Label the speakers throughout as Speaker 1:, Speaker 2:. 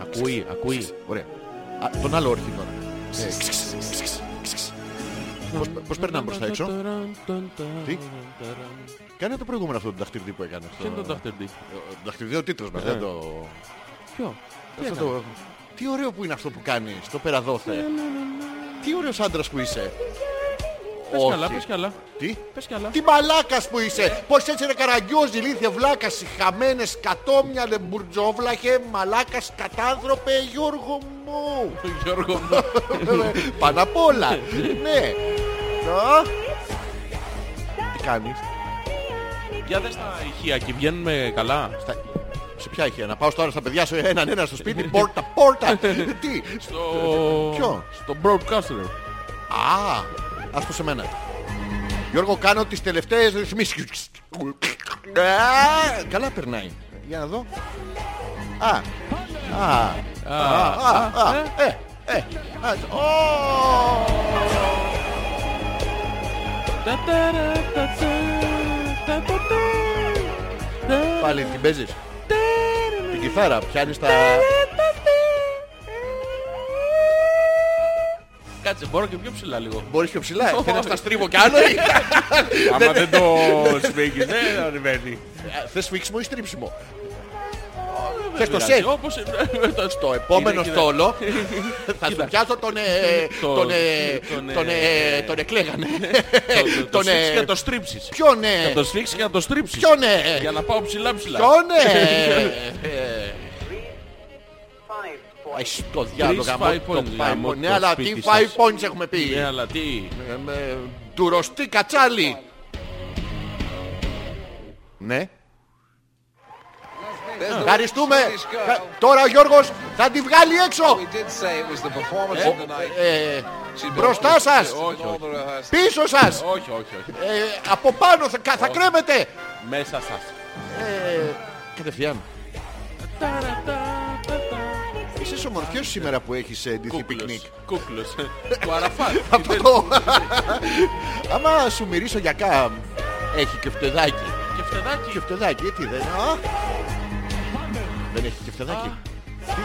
Speaker 1: Ακούει, ακούει. Ωραία. Α, τον άλλο όρχη τώρα. Ε, Πώς- πώς περνάμε προς τα έξω? Τι? Κάνε το προηγούμενο αυτό το δαχτυλίδι που έκανες.
Speaker 2: Ποιο είναι το Dr. D.
Speaker 1: Δαχτυλίδι ο τίτλος μας. Δεν το...
Speaker 2: Ποιο. Τι
Speaker 1: αυτό
Speaker 2: έκανε?
Speaker 1: το- Ε, Τι ωραίο που είναι αυτό που κάνεις. Το
Speaker 2: Ναι.
Speaker 1: περαδόθε. Τι ωραίος άντρας που είσαι.
Speaker 2: Πες καλά, πες καλά.
Speaker 1: Τι.
Speaker 2: Πες καλά.
Speaker 1: Τι μαλάκας που είσαι! Πως έτσι είναι καραγκιόζη, ηλίθεια, βλάκας, χαμένες, κατόμια, λεμπουρτζόβλαχε, μαλάκας, κατάνθρωπε, Γιώργο μου!
Speaker 2: Γιώργο μου.
Speaker 1: Πάνω απ' όλα! ναι! Να. Τι κάνεις?
Speaker 2: Για δες τα ηχεία και βγαίνουμε καλά.
Speaker 1: Στα- Σε ποια είχε, να πάω τώρα στα παιδιά σου έναν ένα στο σπίτι, πόρτα, πόρτα! Τι!
Speaker 2: Στο...
Speaker 1: Ποιο?
Speaker 2: Στο broadcaster.
Speaker 1: Α, ας το σε μένα. Γιώργο, κάνω τις τελευταίες ρυθμίσεις. Α, Καλά περνάει. Για να δω. Α, α, α, α, α, ε, ε, α, ω.
Speaker 2: Τα ταρα, τα τσα, τα τα τα. Τα
Speaker 1: Πάλι την παίζεις.
Speaker 2: ταρα,
Speaker 1: Την κιθάρα, πιάνεις τα...
Speaker 2: τα τα. Κάτσε, μπορώ και πιο ψηλά λίγο.
Speaker 1: Μπορείς πιο ψηλά, ε. θέλεις να στρίβω κι άλλο. ή- Ναι,
Speaker 3: Άμα δεν το σφίγγεις,
Speaker 2: ναι,
Speaker 3: δεν ανεβαίνει.
Speaker 1: Α, Θες σφίξιμο ή στρίψιμο.
Speaker 2: Δεν
Speaker 1: το
Speaker 2: πειράζει,
Speaker 1: set.
Speaker 2: Δηλαδή, Όπως... ε,
Speaker 1: Το επόμενο
Speaker 2: κοίτα.
Speaker 1: στόλο θα σου πιάσω τον... ε,
Speaker 2: Το-
Speaker 1: Τον... ε,
Speaker 2: τον, ε,
Speaker 1: Τον... ε, Τον εκλέγανε.
Speaker 2: Το
Speaker 1: Τον... ε,
Speaker 2: σφίξεις και να το στρίψεις.
Speaker 1: Ποιον... ε,
Speaker 2: Να το σφίξεις και να το στρίψεις.
Speaker 1: Ποιον... ε,
Speaker 2: Για να πάω ψηλά ψηλά.
Speaker 1: Ποιον ε, Αχ, το διάλογο
Speaker 2: Τρεις
Speaker 1: γαμώ
Speaker 2: five
Speaker 1: το
Speaker 2: points,
Speaker 1: five
Speaker 2: γαμώ
Speaker 1: points.
Speaker 2: το
Speaker 1: Ναι, αλλά τι
Speaker 2: σπίτι
Speaker 1: five
Speaker 2: σας.
Speaker 1: points έχουμε
Speaker 2: Ναι,
Speaker 1: πει.
Speaker 2: αλλά τι.
Speaker 1: Ε, με, Τουροστή κατσάλι. Ναι. Ευχαριστούμε. Χα- Τώρα ο Γιώργος θα τη βγάλει έξω. Ο- ε, Μπροστά σας. Πίσω σας.
Speaker 2: Όχι, όχι, όχι.
Speaker 1: Ε, Από πάνω θα, θα κρέμετε.
Speaker 2: Μέσα σας.
Speaker 1: Ε, Κατευθείαν.
Speaker 2: Ταρα, τα, τα, τα.
Speaker 1: Είσαι ομορφιός σήμερα που έχεις ε, ντυθεί πικνίκ.
Speaker 2: Κούκλος. Κούκλος. Του Αραφάτ.
Speaker 1: Αυτό το... Άμα σου μυρίσω για κάμ, έχει και φτεδάκι.
Speaker 2: Και φτεδάκι.
Speaker 1: Και φτεδάκι, τι δεν... Α! Δεν έχει και φτεδάκι. Τι,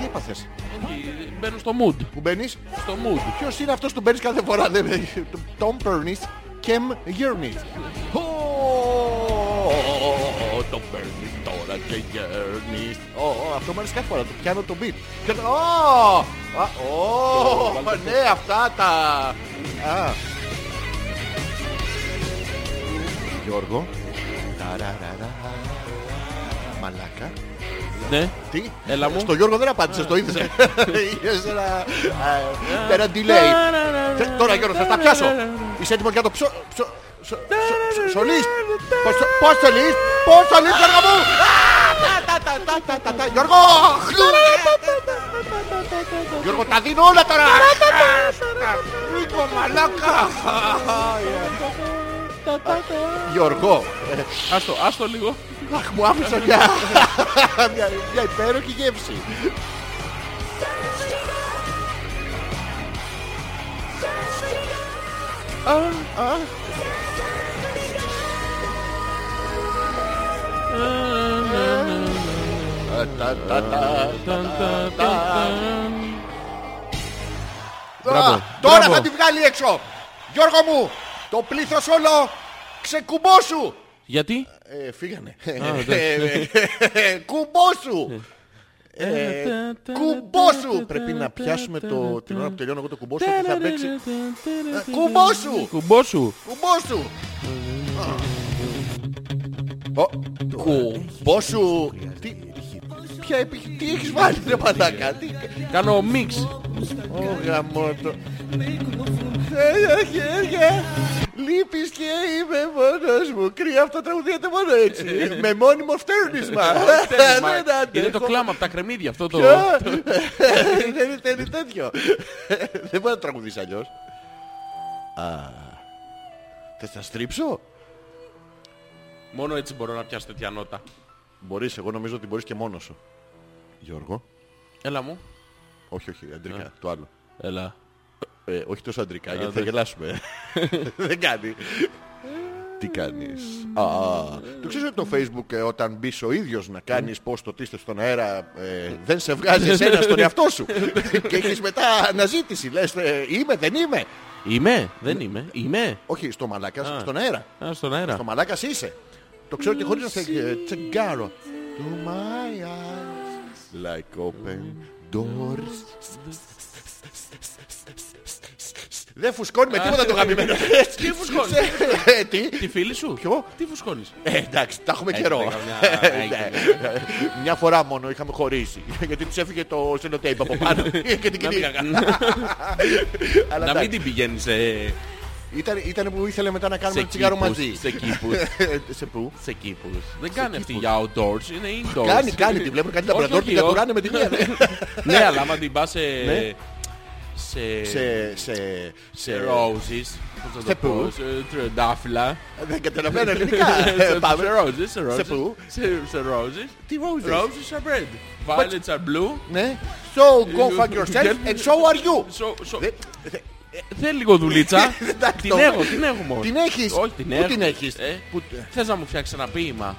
Speaker 1: τι έπαθες,
Speaker 2: Όχι, Μπαίνω στο mood.
Speaker 1: που μπαίνεις.
Speaker 2: Στο mood.
Speaker 1: Ποιος είναι αυτός που μπαίνεις κάθε φορά, δεν έχει. Το- Τον παίρνεις, κεμ γέρνεις. Ω, Τον παίρνεις τώρα και γέρνεις. Ω, ω, Αυτό μου αρέσει κάθε φορά, το πιάνω το beat. Και- Ω, α, ω, ναι, αυτά τα... Α. Γιώργο. Ταραραρα. Μαλάκα.
Speaker 2: Ναι.
Speaker 1: Τι?
Speaker 2: Έλα μου.
Speaker 1: Στο Γιώργο δεν απάντησες, το είδες. Είχες ένα, ε, ένα delay. Τε- Τώρα Γιώργο θα τα πιάσω. Είσαι έτοιμος για το ψω... ψω... ψω- ψω- Σολής. Πώς το- Πώς σολής. Πώς σολής Γιώργο μου. Α, τα, τα, τα, τα, τα, τα, τα, Γιώργο. χλου. Γιώργο τα δίνω όλα τώρα. Ρίκο μαλάκα. Γιώργο. ε,
Speaker 2: Άστο, άστο λίγο.
Speaker 1: Αχ, μου άφησα μια, μια, μια υπέροχη γεύση. Α, α, α, τα, τα, τα,
Speaker 2: Μπράβο,
Speaker 1: Α, Τώρα
Speaker 2: μπράβο.
Speaker 1: θα τη βγάλει έξω. Γιώργο μου, το πλήθος όλο ξεκουμπόσου.
Speaker 2: Γιατί?
Speaker 1: Ε, φύγανε.
Speaker 2: εντάξει.
Speaker 1: Ε, Κουμπόσου. Ε, Κουμπόσου. Πρέπει να πιάσουμε το... την ώρα που τελειώνω εγώ το κουμπόσου και θα παίξει. Ε, Κουμπό σου!
Speaker 2: Κουμπό σου.
Speaker 1: Κουμπό σου! Ω, Κουμπό σου! Τι, ποια επι- τι έχεις βάλει ρε μαλάκα, τι...
Speaker 2: Κάνω μίξ.
Speaker 1: Ω γαμότο. Ε, ε, χέρια. Λείπεις και είμαι μόνος μου. Κρύα αυτό τραγουδίεται μόνο έτσι. Με μόνιμο φτέρνισμα. Ναι,
Speaker 2: Μα,
Speaker 1: Δεν
Speaker 2: Είναι το
Speaker 1: αντέχω.
Speaker 2: κλάμα από τα κρεμμύδια αυτό το...
Speaker 1: Ποιο? Δεν είναι- δεν είναι τέτοιο. Δεν μπορεί να τραγουδείς αλλιώς. Α, Θες να στρίψω?
Speaker 2: Μόνο έτσι μπορώ να πιάσω τέτοια νότα.
Speaker 1: Μπορείς, εγώ νομίζω ότι μπορείς και μόνος σου. Γιώργο.
Speaker 2: Έλα μου.
Speaker 1: Όχι, όχι, αντρικά, το άλλο.
Speaker 2: Έλα.
Speaker 1: Ε, όχι τόσο αντρικά, γιατί θα γελάσουμε. Δεν κάνει. Την κάνεις. Α, το ξέρεις ότι το facebook ε, όταν μπεις ο ίδιος να κάνεις πώς το τίστε στον αέρα ε, δεν σε βγάζει εσένα στον εαυτό σου. και έχεις μετά αναζήτηση. Λες ε, είμαι, δεν είμαι.
Speaker 2: Είμαι, δεν είμαι. Είμαι.
Speaker 1: Όχι, στο μαλάκα,
Speaker 2: Α.
Speaker 1: στον αέρα.
Speaker 2: Α, στον αέρα.
Speaker 1: Στο μαλάκας είσαι. Το ξέρω και χωρίς να σε ε, τσεγκάρω. To my eyes like open doors. Δεν φουσκώνει με τίποτα το γαμημένο.
Speaker 2: Τι φουσκώνεις?
Speaker 1: Ε, Τι.
Speaker 2: Τη φίλη σου.
Speaker 1: Ποιο?
Speaker 2: Τι φουσκώνεις.
Speaker 1: Ε, εντάξει, τα έχουμε
Speaker 2: Έχετε
Speaker 1: καιρό.
Speaker 2: καμιά-
Speaker 1: Ναι.
Speaker 2: έχετε.
Speaker 1: Μια φορά μόνο είχαμε χωρίσει. Γιατί τους έφυγε το σελοτέιπ από πάνω. Και την
Speaker 2: Να μην-
Speaker 1: κυρία. Αλλά
Speaker 2: Να
Speaker 1: εντάξει,
Speaker 2: μην την πηγαίνεις ε,
Speaker 1: ήταν- Ήταν που ήθελε μετά να κάνουμε
Speaker 2: σε
Speaker 1: το τσιγάρο
Speaker 2: κήπους,
Speaker 1: μαζί. Ε,
Speaker 2: Σε κήπους.
Speaker 1: Σε πού.
Speaker 2: Σε κήπους. Δεν κάνει αυτή για outdoors, είναι indoors.
Speaker 1: Κάνει, κάνει, τη βλέπουν, κάνει τα
Speaker 2: Όχι,
Speaker 1: μπραντόρ,
Speaker 2: όχι,
Speaker 1: την κατουράνε με τη μία. ναι.
Speaker 2: Ναι, αλλά άμα την πας σε...
Speaker 1: Ναι.
Speaker 2: Σε...
Speaker 1: Σε, σε,
Speaker 2: σε
Speaker 1: σε...
Speaker 2: Roses, πώς
Speaker 1: σε
Speaker 2: να το
Speaker 1: πού?
Speaker 2: πω, σε τρεντάφυλλα.
Speaker 1: Δεν καταλαβαίνω ελληνικά. Ε,
Speaker 2: Σε-
Speaker 1: Πάμε.
Speaker 2: Σε Roses, σε Roses.
Speaker 1: πού?
Speaker 2: Σε- Σε Roses.
Speaker 1: Τι roses.
Speaker 2: Roses are red. Violets are blue.
Speaker 1: Ναι. So go fuck yourself and so are you.
Speaker 2: So- so-
Speaker 1: Δε-
Speaker 2: Ε, Θέλει λίγο δουλίτσα.
Speaker 1: Εντάξει,
Speaker 2: την
Speaker 1: το-
Speaker 2: έχω, την έχω μόνο.
Speaker 1: Την έχεις.
Speaker 2: Όχι, την
Speaker 1: Πού
Speaker 2: έχω.
Speaker 1: την έχεις?
Speaker 2: Ε,
Speaker 1: Πού-
Speaker 2: Θες να μου φτιάξεις ένα ποίημα.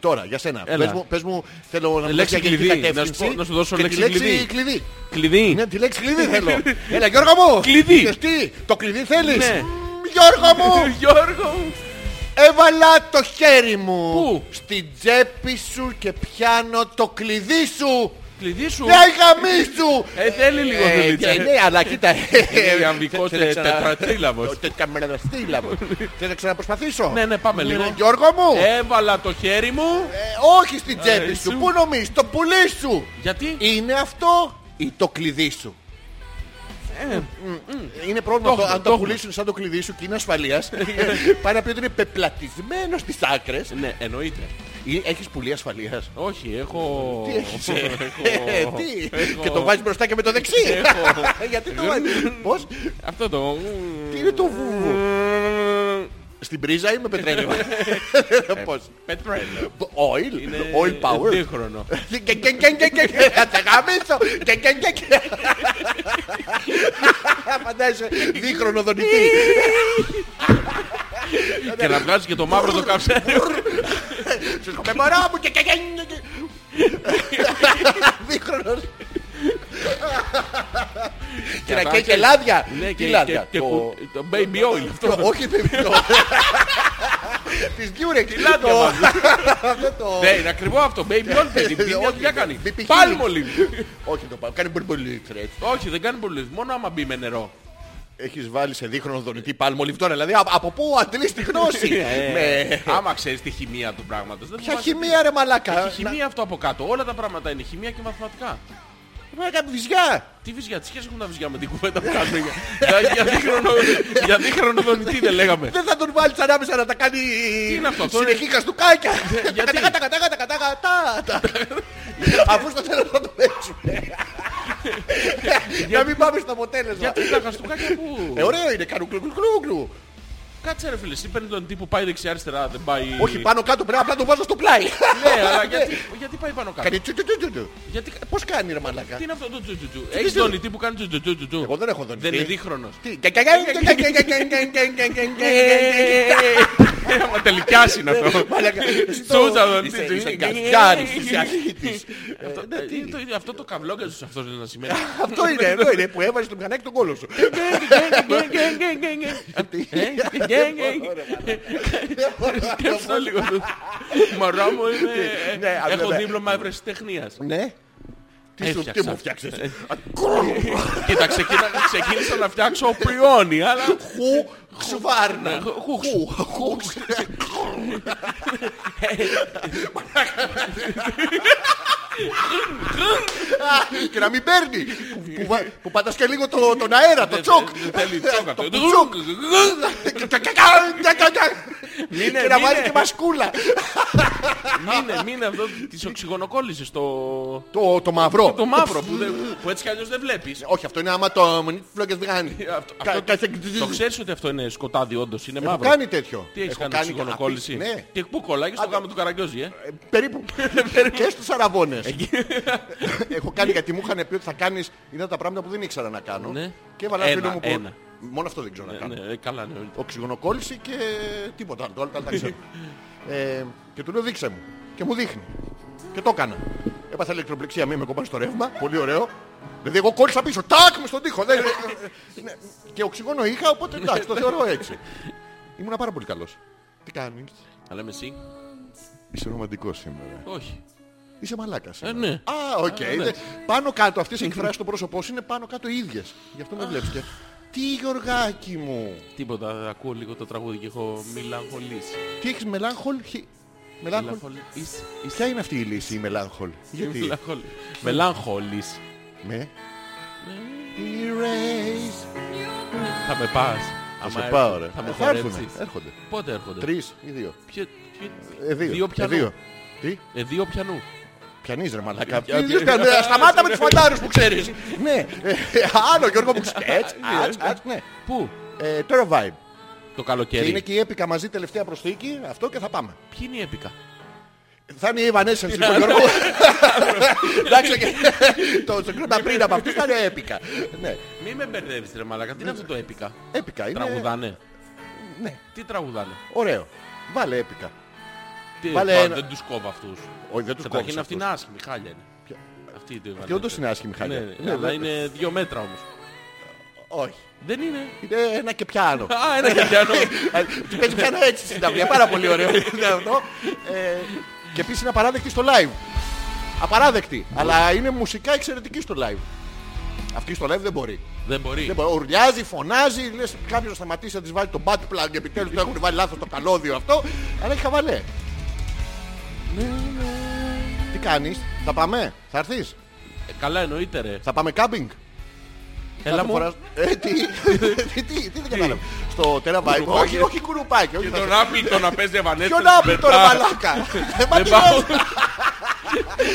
Speaker 1: Τώρα, για σένα.
Speaker 2: Έλα.
Speaker 1: Πες μου, πες μου, θέλω να μου
Speaker 2: Λέξη
Speaker 1: πεις για
Speaker 2: κλειδί.
Speaker 1: κατεύθυνση
Speaker 2: Να σου πω- να σου δώσω
Speaker 1: και τη
Speaker 2: λέξη κλειδί.
Speaker 1: κλειδί.
Speaker 2: Κλειδί.
Speaker 1: Ναι, τη λέξη κλειδί θέλω. Έλα, Γιώργο μου.
Speaker 2: Κλειδί.
Speaker 1: Και Τι, το κλειδί θέλεις.
Speaker 2: Ναι.
Speaker 1: Μμμ, Γιώργο μου,
Speaker 2: Γιώργο μου.
Speaker 1: έβαλα το χέρι μου
Speaker 2: Πού?
Speaker 1: στην τσέπη σου και πιάνω το κλειδί σου.
Speaker 2: Κλειδί σου.
Speaker 1: Ναι, γαμί σου.
Speaker 2: Ε, θέλει λίγο Ε,
Speaker 1: Ε,
Speaker 2: δουλίτσα.
Speaker 1: και Ναι, αλλά κοίτα.
Speaker 2: Είναι αμβικός
Speaker 1: Θέλω να ξανα-
Speaker 2: τετρατσίλαβος.
Speaker 1: Τε- καμεραδαστήλαβο. Θέλω να ξαναπροσπαθήσω.
Speaker 2: Ναι, ναι, πάμε
Speaker 1: Ναι,
Speaker 2: λίγο.
Speaker 1: ναι, Γιώργο μου,
Speaker 2: Έβαλα το χέρι μου.
Speaker 1: ε, όχι στην τσέπη
Speaker 2: ε,
Speaker 1: σου.
Speaker 2: σου.
Speaker 1: Πού νομίζεις, το πουλί σου.
Speaker 2: Γιατί
Speaker 1: Είναι αυτό ή το κλειδί σου. Ε, Είναι πρόβλημα
Speaker 2: Ε, το
Speaker 1: αυτό.
Speaker 2: έχουμε,
Speaker 1: Αν
Speaker 2: το
Speaker 1: το
Speaker 2: έχουμε.
Speaker 1: πουλήσουν σαν το κλειδί σου και είναι ασφαλείας, πάει να πει ότι είναι πεπλατισμένος στις άκρες.
Speaker 2: Ναι, εννοείται.
Speaker 1: Ή- Έχεις πουλί ασφαλείας.
Speaker 2: Όχι, έχω.
Speaker 1: Τι έχεις, ε? Ε,
Speaker 2: Έχω.
Speaker 1: Τι.
Speaker 2: Έχω.
Speaker 1: Και το βάζεις μπροστά και με το δεξί.
Speaker 2: Έχω. Ε,
Speaker 1: Γιατί το βάζεις. Πώς.
Speaker 2: Αυτό το.
Speaker 1: Τι είναι το βούβο. Στην πρίζα ή με πετρέλαιο. Πώς.
Speaker 2: Πετρέλαιο.
Speaker 1: Oil.
Speaker 2: Ε, Είναι
Speaker 1: Ε, Oil power.
Speaker 2: Δίχρονο.
Speaker 1: Και- και- και- και- και- και- Θα τα γαμίσω. Και- και- και- και. Φαντάζεσαι δίχρονο δονητή. Ε,
Speaker 2: Και να βγάζεις και το μαύρο το καψέλι.
Speaker 1: Σου έρχομαι, μωρό μου και και- και- και- Δίχρονος. Και να καίει και λάδια.
Speaker 2: Ναι,
Speaker 1: Τι
Speaker 2: και,
Speaker 1: λάδια.
Speaker 2: και- και
Speaker 1: Το-
Speaker 2: κου- το baby oil. Αυτό.
Speaker 1: το- Όχι παιδί. το- Της Durex.
Speaker 2: λάδια
Speaker 1: Το-
Speaker 2: βάζουν.
Speaker 1: Αυτό το...
Speaker 2: Ναι, είναι ακριβό αυτό. Baby oil, παιδί.
Speaker 1: Ε,
Speaker 2: Ποια
Speaker 1: όχι,
Speaker 2: δουλειά κάνει.
Speaker 1: BB
Speaker 2: Πάλμολιν.
Speaker 1: Όχι το πάω. Κάνει πολύ έτσι.
Speaker 2: Όχι, δεν κάνει πολύ. Μόνο άμα μπει με νερό.
Speaker 1: Έχεις βάλει σε δίχρονο δονητή πάλμολιβ τώρα. Δηλαδή α- από πού αντλείς τη γνώση.
Speaker 2: Ε,
Speaker 1: Με-
Speaker 2: Άμα ξέρεις τη χημεία του πράγματος. δεν
Speaker 1: Ποια
Speaker 2: θυμάσαι
Speaker 1: χημεία ρε
Speaker 2: τι.
Speaker 1: μαλάκα.
Speaker 2: Έχει χημεία αυτό από κάτω. Όλα τα πράγματα είναι χημεία και μαθηματικά.
Speaker 1: Να κάνει βυζιά.
Speaker 2: Τι βυζιά, τι σχέση έχουν τα βυζιά με την κουβέντα που κάνουμε. για, για, δίχρονο, για δίχρονο δονητή δεν λέγαμε.
Speaker 1: Δεν θα τον βάλεις ανάμεσα να τα κάνει
Speaker 2: είναι αυτό, αυτό
Speaker 1: συνεχή καστούκάκια.
Speaker 2: γιατί?
Speaker 1: Κατά, κατά, κατά, κατά, κατά, κατά, τα. Αφού στο τέλος θα το παίξουμε. Να μην πάμε στο αποτέλεσμα.
Speaker 2: Γιατί τα χαστούκάκια που.
Speaker 1: Ε, ωραίο είναι, κάνουν κλου κλου κλου κλου.
Speaker 2: Κάτσε ρε φίλε, εσύ παίρνει τον τύπο πάει δεξιά-αριστερά, δεν πάει.
Speaker 1: Όχι Ε, πάνω κάτω, πρέπει απλά να το βάζω στο πλάι.
Speaker 2: Ε. Ναι, αλλά γιατί, γιατί πάει πάνω κάτω.
Speaker 1: Κάνει τσου, τσου, τσου, τσου, τσου.
Speaker 2: Γιατί...
Speaker 1: Πώς κάνει ρε μαλάκα.
Speaker 2: Τι είναι αυτό το τζουτζουτζου.
Speaker 1: δεν
Speaker 2: Έχεις
Speaker 1: ξέρω.
Speaker 2: δονητή που κάνει τζουτζουτζου.
Speaker 1: Εγώ δεν έχω δονητή.
Speaker 2: Δεν είναι δίχρονος.
Speaker 1: Τι. κα- κα- κα- κα- κα- κα- κα- κα- κα- κα- κα- κα- κα-
Speaker 2: Ε, Μα τελικά είναι αυτό.
Speaker 1: Μαλάκα,
Speaker 2: Σούζα
Speaker 1: στο-
Speaker 2: δονητή.
Speaker 1: Είσαι- είσαι
Speaker 2: Ε,
Speaker 1: γκαζιάρης,
Speaker 2: ε,
Speaker 1: είσαι αρχίτης.
Speaker 2: Αυτό-
Speaker 1: ναι, τι
Speaker 2: τι είναι το- Αυτό το καβλόγκα σου αυτός είναι να σημαίνει. Ναι,
Speaker 1: Αυτό είναι, εδώ είναι που έβαζε το μηχανάκι τον κόλο σου.
Speaker 2: Ε,
Speaker 1: Ε,
Speaker 2: Σκέψω λίγο. το- Μωρό μου είμαι...
Speaker 1: Ναι, α,
Speaker 2: Έχω
Speaker 1: βέβαια.
Speaker 2: δίπλωμα ευρεσιτεχνίας.
Speaker 1: Ναι. Τι, σου, τι
Speaker 2: Έφτιαξα.
Speaker 1: μου φτιάξες.
Speaker 2: Κοίτα, ξεκίνα- ξεκίνησα να φτιάξω πριόνι, αλλά...
Speaker 1: Χου ξουβάρνα.
Speaker 2: Ναι, Χου,
Speaker 1: Χου. Χου. Και να μην παίρνει. Που- που- Που πατάς και λίγο το- τον αέρα, το τσόκ.
Speaker 2: Δεν Θέλει τσόκ αυτό.
Speaker 1: τσόκ.
Speaker 2: Μείνε,
Speaker 1: Και να βάλει
Speaker 2: μείνε.
Speaker 1: και μασκούλα.
Speaker 2: Μείνε, μείνε αυτό της οξυγονοκόλλησης το...
Speaker 1: Το, το μαυρό.
Speaker 2: Το μαύρο που, δεν, που έτσι κι αλλιώς δεν βλέπεις.
Speaker 1: Όχι, αυτό είναι άμα το φλόγες βγάνει.
Speaker 2: Αυτό-
Speaker 1: Κα-
Speaker 2: αυτό-
Speaker 1: κάθε-
Speaker 2: Ε, Το ξέρεις ότι αυτό είναι σκοτάδι όντως, είναι
Speaker 1: Έχω
Speaker 2: μαύρο.
Speaker 1: κάνει τέτοιο.
Speaker 2: Τι έχεις
Speaker 1: Έχω
Speaker 2: κάνει,
Speaker 1: κάνει-
Speaker 2: οξυγονοκόλληση.
Speaker 1: Ναι.
Speaker 2: Και πού κολλάγες στο γάμο του Καραγκιόζη, ε.
Speaker 1: Ε, Περίπου. και στους αραβώνες. Έχω κάνει γιατί μου είχαν πει ότι θα κάνεις... Ήταν τα πράγματα που δεν ήξερα να κάνω.
Speaker 2: Ναι.
Speaker 1: Και έβαλα
Speaker 2: Ένα,
Speaker 1: φίλο μου που...
Speaker 2: ένα.
Speaker 1: Μόνο αυτό δεν ξέρω να κάνω.
Speaker 2: Ναι, ε, καλά, ναι. όλοι.
Speaker 1: Οξυγονοκόλληση και τίποτα άλλο. Το άλλο τα άλλα τα ξέρω. ε, και του λέω δείξε μου. Και μου δείχνει. Και το έκανα. Έπαθα ηλεκτροπληξία, μην με κομπάνε στο ρεύμα. Πολύ ωραίο. Δηλαδή εγώ κόλλησα πίσω. Τάκ μες στον τοίχο. Δεν... ναι. Και οξυγόνο είχα, οπότε εντάξει, το θεωρώ έτσι. Ήμουνα πάρα πολύ καλός. Τι κάνεις.
Speaker 2: Αλλά με εσύ.
Speaker 1: Είσαι ρομαντικός σήμερα.
Speaker 2: Όχι.
Speaker 1: Είσαι μαλάκας.
Speaker 2: Ε, ναι.
Speaker 1: Α, οκ. Είναι Πάνω κάτω αυτές οι εκφράσεις στο πρόσωπό σου είναι πάνω κάτω οι ίδιες. Γι' αυτό με βλέπεις και. Τι Γιωργάκι μου.
Speaker 2: Τίποτα. Ακούω λίγο το τραγούδι και έχω μιλαγχολήσει.
Speaker 1: Τι έχεις μελάγχολ. χι- Μελάγχολ.
Speaker 2: Μιλαγχολήσει.
Speaker 1: Ποια είναι αυτή η λύση η μελάγχολ. Γιατί.
Speaker 2: Μελαγχολήσει.
Speaker 1: Με. Erase.
Speaker 2: Θα με πας.
Speaker 1: Θα
Speaker 2: Άμα
Speaker 1: σε
Speaker 2: έρθω,
Speaker 1: πάω ρε.
Speaker 2: Θα με
Speaker 1: Ε, θα έρθουνε.
Speaker 2: χορέψεις.
Speaker 1: Έρχονται.
Speaker 2: Πότε έρχονται.
Speaker 1: Τρεις ή δύο.
Speaker 2: Ποιο- ποιο-
Speaker 1: Ε, δύο.
Speaker 2: Δύο
Speaker 1: Ε,
Speaker 2: πιανού.
Speaker 1: δύο. Τι.
Speaker 2: Ε, δύο πιανού.
Speaker 1: Πιανείς ρε μαλακά.
Speaker 2: Πια-
Speaker 1: Τι-
Speaker 2: πια-
Speaker 1: ε, Σταμάτα με τους φαντάρους που ξέρεις. Ναι. Ε, Άλλο Γιώργο που ξέρεις. Έτσι. έτσι, έτσι, Ναι.
Speaker 2: Πού?
Speaker 1: Ε, Τώρα vibe. Και
Speaker 2: Το καλοκαίρι.
Speaker 1: είναι και η έπικα μαζί τελευταία προσθήκη. Αυτό και θα πάμε.
Speaker 2: Ποιοι είναι οι έπικα.
Speaker 1: Θα είναι η Βανέσσα στην Γιώργο. Εντάξει, και- το συγκρίναμε πριν από αυτούς θα είναι έπικα. Ναι,
Speaker 2: Μη με μπερδεύεις ρε μαλάκα. Τι είναι αυτό το έπικα.
Speaker 1: έπικα είναι.
Speaker 2: Τραγουδάνε.
Speaker 1: Ναι,
Speaker 2: Τι τραγουδάνε.
Speaker 1: ωραίο. Βάλε έπικα.
Speaker 2: Τι,
Speaker 1: Βάλε
Speaker 2: πα-
Speaker 1: ένα-
Speaker 2: Δεν τους κόβω αυτούς.
Speaker 1: Όχι, δεν τους κόβεις
Speaker 2: Καταρχήν αυτή είναι
Speaker 1: αυτούς.
Speaker 2: άσχημη. Χάλια είναι.
Speaker 1: Ποια-
Speaker 2: Αυτή η
Speaker 1: Και όντως είναι άσχημη χάλια.
Speaker 2: Ναι,
Speaker 1: Ναι,
Speaker 2: ναι, αλλά
Speaker 1: δεν-
Speaker 2: είναι δύο μέτρα όμως.
Speaker 1: Όχι.
Speaker 2: Δεν είναι.
Speaker 1: Είναι ένα και πιάνο.
Speaker 2: Α, ένα και πιάνω.
Speaker 1: Του παίζει πιάνο έτσι στην ταυλία. Πάρα πολύ ωραίο είναι αυτό. Ε, Και επίσης είναι απαράδεκτη στο live. Απαράδεκτη. Αλλά είναι μουσικά εξαιρετική στο live. Αυτή στο live δεν μπορεί.
Speaker 2: Δεν μπορεί.
Speaker 1: Δεν μπορεί. Ουρλιάζει, φωνάζει, λες κάποιος σταματήσει να της βάλει το butt plug. Επιτέλους το έχουν βάλει λάθος το καλώδιο αυτό. Αλλά έχει χαβαλέ.
Speaker 2: Ναι,
Speaker 1: Τι κάνεις, θα πάμε, θα έρθεις,
Speaker 2: Ε, Καλά εννοείται ρε.
Speaker 1: θα πάμε κάμπινγκ.
Speaker 2: Έλα
Speaker 1: Κάθε
Speaker 2: μου.
Speaker 1: φορά- Ε, τι, τι, τι, τι δεν κατάλαβα. Στο τεραβάι.
Speaker 2: Κουρουπάκι.
Speaker 1: Όχι, όχι κουρουπάκι. Όχι,
Speaker 3: Και
Speaker 1: θα σε-
Speaker 3: τον άπειτο να παίζει Εβανέστα.
Speaker 1: Ποιον άπλητο ρε μαλάκα. Ε, μα τι
Speaker 2: πάω.
Speaker 1: λες,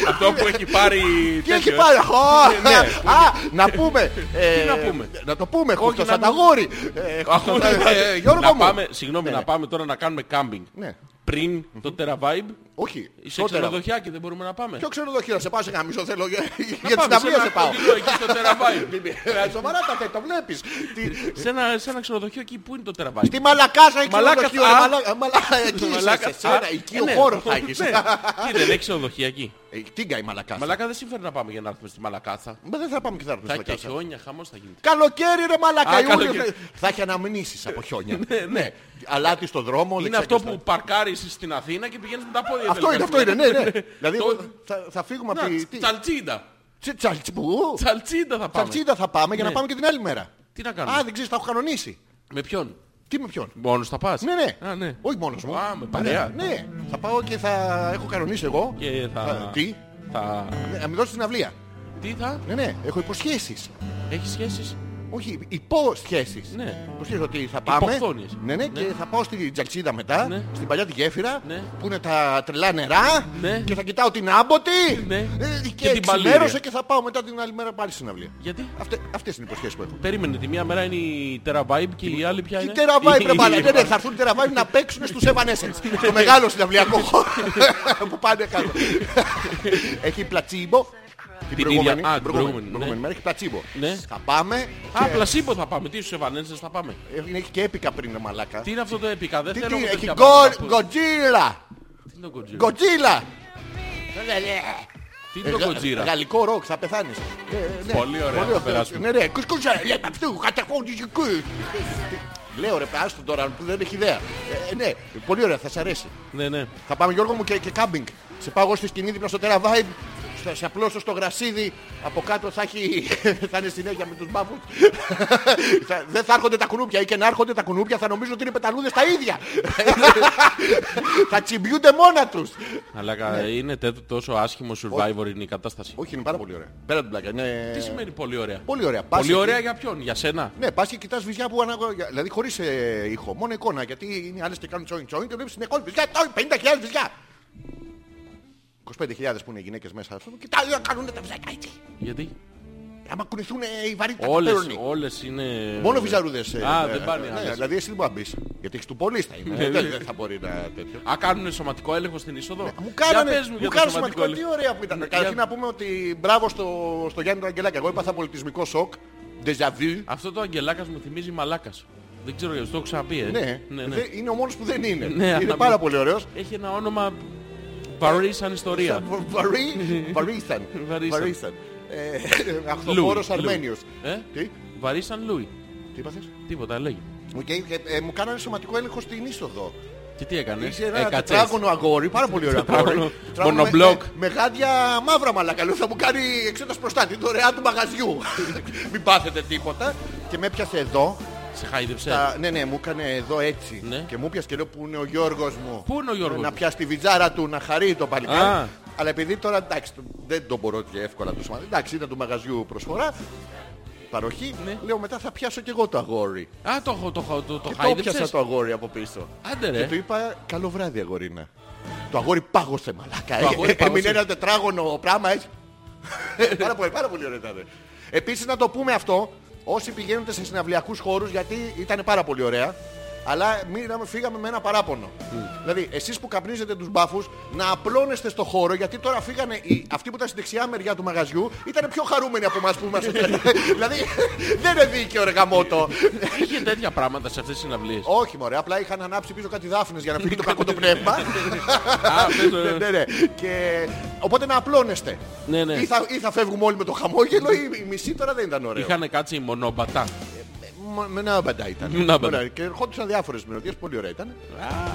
Speaker 3: Αυτό που έχει πάρει.
Speaker 1: Τι έχει
Speaker 2: Ναι, ε.
Speaker 3: τέτοιο,
Speaker 1: πάρει. Ω, Α, να πούμε. ε,
Speaker 2: να πούμε.
Speaker 1: Να το πούμε.
Speaker 2: Όχι,
Speaker 1: Χούφτο
Speaker 2: να μην-
Speaker 1: Σανταγόρι. Ε,
Speaker 2: Αχού,
Speaker 1: Χούφτος- ε, Γιώργο
Speaker 2: να
Speaker 1: μου.
Speaker 2: πάμε, συγγνώμη,
Speaker 1: Ναι.
Speaker 2: να πάμε τώρα να κάνουμε κάμπινγκ.
Speaker 1: Ναι.
Speaker 2: Πριν το Terra Vibe,
Speaker 1: Όχι.
Speaker 2: σε
Speaker 1: στο Terra-
Speaker 2: ξενοδοχιάκι δεν μπορούμε να πάμε.
Speaker 1: Ποιο ξενοδοχείο, να σε πάω σε γαμίζω θέλω για για
Speaker 2: πάμε
Speaker 1: τις ταβλίες
Speaker 2: ένα
Speaker 1: σε πάω.
Speaker 2: κοντινό εκεί στο Terra Vibe.
Speaker 1: Ε, Σοβαρά τα θέ, το βλέπεις. Τι-
Speaker 2: σε, ένα, σε ένα ξενοδοχείο εκεί που είναι το Terra Vibe.
Speaker 1: Τι μαλακάσα έχει
Speaker 2: Μαλάκα,
Speaker 1: ξενοδοχείο.
Speaker 2: α.
Speaker 1: ρε, μαλάκα- μαλάκα, Εκεί είσαι,
Speaker 2: Μαλάκα,
Speaker 1: σε σένα,
Speaker 2: α,
Speaker 1: εκεί
Speaker 2: ε,
Speaker 1: ο
Speaker 2: ναι.
Speaker 1: χώρος θα έχεις.
Speaker 2: Ναι. Τι δεν έχει ξενοδοχεία εκεί.
Speaker 1: Ε, Τίγκα η μαλακάσα.
Speaker 2: Μαλάκα δεν συμφέρει να πάμε για να έρθουμε στη Μαλακάθα.
Speaker 1: Μα δεν θα πάμε και θα έρθουμε
Speaker 2: Θα
Speaker 1: στη
Speaker 2: και
Speaker 1: μαλακάσα.
Speaker 2: χιόνια, χαμός θα γίνεται.
Speaker 1: Καλοκαίρι ρε μαλακά,
Speaker 2: Α,
Speaker 1: Ιούλιο
Speaker 2: καλοκαίρι.
Speaker 1: θα- θα έχει αναμνήσεις από χιόνια. Ναι, αλάτι στο δρόμο.
Speaker 2: Είναι
Speaker 1: δεξιά
Speaker 2: αυτό
Speaker 1: και
Speaker 2: που
Speaker 1: αριστερά.
Speaker 2: παρκάρεις στην Αθήνα και πηγαίνεις με τα πόδια.
Speaker 1: Αυτό είναι, αυτό είναι, ναι, ναι. Δηλαδή
Speaker 2: Το-
Speaker 1: εγώ θα- θα φύγουμε από
Speaker 2: Να,
Speaker 1: τη... τι-
Speaker 2: Τσαλτσίντα.
Speaker 1: Τσι- Τσαλτσπού.
Speaker 2: Τσαλτσίντα θα πάμε.
Speaker 1: Τσαλτσίδα θα πάμε για να
Speaker 2: Ναι.
Speaker 1: πάμε και την άλλη μέρα.
Speaker 2: Τι να κάνουμε.
Speaker 1: Α, δεν ξέρεις, τα έχω κανονίσει.
Speaker 2: Με ποιον.
Speaker 1: Τι με ποιον.
Speaker 2: Μόνος θα πας.
Speaker 1: Ναι, ναι.
Speaker 2: Α, ναι.
Speaker 1: Όχι μόνος μου.
Speaker 2: Α, με παρέα.
Speaker 1: Ναι. Θα πάω και θα έχω κανονίσει εγώ.
Speaker 2: Και θα-
Speaker 1: Α, Τι.
Speaker 2: Θα...
Speaker 1: Ναι, Να με δώσεις την αυλία.
Speaker 2: Τι θα.
Speaker 1: Ναι, ναι. Έχω υποσχέσεις.
Speaker 2: Έχεις σχέσεις.
Speaker 1: Όχι, υποσχέσεις.
Speaker 2: Ναι.
Speaker 1: Υποσχέσεις ότι θα πάμε.
Speaker 2: Υποχθόνιες.
Speaker 1: Ναι, ναι, και θα πάω στη Τζαξίδα μετά,
Speaker 2: Ναι.
Speaker 1: στην παλιά τη γέφυρα,
Speaker 2: Ναι.
Speaker 1: που είναι τα τρελά νερά.
Speaker 2: Ναι.
Speaker 1: Και θα κοιτάω την άμποτη.
Speaker 2: Ναι.
Speaker 1: Ε, Και,
Speaker 2: Και την
Speaker 1: ξημέρωσα
Speaker 2: Παλήρια.
Speaker 1: και θα πάω μετά την άλλη μέρα πάλι στην αυλία.
Speaker 2: Γιατί.
Speaker 1: Αυτέ αυτές είναι οι υποσχέσεις που έχω.
Speaker 2: Περίμενε, τη μία μέρα είναι η Terra Vibe και η άλλη πια
Speaker 1: Τι
Speaker 2: είναι.
Speaker 1: τεραβάι
Speaker 2: η-
Speaker 1: πρέπει να
Speaker 2: η-
Speaker 1: ναι, ναι, θα έρθουν οι τεραβάι να παίξουν στους Evanescence. το μεγάλο συναυλιακό χώρο που πάνε κάτω. έχει πλατσίμπο. Την
Speaker 2: Την
Speaker 1: προηγούμενη,
Speaker 2: ίδια- α,
Speaker 1: την προηγούμενη,
Speaker 2: την προηγούμενη,
Speaker 1: προηγούμενη
Speaker 2: ναι.
Speaker 1: μέρα έχει πλατσίμπο.
Speaker 2: Ναι.
Speaker 1: Θα πάμε.
Speaker 2: Α, πλασίμπο θα πάμε. Τι στους Ευανένσες θα πάμε.
Speaker 1: και- ε, Έχει και έπικα πριν ρε μαλάκα.
Speaker 2: Τι είναι αυτό το έπικα. Δεν
Speaker 1: Τι- ε,
Speaker 2: θέλω
Speaker 1: τι,
Speaker 2: τέτοια
Speaker 1: έχει
Speaker 2: πράγματα.
Speaker 1: Go- Godzilla.
Speaker 2: Τι είναι το Godzilla.
Speaker 1: Godzilla.
Speaker 2: Τι είναι το
Speaker 1: Ε, γα-
Speaker 2: Godzilla.
Speaker 1: Γαλλικό ροκ, θα πεθάνεις. Ε, ναι.
Speaker 2: Πολύ ωραία, θα περάσουμε.
Speaker 1: Ναι, ναι, κουσκούσα, λέει αυτού, κατεχόντιζε κου. Λέω ρε, άστο τώρα που δεν έχει ιδέα. Ε, ναι, πολύ ωραία, θα σ' αρέσει.
Speaker 2: Ναι, ναι.
Speaker 1: Θα πάμε Γιώργο μου και, και κάμπινγκ. Σε πάω εγώ στη σκηνή δίπλα στο Terra Vibe. Θα σε απλώσω στο γρασίδι. Από κάτω θα, έχει... θα είναι συνέχεια με τους μπάφους. Θα- δεν θα έρχονται τα κουνούπια ή και να έρχονται τα κουνούπια θα νομίζω ότι είναι πεταλούδες τα ίδια. θα τσιμπιούνται μόνα τους.
Speaker 2: Αλλά κα-
Speaker 1: Ναι.
Speaker 2: είναι τέτοιο τόσο άσχημο survivor είναι η κατάσταση.
Speaker 1: Όχι, είναι πάρα πολύ ωραία. Πέρα από την πλάκα. Είναι...
Speaker 2: Τι σημαίνει πολύ ωραία.
Speaker 1: Πολύ ωραία. Πας
Speaker 2: Πολύ
Speaker 1: εκεί-
Speaker 2: ωραία για ποιον, για σένα.
Speaker 1: Ναι, πας και κοιτάς βυζιά που ανάγω. Δηλαδή χωρίς ε, ήχο, μόνο εικόνα. Γιατί είναι άλλες και κάνουν τσόιν τσόιν και βλέπεις συνεχώς βυζιά. Τσόιν, 50.000 βυζιά. 25.000 που είναι γυναίκες μέσα. Κοιτάξτε, κάνουν τα βυζιά έτσι.
Speaker 2: Γιατί.
Speaker 1: Άμα κουνηθούν ε, οι βαρύτητα που
Speaker 2: Όλες,
Speaker 1: παίρνουν.
Speaker 2: όλες είναι...
Speaker 1: Μόνο βυζαρούδες. ε,
Speaker 2: Α,
Speaker 1: ε,
Speaker 2: δεν πάνε
Speaker 1: ναι,
Speaker 2: άλλες.
Speaker 1: Δηλαδή εσύ δεν μπορείς να μπεις. Γιατί έχεις του πολύ θα είναι.
Speaker 2: Ναι,
Speaker 1: Δεν
Speaker 2: ναι.
Speaker 1: δεν θα μπορεί να τέτοιο.
Speaker 2: Α, κάνουν σωματικό έλεγχο στην είσοδο.
Speaker 1: Ναι, Μου κάνανε,
Speaker 2: Για πες μου
Speaker 1: μου
Speaker 2: για το
Speaker 1: κάνανε
Speaker 2: σωματικό
Speaker 1: σημαντικό. Τι
Speaker 2: έλεγχο.
Speaker 1: ωραία που ήταν.
Speaker 2: Ναι,
Speaker 1: Καταρχήν
Speaker 2: για-
Speaker 1: να πούμε ότι μπράβο στο, στο Γιάννη τον Αγγελάκη. Εγώ έπαθα πολιτισμικό σοκ. Ντεζαβί.
Speaker 2: Αυτό το αγγελάκας μου θυμίζει μαλάκας. Δεν ξέρω γιατί το έχω ξαναπεί. ε.
Speaker 1: Ναι,
Speaker 2: ναι, ναι.
Speaker 1: Δε- είναι ο μόνος που δεν είναι.
Speaker 2: Ναι,
Speaker 1: είναι
Speaker 2: αλλά-
Speaker 1: πάρα πολύ ωραίος.
Speaker 2: Έχει ένα όνομα βαρύ σαν ιστορία.
Speaker 1: Βα- Βαρύ, βαρύσταν.
Speaker 2: Βαρύσταν.
Speaker 1: Βαρύσταν. Ε,
Speaker 2: Λούι,
Speaker 1: Αυτοφόρος
Speaker 2: Λούι.
Speaker 1: Αρμένιος.
Speaker 2: Ε?
Speaker 1: Τι,
Speaker 2: Βαρύ σαν Λούι.
Speaker 1: τι είπαθες.
Speaker 2: Τίποτα λέγει.
Speaker 1: Οκ, ε, ε, μου κάνανε σωματικό έλεγχο στην είσοδο.
Speaker 2: Και τι έκανε.
Speaker 1: Είσαι ένα
Speaker 2: Ναι. Ε, κατσές.
Speaker 1: τετράγωνο αγόρι, πάρα πολύ ωραίο αγόρι.
Speaker 2: Τετράγωνο,
Speaker 1: Τετράγωνο με-
Speaker 2: μονομπλοκ.
Speaker 1: με- Με γάντια μαύρα μαλακά. Λέω, θα μου κάνει εξέταση προστάτη, δωρεάν του μαγαζιού. Μην πάθετε τίποτα. Και με έπιασε εδώ.
Speaker 2: Σε χάιδεψε.
Speaker 1: τα- Ναι, ναι, μου έκανε εδώ έτσι.
Speaker 2: Ναι.
Speaker 1: Και μου πιάσε και λέω που είναι ο Γιώργος μου.
Speaker 2: Πού είναι ο Γιώργος
Speaker 1: Να
Speaker 2: μου?
Speaker 1: πιάσει τη βιτζάρα του, να χαρεί το παλικάρι.
Speaker 2: Α.
Speaker 1: Αλλά επειδή τώρα εντάξει, το- δεν το μπορώ και εύκολα το σωματικό. Εντάξει, ήταν του μαγαζιού προσφορά. Παροχή.
Speaker 2: Ναι.
Speaker 1: Λέω μετά θα πιάσω και εγώ το αγόρι.
Speaker 2: Α, το, έχω- το, έχω- το,
Speaker 1: Και
Speaker 2: το
Speaker 1: το πιάσα
Speaker 2: χάιδεψες.
Speaker 1: το αγόρι από πίσω.
Speaker 2: Άντε
Speaker 1: Και
Speaker 2: ρε.
Speaker 1: του είπα καλό βράδυ αγορίνα. Το αγόρι πάγωσε μαλάκα.
Speaker 2: Το
Speaker 1: Ε,
Speaker 2: αγόρι
Speaker 1: ε,
Speaker 2: πάγωσε.
Speaker 1: Έμεινε ένα τετράγωνο πράγμα έτσι. πάρα πολύ, πάρα πολύ ωραία ήταν. Επίσης να το πούμε αυτό, όσοι πηγαίνετε σε συναυλιακούς χώρους γιατί ήταν πάρα πολύ ωραία. Αλλά μείναμε, φύγαμε με ένα παράπονο.
Speaker 2: Mm.
Speaker 1: Δηλαδή, εσείς που καπνίζετε τους μπάφους, να απλώνεστε στο χώρο γιατί τώρα φύγανε οι, αυτοί που ήταν στη δεξιά μεριά του μαγαζιού, ήταν πιο χαρούμενοι από εμάς που είμαστε. δηλαδή, δεν είναι δίκαιο ρε γαμότο.
Speaker 2: Είχε τέτοια πράγματα σε αυτές τις συναυλίες.
Speaker 1: Όχι, μωρέ, απλά είχαν ανάψει πίσω κάτι δάφνες για να φύγει το κακό το
Speaker 2: Ναι,
Speaker 1: πνεύμα.
Speaker 2: Α, αυτές το-
Speaker 1: ναι, ναι, ναι. Και... Οπότε να απλώνεστε.
Speaker 2: Ναι, ναι.
Speaker 1: Ή, θα, ή θα φεύγουμε όλοι με το χαμόγελο ή η μισή τώρα δεν ήταν ωραίο.
Speaker 2: Είχαν κάτσει μονομπατά.
Speaker 1: Μ- Με ένα μπαντά ήταν.
Speaker 2: Να μπαντά.
Speaker 1: Ωραία, Και ερχόντουσαν διάφορες μυρωδιές, πολύ ωραία ήταν.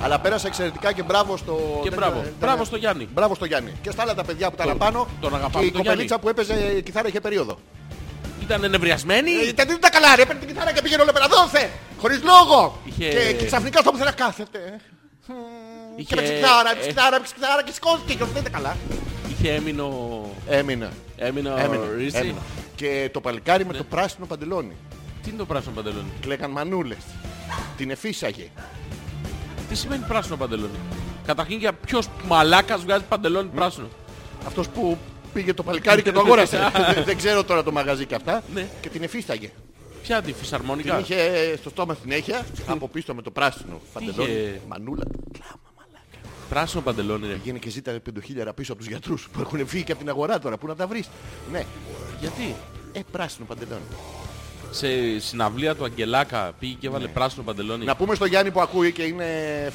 Speaker 1: Αλλά πέρασα εξαιρετικά και μπράβο στο...
Speaker 2: Και
Speaker 1: ήταν-
Speaker 2: μπράβο.
Speaker 1: ήταν-
Speaker 2: Μπράβο στο Γιάννη.
Speaker 1: Μπράβο στο Γιάννη. Και στα άλλα τα παιδιά που τα αναπάνω.
Speaker 2: τον αγαπάμε
Speaker 1: Και η
Speaker 2: τον
Speaker 1: κοπελίτσα που έπαιζε κιθάρα είχε περίοδο.
Speaker 2: Ήταν ενευριασμένοι.
Speaker 1: Ε, Ήταν δεν τα καλά, ρε, παίρνει την κιθάρα και πήγαινε όλα πέρα, δώσε! Χωρίς λόγο!
Speaker 2: Είχε-
Speaker 1: Και, και ξαφνικά στο πουθενά κάθεται. Και
Speaker 2: Είχε-
Speaker 1: έπαιξε κιθάρα, έπαιξε
Speaker 2: ε,
Speaker 1: κιθάρα, έπαιξε κιθάρα και σηκώθηκε και δεν τα καλά.
Speaker 2: Είχε έμεινο.
Speaker 1: Έμεινα.
Speaker 2: Έμεινο.
Speaker 1: Έμεινα.
Speaker 2: Ρίση.
Speaker 1: έμεινα. Και το παλικάρι με το
Speaker 2: Ναι.
Speaker 1: πράσινο παντελόνι.
Speaker 2: Τι είναι το πράσινο παντελόνι.
Speaker 1: Κλέγαν μανούλες. Την εφίσαγε.
Speaker 2: Τι σημαίνει πράσινο παντελόνι. Καταρχήν για ποιος μαλάκας βγάζει παντελόνι πράσινο.
Speaker 1: Αυτός που πήγε το παλικάρι και το αγόρασε. Δεν- Δεν ξέρω τώρα το μαγαζί και αυτά.
Speaker 2: Ναι.
Speaker 1: Και την εφίσταγε.
Speaker 2: Ποια τη
Speaker 1: Την
Speaker 2: φυσαρμονικά.
Speaker 1: είχε στο στόμα συνέχεια, από πίσω με το πράσινο παντελόνι.
Speaker 2: είχε?
Speaker 1: Μανούλα.
Speaker 2: Πράσινο παντελόνι. Ρε.
Speaker 1: Πήγαινε και ζήτα 5.000 πίσω από τους γιατρούς που έχουν φύγει και από την αγορά τώρα. Πού να τα βρεις. Ναι.
Speaker 2: Γιατί.
Speaker 1: Ε, πράσινο παντελόνι.
Speaker 2: Σε συναυλία του Αγγελάκα πήγε και έβαλε πράσινο παντελόνι.
Speaker 1: Ναι. Να πούμε στο Γιάννη που ακούει και είναι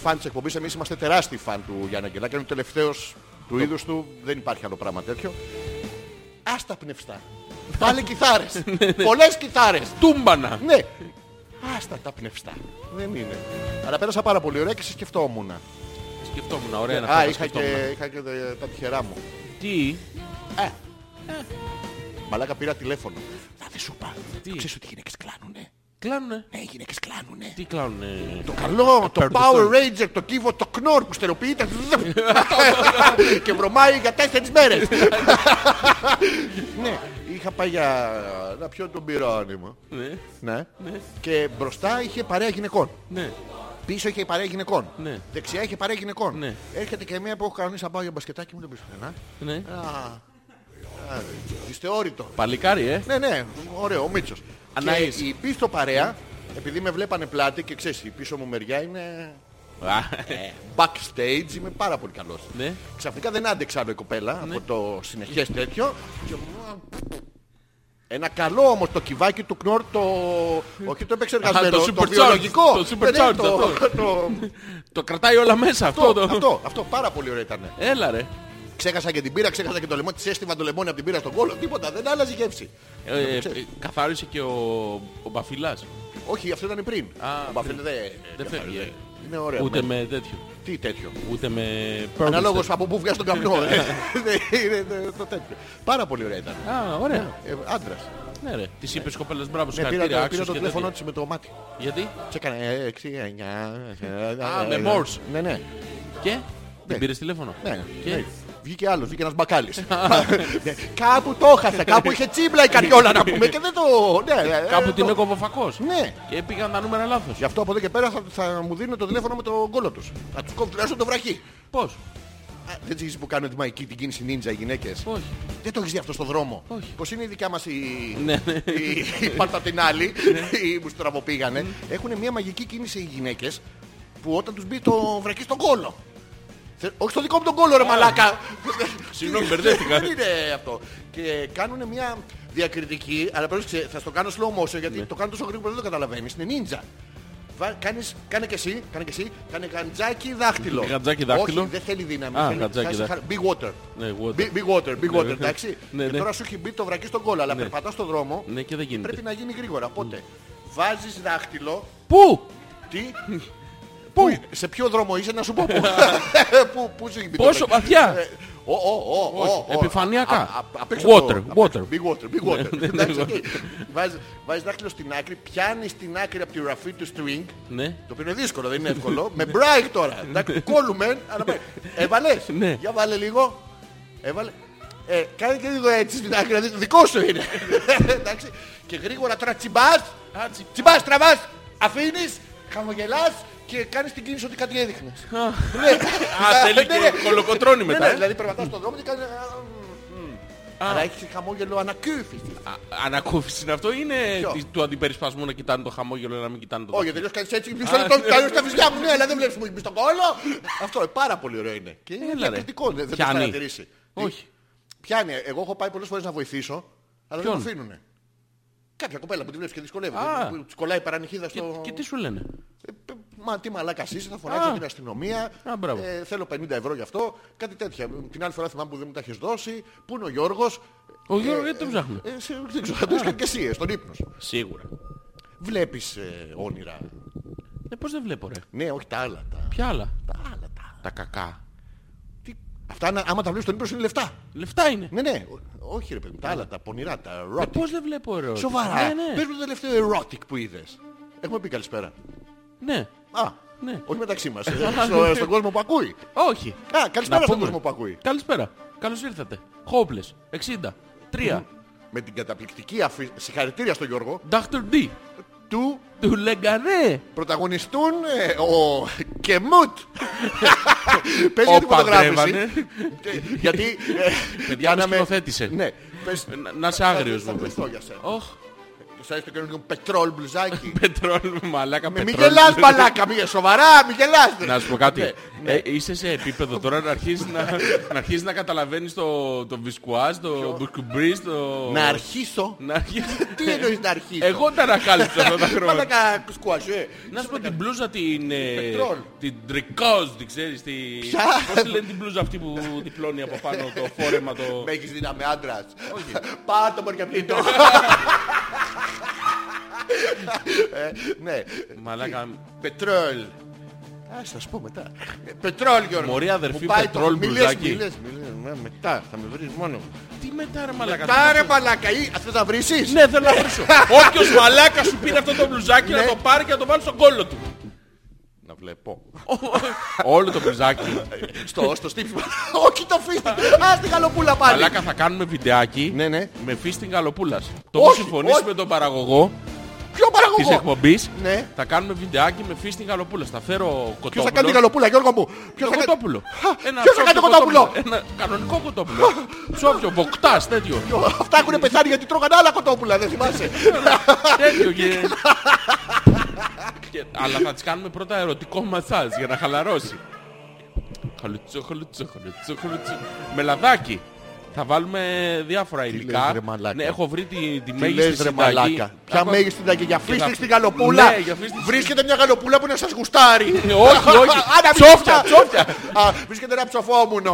Speaker 1: φαν της εκπομπής. Εμείς είμαστε τεράστιοι φαν του Γιάννη Αγγελάκη. Είναι ο τελευταίος του είδους του. Δεν υπάρχει άλλο πράγμα τέτοιο. Άστα πνευστά. Πάλι κιθάρες. Πολλές κιθάρες.
Speaker 2: Τούμπανα.
Speaker 1: Ναι. Άστα τα πνευστά. Δεν είναι. Αλλά πέρασα πάρα πολύ ωραία και σε σκεφτόμουν.
Speaker 2: Σκεφτόμουν, ωραία να
Speaker 1: Α,
Speaker 2: φέρω,
Speaker 1: είχα
Speaker 2: σκεφτόμουν.
Speaker 1: και, είχα και τα- τα τυχερά μου.
Speaker 2: Τι.
Speaker 1: Μαλάκα πήρα τηλέφωνο. Να δεν σου πάω.
Speaker 2: Τι?
Speaker 1: Ξέρεις ότι οι γυναίκες κλάνουνε.
Speaker 2: Κλάνουνε.
Speaker 1: Ναι, οι γυναίκες κλάνουνε.
Speaker 2: Τι κλάνουνε.
Speaker 1: Το καλό, το
Speaker 2: παίρνω το
Speaker 1: Power
Speaker 2: στόμα.
Speaker 1: Ranger, το κύβο, το κνόρ που στεροποιείται. και βρωμάει για τέσσερις μέρες. ναι, είχα πάει για να πιω τον πυράνημα.
Speaker 2: Ναι.
Speaker 1: Ναι.
Speaker 2: Ναι.
Speaker 1: Και μπροστά είχε παρέα γυναικών.
Speaker 2: Ναι.
Speaker 1: Πίσω είχε η παρέα γυναικών.
Speaker 2: Ναι.
Speaker 1: Δεξιά είχε παρέα γυναικών.
Speaker 2: Ναι.
Speaker 1: Έρχεται και μία που έχω κανονίσει να πάω για μπασκετάκι μου δεν πίσω πουθενά.
Speaker 2: Ναι.
Speaker 1: Δυστεώρητο.
Speaker 2: Παλικάρι, ε.
Speaker 1: Ναι, ναι, ωραίο, ο Μίτσος.
Speaker 2: Αναείς.
Speaker 1: Και η πίσω παρέα, επειδή με βλέπανε πλάτη και ξέρεις, η πίσω μου μεριά είναι
Speaker 2: Α,
Speaker 1: backstage, είμαι πάρα πολύ καλός.
Speaker 2: Ε. Ναι.
Speaker 1: Ξαφνικά δεν άντεξα άλλο η κοπέλα από το συνεχές τέτοιο. Και... Ένα καλό όμως το κυβάκι του Κνόρ το... Όχι το επεξεργασμένο,
Speaker 2: Α, το
Speaker 1: το,
Speaker 2: supercharged,
Speaker 1: βιολογικό.
Speaker 2: το
Speaker 1: Ναι, ναι,
Speaker 2: supercharged
Speaker 1: το-
Speaker 2: αυτό.
Speaker 1: το-
Speaker 2: Το κρατάει όλα μέσα αυτό.
Speaker 1: αυτό,
Speaker 2: το-
Speaker 1: αυτό, αυτό, πάρα πολύ ωραίο ήταν.
Speaker 2: Έλα ρε.
Speaker 1: Ξέχασα και την πύρα, ξέχασα και το λαιμό, της έστειβα το λεμόνι από την πύρα στον κόλλο, τίποτα, δεν άλλαζε η γεύση.
Speaker 2: Ε,
Speaker 1: Ξέρεις.
Speaker 2: ε, καθάρισε και ο, ο Μπαφυλάς.
Speaker 1: Όχι, αυτό ήταν πριν.
Speaker 2: Α,
Speaker 1: Ο Μπαφέλ δεν
Speaker 2: Δεν φεύγει. ε.
Speaker 1: Είναι ωραίο.
Speaker 2: Ούτε
Speaker 1: Μα-
Speaker 2: με τέτοιο.
Speaker 1: Τι τέτοιο.
Speaker 2: Ούτε με.
Speaker 1: ναι. Αναλόγως από πού βγάζει τον καπνό. ε.
Speaker 2: Ναι.
Speaker 1: Δεν είναι το- το τέτοιο. Πάρα πολύ ωραία ήταν.
Speaker 2: Α, ωραία.
Speaker 1: Ε, Άντρας.
Speaker 2: Ναι, ρε. Τη είπε κοπέλα μπράβο,
Speaker 1: Ναι, πήρα,
Speaker 2: συγχαρητήρια.
Speaker 1: το, πήρα
Speaker 2: άξιος
Speaker 1: το
Speaker 2: και
Speaker 1: τηλέφωνο
Speaker 2: τέτοια.
Speaker 1: της με το μάτι. ε,
Speaker 2: Γιατί
Speaker 1: Τι έκανε, 6, 9...
Speaker 2: Α, με Morse.
Speaker 1: Ναι, ναι.
Speaker 2: και. Την πήρες τηλέφωνο.
Speaker 1: ναι,
Speaker 2: Και.
Speaker 1: ναι. Βγήκε άλλος, βγήκε ένας μπακάλις. Ναι, κάπου το έχασα, κάπου είχε τσίμπλα η καριόλα να πούμε και δεν το... ναι, ε,
Speaker 2: Κάπου
Speaker 1: το-
Speaker 2: την έκοβε ο φακός.
Speaker 1: Ναι.
Speaker 2: Και πήγαν τα νούμερα λάθος.
Speaker 1: Γι' αυτό από εδώ και πέρα θα, θα μου δίνουν το τηλέφωνο με τον κόλλο τους. Θα τους κόβω τουλάχιστον το βραχί.
Speaker 2: Πώς.
Speaker 1: Α, Δεν ξέρεις που κάνουν τη μαϊκή την κίνηση νίντζα οι γυναίκες.
Speaker 2: Όχι.
Speaker 1: Δεν το έχεις δει αυτό στον δρόμο.
Speaker 2: Όχι.
Speaker 1: Πως είναι η δικιά μας η,
Speaker 2: Ναι, ναι.
Speaker 1: η... η πάρτα την άλλη, οι που στραβοπήγανε. Έχουν μια μαγική κίνηση οι γυναίκες που όταν τους μπει το βρακί στον κόλο. Θε- Όχι στο δικό μου τον κόλλο, ρε μαλάκα.
Speaker 2: Συγγνώμη, μπερδεύτηκα.
Speaker 1: Δεν είναι αυτό. Και κάνουν μια διακριτική, αλλά πρόσεξε, θα στο κάνω slow motion γιατί
Speaker 2: Ναι.
Speaker 1: το κάνω τόσο γρήγορα δεν το καταλαβαίνεις. Είναι ninja. Βα- Κάνεις, κάνε και εσύ, κάνε και εσύ, κάνε γαντζάκι δάχτυλο.
Speaker 2: Γαντζάκι δάχτυλο.
Speaker 1: Όχι, δεν θέλει δύναμη.
Speaker 2: Α,
Speaker 1: θέλει-
Speaker 2: γαντζάκι
Speaker 1: χάσει
Speaker 2: δάχτυλο.
Speaker 1: χα- Big water.
Speaker 2: Ναι, water.
Speaker 1: Big, big water, big water, εντάξει.
Speaker 2: Ναι,
Speaker 1: και
Speaker 2: ναι.
Speaker 1: τώρα σου έχει μπει το βρακί στον κόλλο, αλλά περπατάς στον δρόμο.
Speaker 2: Ναι, και δεν γίνεται.
Speaker 1: Πρέπει να γίνει γρήγορα. Οπότε, βάζεις δάχτυλο,
Speaker 2: Πού!
Speaker 1: τι. Πού, σε ποιο δρόμο είσαι να σου πω πού. πού, πού σου έχει μπει το
Speaker 2: Πόσο
Speaker 1: βρακί.
Speaker 2: βαθιά?
Speaker 1: Ε, Ω, ω, ω, ω, ω.
Speaker 2: επιφανειακά.
Speaker 1: Α, α, απ' έξω
Speaker 2: Water,
Speaker 1: το- απ'
Speaker 2: water. Ναι,
Speaker 1: έξω. Big water, big water. Εντάξει, οκ. Βάζεις- Βάζεις δάχτυλο στην άκρη, πιάνεις την άκρη από τη ραφή του string.
Speaker 2: Ναι.
Speaker 1: Το οποίο είναι δύσκολο, δεν είναι εύκολο. με μπράικ τώρα. Εντάξει, κόλλουμε. αλλά με- Έβαλες.
Speaker 2: Ναι.
Speaker 1: Για βάλε λίγο. Έβαλε. Ε, κάνε και λίγο έτσι στην άκρη, να δεις, δικό σου είναι. Εντάξει. Και γρήγορα τώρα τσιμπάς, τσιμπάς, τραβάς, αφήνεις, χαμογελάς και κάνεις την κίνηση ότι κάτι έδειχνες.
Speaker 2: Α, θέλει
Speaker 1: Ναι, ναι.
Speaker 2: και κολοκοτρώνει
Speaker 1: Ναι,
Speaker 2: μετά.
Speaker 1: ναι,
Speaker 2: ε.
Speaker 1: δηλαδή περπατάς στον δρόμο και κάνεις... α, μ. Αλλά έχεις χαμόγελο ανακούφισης.
Speaker 2: Α, Ανακούφισης είναι αυτό ή είναι
Speaker 1: Ποιο?
Speaker 2: της- του αντιπερισπασμού να κοιτάνε το χαμόγελο να μην κοιτάνε το
Speaker 1: Όχι,
Speaker 2: δάχτυλο.
Speaker 1: τελείως κάνεις έτσι και πίσω το κάνω στα βυζιά μου. Ναι, αλλά δεν βλέπεις μου έχει μπει στον κόλλο. Ε, Αυτό ε, πάρα πολύ ωραίο είναι. Και είναι
Speaker 2: Έλα, ρε.
Speaker 1: διακριτικό, δεν δεν το
Speaker 2: Πιάνει.
Speaker 1: έχεις παρατηρήσει. Τι?
Speaker 2: Όχι.
Speaker 1: Πιάνει. Εγώ έχω πάει πολλές φορές να βοηθήσω, αλλά δεν
Speaker 2: Ποιον?
Speaker 1: μου αφήνουνε. Κάποια κοπέλα που τη βλέπεις και δυσκολεύει.
Speaker 2: Α.
Speaker 1: Της κολλάει η παρανυχίδα
Speaker 2: Και,
Speaker 1: στο...
Speaker 2: και τι σου λένε.
Speaker 1: Ε, π- Μα τι μαλάκα είσαι, θα φωνάξω
Speaker 2: Α.
Speaker 1: την αστυνομία.
Speaker 2: Α, μπράβο.
Speaker 1: ε, θέλω 50 ευρώ γι' αυτό. Κάτι τέτοια. Την άλλη φορά θυμάμαι που δεν μου τα έχεις δώσει. Πού είναι ο Γιώργος.
Speaker 2: Ο Γιώργος, γιατί τον ψάχνουμε.
Speaker 1: Ε, σε- δεν ξέρω, θα το έχεις κάνει και εσύ, ε, στον ύπνο σου.
Speaker 2: Σίγουρα.
Speaker 1: Βλέπεις ε, όνειρα.
Speaker 2: Ναι, πώς δεν βλέπω ρε.
Speaker 1: Ναι, όχι τα άλλα. Τα,
Speaker 2: Ποια άλλα.
Speaker 1: τα άλλα. Τα...
Speaker 2: Τα κακά.
Speaker 1: Τι... Αυτά να- άμα τα βλέπεις στον ύπνο σου είναι λεφτά.
Speaker 2: Λεφτά είναι.
Speaker 1: Ναι, ναι. Ο- Όχι ρε παιδί, μου, τα άλλα, τα πονηρά, τα
Speaker 2: Ε,
Speaker 1: erotic.
Speaker 2: Πώς δεν βλέπω ρε.
Speaker 1: Ναι. Σοβαρά.
Speaker 2: Ναι, ναι.
Speaker 1: Πες μου το τελευταίο erotic που είδες. Έχουμε πει καλησπέρα.
Speaker 2: Ναι.
Speaker 1: Α,
Speaker 2: Ναι.
Speaker 1: όχι μεταξύ μας. ε, στο, στον κόσμο που ακούει.
Speaker 2: Όχι.
Speaker 1: Α, καλησπέρα στον
Speaker 2: πούμε.
Speaker 1: κόσμο που ακούει.
Speaker 2: Καλησπέρα. Καλώς ήρθατε. Χόπλες. 60. 3.
Speaker 1: Με την καταπληκτική αφή... συγχαρητήρια στον Γιώργο
Speaker 2: Dr. D.
Speaker 1: του
Speaker 2: Του Λεγκαρέ.
Speaker 1: πρωταγωνιστούν ε, ο Κεμούτ. Πες για
Speaker 2: Ο
Speaker 1: την φωτογράφηση.
Speaker 2: παντρεύανε.
Speaker 1: Ε, Γιατί... ε,
Speaker 2: Παιδιά,
Speaker 1: κάναμε-
Speaker 2: με σκηνοθέτησε.
Speaker 1: Ναι. Πες...
Speaker 2: Να- Να είσαι άγριος
Speaker 1: θα
Speaker 2: μου.
Speaker 1: ευχαριστώ για σένα.
Speaker 2: Όχι.
Speaker 1: Σου αρέσει το καινούργιο πετρόλ μπλουζάκι.
Speaker 2: Πετρόλ, μαλάκα,
Speaker 1: Μη-
Speaker 2: πετρόλ.
Speaker 1: Μη γελάς μαλάκα, μη σοβαρά, μη γελάς.
Speaker 2: Να σου πω κάτι.
Speaker 1: Ναι,
Speaker 2: Ε, είσαι σε επίπεδο τώρα να αρχίσεις να, να, αρχίσεις να καταλαβαίνεις το, το βισκουάζ, το μπουκουμπρίς, το...
Speaker 1: Να αρχίσω.
Speaker 2: να αρχίσεις-
Speaker 1: Τι εννοείς να αρχίσω.
Speaker 2: Εγώ τα ανακάλυψα αυτά τα χρόνια.
Speaker 1: Μαλάκα κουσκουαζέ.
Speaker 2: Να σου πω την μπλούζα την... ε,
Speaker 1: Πετρόλ.
Speaker 2: Την τρικόζ, την ξέρεις. Την...
Speaker 1: Ποια?
Speaker 2: Πώς τη λένε την μπλούζα αυτή που διπλώνει από πάνω το φόρεμα το...
Speaker 1: Με έχεις δει να είμαι άντρας. Πάρ' το
Speaker 2: Ε,
Speaker 1: μορκαπλίτο. Ναι.
Speaker 2: Μαλάκα.
Speaker 1: Πετρόλ. Ας, θα σου πω μετά. Ε, Πετρόλ, Γιώργο.
Speaker 2: Μωρή αδερφή,
Speaker 1: Μου πάει το-
Speaker 2: πετρόλ,
Speaker 1: μη λες,
Speaker 2: μπλουζάκι.
Speaker 1: μη λες, μη λες. Ναι, Μετά, θα με βρεις μόνο.
Speaker 2: Τι μετά ρε μαλάκα.
Speaker 1: Μετά ρε μαλάκα, ή ας θες να βρήσεις.
Speaker 2: Ναι, θέλω να βρίσω. Όποιος μαλάκα σου πήρε αυτό το μπλουζάκι να
Speaker 1: Ναι.
Speaker 2: το πάρει και να το βάλει στον κόλλο του.
Speaker 1: Να βλέπω.
Speaker 2: Όλο το μπλουζάκι.
Speaker 1: Στο, στο στύψιμο. Όχι το φίστη. Ας την γαλοπούλα πάλι.
Speaker 2: Μαλάκα θα κάνουμε βιντεάκι
Speaker 1: Ναι, ναι.
Speaker 2: με φίστινγκ γαλοπούλας. Το
Speaker 1: Όχι,
Speaker 2: που συμφωνήσει
Speaker 1: όχι.
Speaker 2: με τον παραγωγό
Speaker 1: Ποιο
Speaker 2: της
Speaker 1: παραγωγό.
Speaker 2: εκπομπής
Speaker 1: Ναι.
Speaker 2: θα κάνουμε βιντεάκι με φίστινγκ γαλοπούλας. Θα φέρω κοτόπουλο.
Speaker 1: Ποιος θα κάνει την γαλοπούλα, Γιώργο μου. Ποιος θα
Speaker 2: Το
Speaker 1: κάνει...
Speaker 2: κοτόπουλο.
Speaker 1: Χα, ποιος θα κάνει το
Speaker 2: ψόφιο
Speaker 1: κοτόπουλο?
Speaker 2: Ένα κανονικό κοτόπουλο. Ψόφιο, βοκτάς, τέτοιο.
Speaker 1: Αυτά έχουν πεθάνει γιατί τρώγανε άλλα κοτόπουλα, δεν θυμάσαι.
Speaker 2: τέτοιο και... και- Αλλά θα της κάνουμε πρώτα ερωτικό μασάζ για να χαλαρώσει. Χαλουτσό, χαλουτσό, χαλουτσό, χαλουτσό. Με λαδάκι. Θα βάλουμε διάφορα
Speaker 1: λες,
Speaker 2: υλικά.
Speaker 1: ρε μαλάκα.
Speaker 2: Ναι, έχω βρει τη, τη
Speaker 1: Τι λες
Speaker 2: μέγιστη
Speaker 1: ρε
Speaker 2: συνταγή.
Speaker 1: μαλάκα. Ποια
Speaker 2: Ακόμα-
Speaker 1: μέγιστη συνταγή για
Speaker 2: θα-
Speaker 1: φίστιξ στην γαλοπούλα.
Speaker 2: Ναι, για φίστιξ.
Speaker 1: Βρίσκεται μια γαλοπούλα που να σας γουστάρει.
Speaker 2: Ναι, όχι, όχι.
Speaker 1: Άρα, μην
Speaker 2: Ψόφια,
Speaker 1: γουστά-
Speaker 2: ψόφια.
Speaker 1: Α, Βρίσκεται ένα ψοφόμουνο.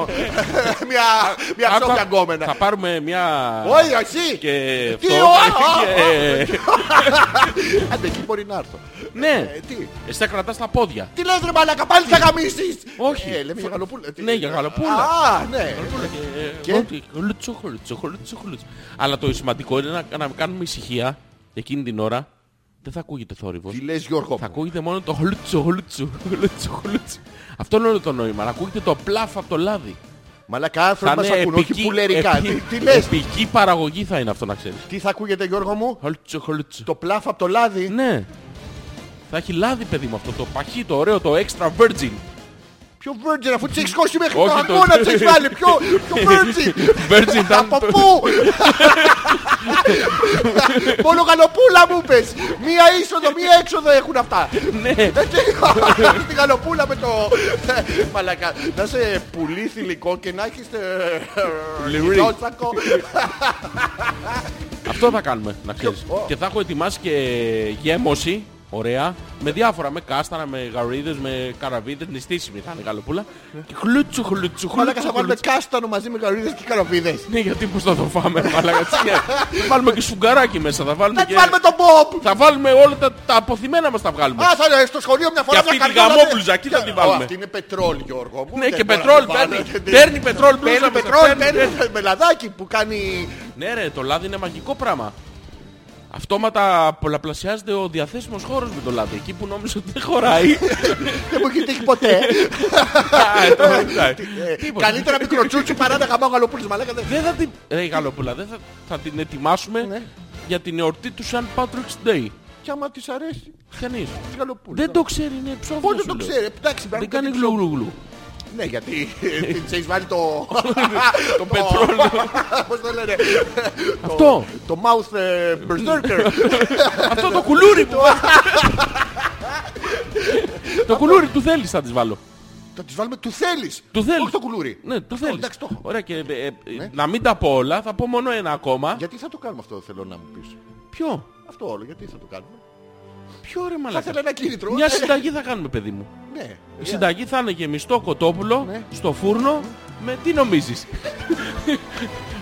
Speaker 1: Μια- Μια
Speaker 2: Άκου,
Speaker 1: ψόφια
Speaker 2: άκου.
Speaker 1: γκόμενα.
Speaker 2: Θα πάρουμε μια...
Speaker 1: Όχι, εσύ.
Speaker 2: Και
Speaker 1: Τι,
Speaker 2: αυτό.
Speaker 1: α, α,
Speaker 2: και-
Speaker 1: Άντε, εκεί μπορεί να έρθω.
Speaker 2: Ναι.
Speaker 1: Ε, Τι.
Speaker 2: Εσύ θα κρατάς τα πόδια.
Speaker 1: Τι λες ρε μαλάκα, πάλι θα γαμίσεις.
Speaker 2: Ε, Όχι.
Speaker 1: Ε, λέμε για γαλοπούλα. Τι-
Speaker 2: Ναι, για γαλοπούλα.
Speaker 1: Α, ναι. Και?
Speaker 2: Και... Ότι χλουτσο, χλουτσο, χλουτσο, χλουτσο. Αλλά το σημαντικό είναι να, να κάνουμε ησυχία εκείνη την ώρα. Δεν θα ακούγεται θόρυβος.
Speaker 1: Τι λες Γιώργο μου.
Speaker 2: Θα ακούγεται μόνο το χλουτσο, χλουτσο, χλουτσο, χλουτσο. Αυτό είναι όλο το νόημα. Να ακούγεται το πλάφ από το λάδι.
Speaker 1: Μαλάκα άνθρωποι μας ακούν, όχι πουλερικά.
Speaker 2: επι-
Speaker 1: Τι- Τι λες.
Speaker 2: επική παραγωγή θα είναι αυτό να ξέρεις.
Speaker 1: Τι θα ακούγεται Γιώργο μου.
Speaker 2: Χλουτσο, χλουτσο.
Speaker 1: Το πλάφ από το λάδι.
Speaker 2: Ναι. Θα έχει λάδι παιδί μου αυτό το παχύ, το ωραίο, το extra virgin.
Speaker 1: Ποιο virgin, αφού τι έχει σηκώσει μέχρι το
Speaker 2: Όχι, το-
Speaker 1: αγώνα, τι έχεις βάλει. Ποιο ποιο virgin.
Speaker 2: Virgin ήταν
Speaker 1: Από
Speaker 2: το-
Speaker 1: πού. Μόνο γαλοπούλα μου πες. Μία είσοδο, μία έξοδο έχουν αυτά. Ναι. Τη γαλοπούλα με το. Μαλακά. Να σε πουλεί θηλυκό και να έχεις... ε,
Speaker 2: Λιουρί.
Speaker 1: λιθότσακο.
Speaker 2: Αυτό θα κάνουμε, να ξέρεις. Και θα έχω ετοιμάσει και γέμωση, ωραία, με διάφορα, με κάστανα, με γαρίδες, με καραβίδες, νηστίσιμη θα είναι η γαλοπούλα. Και χλούτσου, χλούτσου,
Speaker 1: Μαλακά
Speaker 2: χλούτσου,
Speaker 1: θα βάλουμε
Speaker 2: χλούτσου.
Speaker 1: κάστανο μαζί με καραβίδες και καραβίδες.
Speaker 2: Ναι, γιατί πώς θα το φάμε, μαλάκα, τι είναι. Θα βάλουμε και σουγκαράκι μέσα, θα βάλουμε
Speaker 1: Θα τη
Speaker 2: και...
Speaker 1: βάλουμε τον Μπομπ.
Speaker 2: Θα βάλουμε όλα τα, τα αποθυμένα μας τα βγάλουμε.
Speaker 1: Α, θα, στο σχολείο μια φορά
Speaker 2: Ναι. Και αυτή
Speaker 1: θα
Speaker 2: τη
Speaker 1: καριόλα-
Speaker 2: γαμόπλουζα, εκεί θα την
Speaker 1: Ω,
Speaker 2: βάλουμε.
Speaker 1: Αυτή είναι πετρόλ, Γιώργο μου.
Speaker 2: Ναι,
Speaker 1: Δεν
Speaker 2: και
Speaker 1: μπορώ να
Speaker 2: πετρόλ
Speaker 1: την βάλω.
Speaker 2: παίρνει.
Speaker 1: Δεν-
Speaker 2: Παίρνει πετρόλ, μπλούζα,
Speaker 1: Παίρνει
Speaker 2: μέσα,
Speaker 1: πετρόλ,
Speaker 2: παίρνει.
Speaker 1: παίρνει μελαδάκι που κάνει...
Speaker 2: Ναι ρε, το λάδι είναι μαγικό πράγμα. Αυτόματα πολλαπλασιάζεται ο διαθέσιμος χώρος με το λάδι. Εκεί που νόμιζα ότι δεν χωράει.
Speaker 1: Δεν μου έχει τύχει ποτέ.
Speaker 2: Α, το- εντάξει.
Speaker 1: Ε,
Speaker 2: Τίποτα.
Speaker 1: Καλύτερα μικροτσούτσι παρά να γαμάω γαλοπούλης μαλάκα. δεν-
Speaker 2: Δεν θα την... Ρε η γαλοπούλα, δεν θα, θα την ετοιμάσουμε
Speaker 1: Ναι.
Speaker 2: για την εορτή του Σαν Patrick's Day.
Speaker 1: Κι άμα της αρέσει,
Speaker 2: Κανείς.
Speaker 1: της γαλοπούλας.
Speaker 2: Δεν το ξέρει, είναι ψόφιλο.
Speaker 1: Πώς δεν το ξέρει, εντάξει.
Speaker 2: Δεν
Speaker 1: πρέπει να
Speaker 2: κάνει
Speaker 1: την-
Speaker 2: γλουγλουγλου.
Speaker 1: Ναι, γιατί την έχεις βάλει το... Το
Speaker 2: πετρόλαιο.
Speaker 1: Πώς το λένε.
Speaker 2: Αυτό.
Speaker 1: Το mouth ε, berserker.
Speaker 2: Αυτό το κουλούρι που... Το κουλούρι του θέλεις θα της βάλω.
Speaker 1: Θα τις βάλουμε του θέλεις.
Speaker 2: Του θέλεις.
Speaker 1: Όχι το κουλούρι.
Speaker 2: Ναι, το
Speaker 1: Αυτό,
Speaker 2: θέλεις.
Speaker 1: εντάξει, το έχω.
Speaker 2: Ωραία και ε, ε, να μην τα πω όλα, θα πω μόνο ένα ακόμα.
Speaker 1: Γιατί θα το κάνουμε αυτό, θέλω να μου πεις.
Speaker 2: Ποιο?
Speaker 1: Αυτό όλο, γιατί θα το κάνουμε.
Speaker 2: Ποιο ρε
Speaker 1: Θα
Speaker 2: μαλάκα.
Speaker 1: ήθελα ένα κίνητρο.
Speaker 2: Μια
Speaker 1: Ε,
Speaker 2: συνταγή θα κάνουμε παιδί μου.
Speaker 1: Ναι.
Speaker 2: Η συνταγή θα είναι γεμιστό κοτόπουλο
Speaker 1: Ναι.
Speaker 2: στο φούρνο με τι νομίζεις.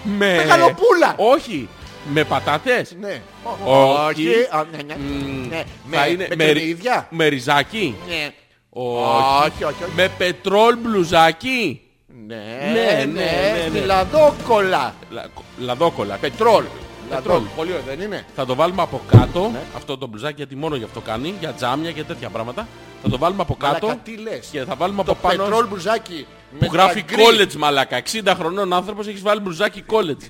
Speaker 2: με...
Speaker 1: Μεγαλοπούλα.
Speaker 2: Όχι. Με πατάτες.
Speaker 1: Ναι.
Speaker 2: Όχι.
Speaker 1: Α, ναι, ναι.
Speaker 2: Μμμ,
Speaker 1: Ναι.
Speaker 2: θα
Speaker 1: Με-
Speaker 2: είναι
Speaker 1: Με
Speaker 2: με,
Speaker 1: την ίδια.
Speaker 2: με ριζάκι.
Speaker 1: Ναι.
Speaker 2: Όχι.
Speaker 1: Όχι, όχι, όχι.
Speaker 2: Με πετρόλ μπλουζάκι.
Speaker 1: Ναι,
Speaker 2: ναι,
Speaker 1: ναι,
Speaker 2: ναι,
Speaker 1: ναι.
Speaker 2: ναι.
Speaker 1: Στη λαδόκολα.
Speaker 2: Λα- λαδόκολλα.
Speaker 1: Πετρόλ.
Speaker 2: Πετρόλ.
Speaker 1: Λαδόκολα. Πολύ ωραίο, δεν είναι.
Speaker 2: Θα το βάλουμε από κάτω.
Speaker 1: Ναι.
Speaker 2: Αυτό το μπλουζάκι γιατί μόνο γι' αυτό κάνει. Για τζάμια και τέτοια πράγματα. Θα το βάλουμε από κάτω.
Speaker 1: Μαλάκα, τι λες.
Speaker 2: Και θα βάλουμε
Speaker 1: Το
Speaker 2: από πάνω.
Speaker 1: πετρόλ μπουζάκι. με
Speaker 2: Που γράφει
Speaker 1: τα γκρι.
Speaker 2: college μαλάκα. 60 χρονών άνθρωπος έχεις βάλει μπλουζάκι college.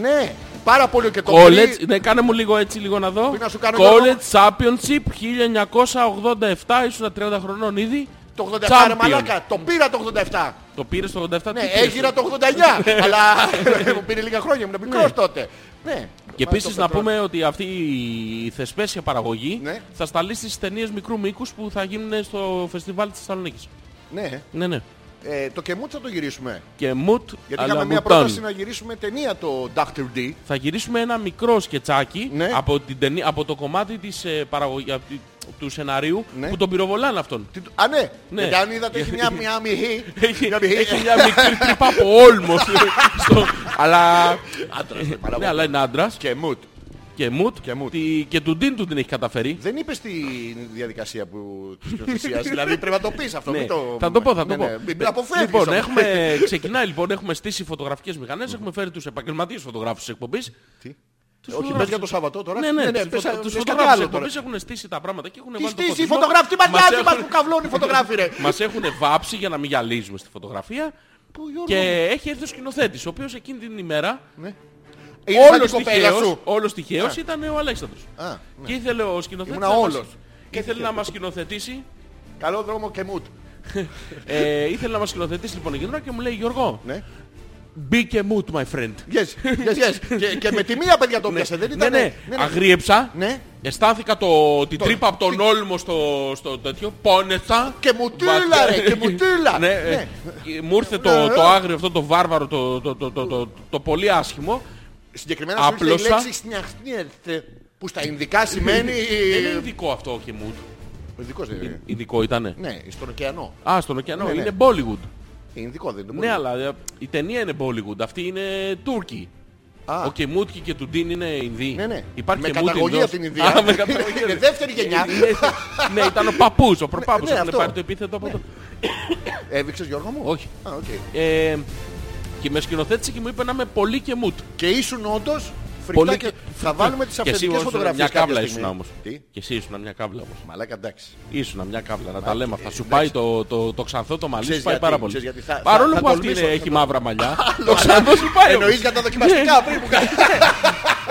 Speaker 1: Ναι. Πάρα πολύ και το
Speaker 2: College,
Speaker 1: γκρι.
Speaker 2: ναι, κάνε μου λίγο έτσι, λίγο να δω.
Speaker 1: Πριν να σου κάνω
Speaker 2: College Championship 1987, ήσουν 30 χρονών ήδη.
Speaker 1: Το 87 ρε
Speaker 2: Champion.
Speaker 1: μαλάκα. Το πήρα το 87.
Speaker 2: Το πήρες το 87.
Speaker 1: Ναι,
Speaker 2: τι πήρες?
Speaker 1: έγινα το 89. Αλλά μου πήρε λίγα χρόνια, ήμουν
Speaker 2: Ναι.
Speaker 1: μικρός τότε. Ναι.
Speaker 2: Και
Speaker 1: Μα, το
Speaker 2: επίση να
Speaker 1: πετρόλ.
Speaker 2: πούμε ότι αυτή η θεσπέσια παραγωγή
Speaker 1: Ναι.
Speaker 2: θα σταλεί στις ταινίες μικρού μήκους που θα γίνουν στο φεστιβάλ της Θεσσαλονίκης.
Speaker 1: Ναι.
Speaker 2: Ναι, ναι.
Speaker 1: Ε, το κεμούτ θα το γυρίσουμε.
Speaker 2: Και Μουτ
Speaker 1: Γιατί
Speaker 2: αλλά
Speaker 1: είχαμε μια
Speaker 2: Μουτάν.
Speaker 1: πρόταση να γυρίσουμε ταινία το Dr. D.
Speaker 2: Θα γυρίσουμε ένα μικρό σκετσάκι
Speaker 1: Ναι.
Speaker 2: από, την ταινία- από το κομμάτι της, ε, παραγωγή, από τη- του σεναρίου
Speaker 1: Ναι.
Speaker 2: που τον πυροβολάνε αυτόν.
Speaker 1: Τι το- Α, ναι.
Speaker 2: Ναι.
Speaker 1: Γιατί αν είδατε έχει μια, μια μυχή.
Speaker 2: Έχει,
Speaker 1: μια μυχή.
Speaker 2: έχει μια μικρή τρύπα από όλμος. στο- αλλά.
Speaker 1: Άντρας, ρε,
Speaker 2: ναι,
Speaker 1: παραγωγός.
Speaker 2: αλλά είναι άντρας.
Speaker 1: Και μουτ.
Speaker 2: Και Μουτ.
Speaker 1: Και Μουτ.
Speaker 2: Τη- και του Ντίν του την έχει καταφέρει.
Speaker 1: Δεν είπες τη διαδικασία που... της σκηνοθεσίας. δηλαδή πρέπει να το πεις αυτό.
Speaker 2: Ναι.
Speaker 1: μην το...
Speaker 2: Θα το πω, θα
Speaker 1: Ναι,
Speaker 2: το πω.
Speaker 1: ναι, Μην μην αποφεύγεις.
Speaker 2: Λοιπόν,
Speaker 1: αυτό.
Speaker 2: έχουμε, ξεκινάει λοιπόν, έχουμε στήσει φωτογραφικές μηχανές, έχουμε φέρει τους επαγγελματίες φωτογράφους της εκπομπής.
Speaker 1: Τι?
Speaker 2: Τους
Speaker 1: Όχι,
Speaker 2: φωτογράφους.
Speaker 1: πες για το Σαββατό τώρα.
Speaker 2: Ναι, ναι,
Speaker 1: πες,
Speaker 2: τους, τους
Speaker 1: πες κάτι
Speaker 2: φωτογράφους της
Speaker 1: άλλο τώρα.
Speaker 2: εκπομπής έχουν στήσει τα πράγματα και έχουν
Speaker 1: Τι
Speaker 2: βάλει το
Speaker 1: στήσει η
Speaker 2: φωτισμό.
Speaker 1: φωτογράφη, τι
Speaker 2: Μας
Speaker 1: μαγιάζει μας
Speaker 2: έχουν-
Speaker 1: που καβλώνει η φωτογράφη ρε.
Speaker 2: Μας έχουν βάψει για να μην γυαλίζουμε στη φωτογραφία.
Speaker 1: Πού, Γιώργο
Speaker 2: Και
Speaker 1: μου.
Speaker 2: έχει έρθει ο σκηνοθέτης, ο οποίος εκείνη την ημέρα
Speaker 1: Είναι σαν
Speaker 2: όλος
Speaker 1: την κοπέλα
Speaker 2: τυχαίος,
Speaker 1: σου.
Speaker 2: όλος τυχαίος ήταν ο Αλέξανδρος.
Speaker 1: Α, ναι.
Speaker 2: Και ήθελε ο σκηνοθέτης
Speaker 1: Ήμουνα
Speaker 2: να μας-
Speaker 1: όλος.
Speaker 2: Ήθελε να μας σκηνοθετήσει
Speaker 1: Καλό δρόμο και μουτ.
Speaker 2: ε, ήθελε να μας σκηνοθετήσει λοιπόν η Γεωργό και μου λέει Γιώργο,
Speaker 1: Ναι.
Speaker 2: μπήκε mood my friend.
Speaker 1: Yes, yes, yes. Και- Και με τη μία παιδιά το πιάσε. Δεν
Speaker 2: Ναι,
Speaker 1: ήταν...
Speaker 2: ναι, αγρίεψα.
Speaker 1: Ναι.
Speaker 2: Αισθάνθηκα το, την
Speaker 1: Το-
Speaker 2: τρύπα από τον
Speaker 1: τι-
Speaker 2: όλμο στο, στο τέτοιο. Πόνεσα.
Speaker 1: Και μου τύλα,
Speaker 2: Βα-
Speaker 1: ρε, και μου τύλα.
Speaker 2: ναι, ε,
Speaker 1: Ναι. ε.
Speaker 2: και Μου ήρθε το, το άγριο αυτό, το βάρβαρο, το, το, το, το, το, το πολύ άσχημο.
Speaker 1: Συγκεκριμένα σου ήρθε η
Speaker 2: Άπλωσα.
Speaker 1: λέξη «σνιαχτνιερθε», που στα Ινδικά σημαίνει...
Speaker 2: Δεν Ε, είναι ειδικό αυτό ο Χιμούτ.
Speaker 1: Ειδικό δεν είναι.
Speaker 2: Ειδικό ήτανε.
Speaker 1: Ναι, στον ωκεανό.
Speaker 2: Α, στον ωκεανό.
Speaker 1: Ε. Ναι, ναι.
Speaker 2: Είναι Bollywood.
Speaker 1: Ε, Ινδικό δεν είναι.
Speaker 2: Ναι, αλλά ε, η ταινία είναι Bollywood. Αυτή είναι Τούρκοι.
Speaker 1: Α.
Speaker 2: Ο Κεμούτκι και του Ντίν είναι Ινδοί.
Speaker 1: Ναι, ναι.
Speaker 2: Υπάρχει
Speaker 1: με
Speaker 2: και Μούτ
Speaker 1: καταγωγή
Speaker 2: Ινδός.
Speaker 1: από την Ινδία.
Speaker 2: Α, με καταγωγή.
Speaker 1: Είναι δεύτερη γενιά.
Speaker 2: Είναι- ναι, ήταν ο παππούς, ο προπάππους.
Speaker 1: Ναι, ναι,
Speaker 2: Έχουν
Speaker 1: αυτό.
Speaker 2: πάρει το επίθετο από το...
Speaker 1: Έβηξες Γιώργο μου.
Speaker 2: Όχι.
Speaker 1: Α, οκ.
Speaker 2: Ε, και με σκηνοθέτησε και μου είπε να είμαι πολύ και μουτ.
Speaker 1: Και ήσουν όντως
Speaker 2: Πολύ
Speaker 1: φρικτά και... Θα βάλουμε τις
Speaker 2: Και εσύ
Speaker 1: αυθεντικές
Speaker 2: ήσουν
Speaker 1: φωτογραφίες
Speaker 2: Μια κάβλα
Speaker 1: κάποια
Speaker 2: ήσουν
Speaker 1: στιγμή.
Speaker 2: όμως.
Speaker 1: Τι.
Speaker 2: Και εσύ ήσουν μια κάβλα όμως.
Speaker 1: Μαλάκα εντάξει.
Speaker 2: Ήσουνα μια κάβλα, να τα λέμε αυτά. Σου πάει το, το, το ξανθό το μαλλί,
Speaker 1: ε, Ξέρεις
Speaker 2: σου πάει
Speaker 1: γιατί,
Speaker 2: πάρα πολύ.
Speaker 1: ξέρεις γιατί θα-
Speaker 2: Παρόλο
Speaker 1: θα-
Speaker 2: που
Speaker 1: θα
Speaker 2: αυτή είναι-
Speaker 1: τολμήσω, θα
Speaker 2: Ε, ναι. έχει μαύρα μαλλιά, το ξανθό σου πάει. όμως.
Speaker 1: Εννοείς για τα δοκιμαστικά πριν που κάνεις.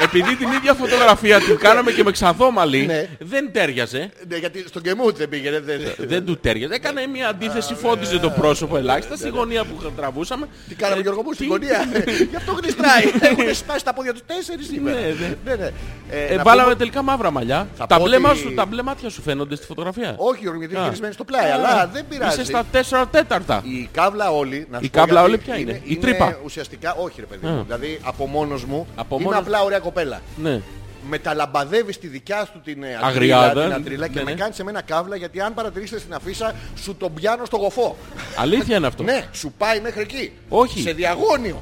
Speaker 2: επειδή την ίδια φωτογραφία την κάναμε και με ξανθόμαλη,
Speaker 1: Ναι.
Speaker 2: δεν τέριαζε.
Speaker 1: Ναι, γιατί στον Κεμούτ δεν πήγαινε. δεν-
Speaker 2: Δεν του τέριαζε. Έκανε μια αντίθεση, φώτιζε το πρόσωπο ελάχιστα στη γωνία που τραβούσαμε.
Speaker 1: Τι κάναμε
Speaker 2: Ε,
Speaker 1: Γιώργο μου στην
Speaker 2: τι-
Speaker 1: γωνία. Ε, Γι' αυτό γλιστράει. Έχουν σπάσει τα πόδια τους τέσσερις σήμερα.
Speaker 2: Ναι, ναι.
Speaker 1: Ναι, ναι. Ε,
Speaker 2: Ε,
Speaker 1: να
Speaker 2: βάλαμε
Speaker 1: πούμε-
Speaker 2: τελικά μαύρα μαλλιά.
Speaker 1: Θα
Speaker 2: Τα
Speaker 1: πω
Speaker 2: μπλε,
Speaker 1: ότι-
Speaker 2: μας- τα μπλε μάτια σου φαίνονται στη φωτογραφία.
Speaker 1: Όχι Γιώργο, γιατί είναι
Speaker 2: Α. Ε,
Speaker 1: γυρισμένη στο πλάι, αλλά δεν
Speaker 2: Είσαι
Speaker 1: πειράζει.
Speaker 2: στα 4 τέταρτα.
Speaker 1: Η κάβλα όλη, να σου
Speaker 2: Η
Speaker 1: πω,
Speaker 2: κάβλα
Speaker 1: γιατί
Speaker 2: όλη ποια είναι, η τρύπα.
Speaker 1: Ουσιαστικά, όχι ρε παιδί μου. Δηλαδή από μόνος μου
Speaker 2: Από
Speaker 1: είμαι
Speaker 2: μόνος-
Speaker 1: απλά ωραία κοπέλα.
Speaker 2: Ναι.
Speaker 1: μεταλαμπαδεύεις τη δικιά σου την ε,
Speaker 2: Αγριάδα.
Speaker 1: ατρίλα, την ατρίλα και
Speaker 2: Ναι,
Speaker 1: με
Speaker 2: ναι.
Speaker 1: κάνει σε μένα καύλα γιατί αν παρατηρήσετε στην αφίσα σου τον πιάνω στο γοφό.
Speaker 2: Αλήθεια είναι αυτό.
Speaker 1: ναι, σου πάει μέχρι εκεί.
Speaker 2: Όχι.
Speaker 1: Σε διαγώνιο.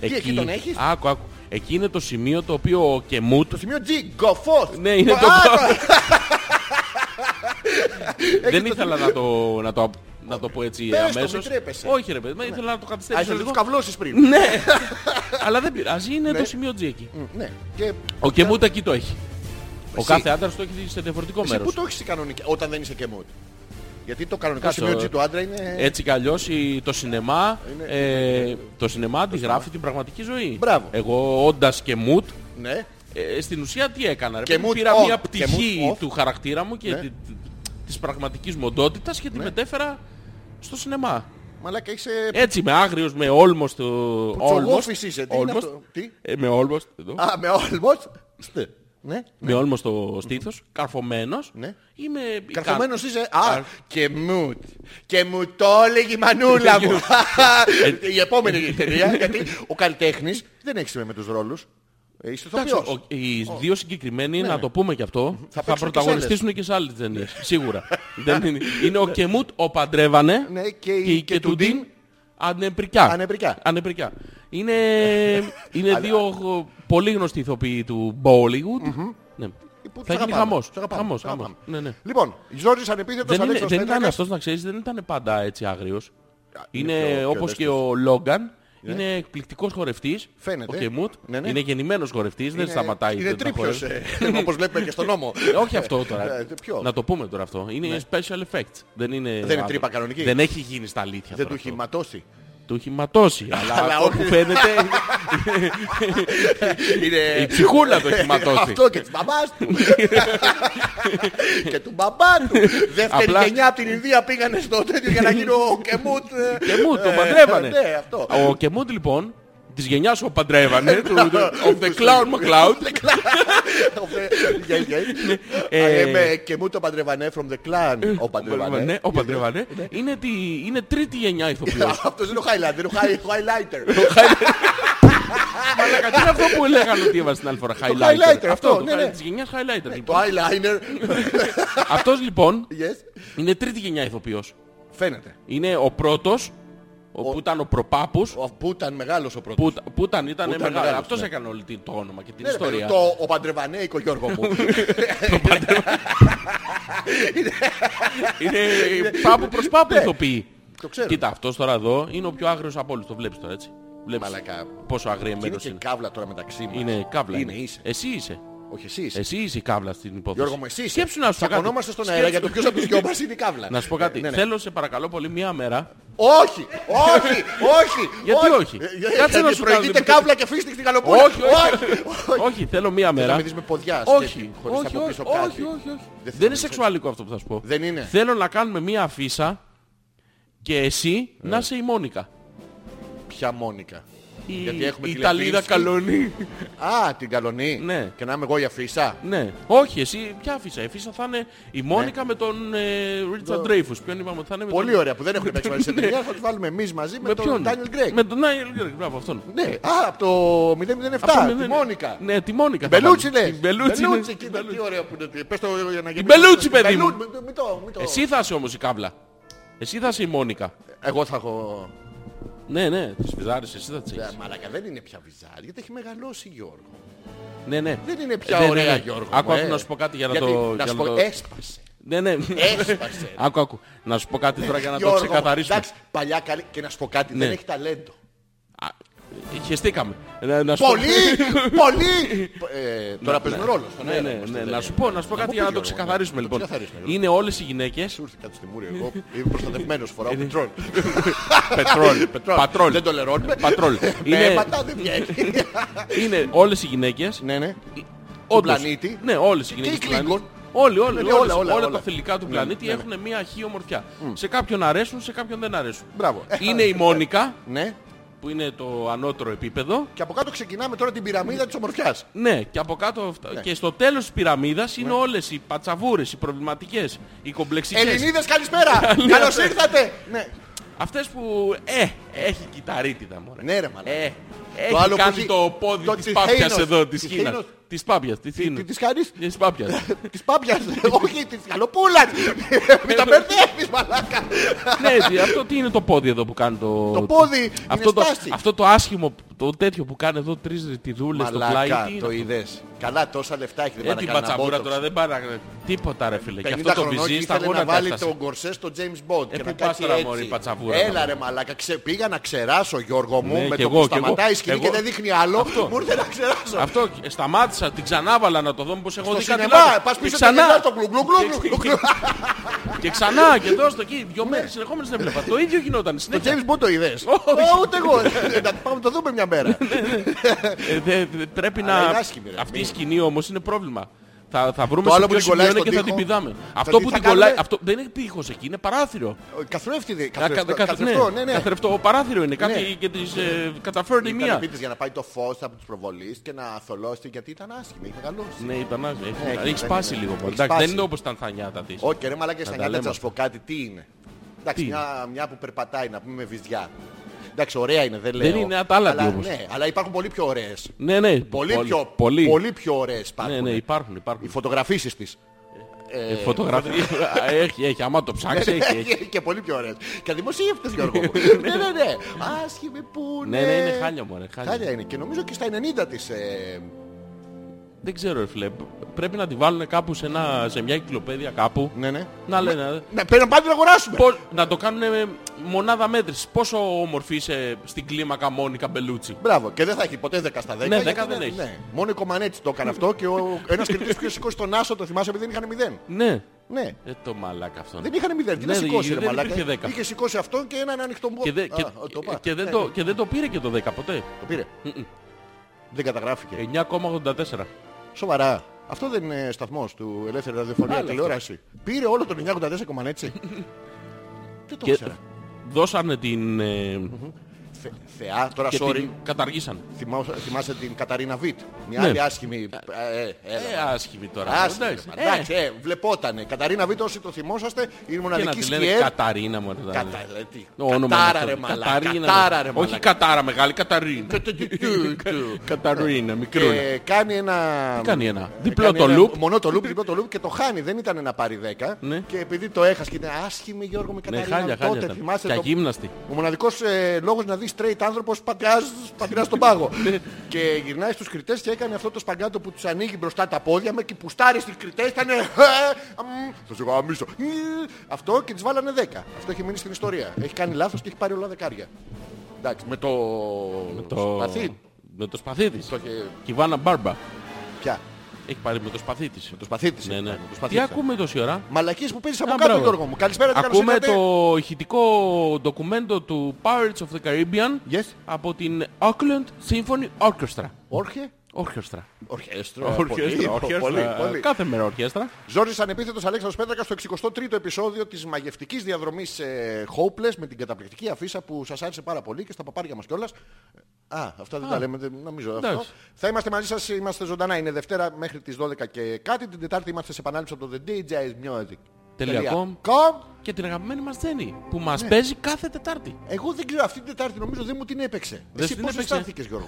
Speaker 1: Τι, εκεί τον έχεις?
Speaker 2: Άκου, άκου. Εκεί είναι το σημείο το οποίο ο Κεμούτ.
Speaker 1: Το σημείο G, γκοφός.
Speaker 2: Ναι, είναι το.
Speaker 1: Α,
Speaker 2: Δεν ήθελα να το, να το, να το πω έτσι
Speaker 1: Πες το,
Speaker 2: αμέσως.
Speaker 1: μην τρέπεσαι. Ναι.
Speaker 2: Όχι, ρε παιδί, μου, ήθελα να το
Speaker 1: Α,
Speaker 2: καθυστερήσω
Speaker 1: ήθελες
Speaker 2: λίγο.
Speaker 1: τους Ναι. καυλώσεις πριν.
Speaker 2: Ναι, αλλά δεν πειράζει, είναι το σημείο G εκεί.
Speaker 1: Μ, Ναι. Και
Speaker 2: Ο Κεμούτ εκεί το έχει. Ο
Speaker 1: Εσύ-
Speaker 2: κάθε άντρας το έχει σε διαφορετικό
Speaker 1: σε
Speaker 2: μέρος.
Speaker 1: πού το έχεις κανονικά όταν δεν είσαι και mood. Γιατί το κανονικό
Speaker 2: Κάτσε,
Speaker 1: σημείο
Speaker 2: ε,
Speaker 1: G του άντρα είναι...
Speaker 2: Έτσι κι αλλιώς το σινεμά, ε, το σινεμά αντιγράφει την πραγματική ζωή.
Speaker 1: Μπράβο.
Speaker 2: Εγώ όντας και μουτ,
Speaker 1: Ναι.
Speaker 2: ε, στην ουσία τι έκανα. Ρε,
Speaker 1: Και
Speaker 2: παιδί μου,
Speaker 1: mood
Speaker 2: πήρα
Speaker 1: off,
Speaker 2: μια
Speaker 1: και
Speaker 2: πτυχή
Speaker 1: mood off.
Speaker 2: του χαρακτήρα μου και
Speaker 1: Ναι.
Speaker 2: τη- της πραγματικής μοντότητας και τη μετέφερα στο σινεμά.
Speaker 1: Μαλάκα είσαι...
Speaker 2: Έτσι με άγριος, με όλμος του...
Speaker 1: Τσογόφης είσαι. Τι είναι
Speaker 2: Όλμος.
Speaker 1: αυτό. Τι.
Speaker 2: Ε, με όλμος, εδώ.
Speaker 1: Α, με όλμος. Στε. Ναι.
Speaker 2: με όλμος το στήθος, καρφωμένος.
Speaker 1: Ναι.
Speaker 2: Είμαι...
Speaker 1: Καρφωμένος είσαι. Α, και μου. Και μου το έλεγε η μανούλα μου.
Speaker 2: Ε,
Speaker 1: Η επόμενη ταινία. Γιατί ο καλλιτέχνης δεν έχει σημαίνει με τους ρόλους. Ε, Είσαι
Speaker 2: Εντάξει,
Speaker 1: ηθοποιός. Ναι.
Speaker 2: ο- οι δύο συγκεκριμένοι, να το πούμε και αυτό, θα,
Speaker 1: παίξουν και
Speaker 2: πρωταγωνιστήσουν και σε άλλες ταινίες. Σίγουρα. Δεν είναι. είναι ο Κεμούτ, ο Παντρεύανε
Speaker 1: Ναι, και η- και του Ντίν.
Speaker 2: Ανεπρικιά.
Speaker 1: Ανεπρικιά.
Speaker 2: Ανεπρικιά. Είναι, είναι δύο πολύ γνωστοί ηθοποιοί του Bollywood. Ναι.
Speaker 1: Ε, Που τους
Speaker 2: Θα γίνει
Speaker 1: αγαπάμε.
Speaker 2: χαμός.
Speaker 1: Τους αγαπάμε,
Speaker 2: Χαμός,
Speaker 1: τους αγαπάμε.
Speaker 2: χαμός. Ναι, ναι.
Speaker 1: Λοιπόν, Ζόρις ανεπίθετος
Speaker 2: Δεν, είναι,
Speaker 1: Αλέξανδρος
Speaker 2: δεν ήταν
Speaker 1: Πέτρακας.
Speaker 2: αυτός, να ξέρεις, δεν ήταν πάντα έτσι άγριος.
Speaker 1: είναι
Speaker 2: Είναι,
Speaker 1: πιο- πιο
Speaker 2: όπως και
Speaker 1: ελεύθερος.
Speaker 2: ο Λόγκαν. Είναι εκπληκτικός χορευτής.
Speaker 1: Φαίνεται.
Speaker 2: Ο Κεμούτ.
Speaker 1: Ναι, ναι.
Speaker 2: Είναι γεννημένος χορευτής. Δεν
Speaker 1: Είναι-
Speaker 2: σταματάει.
Speaker 1: Είναι
Speaker 2: να
Speaker 1: τρίπιος,
Speaker 2: χορεύει.
Speaker 1: ε, όπως βλέπουμε και στον νόμο.
Speaker 2: Ε, Όχι αυτό τώρα.
Speaker 1: Ε, ποιο? Ναι.
Speaker 2: Να το πούμε τώρα αυτό. Είναι special effects. Δεν είναι,
Speaker 1: είναι τρύπα κανονική.
Speaker 2: Δεν έχει γίνει στα
Speaker 1: Δεν
Speaker 2: αλήθεια. τώρα
Speaker 1: του έχει
Speaker 2: αυτό.
Speaker 1: ματώσει.
Speaker 2: Του έχει ματώσει. Αλλά
Speaker 1: Αλλά
Speaker 2: αυτό
Speaker 1: όχι.
Speaker 2: που φαίνεται.
Speaker 1: Είναι-
Speaker 2: η ψυχούλα το έχει ματώσει.
Speaker 1: Αυτό και της μαμάς του. και του μπαμπά του. Δεύτερη
Speaker 2: Απλά-
Speaker 1: γενιά από την Ινδία πήγανε στο τέτοιο για να γίνω ο Κεμούτ. ε,
Speaker 2: Κεμούτ, τον
Speaker 1: ε,
Speaker 2: παντρεύανε.
Speaker 1: Ναι, αυτό. Ε,
Speaker 2: Ο Κεμούντ λοιπόν, της γενιάς ο παντρεύανε, του,
Speaker 1: ναι.
Speaker 2: of the clown McCloud.
Speaker 1: Yes, yes.
Speaker 2: Ε,
Speaker 1: I am, ε, Κεμούτ ο παντρεβανέ from the clan. Ο παντρεβανέ.
Speaker 2: Ναι, ο παντρεύανε. Είναι, τη- είναι τρίτη γενιά ηθοποιός.
Speaker 1: Αυτός είναι ο highlighter. ο high- highlighter.
Speaker 2: Μαλάκα, τι είναι αυτό που λέγανε ότι έβαζε την άλλη φορά.
Speaker 1: highlighter,
Speaker 2: Highlighter.
Speaker 1: αυτό,
Speaker 2: το
Speaker 1: ναι, ναι.
Speaker 2: χα- της γενιάς highlighter.
Speaker 1: Το
Speaker 2: λοιπόν.
Speaker 1: eyeliner.
Speaker 2: Αυτός λοιπόν
Speaker 1: Yes.
Speaker 2: είναι τρίτη γενιά ηθοποιός.
Speaker 1: Φαίνεται.
Speaker 2: Είναι ο πρώτος, ο, που ήταν ο προπάπους,
Speaker 1: Ο- Που ήταν μεγάλος ο πρώτος.
Speaker 2: που, που ήταν, ήταν
Speaker 1: ήταν
Speaker 2: μεγάλος.
Speaker 1: μεγάλος,
Speaker 2: Αυτός
Speaker 1: ναι.
Speaker 2: έκανε όλη την- το όνομα και την
Speaker 1: Ναι, ρε παιδί,
Speaker 2: ιστορία.
Speaker 1: Το ο παντρεβανέικο Γιώργο μου.
Speaker 2: Είναι πάπου προς πάπου ηθοποιοί.
Speaker 1: Ναι. το ξέρω.
Speaker 2: Κοίτα, αυτός τώρα εδώ είναι ο πιο άγριος από όλους. Το βλέπεις τώρα έτσι. Βλέπεις
Speaker 1: Μαλακά.
Speaker 2: πόσο
Speaker 1: Και Είναι
Speaker 2: αγριεμένος
Speaker 1: και
Speaker 2: είναι.
Speaker 1: κάβλα τώρα μεταξύ μας.
Speaker 2: Είναι κάβλα.
Speaker 1: Είναι είσαι.
Speaker 2: Εσύ είσαι.
Speaker 1: Όχι εσύ είσαι.
Speaker 2: Εσύ είσαι η κάβλα στην υπόθεση.
Speaker 1: Γιώργο μου, εσύ είσαι.
Speaker 2: Σκέψου να σου πω κάτι.
Speaker 1: Τσακωνόμαστε στον αέρα
Speaker 2: Σκέψου-
Speaker 1: για το ποιος από τους δυο μας είναι η κάβλα.
Speaker 2: Να σου πω κάτι.
Speaker 1: Ε, ναι, ναι.
Speaker 2: Θέλω σε παρακαλώ πολύ μία μέρα.
Speaker 1: Όχι, όχι, όχι.
Speaker 2: Γιατί όχι?
Speaker 1: Ε,
Speaker 2: Κάτσε
Speaker 1: γιατί
Speaker 2: να σου
Speaker 1: προηγείται
Speaker 2: κάνω-
Speaker 1: κάβλα και φύστηκε στην καλοπούλα.
Speaker 2: Όχι, όχι. όχι, θέλω μία
Speaker 1: Θες
Speaker 2: μέρα.
Speaker 1: να με δεις με ποδιά.
Speaker 2: Όχι,
Speaker 1: σκέφτη, χωρίς
Speaker 2: όχι,
Speaker 1: να
Speaker 2: όχι,
Speaker 1: αποκτήσω κάτι.
Speaker 2: όχι, όχι.
Speaker 1: Δεν
Speaker 2: Δεν
Speaker 1: θέλω
Speaker 2: είναι
Speaker 1: να
Speaker 2: σεξουαλικό αυτό που θα σου πω.
Speaker 1: Δεν είναι.
Speaker 2: Θέλω να κάνουμε μία αφίσα και εσύ
Speaker 1: Ναι.
Speaker 2: να είσαι η Μόνικα.
Speaker 1: Ποια Μόνικα.
Speaker 2: Η
Speaker 1: Γιατί έχουμε
Speaker 2: η
Speaker 1: τη
Speaker 2: Ιταλίδα
Speaker 1: Λεπίνσκι.
Speaker 2: Καλονή.
Speaker 1: Α, την καλονή.
Speaker 2: Ναι.
Speaker 1: Και να είμαι εγώ η αφίσα.
Speaker 2: Ναι. Όχι, εσύ ποια αφίσα. Η αφίσα θα είναι η Μόνικα με τον Ρίτσαρντ Dreyfus. Ποιον είπαμε ότι θα είναι με
Speaker 1: Ναι. Πολύ
Speaker 2: τον-
Speaker 1: ωραία που δεν έχουν παίξει μαζί σε ταινία. Θα τους βάλουμε εμείς μαζί με τον Daniel Γκρέκ.
Speaker 2: Με τον Daniel Γκρέκ, μπράβο αυτόν.
Speaker 1: Ναι, α, από το 007,
Speaker 2: Αυτόν, ναι,
Speaker 1: τη
Speaker 2: ναι.
Speaker 1: Μόνικα.
Speaker 2: Ναι, τη Μόνικα. θα
Speaker 1: Μπελούτσι
Speaker 2: βάλουμε.
Speaker 1: λες.
Speaker 2: Την Μπελούτσι, ναι.
Speaker 1: κοίτα τι ωραίο που είναι. Πες το για να γεμίσει.
Speaker 2: Μπελούτσι, παιδί
Speaker 1: Μπελού-
Speaker 2: μου.
Speaker 1: μην το- μην το- μην το-
Speaker 2: Εσύ θα είσαι όμως η κάβλα. Εσύ θα είσαι η Μόνικα.
Speaker 1: Εγώ θα έχω...
Speaker 2: Ναι, ναι, τις φυζάρεις, εσύ θα τις έχεις.
Speaker 1: Ε, Μαλάκα δεν είναι πια βυζάρι, γιατί έχει μεγαλώσει Γιώργο.
Speaker 2: Ναι, ναι.
Speaker 1: Δεν είναι πια
Speaker 2: Ε, ναι,
Speaker 1: ωραία
Speaker 2: ναι.
Speaker 1: Γιώργο. μου,
Speaker 2: Άκου,
Speaker 1: ε.
Speaker 2: άκου να σου πω κάτι για να
Speaker 1: Γιατί,
Speaker 2: το...
Speaker 1: Να
Speaker 2: για
Speaker 1: σου
Speaker 2: να
Speaker 1: πω,
Speaker 2: το-
Speaker 1: έσπασε.
Speaker 2: Ναι, ναι.
Speaker 1: Έσπασε.
Speaker 2: Άκου, άκου. Να σου πω κάτι τώρα για να το
Speaker 1: Γιώργο μου,
Speaker 2: ξεκαθαρίσουμε.
Speaker 1: Εντάξει, παλιά καλή. Και να σου πω κάτι, δεν
Speaker 2: Ναι.
Speaker 1: έχει ταλέντο.
Speaker 2: Χεστήκαμε. Να, να σου πω-
Speaker 1: Πολύ! Πολύ! Ε, Τώρα
Speaker 2: Ναι,
Speaker 1: παίζουμε
Speaker 2: ναι.
Speaker 1: ρόλο. στον
Speaker 2: Ναι,
Speaker 1: αέρα
Speaker 2: ναι,
Speaker 1: είμαστε,
Speaker 2: ναι.
Speaker 1: δεν
Speaker 2: Να
Speaker 1: είναι.
Speaker 2: σου πω, να σου πω
Speaker 1: Να
Speaker 2: κάτι
Speaker 1: μου
Speaker 2: για να
Speaker 1: πεις, Γιώργο,
Speaker 2: το ξεκαθαρίσουμε
Speaker 1: να το
Speaker 2: λοιπόν.
Speaker 1: ξεκαθαρίσουμε, Γιώργο.
Speaker 2: Είναι όλες οι γυναίκες
Speaker 1: Σου ήρθε κάτι στη μούρη εγώ. Είμαι προστατευμένος, φοράω πετρόλ.
Speaker 2: πετρόλ,
Speaker 1: Πετρόλ.
Speaker 2: πατρόλ.
Speaker 1: Δεν το λερώνουμε.
Speaker 2: Πατρόλ.
Speaker 1: Ναι,
Speaker 2: Είναι,
Speaker 1: πατά δεν βγαίνει.
Speaker 2: είναι όλες οι γυναίκες.
Speaker 1: Ναι, ναι.
Speaker 2: όντως.
Speaker 1: πλανήτη.
Speaker 2: Ναι, όλες οι γυναίκες.
Speaker 1: οι
Speaker 2: του πλανήτη.
Speaker 1: Klingon.
Speaker 2: Όλοι, όλοι,
Speaker 1: Ναι, ναι,
Speaker 2: όλες- όλα,
Speaker 1: όλα, όλα, όλα.
Speaker 2: τα θηλυκά του
Speaker 1: Ναι,
Speaker 2: πλανήτη
Speaker 1: ναι, ναι.
Speaker 2: έχουν μια αχή ομορφιά. Σε κάποιον αρέσουν, σε κάποιον δεν αρέσουν.
Speaker 1: Μπράβο. Ε,
Speaker 2: Είναι η Μόνικα,
Speaker 1: Ναι.
Speaker 2: που είναι το ανώτερο επίπεδο.
Speaker 1: Και από κάτω ξεκινάμε τώρα την πυραμίδα της ομορφιάς.
Speaker 2: Ναι, και από κάτω. αυτά- Και στο τέλος της πυραμίδας
Speaker 1: Ναι.
Speaker 2: είναι όλες οι πατσαβούρες, οι προβληματικές, οι κομπλεξικές.
Speaker 1: Ελληνίδες καλησπέρα! Καλώς ήρθατε! Ναι.
Speaker 2: Αυτές που... Ε, έχει κυταρίτιδα μωρέ.
Speaker 1: Ναι, ρε μαλάκα.
Speaker 2: Ε, έχει
Speaker 1: Το άλλο που
Speaker 2: κάνει
Speaker 1: έχει-
Speaker 2: το πόδι
Speaker 1: το
Speaker 2: της
Speaker 1: της
Speaker 2: πάπιας
Speaker 1: Χέινος.
Speaker 2: εδώ, της
Speaker 1: Της
Speaker 2: Κίνας.
Speaker 1: Χέινος.
Speaker 2: Της πάπιας, της
Speaker 1: Τι
Speaker 2: Κίνας.
Speaker 1: της κάνεις?
Speaker 2: Της πάπιας.
Speaker 1: Της πάπιας, όχι της καλοπούλας!
Speaker 2: Ε,
Speaker 1: Μην τα μπερδεύεις μαλάκα!
Speaker 2: ναι, έτσι, αυτό τι είναι το πόδι εδώ που κάνει το...
Speaker 1: Το πόδι
Speaker 2: αυτό,
Speaker 1: είναι
Speaker 2: το,
Speaker 1: στάση.
Speaker 2: αυτό το άσχημο, το τέτοιο που κάνει εδώ τρεις ρητιδούλες στο πλάι.
Speaker 1: Μαλάκα,
Speaker 2: τι είναι
Speaker 1: το
Speaker 2: αυτό?
Speaker 1: είδες. Καλά, τόσα λεφτά έχει, δεν
Speaker 2: Ε,
Speaker 1: πάνε
Speaker 2: την
Speaker 1: να κάνει
Speaker 2: πατσαβούρα
Speaker 1: ένα
Speaker 2: τώρα
Speaker 1: τώρα.
Speaker 2: δεν πάνε να- Τίποτα ρε φίλε. Και
Speaker 1: 50
Speaker 2: αυτό το
Speaker 1: χρονών και
Speaker 2: βυζί στα
Speaker 1: ήθελε να
Speaker 2: γόνα τα
Speaker 1: βάλει
Speaker 2: έφτασε.
Speaker 1: τον κορσέ στο James Bond.
Speaker 2: Ε,
Speaker 1: και
Speaker 2: πού
Speaker 1: να
Speaker 2: πας
Speaker 1: κάτσει
Speaker 2: τώρα,
Speaker 1: έτσι.
Speaker 2: μωρή, πατσαβούρα,
Speaker 1: Έλα
Speaker 2: τώρα.
Speaker 1: ρε μαλάκα, ξε... πήγα να ξεράσω Γιώργο μου
Speaker 2: Ναι,
Speaker 1: με
Speaker 2: κι
Speaker 1: το
Speaker 2: εγώ,
Speaker 1: που
Speaker 2: κι εγώ.
Speaker 1: σταματάει η σκηνή
Speaker 2: Εγώ-
Speaker 1: και δεν δείχνει άλλο.
Speaker 2: Αυτό.
Speaker 1: Μου ήρθε να ξεράσω.
Speaker 2: Αυτό ε, σταμάτησα, την ξανάβαλα να το δω μήπως έχω
Speaker 1: Στο
Speaker 2: δει κάτι
Speaker 1: σινεμά,
Speaker 2: λάθος.
Speaker 1: πας
Speaker 2: Και
Speaker 1: πίσω
Speaker 2: ξανά.
Speaker 1: και γυρνάς το γκλουγκλουγκλουγκλου.
Speaker 2: Και ξανά και εδώ στο εκεί, δυο μέρες συνεχόμενες δεν βλέπα. Το ίδιο γινόταν
Speaker 1: Ναι. Το
Speaker 2: συνέχεια.
Speaker 1: James Bond το είδες. Ω, Ούτε εγώ. Ε, Να πάμε να το δούμε μια μέρα.
Speaker 2: Ε, δε- δε- πρέπει
Speaker 1: Αλλά
Speaker 2: να...
Speaker 1: είναι άσχημη, ρε.
Speaker 2: Αυτή η
Speaker 1: Μην-
Speaker 2: σκηνή όμως είναι πρόβλημα. Θα, θα βρούμε
Speaker 1: Το
Speaker 2: σε
Speaker 1: άλλο που
Speaker 2: ποιο
Speaker 1: την κολλάει
Speaker 2: σημείο είναι και
Speaker 1: στον
Speaker 2: θα την
Speaker 1: τοίχο.
Speaker 2: πηδάμε.
Speaker 1: τι
Speaker 2: Αυτό που
Speaker 1: θα
Speaker 2: την κολλάει...
Speaker 1: κάνουμε?
Speaker 2: Αυτό δεν είναι τείχος εκεί, είναι παράθυρο.
Speaker 1: Καθρέφτη.
Speaker 2: Κα- κα-
Speaker 1: καθρεφτό-
Speaker 2: καθ- ναι,
Speaker 1: Καθρεφτό, ναι, ναι.
Speaker 2: Καθρεφτό, παράθυρο είναι.
Speaker 1: Ναι.
Speaker 2: Κάτι και της ε, καταφέρνει
Speaker 1: Ήταν
Speaker 2: μία.
Speaker 1: επίτης για να πάει το φως από τις προβολείς και να θολώσει γιατί ήταν άσχημη, είχε μεγαλώσει.
Speaker 2: Ναι, ήταν άσχημο. Έχει-
Speaker 1: Ναι,
Speaker 2: Έχει
Speaker 1: δεν
Speaker 2: σπάσει
Speaker 1: είναι.
Speaker 2: λίγο.
Speaker 1: Έχει
Speaker 2: Εντάξει,
Speaker 1: σπάσει.
Speaker 2: Δεν είναι όπως ήταν τα νιάτα της.
Speaker 1: Όχι, ρε Μαλάκα, στα
Speaker 2: τα
Speaker 1: νιάτα
Speaker 2: λέμε
Speaker 1: θα σου πω κάτι, τι είναι. Εντάξει,
Speaker 2: Τι
Speaker 1: μια, μια που περπατάει, να πούμε με βυζιά. Εντάξει, ωραία είναι, δεν λέω.
Speaker 2: Δεν είναι ατάλλαντη
Speaker 1: Αλλά,
Speaker 2: όμως.
Speaker 1: Ναι, αλλά υπάρχουν πολύ πιο ωραίες.
Speaker 2: Ναι, ναι.
Speaker 1: Πολύ, πιο, πολύ.
Speaker 2: Πολύ.
Speaker 1: πιο ωραίες υπάρχουν.
Speaker 2: Ναι, ναι, υπάρχουν,
Speaker 1: Οι
Speaker 2: υπάρχουν.
Speaker 1: φωτογραφίσεις της.
Speaker 2: Ε, Φωτογραφία. Έχει, έχει. Άμα το ψάξεις, έχει. έχει.
Speaker 1: και πολύ πιο ωραίες. Και δημοσίευτες, Γιώργο μου. ναι, ναι, ναι. Άσχημη που
Speaker 2: Ναι, ναι, είναι χάλια μωρέ, χάλια.
Speaker 1: Χάλια είναι και νομίζω και στα 90 της. ε,
Speaker 2: Δεν ξέρω, ρε φίλε. Πρέπει να τη βάλουν κάπου σε, ένα, σε μια κυκλοπαίδεια κάπου.
Speaker 1: ναι, ναι.
Speaker 2: Να λένε.
Speaker 1: Ναι, πρέπει να πάμε να αγοράσουμε.
Speaker 2: Πώς, να το κάνουν μονάδα μέτρηση. Πόσο όμορφη είσαι στην κλίμακα Μόνικα Μπελούτσι.
Speaker 1: Μπράβο, και δεν θα έχει ποτέ 10 στα 10.
Speaker 2: Ναι, 10
Speaker 1: γιατί
Speaker 2: δεν έχει.
Speaker 1: Μόνο η Κομανέτσι το έκανε αυτό και ο... ένας κριτής που είχε σηκώσει τον Άσο το θυμάσαι επειδή δεν είχαν 0.
Speaker 2: Ναι.
Speaker 1: Ναι,
Speaker 2: Ε, το μαλάκα αυτό.
Speaker 1: δεν είχαν 0. Τι
Speaker 2: Ναι,
Speaker 1: να σηκώσει,
Speaker 2: δεν
Speaker 1: ρε Μαλάκα.
Speaker 2: υπήρχε 10.
Speaker 1: Είχε σηκώσει αυτόν και έναν ανοιχτό μπο...
Speaker 2: Και, δεν-
Speaker 1: Α,
Speaker 2: και,
Speaker 1: ο, το,
Speaker 2: και-
Speaker 1: πά.
Speaker 2: και δεν
Speaker 1: Ναι,
Speaker 2: το,
Speaker 1: ναι,
Speaker 2: και δεν το πήρε και το 10 ποτέ.
Speaker 1: το πήρε. Δεν
Speaker 2: Ε-
Speaker 1: καταγράφηκε.
Speaker 2: 9,84.
Speaker 1: Σοβαρά. Αυτό δεν είναι σταθμός του ελεύθερη ραδιοφωνία
Speaker 2: Άλλο
Speaker 1: τηλεόραση. Πήρε όλο τον 984 Κομανέτσι. Δεν το
Speaker 2: Και
Speaker 1: ήξερα.
Speaker 2: δώσανε την... ε,
Speaker 1: Θε- Θεά, τώρα
Speaker 2: και
Speaker 1: sorry.
Speaker 2: την καταργήσαν.
Speaker 1: Θυμάσαι- Θυμάσαι την Καταρίνα Βιτ. Μια
Speaker 2: Ναι.
Speaker 1: άλλη άσχημη. ε, ε, έλα,
Speaker 2: Ε, άσχημη τώρα.
Speaker 1: Άσχημα,
Speaker 2: Εντάξει. Ε,
Speaker 1: Εντάξει, ε, βλεπότανε. Καταρίνα Βίτο, όσοι το θυμόσαστε, η
Speaker 2: Και να
Speaker 1: μοναδική
Speaker 2: τη λένε
Speaker 1: σκιέρ.
Speaker 2: Καταρίνα μου. ρε,
Speaker 1: Κατα...
Speaker 2: δηλαδή.
Speaker 1: ε, τι,
Speaker 2: Το όνομα
Speaker 1: Κατάρα ρε
Speaker 2: είναι αυτό.
Speaker 1: μαλάκα.
Speaker 2: Καταρίνα,
Speaker 1: Κατάρα ρε
Speaker 2: Όχι
Speaker 1: μαλάκα.
Speaker 2: κατάρα μεγάλη, Καταρίνα.
Speaker 1: Ε,
Speaker 2: Καταρίνα, μικρούλα.
Speaker 1: Και κάνει ένα...
Speaker 2: Τι κάνει ένα,
Speaker 1: ε,
Speaker 2: διπλό
Speaker 1: κάνει
Speaker 2: το
Speaker 1: ένα
Speaker 2: loop.
Speaker 1: Μονό το loop, διπλό το loop και το χάνει. Δεν ήταν να πάρει 10.
Speaker 2: Ναι.
Speaker 1: Και επειδή το έχασε και ήταν άσχημη Γιώργο με
Speaker 2: Ναι,
Speaker 1: Καταρίνα
Speaker 2: χάλια, χάλια.
Speaker 1: τότε.
Speaker 2: ήταν.
Speaker 1: Θυμάσαι
Speaker 2: Και
Speaker 1: το...
Speaker 2: αγύμναστη.
Speaker 1: Ο μοναδικός ε, λόγος να δεις straight άνθρωπος πατράς, πατράς στον πάγο. και γυρνάει στους κριτές και έκανε αυτό το σπαγκάτο που τους ανοίγει μπροστά τα πόδια με και πουστάρει στις κριτές. Ήταν ε, αμ, θα σε γαμίσω. Ε, Αυτό και τις βάλανε 10. Αυτό έχει μείνει στην ιστορία. Έχει κάνει λάθος και έχει πάρει όλα δεκάρια. Εντάξει, με το,
Speaker 2: Το-
Speaker 1: σπαθί.
Speaker 2: Με το σπαθί της.
Speaker 1: Το είχε...
Speaker 2: Και η Βάνα Μπάρμπα.
Speaker 1: Πια.
Speaker 2: Έχει πάρει με το σπαθί της.
Speaker 1: Το σπαθί της.
Speaker 2: Ναι,
Speaker 1: έχει
Speaker 2: ναι.
Speaker 1: κάνει, το σπαθί
Speaker 2: Τι
Speaker 1: της.
Speaker 2: ακούμε τόση ώρα.
Speaker 1: Μαλακίες που παίζεις από
Speaker 2: Α,
Speaker 1: κάτω
Speaker 2: μπράβο.
Speaker 1: Γιώργο μου. Καλησπέρα τι καλώς
Speaker 2: Ακούμε
Speaker 1: ήρθατε.
Speaker 2: το ηχητικό ντοκουμέντο του Pirates of the Caribbean
Speaker 1: Yes.
Speaker 2: από την Auckland Symphony Orchestra.
Speaker 1: Όρχε.
Speaker 2: Orchestra.
Speaker 1: Ορχέστρο.
Speaker 2: Orchestra,
Speaker 1: Ε, Πολύ,
Speaker 2: orchestra.
Speaker 1: πολύ, πολύ.
Speaker 2: Κάθε μέρα ορχέστρα.
Speaker 1: Ζόρις Ανεπίθετος Αλέξανδρος Πέτρακας στο 63ο επεισόδιο της μαγευτικής διαδρομής ε, Hopeless με την καταπληκτική αφίσα που σας άρεσε πάρα πολύ και στα παπάρια μας κιόλας. Α, αυτά δεν τα λέμε, δεν νομίζω αυτό.
Speaker 2: Εντάξει.
Speaker 1: Θα είμαστε μαζί σας, είμαστε ζωντανά. Είναι Δευτέρα μέχρι τις 12 και κάτι. Την Τετάρτη είμαστε σε επανάληψη από το The DJ's Music.
Speaker 2: Τελεία.
Speaker 1: Com.
Speaker 2: Και την αγαπημένη μας Τζέννη που
Speaker 1: Ναι.
Speaker 2: μας παίζει κάθε Τετάρτη.
Speaker 1: Εγώ δεν ξέρω, αυτή την Τετάρτη νομίζω δεν μου την έπαιξε.
Speaker 2: Δεν
Speaker 1: Εσύ
Speaker 2: την
Speaker 1: πώς
Speaker 2: έπαιξε.
Speaker 1: αισθάνθηκες Γιώργο.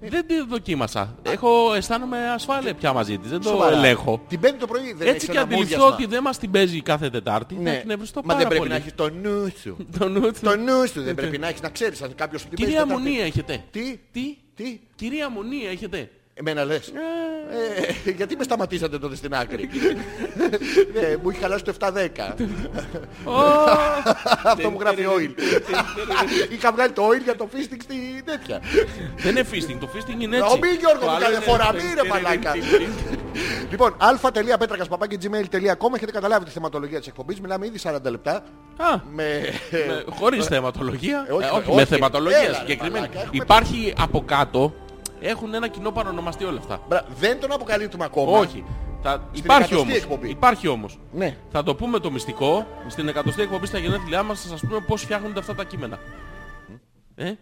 Speaker 2: δεν τη δοκίμασα. Έχω, αισθάνομαι ασφάλεια πια μαζί της. Δεν το
Speaker 1: Σοβαρά.
Speaker 2: ελέγχω.
Speaker 1: Την πέμπτη το πρωί δεν έχεις
Speaker 2: Έτσι και
Speaker 1: ένα
Speaker 2: αντιληφθώ
Speaker 1: μούδιασμα.
Speaker 2: ότι δεν μας την παίζει κάθε Τετάρτη.
Speaker 1: Ναι.
Speaker 2: Θα εκνευριστώ
Speaker 1: Μα
Speaker 2: πάρα
Speaker 1: δεν πρέπει
Speaker 2: πολύ.
Speaker 1: να έχεις το νου σου.
Speaker 2: Το νου της.
Speaker 1: Το νου σου δεν πρέπει να έχεις να ξέρεις αν κάποιος σου την παίζει
Speaker 2: Κυρία
Speaker 1: Τετάρτη.
Speaker 2: Μουνή έχετε.
Speaker 1: Τι?
Speaker 2: Τι?
Speaker 1: Τι?
Speaker 2: Κυρία Μουνή έχετε.
Speaker 1: Εμένα λες. Ε, γιατί με σταματήσατε τότε στην άκρη. ναι, μου έχει χαλάσει το 7-10. Αυτό μου γράφει oil. Είχα βγάλει το oil για το fisting στη τέτοια.
Speaker 2: Δεν είναι fisting, το fisting είναι
Speaker 1: Ο
Speaker 2: έτσι.
Speaker 1: μη Γιώργο
Speaker 2: Το
Speaker 1: μου
Speaker 2: άλλο
Speaker 1: κάθε
Speaker 2: είναι-
Speaker 1: φορά, μη ρε μαλάκα. Λοιπόν, α.πέτρακα.gmail.com έχετε καταλάβει τη θεματολογία της εκπομπής. Μιλάμε ήδη 40 λεπτά.
Speaker 2: Α,
Speaker 1: Με...
Speaker 2: με- χωρίς θεματολογία.
Speaker 1: Ε, όχι,
Speaker 2: Ε,
Speaker 1: με-
Speaker 2: όχι,
Speaker 1: όχι.
Speaker 2: με
Speaker 1: Έλα,
Speaker 2: θεματολογία
Speaker 1: ρε,
Speaker 2: συγκεκριμένη.
Speaker 1: μαλάκα, έχουμε-
Speaker 2: Υπάρχει από κάτω, έχουν ένα κοινό παρονομαστή όλα αυτά.
Speaker 1: Μπρα- Δεν τον αποκαλύπτουμε ακόμα.
Speaker 2: Όχι. Θα... Υπάρχει
Speaker 1: εκατοστή
Speaker 2: όμως.
Speaker 1: εκπομπή.
Speaker 2: Υπάρχει όμως.
Speaker 1: Ναι.
Speaker 2: Θα το πούμε το μυστικό στην εκατοστή εκπομπή στα γενέθλιά μας θα σας πούμε πώς φτιάχνονται αυτά τα κείμενα. Ε,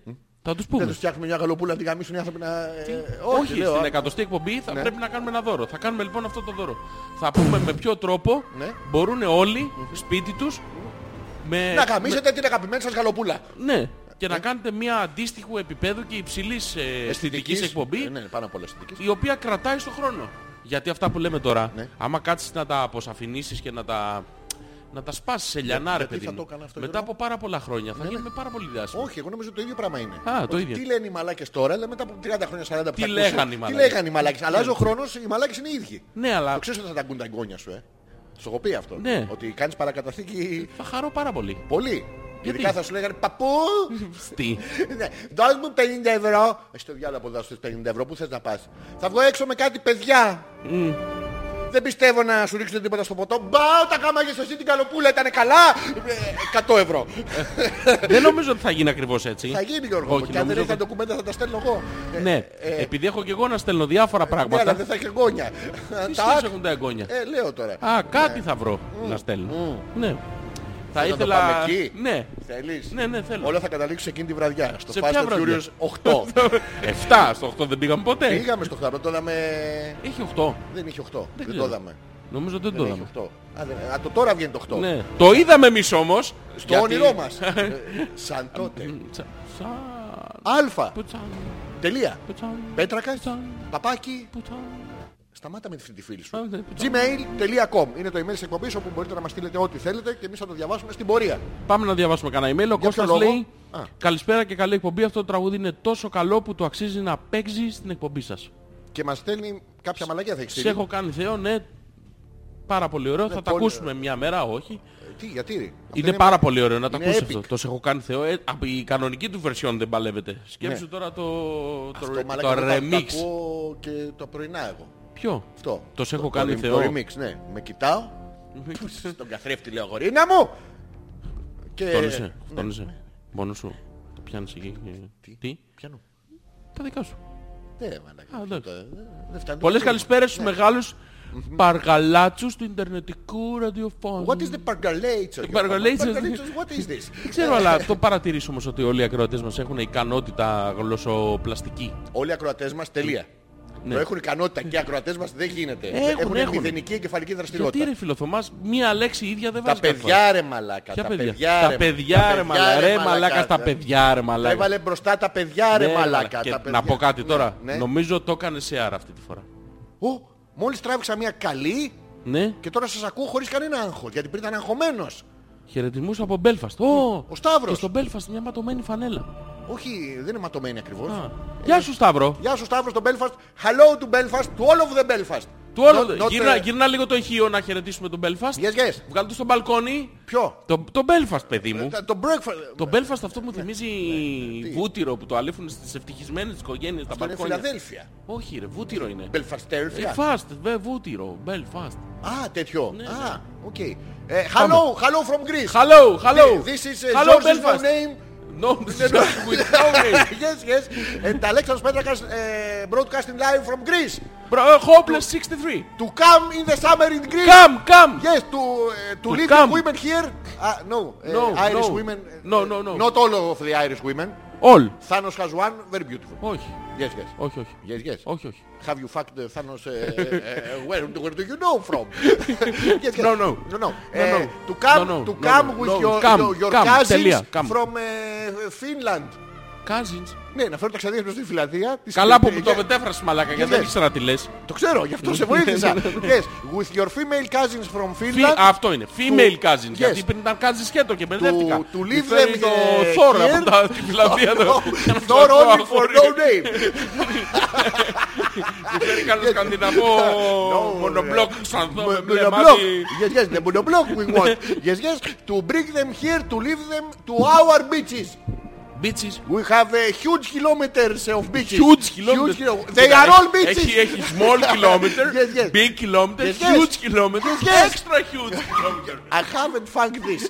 Speaker 2: θα τους πούμε.
Speaker 1: Δεν τους φτιάχνουμε μια γαλοπούλα να τη γαμίσουν οι άνθρωποι να... ε,
Speaker 2: Όχι,
Speaker 1: λέω,
Speaker 2: στην
Speaker 1: α-
Speaker 2: εκατοστή εκπομπή θα
Speaker 1: Ναι.
Speaker 2: πρέπει να κάνουμε ένα δώρο. Θα κάνουμε λοιπόν αυτό το δώρο. Θα πούμε με ποιο τρόπο
Speaker 1: Ναι.
Speaker 2: μπορούν όλοι σπίτι τους με...
Speaker 1: Να γαμίσετε την αγαπημένη σας γαλοπούλα.
Speaker 2: με- Ναι. Και να κάνετε μια αντίστοιχου επίπεδου και υψηλής ε, αισθητικής εκπομπή
Speaker 1: Ε, Ναι, πάνω από όλα αισθητικής.
Speaker 2: η οποία κρατάει στον χρόνο. Γιατί αυτά που λέμε τώρα,
Speaker 1: Ναι.
Speaker 2: άμα κάτσεις να τα αποσαφηνίσεις και να τα, να τα σπάσεις σε λιανά, ρε
Speaker 1: γιατί
Speaker 2: παιδί
Speaker 1: θα
Speaker 2: μου,
Speaker 1: το έκανα αυτό,
Speaker 2: μετά
Speaker 1: Γιώργο?
Speaker 2: από πάρα πολλά χρόνια θα γίνουμε πάρα πολύ διάσημοι.
Speaker 1: Όχι, εγώ νομίζω το ίδιο πράγμα είναι.
Speaker 2: Α,
Speaker 1: Ότι
Speaker 2: το ίδιο.
Speaker 1: Τι λένε οι μαλάκες τώρα, αλλά μετά από 30 χρόνια, 40 που
Speaker 2: Τι
Speaker 1: θα ακούσει,
Speaker 2: λέγανε οι
Speaker 1: Τι
Speaker 2: μαλάκες.
Speaker 1: λέγανε οι μαλάκες. Αλλάζει ο χρόνος, οι μαλάκες είναι οι ίδιοι.
Speaker 2: Ναι, αλλά
Speaker 1: Το ξέρεις ότι θα τα ακούν τα εγγόνια σου, ε. Στο έχω πει αυτό.
Speaker 2: Ναι.
Speaker 1: Ότι κάνεις παρακαταθήκη
Speaker 2: θα χαρώ πάρα πολύ.
Speaker 1: πολύ. Ειδικά θα σου λέγανε παππού,
Speaker 2: Τι.
Speaker 1: ναι, δώσ' μου 50 ευρώ. Ε, Στο διάλογο από εδώ στους 50 ευρώ, πού θες να πας. Θα βγω έξω με κάτι παιδιά. Δεν πιστεύω να σου ρίξουν τίποτα στο ποτό. Μπα, τα γάμαγες εσύ την καλοπούλα, ήταν καλά. Ε, 100 ευρώ.
Speaker 2: Δεν νομίζω ότι θα γίνει ακριβώς έτσι.
Speaker 1: Θα γίνει Γιώργο. μου.
Speaker 2: Ε, Όχι,
Speaker 1: και αν δεν
Speaker 2: νομίζω
Speaker 1: έχεις τα
Speaker 2: ότι-
Speaker 1: ντοκουμέντα θα τα στέλνω εγώ. Ε,
Speaker 2: Ναι,
Speaker 1: ε,
Speaker 2: επειδή έχω και εγώ να στέλνω διάφορα
Speaker 1: ναι, αλλά
Speaker 2: πράγματα.
Speaker 1: δεν θα έχει γόνια.
Speaker 2: Τι
Speaker 1: Τα-
Speaker 2: σχέση έχουν τα εγγόνια.
Speaker 1: Ε, λέω τώρα.
Speaker 2: Α, κάτι θα βρω να στέλνω. Ναι. Θα
Speaker 1: να το
Speaker 2: ήθελα...
Speaker 1: πάμε εκεί?
Speaker 2: Ναι.
Speaker 1: Θέλεις.
Speaker 2: Ναι, ναι, θέλω.
Speaker 1: Όλα θα καταλήξουν εκείνη τη βραδιά. Στο
Speaker 2: Σε
Speaker 1: Fast
Speaker 2: ποια
Speaker 1: and
Speaker 2: βραδιά? Ναι.
Speaker 1: Furious 8.
Speaker 2: 7 στο 8 δεν πήγαμε ποτέ.
Speaker 1: Πήγαμε στο χαρό, το είδαμε-
Speaker 2: Έχει 8.
Speaker 1: Δεν είχε 8. Δεν,
Speaker 2: ξέρω.
Speaker 1: το είδαμε.
Speaker 2: Νομίζω δεν το
Speaker 1: Δεν είχε
Speaker 2: είδαμε.
Speaker 1: 8. Α, δεν- Α, το τώρα βγαίνει το 8.
Speaker 2: Ναι. Το είδαμε εμείς όμως.
Speaker 1: Στο όνειρό μας. Ε, Σαν τότε. Αλφα. Τελεία. Πέτρακα. Παπάκι. Σταμάτα με τη φίλη σου. gmail.com είναι το email της εκπομπής όπου μπορείτε να μας στείλετε ό,τι θέλετε και εμείς θα το διαβάσουμε στην πορεία.
Speaker 2: Πάμε να διαβάσουμε κανένα email. Ο
Speaker 1: Για ποιο
Speaker 2: Κώστας
Speaker 1: λόγο?
Speaker 2: λέει
Speaker 1: Α.
Speaker 2: Καλησπέρα και καλή εκπομπή. Αυτό το τραγούδι είναι τόσο καλό που το αξίζει να παίξει στην εκπομπή σας.
Speaker 1: Και μας στέλνει κάποια μαλακία θα έχεις
Speaker 2: Σε
Speaker 1: στείλει.
Speaker 2: έχω κάνει θεό, ναι. Πάρα πολύ ωραίο. θα τα
Speaker 1: Ναι, πολύ
Speaker 2: ακούσουμε μια μέρα, όχι.
Speaker 1: Ε, Τι, γιατί ρε. Αυτό
Speaker 2: είναι, πάρα πολύ ωραίο να τα
Speaker 1: είναι
Speaker 2: ακούσει
Speaker 1: epic.
Speaker 2: αυτό. Το σε έχω κάνει θεό. Ε, από η κανονική του version δεν παλεύεται. Σκέψου
Speaker 1: Ναι.
Speaker 2: τώρα το, το,
Speaker 1: Αυτό,
Speaker 2: re-
Speaker 1: μαλάκα,
Speaker 2: το
Speaker 1: εγώ τα-
Speaker 2: remix.
Speaker 1: τα ακούω και το πρωινά εγώ.
Speaker 2: Ποιο?
Speaker 1: Αυτό.
Speaker 2: Το σε έχω
Speaker 1: το
Speaker 2: κάνει
Speaker 1: rem-
Speaker 2: θεό.
Speaker 1: Το remix, ναι. Με κοιτάω. Στον καθρέφτη λέω γορίνα μου. Και...
Speaker 2: Τόνισε.
Speaker 1: ναι,
Speaker 2: Τόνισε. Μόνο σου. Το πιάνεις εκεί. Τι. Τι.
Speaker 1: Πιάνω.
Speaker 2: Τα δικά σου.
Speaker 1: Ναι, μαλάκα.
Speaker 2: Α, εντάξει.
Speaker 1: Ε, Δεν φτάνει.
Speaker 2: Πολλές καλησπέρε
Speaker 1: Ναι.
Speaker 2: στου μεγάλου παργαλάτσους του Ιντερνετικού ραδιοφώνου.
Speaker 1: What is the pergolator? Γιώργο?
Speaker 2: pergolator-
Speaker 1: Pergolator, What is this? Ε,
Speaker 2: Δεν ξέρω, αλλά το παρατηρήσω όμως ότι όλοι οι ακροατές μας έχουν ικανότητα γλωσσοπλαστική.
Speaker 1: Όλοι οι ακροατές μας, τελεία.
Speaker 2: Ναι.
Speaker 1: Το έχουν ικανότητα και οι ακροατές μας δεν γίνεται.
Speaker 2: Έχουν, έχουν.
Speaker 1: μηδενική εγκεφαλική
Speaker 2: Γιατί
Speaker 1: δραστηριότητα.
Speaker 2: ρε φιλοθωμάς, μία λέξη ίδια δεν
Speaker 1: Τα
Speaker 2: βάζει κάθε φορά.
Speaker 1: παιδιά ρε μαλάκα.
Speaker 2: Ποια
Speaker 1: Τα
Speaker 2: παιδιά.
Speaker 1: παιδιά
Speaker 2: Τα παιδιά ρε μαλάκα. Ρε μαλάκα στα
Speaker 1: τα-
Speaker 2: παιδιά ρε
Speaker 1: Τα
Speaker 2: μαλάκα.
Speaker 1: έβαλε μπροστά τα παιδιά ρε
Speaker 2: Ναι,
Speaker 1: μαλάκα.
Speaker 2: και
Speaker 1: τα παιδιά.
Speaker 2: Να πω κάτι
Speaker 1: Ναι,
Speaker 2: τώρα.
Speaker 1: ναι.
Speaker 2: Νομίζω το έκανε σε άρα αυτή τη φορά.
Speaker 1: Ω, μόλις τράβηξα μια καλή
Speaker 2: Ναι.
Speaker 1: και τώρα σας ακούω χωρίς κανένα άγχος. Γιατί πριν ήταν αγχωμένος.
Speaker 2: Χαιρετισμούς από Belfast. Ω,
Speaker 1: Ο Σταύρος.
Speaker 2: Και στο Belfast μια ματωμένη φανέλα.
Speaker 1: Όχι, δεν είναι ματωμένη ακριβώς.
Speaker 2: Α. Γεια σου Σταύρο.
Speaker 1: Γεια σου Σταύρος στο Belfast. Hello to Belfast. To all of the Belfast.
Speaker 2: Του όλου-
Speaker 1: Not- not,
Speaker 2: γυρνά,
Speaker 1: uh,
Speaker 2: γυρνά λίγο το ηχείο να χαιρετήσουμε τον Belfast.
Speaker 1: Yes, yes.
Speaker 2: Βγάλω το στο μπαλκόνι.
Speaker 1: Ποιο?
Speaker 2: Το, το Belfast παιδί μου.
Speaker 1: Τα- Το breakfast.
Speaker 2: Το Belfast αυτό μου θυμίζει
Speaker 1: Ναι. Τι?
Speaker 2: βούτυρο που το αλήφουν στις ευτυχισμένες οικογένειες τα
Speaker 1: Αυτό είναι
Speaker 2: μπαλκόνια. Ε,
Speaker 1: Φιλαδέλφια.
Speaker 2: Όχι ρε, βούτυρο είναι.
Speaker 1: Belfastέρφια.
Speaker 2: Belfast, βε, βούτυρο, Belfast.
Speaker 1: Α, τέτοιο. Α, οκ. Ε,
Speaker 2: Ναι, Πάμε.
Speaker 1: Hello, hello from Greece.
Speaker 2: Hello, hello.
Speaker 1: This is uh,
Speaker 2: hello,
Speaker 1: George's
Speaker 2: Belfast.
Speaker 1: name. Ναι,
Speaker 2: No, this is not with no name.
Speaker 1: yes, yes. And Alexandros Petrakas uh, broadcasting live from Greece.
Speaker 2: Bro, hopeless 63.
Speaker 1: To come in the summer in Greece.
Speaker 2: Come, come.
Speaker 1: Yes, to, uh, to,
Speaker 2: To
Speaker 1: live
Speaker 2: come.
Speaker 1: with women here. Uh, no, uh,
Speaker 2: No,
Speaker 1: Irish
Speaker 2: no.
Speaker 1: women. uh,
Speaker 2: No, no, no.
Speaker 1: Not all of the Irish women.
Speaker 2: All.
Speaker 1: Thanos has one, very beautiful.
Speaker 2: Όχι,
Speaker 1: Yes, yes.
Speaker 2: όχι, όχι.
Speaker 1: Yes, yes.
Speaker 2: Όχι, όχι.
Speaker 1: Have you fucked uh, Thanos? Uh, uh, where, where do you know from? yes, yes.
Speaker 2: No, no.
Speaker 1: no, no.
Speaker 2: No,
Speaker 1: Uh,
Speaker 2: no.
Speaker 1: To come,
Speaker 2: No, no.
Speaker 1: to
Speaker 2: No,
Speaker 1: come
Speaker 2: no.
Speaker 1: with
Speaker 2: No.
Speaker 1: your,
Speaker 2: Come,
Speaker 1: your, your
Speaker 2: come.
Speaker 1: cousins
Speaker 2: Τελεία. Come.
Speaker 1: from uh, Finland.
Speaker 2: Cousins.
Speaker 1: Ναι, να φέρω τα ξαδέρφια στη Φιλανδία. της-
Speaker 2: Καλά που μου το
Speaker 1: για-
Speaker 2: μετέφρασες μαλάκα,
Speaker 1: λες.
Speaker 2: γιατί δεν ήξερα τι λες.
Speaker 1: Το ξέρω, γι' αυτό σε βοήθησα. yes, with your female cousins from
Speaker 2: Ναι, Φι-
Speaker 1: Finland.
Speaker 2: Αυτό είναι. Female
Speaker 1: To-
Speaker 2: cousins. Γιατί
Speaker 1: Yes.
Speaker 2: πριν ήταν cousins σκέτο και μπερδεύτηκα.
Speaker 1: To- to
Speaker 2: Μου
Speaker 1: leave
Speaker 2: φέρνει
Speaker 1: them,
Speaker 2: το
Speaker 1: ε,
Speaker 2: Thor
Speaker 1: here.
Speaker 2: από τα- τη Φιλανδία. εδώ.
Speaker 1: No, Not only for no name.
Speaker 2: Φέρει καλό σκανδιναβό
Speaker 1: No,
Speaker 2: μονομπλοκ ξανθό με μπλε
Speaker 1: Μονοπλοκ.
Speaker 2: μάτι.
Speaker 1: Yes, yes, the monoblock we want. Yes, yes, to bring them here, to leave them to our beaches.
Speaker 2: Bitches.
Speaker 1: We have uh, huge kilometers of beaches.
Speaker 2: Huge kilometers.
Speaker 1: kilo- They are all beaches.
Speaker 2: Έχει, έχει small kilometer,
Speaker 1: Yes, yes.
Speaker 2: big kilometer,
Speaker 1: Yes, yes.
Speaker 2: huge kilometer,
Speaker 1: Yes, yes.
Speaker 2: extra huge kilometer.
Speaker 1: I haven't funked this.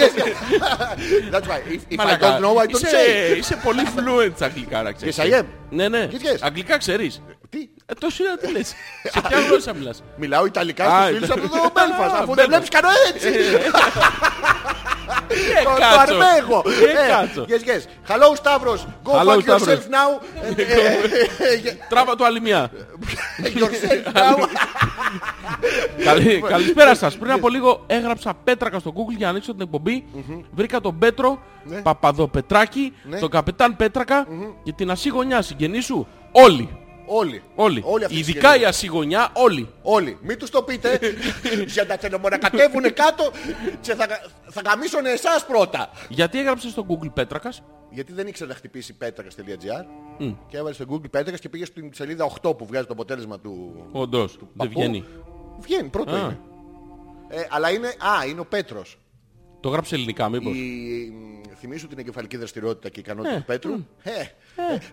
Speaker 1: yes, yes. That's why. If, if I
Speaker 2: Μαλάκα,
Speaker 1: don't know, I don't
Speaker 2: είσαι-
Speaker 1: say.
Speaker 2: Είσαι πολύ fluent στα αγγλικά, να ξέρεις.
Speaker 1: Yes, I am.
Speaker 2: Ναι, ναι.
Speaker 1: Yes, yes.
Speaker 2: Αγγλικά ξέρεις.
Speaker 1: Τι,
Speaker 2: Ε, τόσο είναι να τι λες. Σε ποια γλώσσα μιλάς.
Speaker 1: μιλάω Ιταλικά
Speaker 2: Α, ε,
Speaker 1: στους φίλους
Speaker 2: Ιταλικά.
Speaker 1: από το Μπέλφας,
Speaker 2: Α,
Speaker 1: αφού δεν
Speaker 2: Belfast.
Speaker 1: βλέπεις κανένα έτσι.
Speaker 2: Ε,
Speaker 1: Το το
Speaker 2: κάτσο.
Speaker 1: αρμέγω.
Speaker 2: Ε,
Speaker 1: Ε,
Speaker 2: κάτσο.
Speaker 1: Yes, yes. Hello, Stavros. Go
Speaker 2: Hello,
Speaker 1: fuck yourself
Speaker 2: Stavros.
Speaker 1: now. And, uh,
Speaker 2: Τράβα του άλλη μια.
Speaker 1: Yourself now.
Speaker 2: Καλη-
Speaker 1: Λοιπόν,
Speaker 2: Καλησπέρα σας. Πριν από λίγο έγραψα πέτρακα στο Google για να ανοίξω την εκπομπή. Βρήκα τον Πέτρο
Speaker 1: Ναι.
Speaker 2: Παπαδοπετράκη, τον καπετάν Πέτρακα και την ασύγωνιά συγγενή σου. Όλοι.
Speaker 1: Όλοι.
Speaker 2: Όλοι.
Speaker 1: Όλοι αυτοί οι
Speaker 2: Ειδικά
Speaker 1: συγγενείς.
Speaker 2: η ασύγωνιά, όλοι.
Speaker 1: Όλοι. Μην τους το πείτε. για να τσενομονακατεύουν κάτω και θα, θα γαμίσουν εσάς πρώτα.
Speaker 2: Γιατί έγραψες στο Google Πέτρακας.
Speaker 1: Γιατί δεν ήξερε να χτυπήσει πέτρακα.gr και έβαλες στο Google πέτρακας και πήγες στην σελίδα 8 που βγάζει το αποτέλεσμα του.
Speaker 2: Όντως. Δεν
Speaker 1: παππού.
Speaker 2: βγαίνει.
Speaker 1: Βγαίνει, πρώτο
Speaker 2: Α.
Speaker 1: είναι. Ε, αλλά είναι. Α, είναι ο Πέτρος.
Speaker 2: Το γράψε ελληνικά μήπως.
Speaker 1: Η... μ, Θυμήσου την εγκεφαλική δραστηριότητα και ικανότητα του Πέτρου. Ε.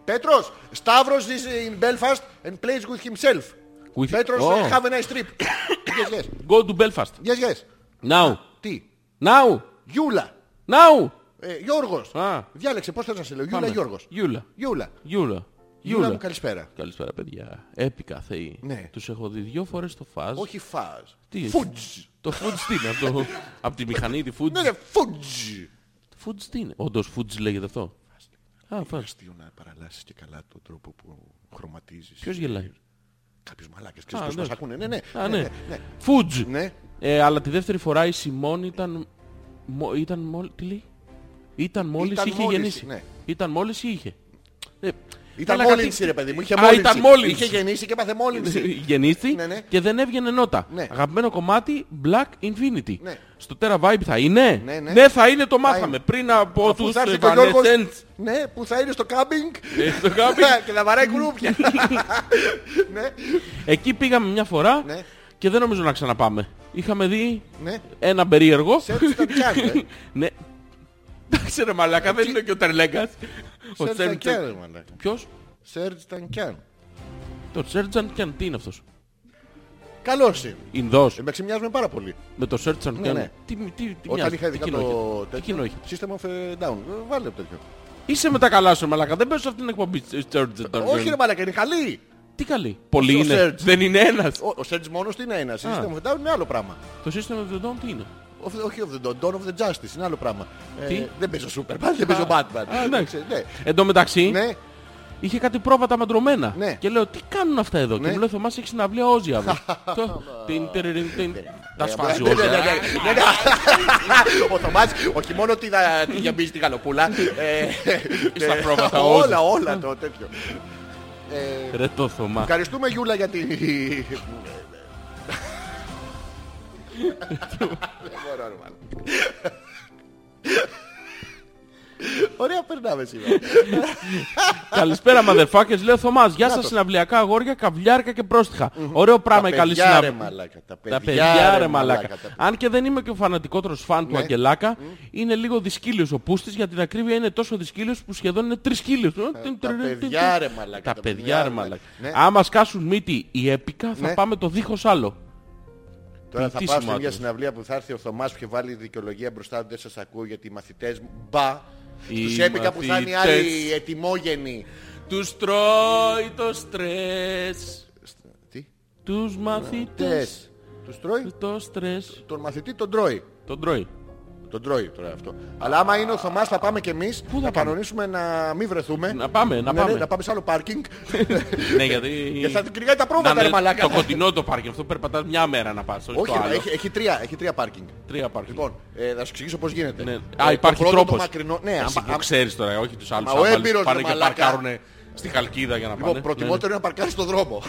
Speaker 1: Πέτρος, Σταύρος is in Belfast and plays with himself.
Speaker 2: With-
Speaker 1: Πέτρος, ε,
Speaker 2: Oh.
Speaker 1: have a nice trip. yes, yes.
Speaker 2: Go to Belfast.
Speaker 1: Yes, yes.
Speaker 2: Now.
Speaker 1: Τι.
Speaker 2: Now.
Speaker 1: Γιούλα.
Speaker 2: Now.
Speaker 1: Ε, Γιώργος.
Speaker 2: Α.
Speaker 1: Διάλεξε, πώς θες να σε λέω. Γιούλα,
Speaker 2: Πάμε.
Speaker 1: Γιώργος.
Speaker 2: Γιούλα.
Speaker 1: Γιούλα.
Speaker 2: Γιούλα.
Speaker 1: Γιούλα
Speaker 2: Γιούλα.
Speaker 1: μου, καλησπέρα.
Speaker 2: Καλησπέρα παιδιά. Έπικα θεοί.
Speaker 1: Ναι.
Speaker 2: Τους έχω δει δυο φορές στο φάζ.
Speaker 1: Όχι φάζ.
Speaker 2: Τι είναι?
Speaker 1: Φουτζ.
Speaker 2: Το φουτζ τι είναι αυτό. Από τη μηχανή τη φουτζ.
Speaker 1: Ναι, ναι, φουτζ.
Speaker 2: Φουτζ τι είναι. Όντως φουτζ λέγεται αυτό. Α, φας.
Speaker 1: Αστείο να παραλάσεις και καλά τον τρόπο που χρωματίζεις.
Speaker 2: Ποιος γελάει.
Speaker 1: Κάποιος μαλάκες. Ξέρεις
Speaker 2: Α,
Speaker 1: πώς μας
Speaker 2: ναι.
Speaker 1: ακούνε. Ναι, ναι.
Speaker 2: Α, ναι.
Speaker 1: ναι.
Speaker 2: Φουτζ.
Speaker 1: Ναι.
Speaker 2: Ε, αλλά τη δεύτερη φορά η Σιμών ήταν... Μο, ήταν μόλι... Τι λέει? Ήταν μόλις
Speaker 1: Ήταν
Speaker 2: είχε
Speaker 1: μόλις,
Speaker 2: γεννήσει.
Speaker 1: ναι.
Speaker 2: Ήταν μόλις ή είχε. Ε,
Speaker 1: Ήταν
Speaker 2: μαλάκα, τι-
Speaker 1: μόλυνση ρε παιδί μου, είχε
Speaker 2: Α,
Speaker 1: μόλυνση.
Speaker 2: ήταν μόλυνση.
Speaker 1: Είχε
Speaker 2: Ε,
Speaker 1: γεννήσει και έπαθε μόλυνση.
Speaker 2: γεννήθη
Speaker 1: Ναι, ναι.
Speaker 2: και δεν έβγαινε νότα.
Speaker 1: Ναι.
Speaker 2: Αγαπημένο κομμάτι Black Infinity.
Speaker 1: Ναι.
Speaker 2: Στο Terra Vibe θα είναι.
Speaker 1: Ναι, ναι.
Speaker 2: θα είναι, το μάθαμε.
Speaker 1: είναι.
Speaker 2: Πριν από
Speaker 1: Που
Speaker 2: τους
Speaker 1: θα έρθει και ο Γιώργος,
Speaker 2: Evanescence.
Speaker 1: ναι, που θα είναι στο κάμπινγκ
Speaker 2: Ε, στο κάμπινγκ.
Speaker 1: και θα βαράει κουρούπια. ναι,
Speaker 2: Εκεί πήγαμε μια φορά
Speaker 1: Ναι.
Speaker 2: και δεν νομίζω να ξαναπάμε. Είχαμε δει
Speaker 1: ναι.
Speaker 2: ένα περίεργο.
Speaker 1: Σερτς ήταν Κιάν, ε.
Speaker 2: ναι. Εντάξει ρε μαλάκα, δεν είναι και ο Τερλέγκας. Ο
Speaker 1: Σερτ ήταν
Speaker 2: Σέρτζαν
Speaker 1: Κιάν, ρε μαλάκα.
Speaker 2: Ποιος?
Speaker 1: Σερτ ήταν Κιάν.
Speaker 2: Το Σέρτζαν Κιαν. Τι είναι αυτός.
Speaker 1: Καλός είναι.
Speaker 2: Ινδός.
Speaker 1: Ε, Με ξεμοιάζουμε πάρα πολύ.
Speaker 2: Με το Σέρτζαν Κιαν.
Speaker 1: ναι.
Speaker 2: Τι, τι, τι, τι
Speaker 1: Όταν
Speaker 2: μοιάζει,
Speaker 1: είχα
Speaker 2: τι
Speaker 1: ειδικά
Speaker 2: κοινό
Speaker 1: το
Speaker 2: έχει. Τι κοινό
Speaker 1: τέτοιο.
Speaker 2: έχει.
Speaker 1: System of a Down. Ε, Βάλε το τέτοιο.
Speaker 2: Είσαι με τα καλά σου, μαλάκα. Δεν πες σε αυτήν την εκπομπή. ε, Σέρτζαν Κιαν.
Speaker 1: Όχι ρε μαλάκα, είναι χαλή.
Speaker 2: Τι καλή. Πολλοί
Speaker 1: ο
Speaker 2: είναι.
Speaker 1: Σέρτζ.
Speaker 2: Δεν είναι ένας.
Speaker 1: Ο- Ο Σερτ μόνος τι είναι ένα. System of a Down είναι άλλο πράγμα.
Speaker 2: Το σύστημα του Ντόμ τι είναι.
Speaker 1: Of- Όχι of the Dawn, Dawn of the Justice είναι άλλο πράγμα. Ε,
Speaker 2: Τι?
Speaker 1: Δεν παίζω Superman, δεν παίζω Batman.
Speaker 2: Α, εντάξει.
Speaker 1: Ε, ναι.
Speaker 2: Εν τω μεταξύ,
Speaker 1: Ναι,
Speaker 2: είχε κάτι πρόβατα μαντρωμένα.
Speaker 1: Ναι.
Speaker 2: Και λέω, τι κάνουν αυτά εδώ. Και
Speaker 1: Ναι.
Speaker 2: μου λέει, Θωμάς έχεις συναυλία Όζη αύριο. Το- Τιν, τιριριν, τιν. Τα σφάζει
Speaker 1: Ναι, ναι,
Speaker 2: Όζη.
Speaker 1: ναι,
Speaker 2: α.
Speaker 1: ναι, ναι. Ο Θωμάς, όχι μόνο τη δα- τη γεμίζει τη γαλοπούλα. ε,
Speaker 2: Στα
Speaker 1: ε,
Speaker 2: πρόβατα,
Speaker 1: Όλα, όλα το τέτοιο. ναι.
Speaker 2: Ρε το Θωμά.
Speaker 1: Ευχαριστούμε Γιούλα για την... Δεν μπορώ ρε μάλλον. Ωραία περνάμε σήμερα.
Speaker 2: Καλησπέρα, motherfuckers. Λέω Θωμάς, γεια σας συναυλιακά αγόρια, καβλιάρικα και πρόστιχα. Ωραίο πράγμα η
Speaker 1: Τα
Speaker 2: καλή
Speaker 1: παιδιά, ρε
Speaker 2: συναυλία.
Speaker 1: μαλάκα.
Speaker 2: Τα παιδιά ρε μαλάκα.
Speaker 1: τα- Ναι.
Speaker 2: Αν και δεν είμαι και ο φανατικότερος φαν του Αγγελάκα, είναι λίγο δυσκύλιος ο πούστης, για την ακρίβεια είναι τόσο δυσκύλιος που σχεδόν είναι τρισκύλιος. Ε,
Speaker 1: τα παιδιά, ρε μαλάκα,
Speaker 2: Τα παιδιά ρε μαλάκα.
Speaker 1: Ναι.
Speaker 2: Άμα σκάσουν μύτη οι έπικα θα
Speaker 1: Ναι.
Speaker 2: πάμε το δίχως άλλο.
Speaker 1: Τώρα θα
Speaker 2: τι
Speaker 1: πάω σε
Speaker 2: σημάδι.
Speaker 1: μια συναυλία που θα έρθει ο Θωμάς που είχε βάλει δικαιολογία μπροστά του, δεν σας ακούω γιατί οι μαθητές μου, μπα,
Speaker 2: Οι
Speaker 1: στους έπικα που θα είναι οι άλλοι
Speaker 2: μαθητές.
Speaker 1: ετοιμόγενοι.
Speaker 2: Τους τρώει το στρες,
Speaker 1: Τι,
Speaker 2: τους μαθητές
Speaker 1: τες, τους τρώει,
Speaker 2: το στρες.
Speaker 1: τον μαθητή τον τρώει.
Speaker 2: Τον τρώει.
Speaker 1: Τον τρώει τώρα αυτό. Αλλά άμα είναι ο Θωμάς θα πάμε κι εμείς,
Speaker 2: θα
Speaker 1: να
Speaker 2: πάμε?
Speaker 1: κανονίσουμε να μην βρεθούμε.
Speaker 2: Να πάμε, να
Speaker 1: Ναι, ναι,
Speaker 2: πάμε.
Speaker 1: να πάμε σε άλλο πάρκινγκ
Speaker 2: Ναι, γιατί...
Speaker 1: και θα την κυνηγάει τα
Speaker 2: Να
Speaker 1: πρόβατα ρε
Speaker 2: είναι
Speaker 1: μαλάκα.
Speaker 2: Το κοντινό το πάρκινγκ, αυτό περπατάς μια μέρα να πας, όχι
Speaker 1: Όχι,
Speaker 2: το
Speaker 1: ρε,
Speaker 2: άλλο.
Speaker 1: έχει, έχει τρία, έχει τρία πάρκινγκ.
Speaker 2: Τρία πάρκινγκ.
Speaker 1: Λοιπόν, ε, θα σου εξηγήσω πώς γίνεται.
Speaker 2: Ναι.
Speaker 1: Ε,
Speaker 2: Α,
Speaker 1: το
Speaker 2: υπάρχει
Speaker 1: πρώτο, το
Speaker 2: τρόπος.
Speaker 1: μακρινό- Ναι,
Speaker 2: Εσύ
Speaker 1: άμα-
Speaker 2: που
Speaker 1: άμα-
Speaker 2: ξέρεις τώρα, όχι τους άλλους
Speaker 1: Μα ο
Speaker 2: άπαλους
Speaker 1: έμπειρος,
Speaker 2: που πάνε
Speaker 1: ρε
Speaker 2: και
Speaker 1: μαλάκα.
Speaker 2: παρκάρουνε στη Χαλκίδα για να πάνε.
Speaker 1: Λοιπόν, προτιμότερο είναι να παρκάρεις στον δρόμο.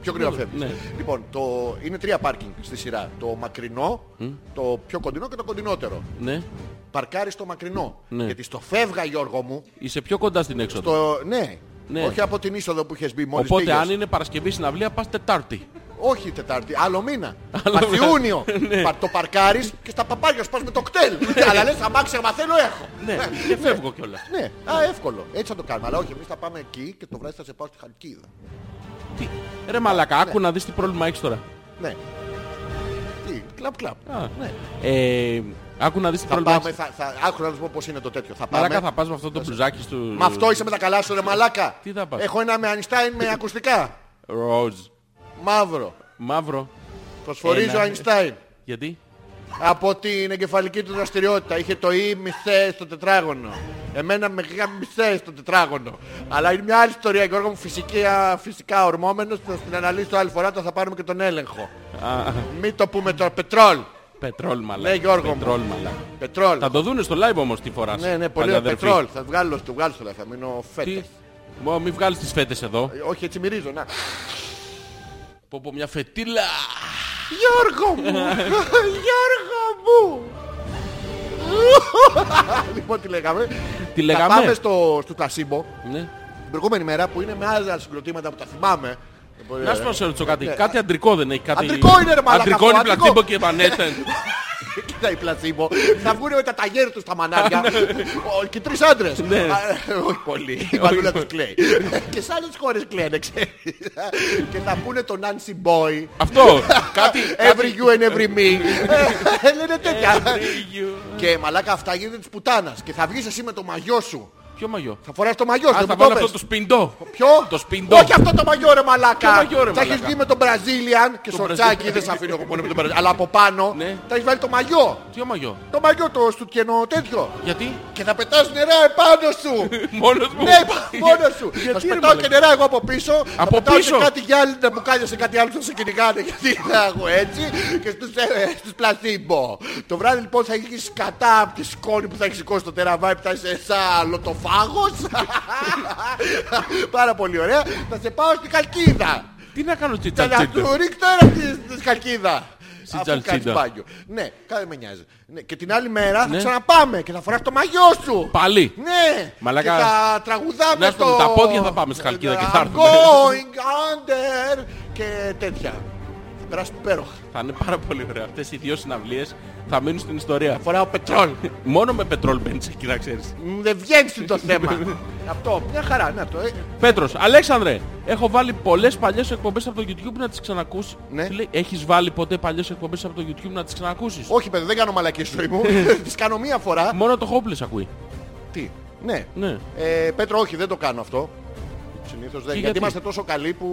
Speaker 1: πιο γρήγορα φεύγεις.
Speaker 2: Ναι.
Speaker 1: Λοιπόν, το... είναι τρία πάρκινγκ στη σειρά. Το μακρινό, το πιο κοντινό και το κοντινότερο.
Speaker 2: Ναι.
Speaker 1: Παρκάρεις στο μακρινό.
Speaker 2: Ναι.
Speaker 1: Γιατί στο φεύγα, Γιώργο μου,
Speaker 2: Είσαι πιο κοντά στην έξοδο.
Speaker 1: το... ναι,
Speaker 2: Ναι.
Speaker 1: Όχι από την είσοδο που είχες μπει μόλις.
Speaker 2: Οπότε αν είναι Παρασκευή συναυλία πας Τετάρτη.
Speaker 1: Όχι Τετάρτη, άλλο μήνα.
Speaker 2: Άλλο
Speaker 1: Πας
Speaker 2: μήνα. Ναι.
Speaker 1: Ιούνιο. Πα- Το παρκάρεις και στα παπάρια σου πας με το κτέλ. Αλλά λες, αμάξι, άμα θέλω, έχω.
Speaker 2: Ναι, και φεύγω κιόλας.
Speaker 1: Ναι, α, εύκολο. Έτσι θα το κάνουμε. Αλλά όχι, εμείς θα πάμε εκεί και το βράδυ θα σε πάω στη Χαλκίδα.
Speaker 2: Τι. Ρε μαλακά, άκου να δεις τι πρόβλημα έχεις τώρα.
Speaker 1: Ναι. Τι, κλαπ κλαπ.
Speaker 2: Α,
Speaker 1: Ναι.
Speaker 2: Ε, άκου να δεις τι
Speaker 1: Θα
Speaker 2: πρόβλημα
Speaker 1: πάμε,
Speaker 2: έχεις.
Speaker 1: θα, θα, άκου να σου πω πώς είναι το τέτοιο. Θα πάμε.
Speaker 2: Μαλακά θα πας με αυτό το μπλουζάκι του...
Speaker 1: Με αυτό είσαι με τα καλά σου ρε μαλάκα.
Speaker 2: Τι θα πας?
Speaker 1: Έχω ένα με Einstein με ακουστικά.
Speaker 2: Ροζ.
Speaker 1: Μαύρο.
Speaker 2: Μαύρο.
Speaker 1: Προσφορίζω
Speaker 2: Ένα.
Speaker 1: Einstein.
Speaker 2: Γιατί.
Speaker 1: Από την εγκεφαλική του δραστηριότητα. Είχε το E μισέ στο τετράγωνο. Εμένα με γίγα μισέ στο τετράγωνο. Αλλά είναι μια άλλη ιστορία. Γιώργο μου φυσική, α, φυσικά ορμόμενος. Θα την αναλύσω άλλη φορά. Όταν θα πάρουμε και τον έλεγχο. Μην το πούμε τώρα. Πετρόλ.
Speaker 2: Πετρόλ μαλακά.
Speaker 1: Ναι, Γιώργο μου.
Speaker 2: Πετρόλ μαλακά.
Speaker 1: Πετρόλ.
Speaker 2: Θα το δούνε στο live όμως τι φοράς.
Speaker 1: Ναι, ναι, πολύ
Speaker 2: παλιαδερφή.
Speaker 1: πετρόλ. Θα βγάλω στο βγάλω στο λεφτά. Θα μείνω
Speaker 2: Τι.
Speaker 1: φέτες.
Speaker 2: Μα μην βγάλεις τις φέτες εδώ.
Speaker 1: Ε, Όχι, έτσι μυρίζω. Να.
Speaker 2: Πω πω μια φετίλα.
Speaker 1: Γιώργο μου! Γιώργο μου! λοιπόν, τι λέγαμε.
Speaker 2: Τι
Speaker 1: Θα
Speaker 2: λέγαμε?
Speaker 1: πάμε στο, στο Τασίμπο
Speaker 2: Ναι.
Speaker 1: την προηγούμενη μέρα που είναι με άλλα συγκροτήματα που τα θυμάμαι.
Speaker 2: Να σου πω σε ρωτήσω κάτι.
Speaker 1: Ναι.
Speaker 2: Κάτι αντρικό δεν έχει. Κάτι...
Speaker 1: Αντρικό είναι, ρε μαλάκα,
Speaker 2: Αντρικό
Speaker 1: αυτό,
Speaker 2: είναι
Speaker 1: αντρικό.
Speaker 2: πλατίμπο και βανέτεν.
Speaker 1: Κοίτα η πλασίμπο. Θα βγουν με τα ταγέρια τους στα μανάρια.
Speaker 2: Ναι.
Speaker 1: Ο- Και τρεις άντρες. Α, ε, Όχι πολύ. Η μανούλα τους κλαίει. Και σε άλλες χώρες κλαίνε, ξέρεις. Και θα πούνε το Nancy Boy.
Speaker 2: Αυτό. Κάτι.
Speaker 1: Every you and every me. Ε, Λένε τέτοια. Και μαλάκα αυτά γίνεται της πουτάνας. Και θα βγεις εσύ με το μαγιό σου.
Speaker 2: Ποιο μαγιό.
Speaker 1: Θα φοράς το μαγιό σου.
Speaker 2: Α,
Speaker 1: δεν
Speaker 2: θα
Speaker 1: μου το
Speaker 2: βάλω
Speaker 1: πες.
Speaker 2: αυτό το σπιντό.
Speaker 1: Ποιο?
Speaker 2: Το σπιντό.
Speaker 1: Όχι αυτό το μαγιό ρε μαλάκα.
Speaker 2: Ποιο μαγιό, ρε,
Speaker 1: Τα έχεις
Speaker 2: μαλάκα?
Speaker 1: βγει με τον Brazilian και σορτσάκι.
Speaker 2: Brazilian.
Speaker 1: Δεν σε αφήνω εγώ μόνο με τον Brazilian. Αλλά από πάνω
Speaker 2: Ναι.
Speaker 1: θα έχεις βάλει το μαγιό.
Speaker 2: Ποιο μαγιό.
Speaker 1: Το μαγιό το στουτιανό τέτοιο.
Speaker 2: Γιατί.
Speaker 1: Και θα πετάς νερά επάνω σου.
Speaker 2: Μόνος μου.
Speaker 1: ναι, μόνος σου. θα σου
Speaker 2: ρε,
Speaker 1: πετάω και
Speaker 2: μαλάκα?
Speaker 1: νερά εγώ από πίσω. θα
Speaker 2: Από
Speaker 1: πετάω
Speaker 2: πίσω?
Speaker 1: Και κάτι γυάλι να μου κάνεις σε κάτι άλλο που θα σε κυνηγάνε. Γιατί θα έχω έτσι. Και στους, ε, στους πλασίμπο. Το βράδυ λοιπόν θα έχεις σκατά από τη σκόνη που θα έχεις σηκώσει το τεραβάι που θα είσαι σαν λωτοφάγος. Πάρα πολύ ωραία. Θα σε πάω στην Καλκίδα.
Speaker 2: Τι να κάνω στη
Speaker 1: Θα να
Speaker 2: τσατσίτα.
Speaker 1: του ρίξω ένα στη- στη σκαλκίδα.
Speaker 2: Στην
Speaker 1: Αφού κάνεις
Speaker 2: τσαλτσίδα.
Speaker 1: μπάνιο. Ναι, κάτι με νοιάζει. Ναι, Και την άλλη μέρα θα
Speaker 2: Ναι.
Speaker 1: ξαναπάμε και θα φοράς το μαγιό σου.
Speaker 2: Πάλι.
Speaker 1: Ναι,
Speaker 2: Μαλάκα.
Speaker 1: και θα τραγουδάμε
Speaker 2: Να έρθουμε
Speaker 1: το...
Speaker 2: με τα πόδια, θα πάμε στη Χαλκίδα και θα
Speaker 1: I'm
Speaker 2: έρθουμε.
Speaker 1: going under και τέτοια. Θα περάσει υπέροχα.
Speaker 2: Θα είναι πάρα πολύ ωραία. Αυτές οι δύο συναυλίες θα μείνουν στην ιστορία.
Speaker 1: Φοράω πετρόλ.
Speaker 2: Μόνο με πετρόλ μπαίνεις εκεί να ξέρεις.
Speaker 1: Μ, Δεν βγαίνεις το θέμα. Αυτό, μια χαρά. Να το. ε.
Speaker 2: Πέτρος, Αλέξανδρε, έχω βάλει πολλές παλιές εκπομπές από το YouTube να τις ξανακούσεις.
Speaker 1: Ναι.
Speaker 2: Τι λέει, έχεις βάλει ποτέ παλιές εκπομπές από το YouTube να τις ξανακούσεις.
Speaker 1: Όχι, παιδί, δεν κάνω μαλακή ζωή μου. Τις κάνω μία φορά.
Speaker 2: Μόνο το Hopeless ακούει.
Speaker 1: Τι. Ναι.
Speaker 2: Ναι.
Speaker 1: Ε, Πέτρο, όχι, δεν το κάνω αυτό. Συνήθως δεν.
Speaker 2: Και
Speaker 1: Γιατί,
Speaker 2: γιατί?
Speaker 1: είμαστε τόσο καλοί που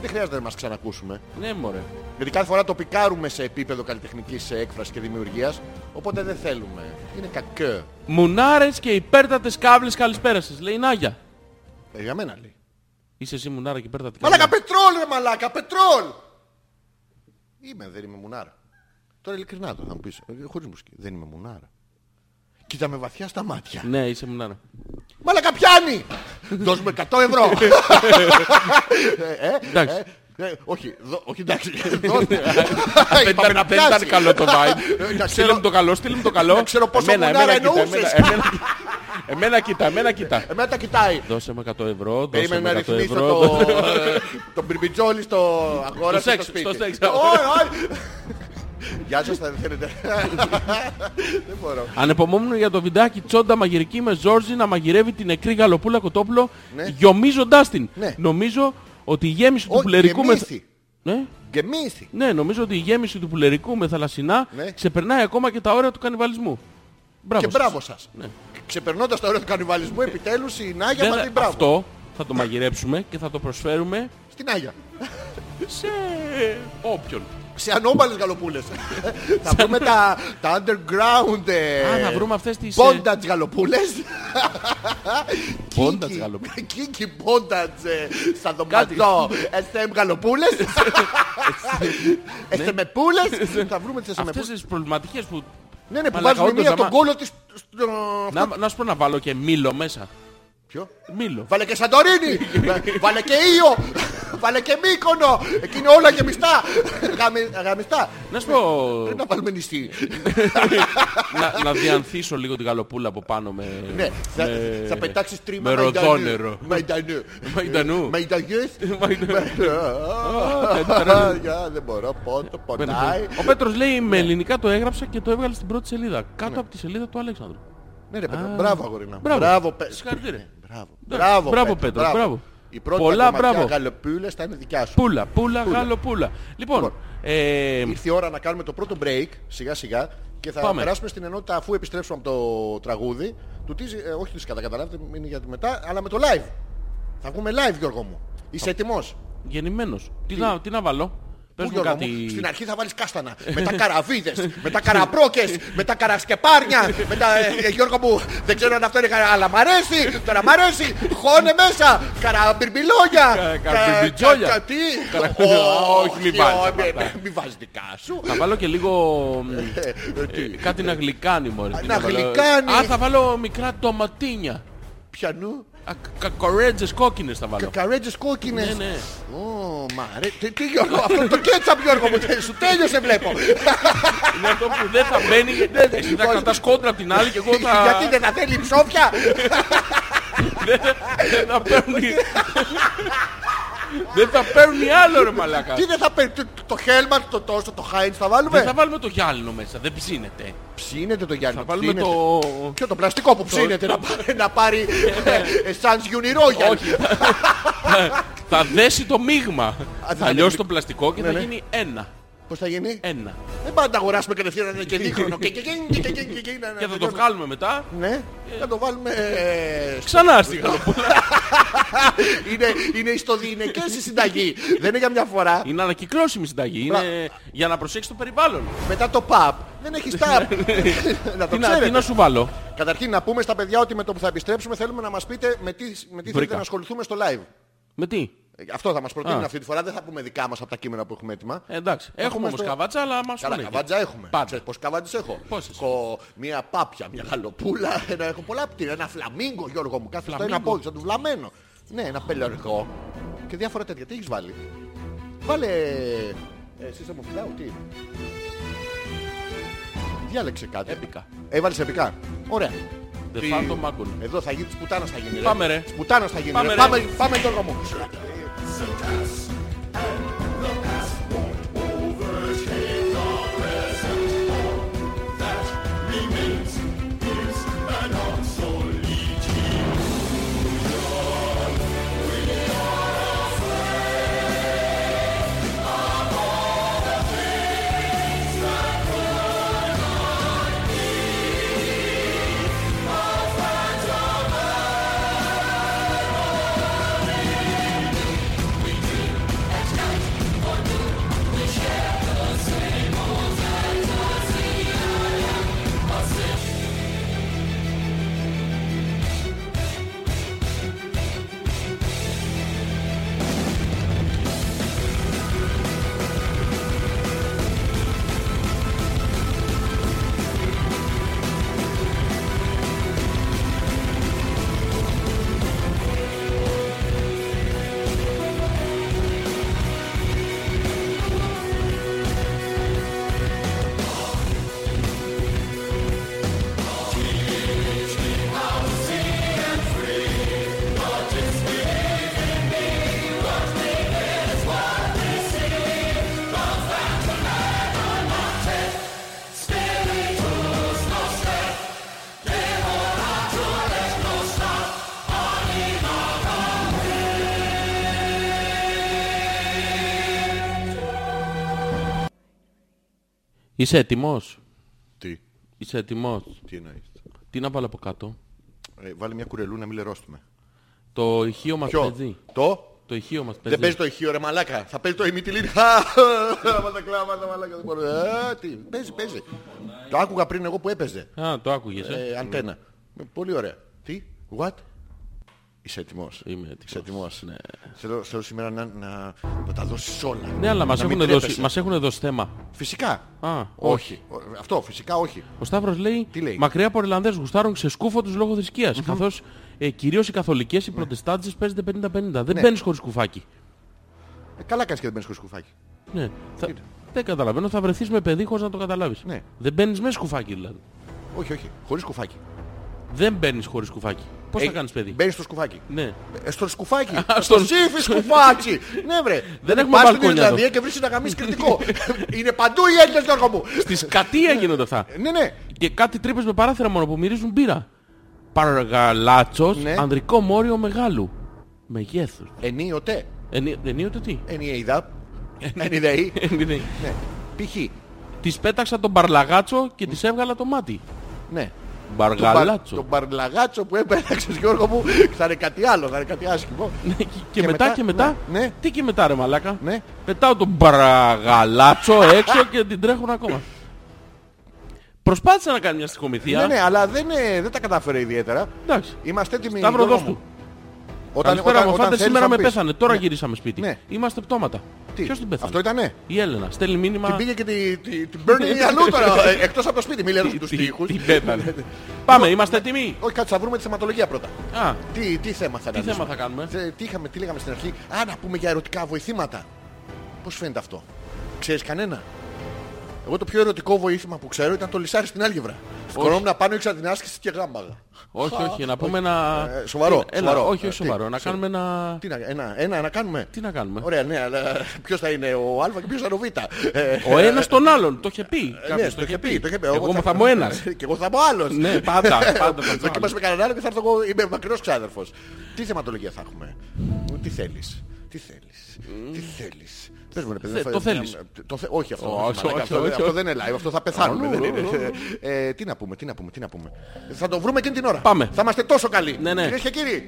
Speaker 1: δεν χρειάζεται να μας ξανακούσουμε.
Speaker 2: Ναι, μωρέ.
Speaker 1: Γιατί κάθε φορά το πικάρουμε σε επίπεδο καλλιτεχνικής έκφρασης και δημιουργίας, οπότε δεν θέλουμε. Είναι κακό.
Speaker 2: Μουνάρες και υπέρτατες κάβλες καλησπέρα σας. Λέει η Νάγια.
Speaker 1: Ε, για μένα λέει.
Speaker 2: Είσαι εσύ μουνάρα και υπέρτατη
Speaker 1: Μαλάκα
Speaker 2: κάβλα.
Speaker 1: πετρόλ, ρε μαλάκα, πετρόλ! Είμαι, δεν είμαι μουνάρα. Τώρα ειλικρινά το θα μου πεις, ε, χωρίς μουσική, δεν είμαι μουνάρα. Κοίτα με βαθιά στα μάτια.
Speaker 2: Ναι, είσαι μουνάρα.
Speaker 1: Μαλάκα πιάνει! Δώσ' μου 100 ευρώ! Ε, ε,
Speaker 2: Εντάξει.
Speaker 1: ε, ε, όχι, δω- όχι εντάξει. Δώσ' μου. Είπαμε να
Speaker 2: Δεν ήταν
Speaker 1: πιάσει.
Speaker 2: καλό το
Speaker 1: Ε,
Speaker 2: vibe.
Speaker 1: να
Speaker 2: Στείλε
Speaker 1: ξέρω-
Speaker 2: μου το καλό, στείλε μου το καλό.
Speaker 1: Να ξέρω πόσο μουνάρα εννοούσες.
Speaker 2: εμένα, εμένα, εμένα κοίτα, εμένα κοίτα.
Speaker 1: Εμένα τα Ε, κοιτάει.
Speaker 2: Δώσε με 100 ευρώ, δώσε
Speaker 1: Περίμενε
Speaker 2: με
Speaker 1: να
Speaker 2: 100
Speaker 1: ρυθμίσω
Speaker 2: ευρώ.
Speaker 1: το,
Speaker 2: δώσε-
Speaker 1: ε, τον μπιρμπιτζόλι στο αγόρα
Speaker 2: Στο
Speaker 1: και
Speaker 2: σεξ,
Speaker 1: σπίτι.
Speaker 2: στο σεξ.
Speaker 1: Όχι, όχι. Γεια σας, θα θέλετε. Δεν μπορώ.
Speaker 2: Ανεπομόμουν για το βιντεάκι τσόντα μαγειρική με Ζόρζι να μαγειρεύει την νεκρή γαλοπούλα κοτόπουλο
Speaker 1: Ναι.
Speaker 2: γιομίζοντάς την.
Speaker 1: Ναι.
Speaker 2: Νομίζω ότι η γέμιση του
Speaker 1: Ω,
Speaker 2: πουλερικού με...
Speaker 1: γεμίσει.
Speaker 2: Ναι.
Speaker 1: Γεμίσει.
Speaker 2: ναι, νομίζω ότι η γέμιση του πουλερικού με θαλασσινά
Speaker 1: Ναι.
Speaker 2: ξεπερνάει ακόμα και τα όρια του κανιβαλισμού. Μπράβο.
Speaker 1: Και
Speaker 2: σας. Ναι.
Speaker 1: μπράβο σας. Ξεπερνώντας τα όρια του κανιβαλισμού, επιτέλους η Νάγια
Speaker 2: Δεν-
Speaker 1: μας λέει μπράβο.
Speaker 2: Αυτό θα το μαγειρέψουμε και θα το προσφέρουμε
Speaker 1: Στην Νάγια.
Speaker 2: σε όποιον.
Speaker 1: σε ανώμαλες γαλοπούλες. θα βρούμε τα, τα underground ε,
Speaker 2: Α, θα βρούμε αυτές τις... ε,
Speaker 1: bondage γαλοπούλες.
Speaker 2: Bondage
Speaker 1: Kinky-
Speaker 2: γαλοπούλες.
Speaker 1: Kinky bondage ε, στα δωματό. SM γαλοπούλες. SM πούλες. Θα βρούμε τις SM
Speaker 2: Ναι. Αυτές
Speaker 1: πούλες.
Speaker 2: τις προβληματικές που...
Speaker 1: Ναι, ναι, που
Speaker 2: Μαλάκα,
Speaker 1: βάζουμε
Speaker 2: όντως,
Speaker 1: μία
Speaker 2: άμα-
Speaker 1: τον κόλο της... στο-
Speaker 2: Να, να σου πω να βάλω και μήλο μέσα.
Speaker 1: Ποιο?
Speaker 2: Μήλο.
Speaker 1: Βάλε και Σαντορίνη! Βάλε και Ίο! Βάλε και μήκονο. Εκεί είναι όλα και μιστά. Γαμι- Γαμιστά.
Speaker 2: Να σου πω.
Speaker 1: Πρέπει να βάλουμε νηστή.
Speaker 2: να, να διανθίσω λίγο την γαλοπούλα από πάνω με.
Speaker 1: Ναι, θα,
Speaker 2: με-
Speaker 1: θα πετάξεις τρίμα
Speaker 2: με
Speaker 1: μαϊντανού.
Speaker 2: ροδόνερο.
Speaker 1: Μαϊντανού. Ε,
Speaker 2: Μαϊντανού.
Speaker 1: Μαϊντανιούς. Γεια, Δεν μπορώ, πόντο, πονάει.
Speaker 2: Ο Πέτρος
Speaker 1: Ναι.
Speaker 2: λέει με ελληνικά το έγραψα και το έβγαλε στην πρώτη σελίδα. Κάτω από τη σελίδα του Αλέξανδρου.
Speaker 1: Ναι ρε Πέτρο,
Speaker 2: Α,
Speaker 1: μπράβο αγορίνα. μου.
Speaker 2: μπράβο.
Speaker 1: Μπράβο Πέτρο.
Speaker 2: Συγχαρητήρια.
Speaker 1: Μπράβο.
Speaker 2: Εντάξει, μπράβο, Πέτρο, μπράβο.
Speaker 1: Η πρώτη
Speaker 2: Πολλά
Speaker 1: Πολλά μπράβο.
Speaker 2: μπράβο.
Speaker 1: γαλοπούλες θα είναι δικιά σου.
Speaker 2: Πούλα, πούλα, γαλοπούλα. Λοιπόν, ε,
Speaker 1: Ήρθε η ώρα να κάνουμε το πρώτο break σιγά σιγά και θα
Speaker 2: Πάμε.
Speaker 1: περάσουμε στην ενότητα αφού επιστρέψουμε από το τραγούδι. Του τι, ζει- ε, όχι τη καταλαβαίνετε, είναι για τη μετά, αλλά με το live. Θα βγούμε live Γιώργο μου. Είσαι έτοιμος.
Speaker 2: γεννημένος. Τι, να, τι να βάλω. Πες
Speaker 1: Πού,
Speaker 2: μου
Speaker 1: Γιώργο μου,
Speaker 2: κάτι.
Speaker 1: Στην αρχή θα βάλεις κάστανα. μετά καραβίδες, μετά καραπρόκες, μετά καρασκεπάρνια. μετά, ε, ε, Γιώργο μου, δεν ξέρω αν αυτό είναι καρα... Αλλά μ' αρέσει, τώρα μ' αρέσει. Χώνε μέσα, καραμπιρμπιλόγια.
Speaker 2: Κα- καραμπιρμπιτζόλια.
Speaker 1: κα- Τι.
Speaker 2: Καρα-
Speaker 1: Όχι,
Speaker 2: Όχι, μη
Speaker 1: όχι,
Speaker 2: βάζεις
Speaker 1: μη-
Speaker 2: αυτά.
Speaker 1: μη βάζεις δικά σου.
Speaker 2: Θα βάλω και λίγο μ,
Speaker 1: Ε, τι.
Speaker 2: ε, κάτι να γλυκάνει μόλις.
Speaker 1: να γλυκάνει.
Speaker 2: Α, θα βάλω μικρά τοματίνια.
Speaker 1: Πιανού,
Speaker 2: Α, κα- Κακορέτζες κόκκινες θα βάλω.
Speaker 1: κακαρέτζες κόκκινες.
Speaker 2: Ναι, ναι.
Speaker 1: Ω, μ' αρέσει. Τι- Τι Γιώργο, αυτό το κέτσαπ Γιώργο μου, σου τέλειωσε βλέπω.
Speaker 2: Είναι αυτό που δεν θα μπαίνει. Εσύ θα κρατάς κόντρα από την άλλη και εγώ θα...
Speaker 1: Ναι, λοιπόν. Γιατί δεν θα θέλει ψόφια.
Speaker 2: Δεν θα παίρνει... Δεν θα παίρνει άλλο ρε μαλάκα.
Speaker 1: Τι δεν θα παίρνει, το- το Χέλμαντ, το Τόστο, το Χάιντ θα
Speaker 2: Δεν
Speaker 1: βάλουμε.
Speaker 2: θα βάλουμε το γυάλινο μέσα, δεν ψήνεται.
Speaker 1: Ψήνεται το Γιάννη.
Speaker 2: Θα βάλουμε
Speaker 1: ψήνεται.
Speaker 2: το...
Speaker 1: Ποιο το πλαστικό που ψήνεται να πάρει, να πάρει ε, σαν γιουνιρόγια.
Speaker 2: Όχι. θα δέσει το μείγμα.
Speaker 1: δεν
Speaker 2: θα
Speaker 1: θα
Speaker 2: λιώσει
Speaker 1: είναι-
Speaker 2: το πλαστικό και
Speaker 1: Ναι,
Speaker 2: θα
Speaker 1: ναι.
Speaker 2: γίνει ένα.
Speaker 1: Πώς θα γίνει.
Speaker 2: Ένα.
Speaker 1: Δεν πάμε να αγοράσουμε κατευθείαν ένα και δίχρονο. Και- και- και- και- και- και- και- και- να-
Speaker 2: Και θα
Speaker 1: να-
Speaker 2: το βγάλουμε μετά.
Speaker 1: Ναι, θα το βάλουμε... ε,
Speaker 2: Ξανά στη γαλοπούλα.
Speaker 1: είναι, είναι ιστοδιειναικές η συνταγή. Δεν είναι για μια φορά.
Speaker 2: Είναι ανακυκλώσιμη συνταγή. Είναι για να προσέξει το περιβάλλον.
Speaker 1: Μετά το pub. Δεν έχεις τάπ. να το
Speaker 2: Τι Ναι. να, τι
Speaker 1: ξέρετε.
Speaker 2: να σου βάλω.
Speaker 1: Καταρχήν να πούμε στα παιδιά ότι με το που θα επιστρέψουμε θέλουμε να μας πείτε με τι, με τι θέλετε
Speaker 2: Βρήκα.
Speaker 1: να ασχοληθούμε στο live.
Speaker 2: Με τι.
Speaker 1: Ε, Αυτό θα μας προτείνουν
Speaker 2: Α.
Speaker 1: αυτή τη φορά. Δεν θα πούμε δικά μας από τα κείμενα που έχουμε έτοιμα.
Speaker 2: Ε, εντάξει. Έχουμε
Speaker 1: πούμε
Speaker 2: όμως
Speaker 1: στο-
Speaker 2: καβάτσα, αλλά μας
Speaker 1: Καλά,
Speaker 2: φωνεί.
Speaker 1: καβάτζα έχουμε.
Speaker 2: Πάντα.
Speaker 1: Ξέρεις πόσες καβάτζες έχω.
Speaker 2: Πόσες.
Speaker 1: Έχω μία πάπια, μία γαλοπούλα, ένα, έχω πολλά πτήρια. Ένα φλαμίγκο, Γιώργο μου. Κάθε στο ένα
Speaker 2: Φλαμίγκο.
Speaker 1: πόδι, σαν τους βλαμμένο. Ναι, ένα πελωρικό. Και διάφορα τέτοια. Τι έχεις βάλει. Βάλε... Ε, Σύστα μου φυλάω, τι. Διάλεξε κάτι.
Speaker 2: Έπικα.
Speaker 1: Έβαλες επικά. Ωραία.
Speaker 2: Δε
Speaker 1: Τι-
Speaker 2: φάρτο μάγκον.
Speaker 1: Εδώ θα γίνει της πουτάνας θα γίνει. ρε.
Speaker 2: Πάμε, ρε.
Speaker 1: Της πουτάνας θα γίνει.
Speaker 2: Πάμε,
Speaker 1: ρε.
Speaker 2: ρε.
Speaker 1: Πάμε, πάμε Γιώργο μου.
Speaker 2: Είσαι έτοιμος.
Speaker 1: Τι,
Speaker 2: Είσαι έτοιμος.
Speaker 1: τι εννοείς.
Speaker 2: Τι να βάλω από κάτω.
Speaker 1: Ε, βάλε μια κουρελού να μην λερώσουμε.
Speaker 2: Το ηχείο μας
Speaker 1: Ποιο.
Speaker 2: παίζει.
Speaker 1: Το.
Speaker 2: Το ηχείο μας παίζει.
Speaker 1: Δεν παίζει το ηχείο ρε μαλάκα. Θα παίζει το ημιτιλίν. Άμα τα κλάματα μαλάκα δεν μπορώ. Ε, τι. Παίζει, παίζει. Το άκουγα πριν εγώ που έπαιζε.
Speaker 2: Α, το άκουγες. ε.
Speaker 1: Ε, Αντένα. Ε, Πολύ ωραία. Τι. What. Είσαι έτοιμος.
Speaker 2: Είμαι έτοιμος.
Speaker 1: Ε, Είσαι έτοιμος. ναι. Θέλω, θέλω σήμερα να, να, να τα δώσεις όλα.
Speaker 2: Ναι, αλλά μας
Speaker 1: Να μην
Speaker 2: έχουν, δώσει,
Speaker 1: τρέπεσαι.
Speaker 2: μας έχουν δώσει θέμα.
Speaker 1: Φυσικά.
Speaker 2: Α,
Speaker 1: όχι. Ο- Αυτό, φυσικά όχι.
Speaker 2: Ο Σταύρος λέει,
Speaker 1: Τι λέει?
Speaker 2: μακριά από Ιρλανδές γουστάρουν σε σκούφο τους λόγω θρησκείας,
Speaker 1: Ναι.
Speaker 2: καθώς ε, κυρίως οι καθολικές, οι προτεστάντζες παίζονται 50-50. Δεν μπαίνεις χωρίς κουφάκι.
Speaker 1: Ε, καλά κάνεις και δεν μπαίνεις χωρίς κουφάκι.
Speaker 2: Ναι. Θα... Δεν καταλαβαίνω, θα βρεθείς με παιδί χωρίς να το καταλάβεις.
Speaker 1: Ναι.
Speaker 2: Δεν μπαίνεις μέσα σκουφάκι δηλαδή.
Speaker 1: Όχι, όχι. Χωρίς κουφάκι.
Speaker 2: Δεν μπαίνεις χωρίς σκουφάκι. Πώς
Speaker 1: Ε,
Speaker 2: θα κάνεις παιδί.
Speaker 1: Μπαίνεις στο σκουφάκι.
Speaker 2: Ναι.
Speaker 1: Ε, στο σκουφάκι.
Speaker 2: Α,
Speaker 1: στο
Speaker 2: στο-
Speaker 1: ψήφι σκουφάκι. ναι, βρε.
Speaker 2: έχουμε
Speaker 1: πας στην
Speaker 2: μπαλκόνια
Speaker 1: Ιρλανδία και βρίσκεις να γαμίσεις κριτικό. Είναι παντού οι Έλληνες, Γιώργο μου.
Speaker 2: Στις κατία γίνονται αυτά.
Speaker 1: Ναι, ναι.
Speaker 2: Και κάτι τρύπες με παράθυρα μόνο που μυρίζουν μπύρα. Παραγαλάτσος,
Speaker 1: Ναι.
Speaker 2: ανδρικό μόριο μεγάλου. Μεγέθους.
Speaker 1: Ενίοτε.
Speaker 2: Ενι- Ενίοτε τι.
Speaker 1: Ενιεϊδά. Ενιδεή.
Speaker 2: Ενιδεή.
Speaker 1: Ναι. Π.χ.
Speaker 2: Της πέταξα τον παρλαγάτσο και της έβγαλα το μάτι.
Speaker 1: Ναι. Το μπαρ- Το
Speaker 2: Μπαργαλάτσο.
Speaker 1: μπαρλαγάτσο που έπαιραξες Γιώργο μου θα είναι κάτι άλλο, θα είναι κάτι άσχημο.
Speaker 2: Ναι, και- Και
Speaker 1: μετά,
Speaker 2: μετά και μετά.
Speaker 1: ναι, ναι.
Speaker 2: Τι και μετά ρε μαλάκα.
Speaker 1: Ναι.
Speaker 2: Πετάω τον παραγαλάτσο έξω και την τρέχουν ακόμα. Προσπάθησα να κάνει μια
Speaker 1: Ναι,
Speaker 2: στοιχομηθεία.
Speaker 1: ναι, αλλά δεν, ε, δεν τα κατάφερε ιδιαίτερα.
Speaker 2: Εντάξει.
Speaker 1: Είμαστε έτοιμοι.
Speaker 2: Σταύρο
Speaker 1: Γιώργο
Speaker 2: δώσ' του.
Speaker 1: μου. Όταν,
Speaker 2: Καλησπέρα μου, φάντε
Speaker 1: θέλεις
Speaker 2: σήμερα
Speaker 1: θα
Speaker 2: με
Speaker 1: μου πεις.
Speaker 2: πέθανε. Τώρα
Speaker 1: Ναι.
Speaker 2: γυρίσαμε σπίτι.
Speaker 1: Ναι.
Speaker 2: Είμαστε πτώματα.
Speaker 1: Τι,
Speaker 2: Ποιος την πέθανε.
Speaker 1: Αυτό ήτανε.
Speaker 2: Η Έλενα. Στέλνει
Speaker 1: Την
Speaker 2: μήνυμα.
Speaker 1: πήγε και την τη, την παίρνει ή αλλού τώρα. ε, Εκτός από το σπίτι, μιλάει
Speaker 2: Τι-
Speaker 1: στους
Speaker 2: τι-
Speaker 1: τοίχους.
Speaker 2: Την πέθανε. Πάμε, είμαστε έτοιμοι.
Speaker 1: Όχι, κάτσε, θα βρούμε τη θεματολογία πρώτα.
Speaker 2: Α,
Speaker 1: Τι, τι θέμα θα
Speaker 2: τι
Speaker 1: αναλύσουμε.
Speaker 2: θέμα θα κάνουμε.
Speaker 1: Θε- Τι, είχαμε, τι λέγαμε στην αρχή. Α, να πούμε για ερωτικά βοηθήματα. Πώς φαίνεται αυτό. Ξέρεις κανένα. Εγώ το πιο ερωτικό βοήθημα που ξέρω ήταν το λυσάρι στην άλγευρα. Σκορόμουν πάνω, ήξερα την άσκηση και γάμπαγα.
Speaker 2: Όχι, όχι, να πούμε ένα.
Speaker 1: Ε, σοβαρό,
Speaker 2: Έλα,
Speaker 1: σοβαρό.
Speaker 2: Όχι, όχι,
Speaker 1: Ε, τι,
Speaker 2: σοβαρό. Να
Speaker 1: σε-
Speaker 2: κάνουμε ένα.
Speaker 1: Τι να, ένα, ένα να κάνουμε.
Speaker 2: Τι να κάνουμε.
Speaker 1: Ωραία, ναι, αλλά ποιος θα είναι ο Α και ποιος θα είναι ο Β. Ε,
Speaker 2: Ο ένας τον άλλον. Το είχε πει.
Speaker 1: ναι,
Speaker 2: Κάποιος
Speaker 1: το είχε πει. το είχε πει.
Speaker 2: Εγώ θα είμαι ο ένας.
Speaker 1: Και εγώ θα είμαι ο άλλος.
Speaker 2: Ναι, πάντα. πάντα θα τσάλω.
Speaker 1: Δοκίμασε με κανέναν άλλο και θα έρθω εγώ. Είμαι μακρινός ξάδερφος. Τι θεματολογία θα έχουμε. Τι θέλεις. Τι θέλεις. Τι θέλεις. Πες μου, ρε παιδί,
Speaker 2: Θε-
Speaker 1: θα-
Speaker 2: το θέλεις.
Speaker 1: το θε- Όχι αυτό.
Speaker 2: Όχι,
Speaker 1: μαλάκα,
Speaker 2: όχι,
Speaker 1: αυτό-
Speaker 2: όχι,
Speaker 1: Αυτό
Speaker 2: όχι.
Speaker 1: δεν είναι live. Αυτό θα πεθάνουμε. δεν είναι. Ε, Τι να πούμε, τι να πούμε, τι να πούμε. Θα το βρούμε εκείνη την ώρα.
Speaker 2: Πάμε.
Speaker 1: Θα είμαστε τόσο καλοί.
Speaker 2: Ναι, ναι.
Speaker 1: Κυρίες και κύριοι.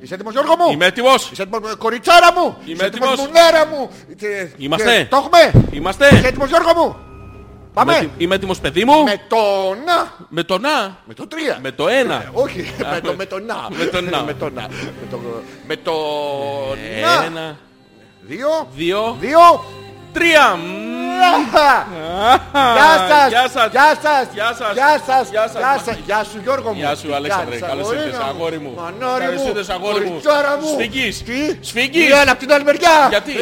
Speaker 1: Είσαι έτοιμος Γιώργο μου.
Speaker 2: Είμαι έτοιμος.
Speaker 1: Είσαι έτοιμος ε, κοριτσάρα μου. Είσαι
Speaker 2: έτοιμος.
Speaker 1: έτοιμος μουνάρα μου. Ε,
Speaker 2: Είμαστε.
Speaker 1: ε, Το έχουμε. Είσαι
Speaker 2: Είμαστε.
Speaker 1: έτοιμος Γιώργο μου.
Speaker 2: Είμαι
Speaker 1: Πάμε.
Speaker 2: έτι- Είμαι έτοιμος παιδί μου.
Speaker 1: Με το να.
Speaker 2: Με το να.
Speaker 1: Με το τρία.
Speaker 2: Με το ένα.
Speaker 1: Όχι, με το, με το να.
Speaker 2: με το να.
Speaker 1: με το να. Με το, με το να.
Speaker 2: Ένα,
Speaker 1: Δύο.
Speaker 2: δύο,
Speaker 1: Δύο.
Speaker 2: τρία.
Speaker 1: Ναι. Γεια σας.
Speaker 2: Γεια σας.
Speaker 1: Γεια σας.
Speaker 2: Γεια σας.
Speaker 1: Γεια σας.
Speaker 2: Γεια σας.
Speaker 1: Γεια σας. Γεια σου Γιώργο μου.
Speaker 2: Γεια σου, Αλέξανδρε.
Speaker 1: Γεια
Speaker 2: Καλώς
Speaker 1: σας,
Speaker 2: ήρθες, αγόρι μου.
Speaker 1: Μανώρι
Speaker 2: Καλώς
Speaker 1: μου.
Speaker 2: ήρθες, αγόρι μου.
Speaker 1: κοριτσάρα μου.
Speaker 2: Σφυγγείς.
Speaker 1: Τι.
Speaker 2: Σφυγγείς.
Speaker 1: Έλα από την άλλη μεριά.
Speaker 2: Γιατί?
Speaker 1: Ε,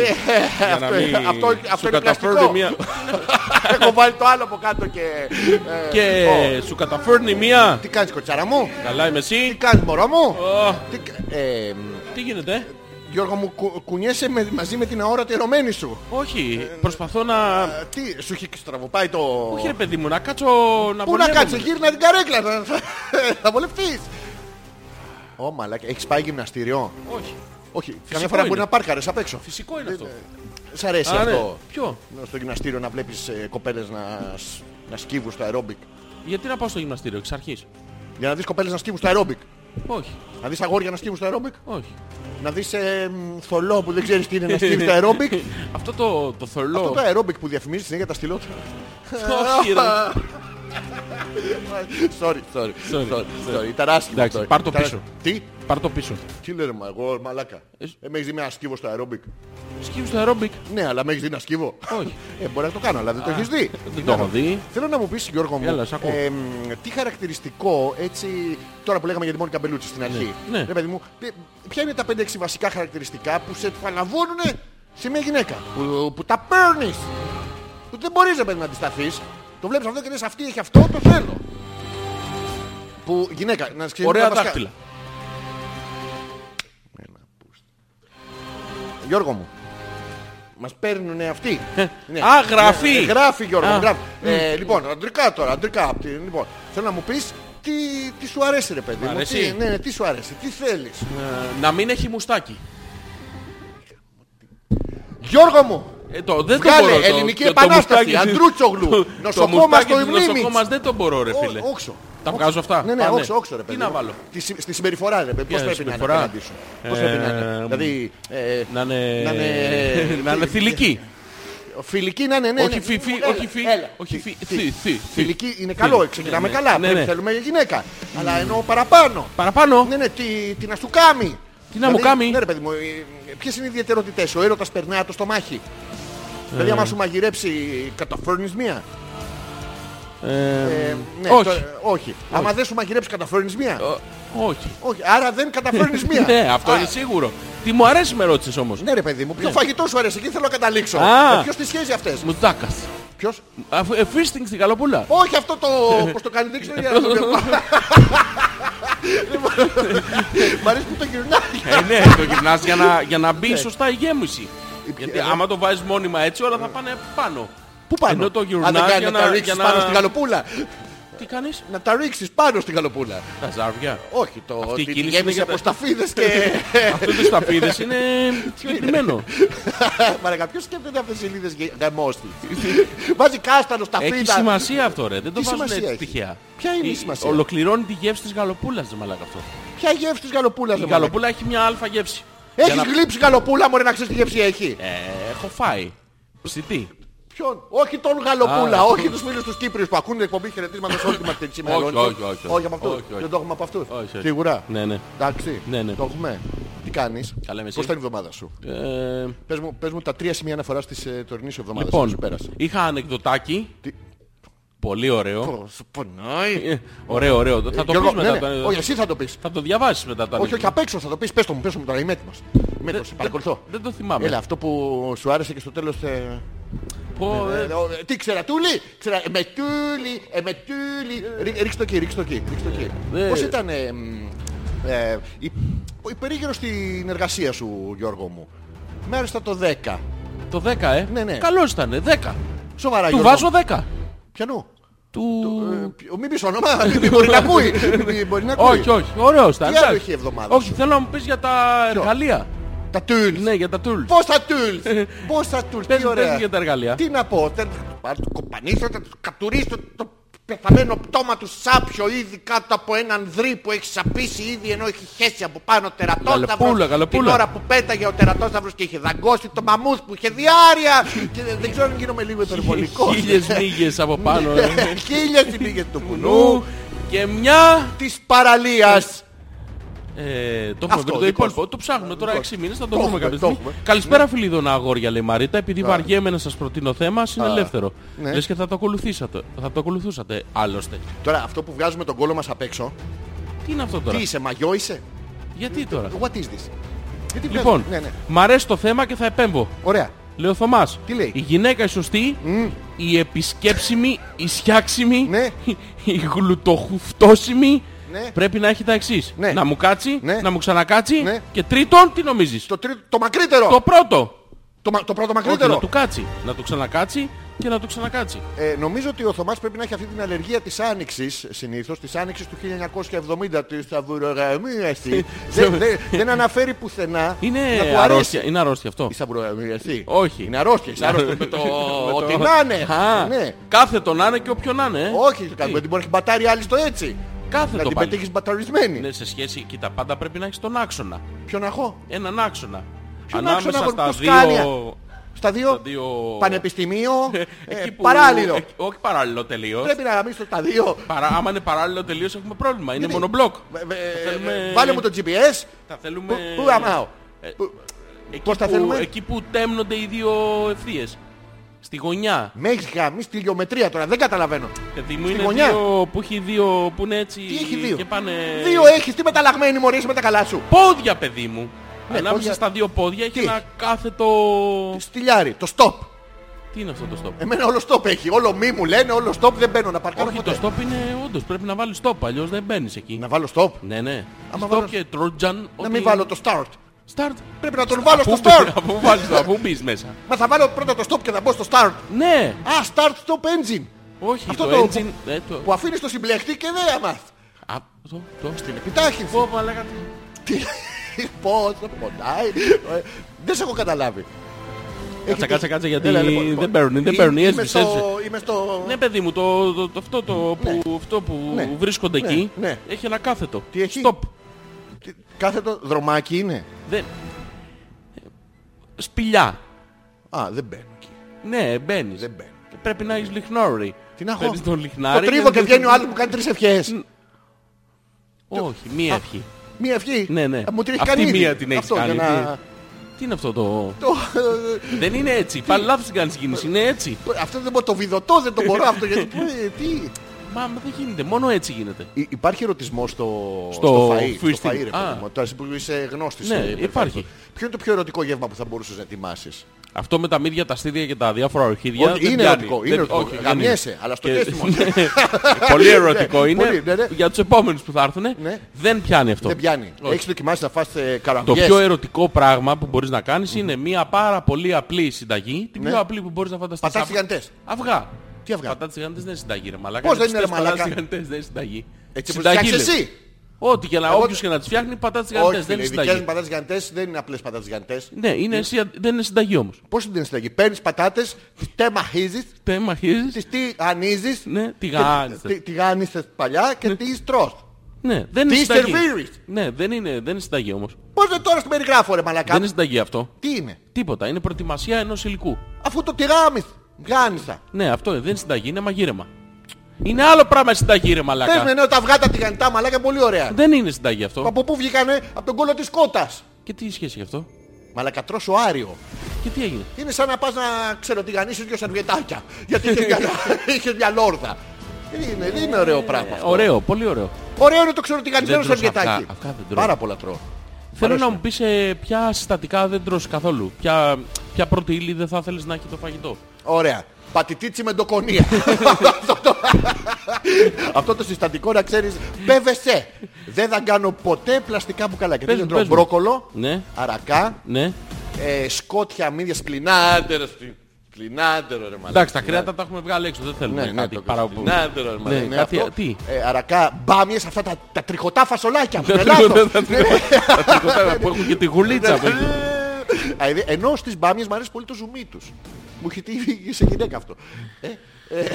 Speaker 2: Για να
Speaker 1: αυτό-
Speaker 2: μην
Speaker 1: αυτό-
Speaker 2: σου
Speaker 1: Αυτό είναι
Speaker 2: καταφέρνει
Speaker 1: πλαστικό.
Speaker 2: μία-
Speaker 1: Έχω βάλει το άλλο από κάτω και... ε,
Speaker 2: Και
Speaker 1: ω.
Speaker 2: σου καταφέρνει μία.
Speaker 1: Τι κάνεις κοριτσάρα μου.
Speaker 2: Καλά είμαι
Speaker 1: Τι
Speaker 2: εσύ.
Speaker 1: κάνεις μωρό μου.
Speaker 2: Ω,
Speaker 1: Τι κα- ε, μ,
Speaker 2: Τι γίνεται.
Speaker 1: Γιώργο μου, κου- κουνιέσαι με- μαζί με την αόρατη ερωμένη σου.
Speaker 2: Όχι. Προσπαθώ να.
Speaker 1: Ε, Τι, σου έχει στραβοπάει το...
Speaker 2: Όχι ρε παιδί μου, να κάτσω να
Speaker 1: Πού να
Speaker 2: βολεύομαι.
Speaker 1: κάτσε, γύρνα την καρέκλα, θα, θα, θα βολευτείς. Ω μαλάκα, έχεις πάει γυμναστήριο.
Speaker 2: Όχι.
Speaker 1: Όχι, καμιά φορά
Speaker 2: είναι.
Speaker 1: μπορεί να πάρκαρες απ' έξω.
Speaker 2: Φυσικό είναι αυτό.
Speaker 1: Σ' αρέσει
Speaker 2: Α,
Speaker 1: αυτό.
Speaker 2: ναι. Ποιο.
Speaker 1: Στο γυμναστήριο να βλέπεις ε, κοπέλες να, σ- να σκύβουν στο αερόμπικ.
Speaker 2: Γιατί να πάω στο γυμναστήριο εξ αρχής.
Speaker 1: Για να δεις κοπέλες να σκύβουν στο αερόμπικ.
Speaker 2: Όχι.
Speaker 1: Να δεις αγόρια να σκύβουν στο αερόμπικ.
Speaker 2: Όχι.
Speaker 1: Να δεις ε, μ, θολό που δεν ξέρεις τι είναι να Ε, σκύβει στο αερόμπικ.
Speaker 2: Αυτό το, το θολό.
Speaker 1: Αυτό το αερόμπικ που διαφημίζεις είναι για τα στυλότερα.
Speaker 2: Όχι ρε.
Speaker 1: Sorry, sorry,
Speaker 2: Sorry,
Speaker 1: sorry,
Speaker 2: sorry.
Speaker 1: sorry. Ήταν άσχημο.
Speaker 2: Εντάξει,
Speaker 1: sorry.
Speaker 2: πάρ' το
Speaker 1: Ήταν-
Speaker 2: πίσω.
Speaker 1: Τι,
Speaker 2: Πάρ το πίσω.
Speaker 1: τι λένε μα, εγώ μαλάκα. Ε,
Speaker 2: Εσύ-
Speaker 1: με έχεις δει με ένα σκύβο στο αερόμπικ.
Speaker 2: Σκύβει στο αερόμπικ.
Speaker 1: Ναι, αλλά με έχεις δει ένα σκύβο.
Speaker 2: Όχι.
Speaker 1: Ε, μπορεί να το κάνω, αλλά δεν το έχεις δει.
Speaker 2: Δεν το έχω δει.
Speaker 1: Θέλω να μου πεις Γιώργο μου,
Speaker 2: Έλα, σ' ακούω.
Speaker 1: ε, μ, τι χαρακτηριστικό έτσι, τώρα που λέγαμε για τη Μόνικα Μπελούτση στην αρχή.
Speaker 2: Ναι, ναι.
Speaker 1: Ρε παιδί μου, τι- ποια είναι τα 5-6 βασικά χαρακτηριστικά που σε φαλαβώνουν σε μια γυναίκα. Που, που τα παίρνεις. Που δεν μπορείς ρε παιδί να αντισταθείς. Το βλέπεις αυτό και λες αυτή έχει αυτό, το θέλω. Που γυναίκα, να σκεφτεί.
Speaker 2: Ωραία δάχτυλα.
Speaker 1: Γιώργο μου. Μας παίρνουν αυτοί. Ναι.
Speaker 2: Ε. Α, γραφεί.
Speaker 1: Ναι, γράφει Γιώργο.
Speaker 2: Α.
Speaker 1: Γράφει. Ε, λοιπόν, αντρικά τώρα, αντρικά. απ' την- Λοιπόν, θέλω να μου πεις τι, τι σου αρέσει ρε παιδί μου.
Speaker 2: αρέσει.
Speaker 1: Τι, ναι, ναι, τι σου αρέσει, τι θέλεις.
Speaker 2: Ε, να μην έχει μουστάκι.
Speaker 1: Γιώργο μου,
Speaker 2: Ε, το, δεν
Speaker 1: Βγάλε
Speaker 2: το μπορώ. το-
Speaker 1: ελληνική
Speaker 2: το- το
Speaker 1: επανάσταση,
Speaker 2: μουστάκι της-
Speaker 1: Αντρούτσογλου,
Speaker 2: το- το
Speaker 1: νοσοκόμα
Speaker 2: μουστάκι
Speaker 1: στο
Speaker 2: της
Speaker 1: Ιβλίμιτς.
Speaker 2: νοσοκόμας δεν το μπορώ ρε
Speaker 1: Ό,
Speaker 2: Ε, φίλε.
Speaker 1: όξω.
Speaker 2: Τα
Speaker 1: Όξω.
Speaker 2: βγάζω αυτά.
Speaker 1: Ναι, ναι,
Speaker 2: Α, ναι.
Speaker 1: όξω, όξο, ρε
Speaker 2: Τι
Speaker 1: παιδί.
Speaker 2: να
Speaker 1: μου.
Speaker 2: βάλω.
Speaker 1: Τη, συ- στη συμπεριφορά, ρε παιδί. Πώ
Speaker 2: Ποια
Speaker 1: πρέπει να είναι
Speaker 2: συμπεριφορά?
Speaker 1: απέναντί σου. Πώς πρέπει να είναι.
Speaker 2: Ε,
Speaker 1: Δηλαδή. ε,
Speaker 2: Να είναι,
Speaker 1: Να είναι-
Speaker 2: να είναι θηλυκή.
Speaker 1: Φιλική να είναι, ναι.
Speaker 2: όχι
Speaker 1: ναι.
Speaker 2: φι, φι,
Speaker 1: Έλα,
Speaker 2: όχι φι,
Speaker 1: έλα.
Speaker 2: όχι
Speaker 1: Θη-
Speaker 2: φι,
Speaker 1: θη-
Speaker 2: θη, θη,
Speaker 1: Φιλική είναι
Speaker 2: θη.
Speaker 1: καλό, ε, ξεκινάμε
Speaker 2: Ναι,
Speaker 1: καλά.
Speaker 2: ναι,
Speaker 1: πρέπει-
Speaker 2: ναι.
Speaker 1: Θέλουμε για γυναίκα. Αλλά εννοώ παραπάνω.
Speaker 2: Παραπάνω.
Speaker 1: Ναι, ναι, τι, τι να σου κάνει.
Speaker 2: Τι να μου κάνει.
Speaker 1: Ναι, ρε παιδί μου, ποιες είναι οι ιδιαιτερότητες. Ο έρωτας περνάει
Speaker 2: Ε.
Speaker 1: το στομάχι. Δηλαδή, άμα σου μαγειρέψει, καταφέρνεις μία. Ε, ναι,
Speaker 2: όχι.
Speaker 1: το- όχι. Άμα δεν σου μαγειρέψει καταφέρνεις μία.
Speaker 2: Ε, όχι.
Speaker 1: Όχι. Άρα δεν καταφέρνεις μία.
Speaker 2: ναι, αυτό
Speaker 1: Α,
Speaker 2: είναι σίγουρο. Τι μου αρέσει με ρώτησες όμως.
Speaker 1: Ναι ρε παιδί μου, ποιο
Speaker 2: Ναι.
Speaker 1: φαγητό σου αρέσει, εκεί θέλω να καταλήξω.
Speaker 2: Α.
Speaker 1: Με ποιος τις σχέζει αυτές.
Speaker 2: Μουτάκα.
Speaker 1: Ποιος.
Speaker 2: ε, Φίστινγκ στην καλοπούλα.
Speaker 1: Όχι αυτό το. Πώς το κάνει, δεν ξέρω για να το κάνω. Λοιπόν, Μ' αρέσει που το γυρνάει.
Speaker 2: Ε, ναι, το γυρνάς για να, για να μπει σωστά η γέμιση.
Speaker 1: Ναι.
Speaker 2: Γιατί
Speaker 1: ε,
Speaker 2: άμα το βάζεις μόνιμα έτσι, όλα θα πάνε πάνω.
Speaker 1: Πού πάνω.
Speaker 2: Ενώ το
Speaker 1: Αν δεν
Speaker 2: γυρνά
Speaker 1: κάνει
Speaker 2: για
Speaker 1: να τα
Speaker 2: να.
Speaker 1: ρίξεις
Speaker 2: Για
Speaker 1: πάνω στην
Speaker 2: να...
Speaker 1: καλοπούλα.
Speaker 2: Τι κάνεις,
Speaker 1: Να τα ρίξεις πάνω στην καλοπούλα.
Speaker 2: τα ζάρια.
Speaker 1: Όχι, το
Speaker 2: Αυτή η
Speaker 1: ότι τη
Speaker 2: κίνηση είναι
Speaker 1: γέμισε
Speaker 2: για τα-
Speaker 1: από σταφίδες και.
Speaker 2: Αυτό το σταφίδες είναι
Speaker 1: Ε.
Speaker 2: συγκεκριμένο.
Speaker 1: Μαρακα, ποιος σκέφτεται αυτές τις σελίδες γαμόστη. Βάζει κάστανο
Speaker 2: Έχει
Speaker 1: σταφίδα.
Speaker 2: σημασία αυτό ρε, δεν το
Speaker 1: Τι
Speaker 2: βάζουν
Speaker 1: σημασία
Speaker 2: έτσι
Speaker 1: έχει?
Speaker 2: τυχαία.
Speaker 1: Ποια είναι η σημασία?
Speaker 2: Ολοκληρώνει τη γεύση της γαλοπούλας, δε μαλάκα αυτό.
Speaker 1: Ποια γεύση της γαλοπούλας
Speaker 2: Η
Speaker 1: δεν
Speaker 2: γαλοπούλα έχει μια αλφα γεύση.
Speaker 1: Έχει
Speaker 2: Για να-
Speaker 1: γλύψει γαλοπούλα, μπορεί να ξέρεις τι γεύση έχει.
Speaker 2: Ε, έχω φάει. Ψητή.
Speaker 1: Ποιον, όχι τον Γαλοπούλα,
Speaker 2: Α.
Speaker 1: όχι τους φίλους τους Κύπριους που ακούνε την εκπομπή χαιρετίσματο όλη τη μαρτυρική σήμερα.
Speaker 2: Όχι, όχι, όχι, όχι.
Speaker 1: Όχι από αυτούς.
Speaker 2: Όχι, όχι.
Speaker 1: Δεν το έχουμε από αυτούς.
Speaker 2: Όχι, όχι.
Speaker 1: Σίγουρα.
Speaker 2: Ναι, ναι.
Speaker 1: Εντάξει.
Speaker 2: Ναι, ναι.
Speaker 1: Το έχουμε. Τι κάνεις,
Speaker 2: Καλά είμαι εσύ.
Speaker 1: Πώς ήταν η εβδομάδα σου.
Speaker 2: Ε,
Speaker 1: Πες μου, πες μου τα τρία σημεία αναφοράς της ε, τωρινής σου εβδομάδας.
Speaker 2: Λοιπόν,
Speaker 1: Σου πέρασε.
Speaker 2: είχα ανεκδοτάκι.
Speaker 1: Τι-
Speaker 2: Πολύ ωραίο.
Speaker 1: Ω, Σου πονάει.
Speaker 2: Ε, Ωραίο, ωραίο. Θα το
Speaker 1: Γιώργο,
Speaker 2: πεις
Speaker 1: ναι,
Speaker 2: μετά.
Speaker 1: ναι.
Speaker 2: το ανεκδοτάκι.
Speaker 1: Όχι, εσύ θα το πεις.
Speaker 2: Θα το διαβάσεις μετά το
Speaker 1: Όχι, όχι,
Speaker 2: ανεκδοτάκι.
Speaker 1: απ' έξω θα το πεις. Πες το μου, πες το μου τώρα, είμαι έτοιμος. Με το, σε παρακολουθώ.
Speaker 2: Δεν το θυμάμαι.
Speaker 1: Έλα, αυτό που σου άρεσε και στο τέλος... ε,
Speaker 2: Πω, ε,
Speaker 1: ε, ε, Τι ξέρα, τούλι, ξέρα, με τούλι, ε, με τούλι. Ρί- Ρίξ' το εκεί, ρίξ' το εκεί, ρίξ' το εκεί.
Speaker 2: Ε,
Speaker 1: Πώς ήταν ε, μ, ε, η, η περίγυρος στην εργασία σου, Γιώργο μου. Με άρεστα το 10.
Speaker 2: Το 10, ε.
Speaker 1: Ναι, ναι.
Speaker 2: Καλός ήταν, 10.
Speaker 1: Σοβαρά,
Speaker 2: Του
Speaker 1: Γιώργο. Ε,
Speaker 2: βάζω 10.
Speaker 1: Πιανού.
Speaker 2: Του...
Speaker 1: Ε, ποιο- Μην πεις όνομα, μην μπορεί να ακούει. Μην μπορεί να ακούει.
Speaker 2: όχι, όχι, ωραίος ήταν.
Speaker 1: Τι άλλο
Speaker 2: εντάξει.
Speaker 1: είχε η εβδομάδα
Speaker 2: Όχι, θέλω να μου πεις για τα εργαλεία.
Speaker 1: Τα τούλ.
Speaker 2: Ναι, για τα tools.
Speaker 1: Πώς τα τούλ. Πώς τα τούλ.
Speaker 2: Πες
Speaker 1: Τι
Speaker 2: μου, πες μου
Speaker 1: ωραία.
Speaker 2: για τα εργαλεία.
Speaker 1: Τι να πω, θα το κοπανίσω, θα το κατουρίσω το πεθαμένο πτώμα του σάπιο ήδη κάτω από έναν δρύ που έχει σαπίσει ήδη ενώ έχει χέσει από πάνω
Speaker 2: Γαλοπούλα,
Speaker 1: τερατόσταυρος την
Speaker 2: γαλοπούλα.
Speaker 1: ώρα που πέταγε ο τερατόσταυρος και είχε δαγκώσει το μαμούθ που είχε διάρκεια και δεν- δεν ξέρω αν γίνομαι λίγο υπερβολικός
Speaker 2: Χίλιες μύγες από
Speaker 1: Ναι.
Speaker 2: πάνω. ε.
Speaker 1: χίλιες την πήγε του
Speaker 2: Νου
Speaker 1: βουνού
Speaker 2: και μια...
Speaker 1: της παραλίας
Speaker 2: Ε, το
Speaker 1: Αυτό,
Speaker 2: έχουμε βρει το
Speaker 1: δικό
Speaker 2: υπόλοιπο.
Speaker 1: σου. Λοιπόν,
Speaker 2: Το ψάχνουμε τώρα 6 μήνες, θα το
Speaker 1: Το
Speaker 2: βρούμε
Speaker 1: έχουμε, το
Speaker 2: κάποια στιγμή.
Speaker 1: έχουμε. Ναι.
Speaker 2: Καλησπέρα φιλίδωνα αγόρια, λέει η Μαρίτα. Επειδή βαριέμαι να σας προτείνω θέμα, είναι ελεύθερο.
Speaker 1: ναι.
Speaker 2: Λες και θα το ακολουθήσατε. Θα το ακολουθούσατε άλλωστε.
Speaker 1: Τώρα αυτό που βγάζουμε τον κόλο μας απ' έξω
Speaker 2: Τι είναι αυτό τώρα.
Speaker 1: Τι είσαι, μαγιό είσαι
Speaker 2: Γιατί τώρα.
Speaker 1: What is this Γιατί
Speaker 2: Λοιπόν,
Speaker 1: βγάζουμε- ναι, ναι.
Speaker 2: μ' αρέσει το θέμα και θα επέμβω.
Speaker 1: Ωραία
Speaker 2: Λέω Θωμάς,
Speaker 1: Τι λέει?
Speaker 2: η γυναίκα η σωστή, η επισκέψιμη, η σιάξιμη,
Speaker 1: Ναι.
Speaker 2: η γλουτοχουφτώσιμη,
Speaker 1: Ναι.
Speaker 2: πρέπει να έχει τα εξής.
Speaker 1: Ναι.
Speaker 2: Να μου κάτσει,
Speaker 1: Ναι.
Speaker 2: να μου ξανακάτσει
Speaker 1: Ναι.
Speaker 2: και τρίτον, τι νομίζεις.
Speaker 1: Το, τρίτο, το μακρύτερο!
Speaker 2: Το πρώτο.
Speaker 1: Το, μα- το πρώτο
Speaker 2: Όχι,
Speaker 1: μακρύτερο.
Speaker 2: να του κάτσει. Να του ξανακάτσει και να του ξανακάτσει.
Speaker 1: Ε, νομίζω ότι ο Θωμάς πρέπει να έχει αυτή την αλλεργία της Άνοιξης συνήθως, της Άνοιξης του 1970, της Σαβουρογαμίας. της. δεν, δεν, δεν αναφέρει πουθενά
Speaker 2: Είναι
Speaker 1: να του αρέσει.
Speaker 2: αρρώστια, είναι αρρώστια αυτό.
Speaker 1: Η Σαβουρογαμία, εσύ.
Speaker 2: Όχι.
Speaker 1: Είναι αρρώστια. Είσαι άρρωστος με το...
Speaker 2: Με το-
Speaker 1: Ότι να είναι.
Speaker 2: Α,
Speaker 1: Ναι.
Speaker 2: Κάθε τον να είναι και όποιον να είναι. ε.
Speaker 1: Όχι, γιατί μπορεί να έχει μπατάρει άλλη στο έτσι.
Speaker 2: Κάθε
Speaker 1: Να
Speaker 2: το
Speaker 1: την
Speaker 2: πάλι.
Speaker 1: πετύχεις μπαταρισμένη.
Speaker 2: Ναι, σε σχέση, κοίτα, πάντα πρέπει να έχεις τον άξονα.
Speaker 1: Ποιον αχώ.
Speaker 2: Έναν άξονα.
Speaker 1: Ποιον
Speaker 2: Ανάμεσα
Speaker 1: άξονα,
Speaker 2: στα
Speaker 1: πώς
Speaker 2: δύο...
Speaker 1: κάνει? Στα δύο.
Speaker 2: Στα δύο-
Speaker 1: Πανεπιστημίο. ε,
Speaker 2: Εκεί που-
Speaker 1: Παράλληλο.
Speaker 2: εκ- όχι παράλληλο τελείως.
Speaker 1: Πρέπει να γαμίσω τα δύο.
Speaker 2: Παρά, άμα είναι παράλληλο τελείως έχουμε πρόβλημα. Είναι
Speaker 1: Γιατί?
Speaker 2: μονομπλοκ.
Speaker 1: Ε, ε, ε,
Speaker 2: θέλουμε-
Speaker 1: Βάλε μου το GPS.
Speaker 2: Τα θέλουμε.
Speaker 1: Πού γαμάω. Πού-
Speaker 2: Εκεί
Speaker 1: πώς τα
Speaker 2: που-
Speaker 1: θέλουμε?
Speaker 2: Εκεί που τέμνονται οι δύο ευθείες. Στη γωνιά.
Speaker 1: Με έχεις γαμίσει τη γεωμετρία τώρα, δεν καταλαβαίνω.
Speaker 2: Γιατί μου
Speaker 1: Στη
Speaker 2: είναι
Speaker 1: γωνιά.
Speaker 2: δύο που έχει δύο που είναι έτσι.
Speaker 1: Τι έχει δύο.
Speaker 2: Και πάνε.
Speaker 1: Δύο ε- έχεις, τι μεταλλαγμένη μωρείς με τα καλά σου.
Speaker 2: Πόδια, παιδί μου.
Speaker 1: Ναι,
Speaker 2: Ανάμεσα
Speaker 1: πόδια.
Speaker 2: στα δύο πόδια έχει
Speaker 1: Τι
Speaker 2: ένα
Speaker 1: έχει?
Speaker 2: κάθετο.
Speaker 1: Στυλιάρι, το stop.
Speaker 2: Τι είναι αυτό το stop.
Speaker 1: Εμένα όλο stop έχει. Όλο μη μου λένε, όλο stop δεν μπαίνω να παρκάρω
Speaker 2: Όχι,
Speaker 1: ποτέ.
Speaker 2: το stop είναι όντως. Πρέπει να βάλεις stop, αλλιώς δεν μπαίνεις εκεί.
Speaker 1: Να βάλω stop.
Speaker 2: Ναι, ναι.
Speaker 1: Άμα
Speaker 2: stop
Speaker 1: βάλω-
Speaker 2: και Trojan.
Speaker 1: Να μην βάλω το start.
Speaker 2: Start.
Speaker 1: Πρέπει να τον βάλω στο
Speaker 2: Αφού-
Speaker 1: start.
Speaker 2: Αφού βάλεις το, αφού μπεις μέσα.
Speaker 1: Μα θα βάλω πρώτα το stop και θα μπω στο start.
Speaker 2: Ναι,
Speaker 1: Α, start stop engine.
Speaker 2: όχι,
Speaker 1: Αυτό
Speaker 2: το,
Speaker 1: το-
Speaker 2: engine... ε, το...
Speaker 1: Που αφήνεις το συμπλεχτή και δεν αμάθ.
Speaker 2: Α, το, το, στην
Speaker 1: Επιτάχυνση.
Speaker 2: Πω, μαλάκα, τι-
Speaker 1: Τι- Πώς, πονάει. Ε, Δεν σε έχω καταλάβει. Έχετε-
Speaker 2: κάτσε, κάτσε, γιατί
Speaker 1: Έλα, λοιπόν,
Speaker 2: δεν παίρνει, δεν
Speaker 1: Εί-
Speaker 2: παίρνει,
Speaker 1: είμαι
Speaker 2: έσβησε,
Speaker 1: στο- Είμαι στο...
Speaker 2: Ναι, παιδί μου, το, το, το- αυτό, το που, αυτό που
Speaker 1: Ναι.
Speaker 2: βρίσκονται
Speaker 1: Ναι,
Speaker 2: εκεί
Speaker 1: ναι.
Speaker 2: έχει ένα κάθετο.
Speaker 1: Τι έχει?
Speaker 2: Stop.
Speaker 1: Τι- Κάθετο δρομάκι είναι.
Speaker 2: Δεν... Σπηλιά.
Speaker 1: Α, δεν μπαίνω εκεί.
Speaker 2: Ναι, μπαίνεις.
Speaker 1: Δεν μπαίνω.
Speaker 2: Πρέπει να έχεις λιχνάρι.
Speaker 1: Τι να έχω.
Speaker 2: Παίρνεις τον
Speaker 1: Το
Speaker 2: λιχνάρι.
Speaker 1: τρίβω και βγαίνει ο άλλος που κάνει τρεις ευχές.
Speaker 2: Όχι, μία ευχή.
Speaker 1: Μία ευχή.
Speaker 2: Ναι, ναι.
Speaker 1: Α, Μου την έχει
Speaker 2: Αυτή
Speaker 1: κάνει ήδη.
Speaker 2: μία την έχεις
Speaker 1: Αυτό,
Speaker 2: κάνει, ναι.
Speaker 1: για να-
Speaker 2: Τι είναι αυτό το...
Speaker 1: Το-
Speaker 2: Δεν είναι έτσι. Παλάψιγκαν κίνηση είναι έτσι.
Speaker 1: Αυτό δεν μπορώ, το βιδωτό δεν το μπορώ αυτό. Γιατί, ε, τι.
Speaker 2: Μα μα δεν γίνεται. Μόνο έτσι γίνεται.
Speaker 1: Υ- Υπάρχει ερωτισμός στο,
Speaker 2: Στο
Speaker 1: στο φαΐ, στο
Speaker 2: φουστί.
Speaker 1: φαΐ, ρε
Speaker 2: Α.
Speaker 1: παιδί μου. Τώρα εσύ που είσαι γνώστης.
Speaker 2: Ναι,
Speaker 1: ε, περιβάλλοντος.
Speaker 2: υπάρχει.
Speaker 1: Ποιο είναι το πιο ερωτικό γεύμα που θα μπορούσες να ετοιμάσεις.
Speaker 2: Αυτό με τα μύδια, τα στίδια και τα διάφορα ορχίδια.
Speaker 1: Όχι,
Speaker 2: δεν
Speaker 1: είναι
Speaker 2: πιάνει.
Speaker 1: ερωτικό.
Speaker 2: Δεν-
Speaker 1: Είναι ερωτικό.
Speaker 2: όχι, δεν
Speaker 1: Γαμιέσαι,
Speaker 2: είναι.
Speaker 1: αλλά στο
Speaker 2: Και-
Speaker 1: κέστημα.
Speaker 2: Πολύ ερωτικό
Speaker 1: Ναι,
Speaker 2: είναι.
Speaker 1: πολύ, ναι, ναι.
Speaker 2: Για τους επόμενους που θα έρθουν
Speaker 1: Ναι.
Speaker 2: δεν πιάνει αυτό.
Speaker 1: Δεν πιάνει.
Speaker 2: Όχι.
Speaker 1: Έχεις δοκιμάσει να φας ε,
Speaker 2: Το
Speaker 1: καραβιές.
Speaker 2: πιο ερωτικό πράγμα που μπορείς να κάνεις είναι μια πάρα πολύ απλή συνταγή. Την
Speaker 1: Ναι.
Speaker 2: πιο απλή που μπορείς να φανταστείς.
Speaker 1: Πατάτες τηγανιτές.
Speaker 2: Αυγά.
Speaker 1: Τι αυγά?
Speaker 2: Πατάτες τηγανιτές δεν είναι συνταγή ρε μαλάκα.
Speaker 1: Πώς δεν είναι, ρε
Speaker 2: Πατάτες
Speaker 1: μαλάκα?
Speaker 2: τηγανιτές δεν είναι συνταγή.
Speaker 1: Έτσι που
Speaker 2: Συνταγή
Speaker 1: φτιάξεις
Speaker 2: λέμε.
Speaker 1: εσύ.
Speaker 2: Ό,τι και να,
Speaker 1: Εγώ-
Speaker 2: όποιος και να τις φτιάχνει, πατάτες
Speaker 1: Όχι,
Speaker 2: τηγανιτές
Speaker 1: φίλε,
Speaker 2: δεν είναι
Speaker 1: οι δικές μου
Speaker 2: συνταγή.
Speaker 1: πατάτες γιγαντές δεν είναι απλές πατάτες γιγαντές.
Speaker 2: Ναι, είναι, εσύ- δεν είναι συνταγή όμως.
Speaker 1: Πώς την συνταγή. Παίρνεις πατάτες, τις τεμαχίζεις,
Speaker 2: Τε μαχίζεις,
Speaker 1: τις τι ανίζεις,
Speaker 2: ναι, τηγάνιστε.
Speaker 1: τι γάνισες παλιά και τις τρως.
Speaker 2: Ναι, δεν είναι
Speaker 1: Τι
Speaker 2: συνταγή.
Speaker 1: σερβίρεις.
Speaker 2: Ναι, δεν είναι, δεν είναι συνταγή όμως.
Speaker 1: Πώς δεν τώρα στην περιγράφω ρε
Speaker 2: Δεν είναι
Speaker 1: μαλακά.
Speaker 2: συνταγή αυτό.
Speaker 1: Τι είναι.
Speaker 2: Τίποτα. Είναι προετοιμασία ενός υλικού.
Speaker 1: Αφού το τηγάμεις. Γάνισα.
Speaker 2: Ναι, αυτό δεν είναι συνταγή, είναι μαγείρεμα. Είναι άλλο πράγμα η συνταγή, ρε
Speaker 1: Πες με
Speaker 2: μαλάκα.
Speaker 1: ναι, τα αυγά τα τηγανιτά μαλάκα πολύ ωραία.
Speaker 2: Δεν είναι συνταγή αυτό.
Speaker 1: Από πού βγήκανε, από τον κόλο της κότας.
Speaker 2: Και τι σχέση έχει αυτό.
Speaker 1: Μαλακατρός ο Άριο.
Speaker 2: Και τι έγινε.
Speaker 1: Είναι σαν να πας να ξέρω τι γανίσεις δυο σερβιετάκια. Γιατί είχες μια, είχες μια λόρδα. Είναι, δεν είναι
Speaker 2: Ε,
Speaker 1: ωραίο πράγμα. αυτό.
Speaker 2: Ωραίο, πολύ ωραίο.
Speaker 1: Ωραίο είναι το ξέρω τι γανισμένο
Speaker 2: Δεν τρως
Speaker 1: σερβιετάκι.
Speaker 2: αυγά, αυγά δεν τρώω.
Speaker 1: Πάρα πολλά τρώω.
Speaker 2: Θέλω να μου πεις ε, ποια συστατικά δεν τρως καθόλου. Ποια, ποια πρώτη ύλη δεν θα ήθελες να έχει το φαγητό.
Speaker 1: Ωραία. Πατητίτσι με ντοκονία. Αυτό το- Αυτό το συστατικό να ξέρεις Μπέβεσαι. Δεν θα κάνω ποτέ πλαστικά μπουκαλάκια.
Speaker 2: Πες
Speaker 1: Δεν
Speaker 2: μου,
Speaker 1: τρώω
Speaker 2: πες μου.
Speaker 1: μπρόκολο,
Speaker 2: Ναι,
Speaker 1: αρακά,
Speaker 2: ναι.
Speaker 1: ε, σκότια, μύδια, σπλινάτερο. Σπλινάτερο ρε μαλάκα.
Speaker 2: Εντάξει, τα κρέατα τα έχουμε βγάλει έξω. Δεν θέλουμε
Speaker 1: Ναι, ναι,
Speaker 2: κάτι
Speaker 1: το
Speaker 2: παραπάνω.
Speaker 1: καστινάτερο, ρε μαλάκα.
Speaker 2: Ναι,
Speaker 1: Ναι,
Speaker 2: κάτι-
Speaker 1: αυτό,
Speaker 2: τι?
Speaker 1: ε, αρακά, μπάμιες, αυτά τα, τα τριχωτά φασολάκια.
Speaker 2: Τα
Speaker 1: με λάδο.
Speaker 2: τριχωτά- τα τριχωτά ναι, που έχουν και τη γουλίτσα
Speaker 1: Ναι.
Speaker 2: που έχουν.
Speaker 1: Α, ε, Ενώ στις μπάμιες μου αρέσει πολύ το ζουμί τους. Μου έχει τύχει σε γυναίκα αυτό. Ε, ε,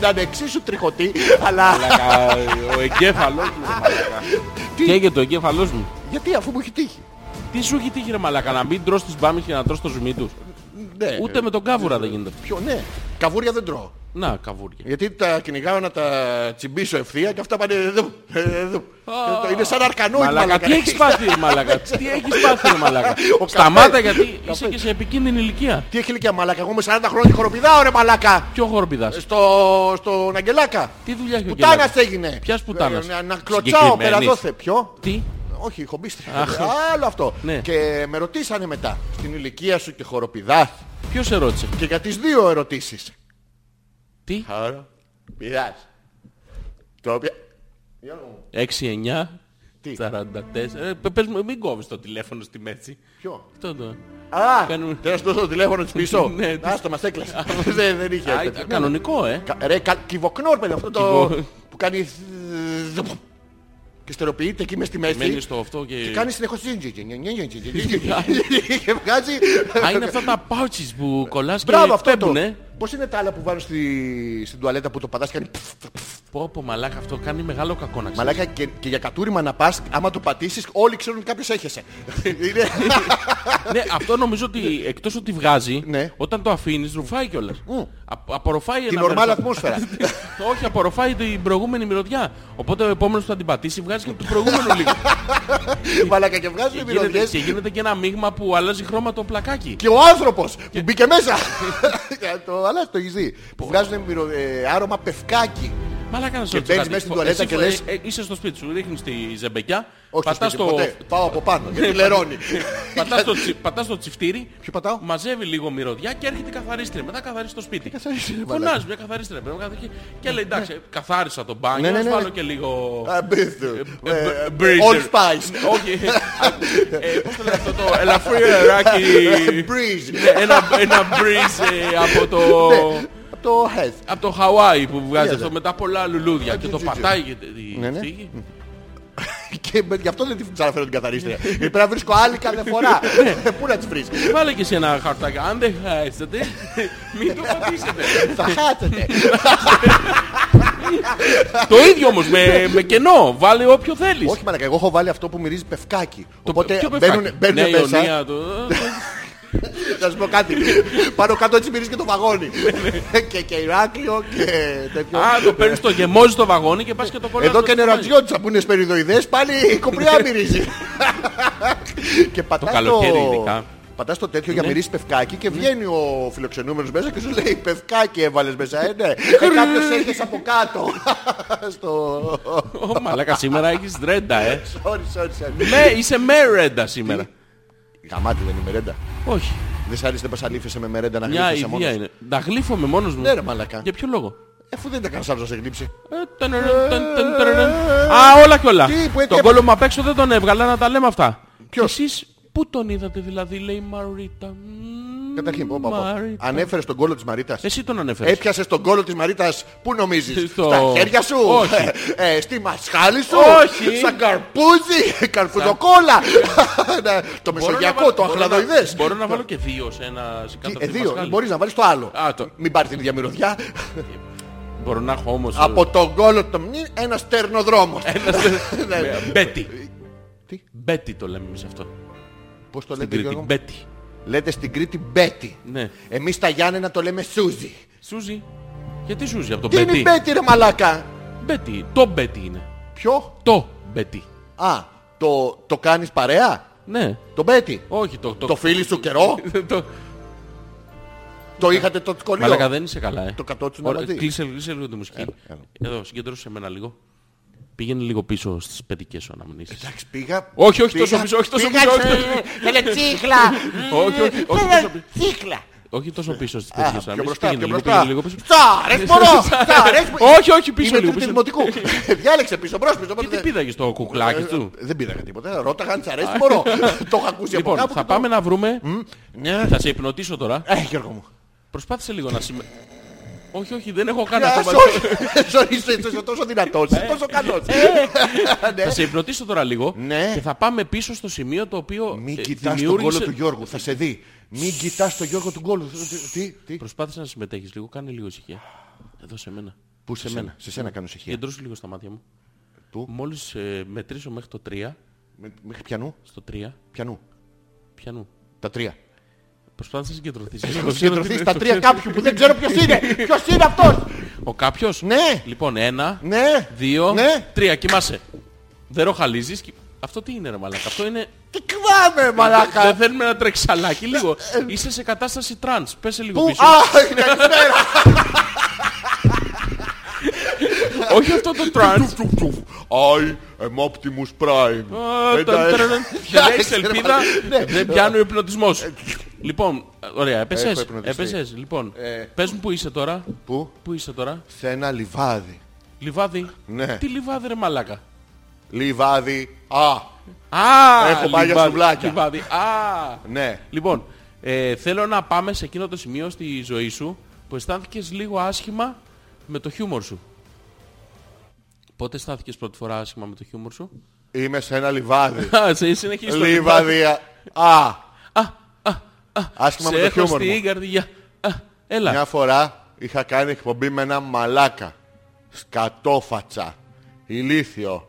Speaker 1: Να είναι εξίσου τριχωτή, αλλά
Speaker 2: Ο εγκέφαλος μου.
Speaker 1: Τι?
Speaker 2: Καίγεται το εγκέφαλός μου.
Speaker 1: γιατί αφού μου έχει τύχει.
Speaker 2: Τι σου έχει τύχει ρε μαλάκα, να μην τρως τις μπάμες και να τρως το ζουμί τους.
Speaker 1: Ναι.
Speaker 2: Ούτε με τον κάβουρα δεν γίνεται.
Speaker 1: Ποιο, ναι. Καβούρια δεν τρώω.
Speaker 2: Να, καβούρια.
Speaker 1: Γιατί τα κυνηγάω να τα τσιμπήσω ευθεία και αυτά πάνε εδώ. εδώ. Ε, το- Είναι σαν αρκανόητο.
Speaker 2: Μαλάκα, τι έχεις πάθει ρε μαλάκα. Τι έχεις πάθει ρε μαλάκα.
Speaker 1: Ο καφές.
Speaker 2: Σταμάτα γιατί είσαι και σε επικίνδυνη ηλικία.
Speaker 1: Τι έχει ηλικία μαλάκα. Εγώ με 40 χρόνια χοροπηδάω ρε μαλάκα.
Speaker 2: Ποιο χοροπηδάς.
Speaker 1: Στο, στον Αγγελάκα.
Speaker 2: Τι δουλειά έχει ο
Speaker 1: Ε, Πουτάνας
Speaker 2: Κελάκης?
Speaker 1: έγινε.
Speaker 2: Ποιας πουτάνας?
Speaker 1: Ε, Να, να κλωτσάω
Speaker 2: Συγκεκριμένης.
Speaker 1: πέρα δόθε. Ποιο.
Speaker 2: Τι.
Speaker 1: Όχι, χομπίστρια.
Speaker 2: Αχ.
Speaker 1: Άλλο αυτό.
Speaker 2: Ναι.
Speaker 1: Και με ρωτήσανε μετά. Στην ηλικία σου και χοροπηδάς.
Speaker 2: Ποιος σε ρώτησε.
Speaker 1: Και για τις δύο ερωτήσεις.
Speaker 2: Τι.
Speaker 1: Χοροπηδάς. Το οποία...
Speaker 2: 6-9.
Speaker 1: Τι.
Speaker 2: 44. Ε, πε- πες μου, μην κόβεις το τηλέφωνο στη μέση.
Speaker 1: Ποιο.
Speaker 2: Αυτό το.
Speaker 1: Α,
Speaker 2: Κάνουμε-
Speaker 1: θέλω να σου δώσω το τηλέφωνο της πίσω.
Speaker 2: Ναι, της-
Speaker 1: Άστα, μας έκλασες. Δεν δεν είχε.
Speaker 2: Α,
Speaker 1: τέτοιο.
Speaker 2: ήταν Κανονικό, ε.
Speaker 1: Κα- Ρε, κα- κυβοκνόρ, παιδί, αυτό το...
Speaker 2: Κυβο-
Speaker 1: που κάνει... Και στεροποιείται εκεί μες στη μέση.
Speaker 2: Μένει στο αυτό και.
Speaker 1: Και κάνει συνεχώς... Και βγάζει...
Speaker 2: Α, είναι αυτά τα pouches που κολλάς και
Speaker 1: Μπράβο αυτό το.
Speaker 2: πέμπουνε.
Speaker 1: Πώς είναι τα άλλα που βάζουν στη... στην τουαλέτα που το πατάς και κάνει... πφ, πφ, πφ.
Speaker 2: Πω πω μαλάκα αυτό κάνει μεγάλο κακό να ξέρεις.
Speaker 1: Μαλάκα και, και για κατούριμα να πας, άμα το πατήσεις όλοι ξέρουν ότι κάποιος έχεσαι. Είναι-
Speaker 2: ναι, αυτό νομίζω ότι εκτός ότι βγάζει,
Speaker 1: Ναι.
Speaker 2: όταν το αφήνεις ρουφάει κιόλας.
Speaker 1: Μμ.
Speaker 2: Α- απορροφάει
Speaker 1: Την
Speaker 2: ένα
Speaker 1: ορμάλα
Speaker 2: μέρος.
Speaker 1: ατμόσφαιρα.
Speaker 2: Όχι, απορροφάει την προηγούμενη μυρωδιά. Οπότε ο επόμενος που θα την πατήσει βγάζει και από το προηγούμενο λίγο.
Speaker 1: Μαλάκα και βγάζουν
Speaker 2: και, γίνεται,
Speaker 1: μυρωδιές
Speaker 2: και γίνεται και ένα μείγμα που αλλάζει χρώμα το πλακάκι.
Speaker 1: Και ο άνθρωπος που μπήκε μέσα. το αλλά το έχεις δει. Που βγάζουν μυρο- ε, άρωμα πευκάκι.
Speaker 2: Μαλάκα να σου
Speaker 1: Και
Speaker 2: ρωτήσω
Speaker 1: μπαίνεις
Speaker 2: κάτι.
Speaker 1: μέσα στην
Speaker 2: Φο-
Speaker 1: τουαλέτα
Speaker 2: εσύ
Speaker 1: και
Speaker 2: φο-
Speaker 1: λες-
Speaker 2: ε, ε, είσαι στο σπίτι σου, ρίχνεις τη ζεμπεκιά,
Speaker 1: Όχι στο
Speaker 2: πατάς,
Speaker 1: σπίτι,
Speaker 2: το,
Speaker 1: ποτέ. Πάω από πάνω γιατί λερώνει.
Speaker 2: πατάς, το, τσι- πατάς το τσιφτήρι,
Speaker 1: Ποιο πατάω?
Speaker 2: μαζεύει λίγο μυρωδιά και έρχεται η καθαρίστρια. Μετά καθαρίζει το σπίτι.
Speaker 1: καθαρίστρια, ρε μαλάκα.
Speaker 2: Φωνάζει μια καθαρίστρια. πρέπει να καθαρίσει. Και λέει εντάξει, καθάρισα τον
Speaker 1: Ναι,
Speaker 2: μπάνιο,
Speaker 1: ναι,
Speaker 2: ας
Speaker 1: ναι, ναι.
Speaker 2: βάλω και λίγο...
Speaker 1: Α, μπήθου.
Speaker 2: ε,
Speaker 1: Ε,
Speaker 2: breather.
Speaker 1: Old Spice.
Speaker 2: Όχι. Ε, Πώς το λένε αυτό το ελαφρύ αεράκι.
Speaker 1: Breeze.
Speaker 2: Ένα, ένα breeze ε, από το...
Speaker 1: Ναι, απ' Το head.
Speaker 2: Από το Χαουάι που βγάζει
Speaker 1: Ναι,
Speaker 2: αυτό
Speaker 1: ναι.
Speaker 2: με τα πολλά λουλούδια και
Speaker 1: τζι,
Speaker 2: το
Speaker 1: τζι, τζι.
Speaker 2: πατάει και τη-
Speaker 1: Ναι, ναι.
Speaker 2: φύγει.
Speaker 1: Και με- γι' αυτό δεν την ξαναφέρω την καθαρίστρια. Γιατί Πρέπει να βρίσκω άλλη κάθε φορά. Πού να τις βρεις.
Speaker 2: Βάλε και σε ένα χαρτάκι. Αν δεν χάσετε, μην το πατήσετε.
Speaker 1: Θα χάσετε.
Speaker 2: το ίδιο όμως με, με κενό. Βάλε όποιο θέλεις.
Speaker 1: Όχι μαλακά, εγώ έχω βάλει αυτό που μυρίζει πευκάκι. Οπότε
Speaker 2: Ποιο
Speaker 1: μπαίνουν,
Speaker 2: πεφτάκι?
Speaker 1: μπαίνουν
Speaker 2: Νέα
Speaker 1: μέσα.
Speaker 2: Ναι, Ιωνία, το-
Speaker 1: Θα σου πω κάτι. Πάνω κάτω έτσι μυρίζει και το βαγόνι. και, και Ηράκλειο και τέτοιο.
Speaker 2: Ναι, Α, το παίρνεις το γεμόζι στο βαγόνι και πας και το κολλάς.
Speaker 1: Εδώ
Speaker 2: στο
Speaker 1: και
Speaker 2: τσιπάκι.
Speaker 1: νερατζιώτησα που είναι σπεριδοειδές πάλι η κοπριά μυρίζει. και πατάς
Speaker 2: καλοκαίρι ειδικά. Ναι.
Speaker 1: πατάς το τέτοιο για μυρίσει πευκάκι και βγαίνει ο φιλοξενούμενος μέσα και σου λέει πευκάκι έβαλες μέσα. Ε, ναι. Ε, κάποιος έρχεσαι από κάτω. Στο...
Speaker 2: Ω, Μαλάκα, σήμερα έχεις ρέντα, ε.
Speaker 1: Sorry, sorry, sorry.
Speaker 2: Με, είσαι με ρέντα σήμερα.
Speaker 1: Γαμάτι δεν είναι μερέντα.
Speaker 2: Όχι.
Speaker 1: Δεν σ' άρεσε να πασαλήφεσαι με μερέντα να
Speaker 2: Μια
Speaker 1: γλύφεσαι
Speaker 2: ιδέα
Speaker 1: μόνος.
Speaker 2: είναι. Τα γλύφω με μόνος μου.
Speaker 1: Ναι, ρε, μαλάκα.
Speaker 2: Για ποιο λόγο.
Speaker 1: Ε, Αφού δεν τα κάνεις άλλος να σε γλύψει.
Speaker 2: Ε, τενερεν, τεν, τεν, τενερεν. Α, όλα και όλα.
Speaker 1: ε, Τι, που έτσι
Speaker 2: Τον
Speaker 1: έπα-
Speaker 2: κόλλο μου απ' έξω δεν τον έβγαλα να τα λέμε αυτά.
Speaker 1: Ποιος?
Speaker 2: Εσείς πού τον είδατε δηλαδή, λέει Μαρίτα. Μμμ,
Speaker 1: Καταρχήν, πω, πω, πω.
Speaker 2: Μαρίτα.
Speaker 1: Ανέφερες τον κόλλο της Μαρίτας.
Speaker 2: Εσύ τον ανέφερες.
Speaker 1: Έπιασες τον κόλλο της Μαρίτας, πού νομίζεις,
Speaker 2: Στο-
Speaker 1: στα χέρια σου,
Speaker 2: Όχι.
Speaker 1: Ε, στη μασχάλη σου,
Speaker 2: Όχι.
Speaker 1: σαν καρπούζι, καρπουζοκόλα, Ναι, το μεσογειακό,
Speaker 2: βάλω-
Speaker 1: το
Speaker 2: μπορώ να-
Speaker 1: αχλαδοειδές.
Speaker 2: Μπορώ να βάλω και δύο σε ένα σε κάτω
Speaker 1: Ε,
Speaker 2: από τη
Speaker 1: δύο,
Speaker 2: Πασχάλη.
Speaker 1: μπορείς να βάλεις το άλλο.
Speaker 2: Α, το-
Speaker 1: Μην πάρεις την ίδια μυρωδιά.
Speaker 2: Μπορώ να έχω όμως...
Speaker 1: Από τον κόλλο του μνη, ένα στερνοδρόμο. Ναι.
Speaker 2: ε, Μπέτι.
Speaker 1: Τι? Ε,
Speaker 2: Μπέτι το λέμε εμείς αυτό.
Speaker 1: Πώς το
Speaker 2: Στην
Speaker 1: λέτε,
Speaker 2: Κρήτη.
Speaker 1: Γιώργο μου?
Speaker 2: Μπέτι.
Speaker 1: Λέτε στην Κρήτη Μπέτη.
Speaker 2: Ναι.
Speaker 1: Εμείς τα Γιάννενα το λέμε Σούζι.
Speaker 2: Σούζι. Γιατί Σούζι από το
Speaker 1: Τι είναι
Speaker 2: Μπέτι.
Speaker 1: η Μπέτη ρε μαλάκα.
Speaker 2: Μπέτι. Το Μπέτι είναι.
Speaker 1: Ποιο?
Speaker 2: Το Μπέτι.
Speaker 1: Α, το, το κάνεις παρέα.
Speaker 2: Ναι.
Speaker 1: Το Μπέτη.
Speaker 2: Όχι το...
Speaker 1: Το φίλι σου καιρό.
Speaker 2: το...
Speaker 1: Το είχατε το σχολείο.
Speaker 2: Μαλάκα δεν είσαι καλά, ε.
Speaker 1: Το κατότσου
Speaker 2: Ωραία,
Speaker 1: να δει.
Speaker 2: Κλείσε, κλείσε λίγο τη μουσική.
Speaker 1: έλα.
Speaker 2: Εδώ, συγκεντρώσε εμένα λίγο. Πήγαινε λίγο πίσω στις παιδικές σου αναμνήσεις.
Speaker 1: Εντάξει, πήγα.
Speaker 2: Όχι, όχι
Speaker 1: πήγα-
Speaker 2: τόσο πίσω, όχι τόσο
Speaker 1: πήγα-
Speaker 2: πίσω. όχι τόσο-
Speaker 1: Θέλε τσίχλα.
Speaker 2: Όχι, όχι, όχι τόσο πίσω.
Speaker 1: Τσίχλα.
Speaker 2: Όχι τόσο πίσω στις
Speaker 1: Α,
Speaker 2: παιδικές σου
Speaker 1: Ε, Πιο
Speaker 2: αναμνήσεις.
Speaker 1: μπροστά,
Speaker 2: Πήγαινε
Speaker 1: πιο
Speaker 2: λίγο,
Speaker 1: μπροστά.
Speaker 2: πήγαινε λίγο πίσω.
Speaker 1: Τσάρες μωρό, τσάρες.
Speaker 2: Όχι, όχι, πίσω
Speaker 1: Είμαι
Speaker 2: λίγο.
Speaker 1: τρίτη
Speaker 2: πίσω.
Speaker 1: δημοτικού. Διάλεξε πίσω, μπρος πίσω.
Speaker 2: Και
Speaker 1: οπότε
Speaker 2: τι
Speaker 1: δεν-
Speaker 2: πήδαγες το κουκλάκι του.
Speaker 1: Ε, Δεν πήραγα τίποτα. Ρώταγα αν τσαρές μωρό. Το είχα ακούσει από
Speaker 2: Λοιπόν,
Speaker 1: κάπου.
Speaker 2: θα
Speaker 1: και το-
Speaker 2: πάμε να βρούμε.
Speaker 1: Ναι.
Speaker 2: Θα σε υπνοτήσω τώρα.
Speaker 1: Ε, Γιώργο μου.
Speaker 2: Προσπάθησε λίγο να συμμε... Όχι, όχι, δεν έχω κάνει
Speaker 1: Α,
Speaker 2: ακόμα.
Speaker 1: Ε, sorry. Sorry, είσαι- είσαι τόσο δυνατός, είσαι τόσο καλός. Ναι.
Speaker 2: Ε. Θα σε υπνοτήσω τώρα λίγο
Speaker 1: Ναι.
Speaker 2: και θα πάμε πίσω στο σημείο το οποίο
Speaker 1: Μην
Speaker 2: ε,
Speaker 1: κοιτάς τον κόλλο του Γιώργου, θα σε δει. Μην κοιτάς τον Γιώργο του κόλλου. Τι, τι.
Speaker 2: Προσπάθησε να συμμετέχεις λίγο, κάνε λίγο ησυχία. Εδώ σε μένα.
Speaker 1: Πού σε μένα, σε σένα κάνω ησυχία.
Speaker 2: Κεντρώσου λίγο στα μάτια μου.
Speaker 1: Του.
Speaker 2: Μόλις ε, μετρήσω μέχρι το 3,
Speaker 1: Με- Μέχρι πιανού,
Speaker 2: στο 3,
Speaker 1: πιανού.
Speaker 2: πιανού.
Speaker 1: Τα τρία.
Speaker 2: Προσπάθησε να συγκεντρωθείς.
Speaker 1: Έχω συγκεντρωθείς στα τρία κάποιου που δεν ξέρω ποιος είναι. Ποιος είναι αυτός.
Speaker 2: Ο κάποιος.
Speaker 1: Ναι.
Speaker 2: Λοιπόν, ένα,
Speaker 1: Ναι.
Speaker 2: δύο,
Speaker 1: Ναι.
Speaker 2: τρία. Κοιμάσαι. Δεν ροχαλίζεις. κι- Αυτό τι είναι ρε μαλάκα. Αυτό είναι...
Speaker 1: Τι κβάμε μαλάκα. Ε,
Speaker 2: Δεν θέλουμε ένα τρεξαλάκι λίγο. Είσαι σε κατάσταση τρανς. Πέσε λίγο
Speaker 1: Πού,
Speaker 2: πίσω.
Speaker 1: α, είναι καλησπέρα.
Speaker 2: Όχι αυτό το τρανς.
Speaker 1: I am Optimus Prime.
Speaker 2: Α, τα- τραναν. Διαλέξεις ελπίδα. Δεν πιάνω υπνοτισμός. Λοιπόν, ωραία,
Speaker 1: Ναι. Ε, Έχω
Speaker 2: έπεσες.
Speaker 1: υπνοτιστεί.
Speaker 2: Έπεσες, λοιπόν.
Speaker 1: Ε.
Speaker 2: Πες μου που είσαι τώρα.
Speaker 1: Πού,
Speaker 2: Πού είσαι τώρα.
Speaker 1: σε ένα λιβάδι.
Speaker 2: Λιβάδι.
Speaker 1: Ναι.
Speaker 2: Τι λιβάδι ρε μαλάκα.
Speaker 1: Λιβάδι, α,
Speaker 2: Α,
Speaker 1: Έχω πάει για
Speaker 2: λιβάδι,
Speaker 1: σουβλάκια.
Speaker 2: λιβάδι. Α.
Speaker 1: ναι.
Speaker 2: Λοιπόν, ε, θέλω να πάμε σε εκείνο το σημείο στη ζωή σου που αισθάνθηκες λίγο άσχημα με το χιούμορ σου. Πότε αισθάνθηκες πρώτη φορά άσχημα με το χιούμορ σου.
Speaker 1: Είμαι σε ένα λιβάδι.
Speaker 2: Α, σε συνεχίζει το λιβάδι.
Speaker 1: Λιβαδία. Α,
Speaker 2: Α, α, α.
Speaker 1: άσχημα
Speaker 2: σε
Speaker 1: με το
Speaker 2: έχω
Speaker 1: χιούμορ
Speaker 2: στην
Speaker 1: μου.
Speaker 2: καρδιά. Α, έλα.
Speaker 1: Μια φορά είχα κάνει εκπομπή με ένα μαλάκα. Σκατόφατσα. Ηλίθιο.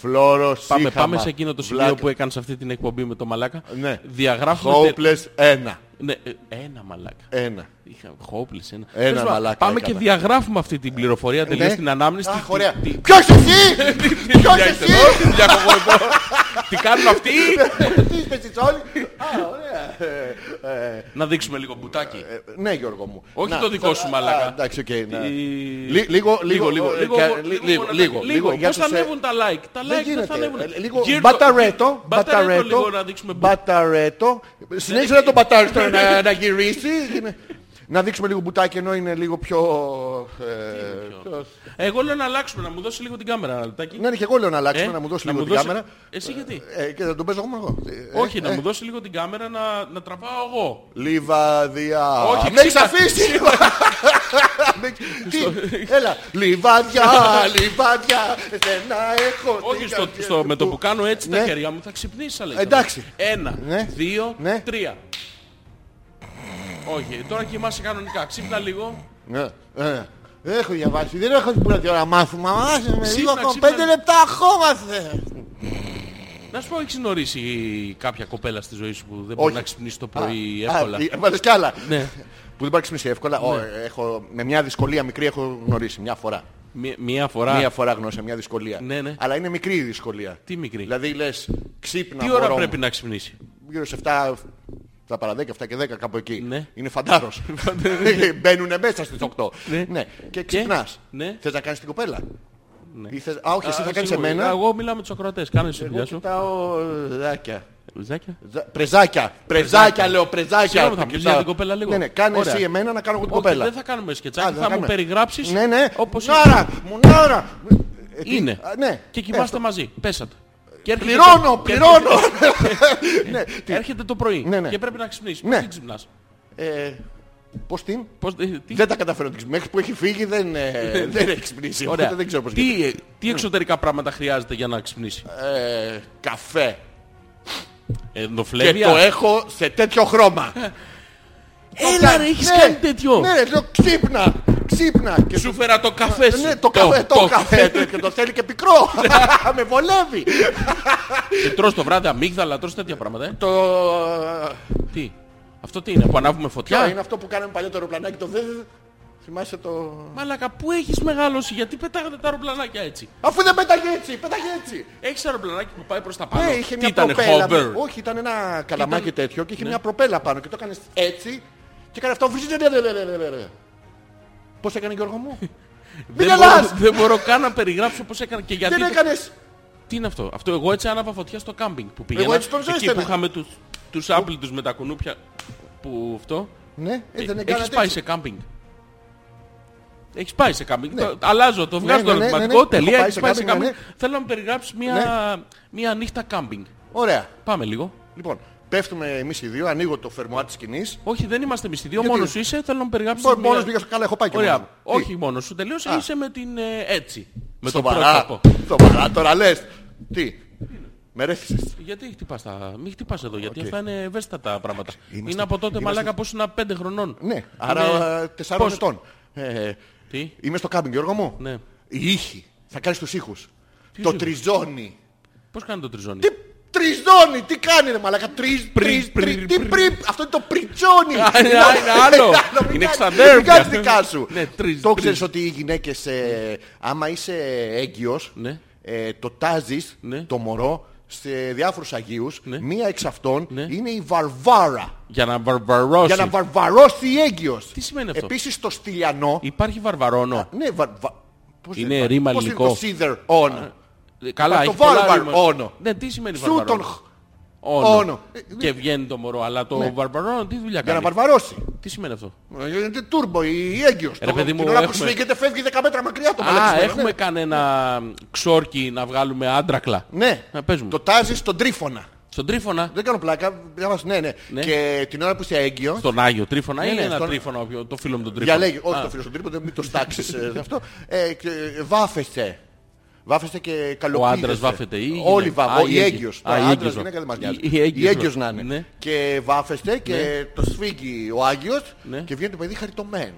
Speaker 1: Φλόρος
Speaker 2: Πάμε, πάμε σε εκείνο το σημείο που έκανες αυτή την εκπομπή με το μαλάκα.
Speaker 1: Ναι.
Speaker 2: Διαγράφουμε... τε-
Speaker 1: Hopeless ένα.
Speaker 2: Ναι, ε, ένα μαλάκα.
Speaker 1: Ένα.
Speaker 2: Είχα χόπλες ένα.
Speaker 1: Ένα
Speaker 2: Τέλος πάντων,
Speaker 1: μαλάκα
Speaker 2: Πάμε
Speaker 1: έκανα.
Speaker 2: και διαγράφουμε αυτή την πληροφορία τελείως
Speaker 1: Ναι.
Speaker 2: την ανάμνηση.
Speaker 1: Αχ,
Speaker 2: τη-
Speaker 1: ωραία.
Speaker 2: τη- τη-
Speaker 1: Ποιος εσύ!
Speaker 2: Τι
Speaker 1: Ποιος
Speaker 2: δουλειά έχετε
Speaker 1: εσύ!
Speaker 2: εδώ, τι δουλειά έχω εγώ εδώ. Τι κάνουν αυτοί.
Speaker 1: Τι είστε εσείς όλοι! Α, ωραία. Ε, ε,
Speaker 2: Να δείξουμε λίγο μπουτάκι.
Speaker 1: ε, Ναι, Γιώργο μου.
Speaker 2: Όχι
Speaker 1: Να,
Speaker 2: το δικό σου,
Speaker 1: α,
Speaker 2: μαλάκα.
Speaker 1: α, Εντάξει, οκ. ναι.
Speaker 2: Τι-
Speaker 1: Λι- Λίγο, λίγο, ε,
Speaker 2: Ε, λίγο,
Speaker 1: κα- λι-
Speaker 2: λίγο,
Speaker 1: λίγο, λίγο. για
Speaker 2: Πώς θα
Speaker 1: τους, ε,
Speaker 2: ανέβουν τα like. Τα
Speaker 1: Δεν
Speaker 2: like δεν θα
Speaker 1: γίνεται.
Speaker 2: ανέβουν.
Speaker 1: Ε, Λίγο
Speaker 2: Γύρω-
Speaker 1: μπαταρέτο.
Speaker 2: Μπαταρέτο λίγο
Speaker 1: Μπαταρέτο.
Speaker 2: να δείξουμε μπουτάκι.
Speaker 1: Μπαταρέτο. Συνέχισε να τον μπατάρεις τώρα να- να γυρίσεις. Είναι- Να δείξουμε λίγο μπουτάκι ενώ είναι λίγο πιο... ε,
Speaker 2: Εγώ λέω να αλλάξουμε, να μου δώσει λίγο την κάμερα ένα λεπτάκι.
Speaker 1: Ναι, ναι, και εγώ λέω να
Speaker 2: Ε,
Speaker 1: αλλάξουμε, να μου δώσει λίγο την κάμερα.
Speaker 2: Εσύ γιατί.
Speaker 1: Ε, Και θα τον παίζω εγώ Ε, μόνο εγώ.
Speaker 2: Όχι, να μου δώσει λίγο την κάμερα να, να τραβάω εγώ.
Speaker 1: Λιβαδιά.
Speaker 2: Όχι,
Speaker 1: με έχεις
Speaker 2: ξύπνα.
Speaker 1: αφήσει. Με έχεις- Τι, έλα. Λιβαδιά, λιβαδιά. Δεν να έχω.
Speaker 2: Όχι,
Speaker 1: την
Speaker 2: στο,
Speaker 1: καρδιά
Speaker 2: στο,
Speaker 1: του.
Speaker 2: με το που κάνω έτσι τα
Speaker 1: ε, Ναι.
Speaker 2: χέρια μου θα ξυπνήσεις, Αλέξανδρο.
Speaker 1: Εντάξει.
Speaker 2: Ένα,
Speaker 1: Ναι.
Speaker 2: δύο,
Speaker 1: Ναι.
Speaker 2: τρία. Όχι, τώρα κοιμάσαι κανονικά. Ξύπνα λίγο.
Speaker 1: Ναι, ναι. Δεν έχω διαβάσει, δεν έχω την πρώτη ώρα μάθημα. Άσε με λίγο
Speaker 2: Ξύπνα,
Speaker 1: ακόμα.
Speaker 2: ξύπνα.
Speaker 1: Πέντε λεπτά ακόμα θε.
Speaker 2: Να σου πω, έχεις γνωρίσει κάποια κοπέλα στη ζωή σου που δεν μπορεί να ξυπνήσει το πρωί εύκολα.
Speaker 1: Έβαλες ε, κι άλλα.
Speaker 2: Ναι.
Speaker 1: Που δεν μπορεί να ξυπνήσει εύκολα. Ω, έχω, με μια δυσκολία μικρή έχω γνωρίσει μια φορά.
Speaker 2: Μία, μία φορά.
Speaker 1: Μια φορά γνώρισα μια δυσκολία.
Speaker 2: Ναι, ναι.
Speaker 1: Αλλά είναι μικρή η δυσκολία.
Speaker 2: Τι μικρή.
Speaker 1: Δηλαδή λες ξύπνα.
Speaker 2: Τι ώρα
Speaker 1: μωρό μου.
Speaker 2: πρέπει να ξυπνήσει.
Speaker 1: Γύρω σε 7 Τα παρά 10, 7 και 10 κάπου εκεί.
Speaker 2: Ναι.
Speaker 1: Είναι φαντάρος. Μπαίνουν μέσα στις 8.
Speaker 2: Ναι.
Speaker 1: Και ξυπνάς.
Speaker 2: Ναι.
Speaker 1: Θες να κάνεις την κοπέλα.
Speaker 2: Ναι.
Speaker 1: Ή θες... Α, όχι, εσύ
Speaker 2: Α,
Speaker 1: θα κάνει
Speaker 2: συγγνώμη.
Speaker 1: εμένα.
Speaker 2: Εγώ μιλάω με τους ακροατές. Κάνε τη δουλειά
Speaker 1: Εγώ
Speaker 2: σου.
Speaker 1: κοιτάω ε, δάκια.
Speaker 2: Ζάκια.
Speaker 1: Ζα- Πρεζάκια. Πρεζάκια λέω, πρεζάκια.
Speaker 2: Συγγνώμη, θα πεις
Speaker 1: Κοιτάω.
Speaker 2: για την κοπέλα λίγο.
Speaker 1: Ναι, ναι, κάνε
Speaker 2: Ωραία.
Speaker 1: εσύ εμένα να κάνω εγώ την
Speaker 2: Όχι,
Speaker 1: κοπέλα.
Speaker 2: δεν θα κάνουμε
Speaker 1: Α,
Speaker 2: σκετσάκι.
Speaker 1: δεν
Speaker 2: Θα μου
Speaker 1: κάνουμε.
Speaker 2: περιγράψεις
Speaker 1: Ναι, ναι.
Speaker 2: όπως
Speaker 1: Μουνάρα, μουνάρα. Ε, τι-
Speaker 2: είναι.
Speaker 1: Α, Ναι.
Speaker 2: Και
Speaker 1: Ε,
Speaker 2: κοιμάστε μαζί. Πέσατε. Και έρχεται
Speaker 1: Πληρώνω,
Speaker 2: το-
Speaker 1: πληρώνω. Ναι,
Speaker 2: και
Speaker 1: τι-
Speaker 2: Έρχεται το πρωί
Speaker 1: Ναι, ναι.
Speaker 2: και πρέπει να ξυπνήσεις.
Speaker 1: Ναι.
Speaker 2: Πώς δεν ξυπνάς.
Speaker 1: ε, Πώς την.
Speaker 2: Πώς, ε, τι,
Speaker 1: Δεν τα καταφέρω. να την ξυπνήσω. Μέχρι που έχει φύγει δεν, ε, δεν έχει ξυπνήσει. Οπότε
Speaker 2: Ωραία.
Speaker 1: δεν ξέρω πώς γίνεται.
Speaker 2: τι, ε, τι εξωτερικά πράγματα χρειάζεται για να ξυπνήσει.
Speaker 1: Ε, Καφέ. Και
Speaker 2: Ενδοφλέβια.
Speaker 1: το έχω σε τέτοιο χρώμα.
Speaker 2: Έλα ρε, έχεις κάνει τέτοιο.
Speaker 1: Ναι, ρε, λέω ξύπνα. Ξύπνα. Και
Speaker 2: Σου φέρα το καφέ σου.
Speaker 1: Ναι, το καφέ, το, καφέ.
Speaker 2: το-
Speaker 1: και το θέλει και πικρό. με βολεύει.
Speaker 2: Και τρως το βράδυ αμύγδαλα, τρως τέτοια πράγματα. ε.
Speaker 1: το.
Speaker 2: Τι. Αυτό τι είναι, που ανάβουμε
Speaker 1: Ποιο
Speaker 2: φωτιά.
Speaker 1: είναι αυτό που κάναμε παλιό το αεροπλανάκι, το δε. Θυμάσαι το.
Speaker 2: Μαλάκα, πού έχεις μεγαλώσει, γιατί πετάγανε τα αεροπλανάκια έτσι.
Speaker 1: Αφού δεν πέταγε έτσι, πέταγε έτσι.
Speaker 2: Έχεις αεροπλανάκι που πάει προς τα πάνω.
Speaker 1: Ναι, είχε
Speaker 2: Τι
Speaker 1: μια
Speaker 2: ήτανε,
Speaker 1: προπέλα. ναι.
Speaker 2: hover?
Speaker 1: Όχι, ήταν ένα καλαμάκι
Speaker 2: Ήταν-
Speaker 1: τέτοιο και είχε
Speaker 2: Ναι.
Speaker 1: μια προπέλα πάνω και το έκανες έτσι και έκανε αυτό. Πώς έκανε Γιώργο μου. Μην
Speaker 2: Δεν μπορώ,
Speaker 1: γελάς!
Speaker 2: δεν μπορώ καν να περιγράψω πώς έκανα και γιατί.
Speaker 1: Δεν έκανες.
Speaker 2: Τι είναι αυτό. Αυτό εγώ έτσι άναβα φωτιά στο κάμπινγκ που πήγαινα.
Speaker 1: Εγώ έτσι τον ναι.
Speaker 2: εκεί
Speaker 1: ζέστανα.
Speaker 2: που είχαμε τους, τους άπλητους με τα κουνούπια. Που αυτό.
Speaker 1: Ναι, ε, δεν έκανε.
Speaker 2: Έχεις πάει σε κάμπινγκ. Έχεις πάει σε κάμπινγκ. Το- Αλλάζω, το
Speaker 1: Ναι,
Speaker 2: βγάζω
Speaker 1: ναι,
Speaker 2: το
Speaker 1: ναι, ναι,
Speaker 2: ερωτηματικό.
Speaker 1: ναι.
Speaker 2: Τελεία.
Speaker 1: Έχω
Speaker 2: Έχεις πάει σε κάμπινγκ.
Speaker 1: ναι.
Speaker 2: Θέλω να μου περιγράψεις μια, μια νύχτα κάμπινγκ.
Speaker 1: Ωραία.
Speaker 2: Πάμε λίγο.
Speaker 1: Λοιπόν, πέφτουμε εμείς οι δύο, ανοίγω το φερμοά της σκηνής.
Speaker 2: Όχι, δεν είμαστε εμείς οι δύο.
Speaker 1: Γιατί?
Speaker 2: Μόνος σου είσαι. Θέλω να μου περιγράψεις. μια-
Speaker 1: Μόνος πήγα στο καλά, έχω πάει και μόνος
Speaker 2: Ωραία.
Speaker 1: μου. Τι,
Speaker 2: Όχι μόνος σου. Τελείωσε.
Speaker 1: Α.
Speaker 2: Είσαι με την ε, έτσι. Με το
Speaker 1: Σοβαρά.
Speaker 2: πρόσωπο.
Speaker 1: Σοβαρά, τώρα λες. Τι. Με ρέθισες.
Speaker 2: Γιατί χτυπάς τα... Μην χτυπάς εδώ, γιατί αυτά είναι ευαίσθητα τα πράγματα.
Speaker 1: Είμαστε-
Speaker 2: Είναι από τότε
Speaker 1: είμαστε-
Speaker 2: μαλάκα πώς ήμουν πέντε χρονών.
Speaker 1: Ναι, άρα ε, τεσσάρων
Speaker 2: Πώς-
Speaker 1: ετών. Ε,
Speaker 2: Τι,
Speaker 1: Είμαι στο κάμπινγκ, Γιώργο μου.
Speaker 2: ναι.
Speaker 1: Οι ήχοι. Θα κάνεις τους ήχους. Το
Speaker 2: ήχους?
Speaker 1: τριζόνι.
Speaker 2: Πώς κάνει το τριζόνι.
Speaker 1: Τι τριζόνι, τι κάνει ρε μαλάκα. Τριζ,
Speaker 2: Πρι-
Speaker 1: τριζ,
Speaker 2: πρι-
Speaker 1: τρι- Τι
Speaker 2: πρι-
Speaker 1: πρι, αυτό είναι το πριτσόνι.
Speaker 2: Α, είναι- α, είναι άλλο.
Speaker 1: μην
Speaker 2: Είναι
Speaker 1: κάνεις-
Speaker 2: ξαδέρφια.
Speaker 1: Μην κάνεις δικά σου.
Speaker 2: Ναι, τριζ,
Speaker 1: Το
Speaker 2: τριζ.
Speaker 1: ξέρεις ότι οι γυναίκες, ε, άμα είσαι έγκυος,
Speaker 2: Ναι.
Speaker 1: ε, το τάζεις
Speaker 2: Ναι.
Speaker 1: το μωρό σε διάφορους αγίους.
Speaker 2: Ναι.
Speaker 1: Μία εξ αυτών
Speaker 2: Ναι.
Speaker 1: είναι η Βαρβάρα.
Speaker 2: Για να βαρβαρώσει.
Speaker 1: Για να βαρβαρώσει η έγκυος.
Speaker 2: Τι σημαίνει αυτό?
Speaker 1: Επίσης στο στυλιανό.
Speaker 2: Υπάρχει βαρβαρώνο.
Speaker 1: Ναι, βα- βα- πώς
Speaker 2: Είναι
Speaker 1: το-
Speaker 2: ρήμα
Speaker 1: πώς
Speaker 2: ελληνικό.
Speaker 1: είναι το σίδερ on.
Speaker 2: Ε, Καλά,
Speaker 1: το
Speaker 2: έχει πολλά
Speaker 1: βαρβαρώνο.
Speaker 2: ρήμα. Ναι, τι σημαίνει
Speaker 1: Σου τον
Speaker 2: βαρβαρώνο.
Speaker 1: χ-
Speaker 2: Όνο.
Speaker 1: όνο. Ναι.
Speaker 2: Και βγαίνει το μωρό, αλλά το βαρβαρώνο τι δουλειά
Speaker 1: Για να
Speaker 2: κάνει.
Speaker 1: βαρβαρώσει.
Speaker 2: Τι σημαίνει αυτό.
Speaker 1: Γίνεται τούρμπο ή έγκυος.
Speaker 2: Ρε,
Speaker 1: Το-
Speaker 2: παιδί
Speaker 1: την
Speaker 2: μου,
Speaker 1: ώρα που
Speaker 2: έχουμε-
Speaker 1: σφίγγεται φεύγει 10 μέτρα μακριά το
Speaker 2: Α,
Speaker 1: μαλακισμένο.
Speaker 2: έχουμε κανένα ξόρκι να βγάλουμε άντρακλα.
Speaker 1: Ναι,
Speaker 2: Να παίζουμε.
Speaker 1: το τάζεις στον τρίφωνα.
Speaker 2: Στον τρίφωνα.
Speaker 1: Δεν κάνω πλάκα. διάβασα- Ναι, ναι.
Speaker 2: Ναι.
Speaker 1: Και την ώρα που είσαι έγκυος.
Speaker 2: Στον Άγιο τρίφωνα
Speaker 1: Ναι,
Speaker 2: ή
Speaker 1: ναι,
Speaker 2: ένα
Speaker 1: στον-
Speaker 2: τρίφωνα, όποιο- το φίλο μου τον τρίφωνα.
Speaker 1: Διαλέγει. Όχι το φίλο στον τρίφωνα, μην το στάξεις ε, αυτό. Ε, και, ε, Βάφεσαι. Βάφεστε και καλοποιείτε.
Speaker 2: άντρας βάφεται ή η γυναίκα?
Speaker 1: Όλοι
Speaker 2: Α,
Speaker 1: βάφονται.
Speaker 2: η
Speaker 1: Η
Speaker 2: έγκυος.
Speaker 1: έγκυος.
Speaker 2: Α, η
Speaker 1: Ο άντρας
Speaker 2: έγκυος.
Speaker 1: γυναίκα δεν μας
Speaker 2: Η-
Speaker 1: νοιάζει.
Speaker 2: η έγκυος.
Speaker 1: Η έγκυος να είναι.
Speaker 2: Ναι.
Speaker 1: Και βάφεστε και το σφίγγει ο Άγιος
Speaker 2: Ναι.
Speaker 1: και βγαίνει το παιδί χαριτωμένο.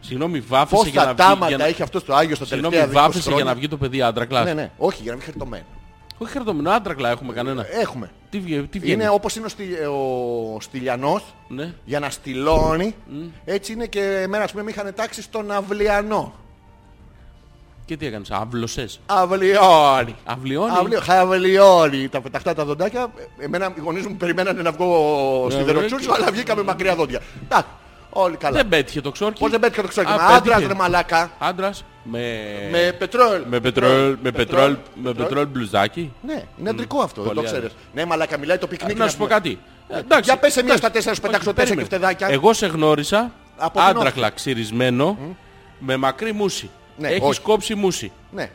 Speaker 2: Συγγνώμη, βάφεσαι για να
Speaker 1: Πόσα
Speaker 2: βγει. για
Speaker 1: τάματα
Speaker 2: να-
Speaker 1: έχει αυτός το Άγιο στα
Speaker 2: Συγγνώμη,
Speaker 1: τελευταία 20
Speaker 2: βάφεσαι για
Speaker 1: χρόνια.
Speaker 2: να βγει το παιδί άντρακλα.
Speaker 1: Ναι, ναι. Όχι, για να μην χαριτωμένο.
Speaker 2: Όχι χαρτομινό, άντρακλα έχουμε κανένα.
Speaker 1: Έχουμε.
Speaker 2: Τι, βγε- τι Ναι. βγαίνει.
Speaker 1: Ε, Είναι όπως είναι ο, στι, ο Στυλιανός
Speaker 2: Ναι.
Speaker 1: για να στυλώνει. Έτσι είναι και εμένα, ας πούμε, με είχαν τάξει στον Αυλιανό.
Speaker 2: Και τι έκανες, άβλωσες.
Speaker 1: Αυλιώνει.
Speaker 2: Αυλιώνει.
Speaker 1: Αυλιώνει. Χαβελιώνει. Τα πεταχτά τα δοντάκια. Εμένα οι γονείς μου περιμένανε να βγω
Speaker 2: Ναι,
Speaker 1: σιδεροτσούτσο,
Speaker 2: βρε,
Speaker 1: αλλά βγήκαμε μακριά δόντια. Τάκ. Όλοι καλά.
Speaker 2: Δεν πέτυχε το ξόρκι.
Speaker 1: Πώς δεν πέτυχε το ξόρκι.
Speaker 2: Α,
Speaker 1: Μα Άντρας
Speaker 2: πέτυχε.
Speaker 1: ρε μαλάκα.
Speaker 2: Άντρας με...
Speaker 1: Με πετρόλ.
Speaker 2: Ε, Με πετρόλ, με πετρόλ, με πετρόλ μπλουζάκι.
Speaker 1: Ναι, είναι αντρικό αυτό, δεν το
Speaker 2: Πολύ
Speaker 1: ξέρεις.
Speaker 2: άντρα.
Speaker 1: Ναι, μαλάκα, μιλάει το πικνίκι.
Speaker 2: Να σου πω
Speaker 1: πούμε.
Speaker 2: κάτι. Ε, εντάξει.
Speaker 1: Για πες σε μία
Speaker 2: Εντάξει.
Speaker 1: στα τέσσερα, σου
Speaker 2: Όχι,
Speaker 1: πετάξω τέσσερα
Speaker 2: περίμενε.
Speaker 1: κεφτεδάκια.
Speaker 2: Εγώ σε γνώρισα
Speaker 1: Από την
Speaker 2: άντρακλα ξυρισμένο με μακρύ μουσι.
Speaker 1: Ναι,
Speaker 2: Έχεις
Speaker 1: όχι.
Speaker 2: κόψει μουσι.
Speaker 1: Ναι.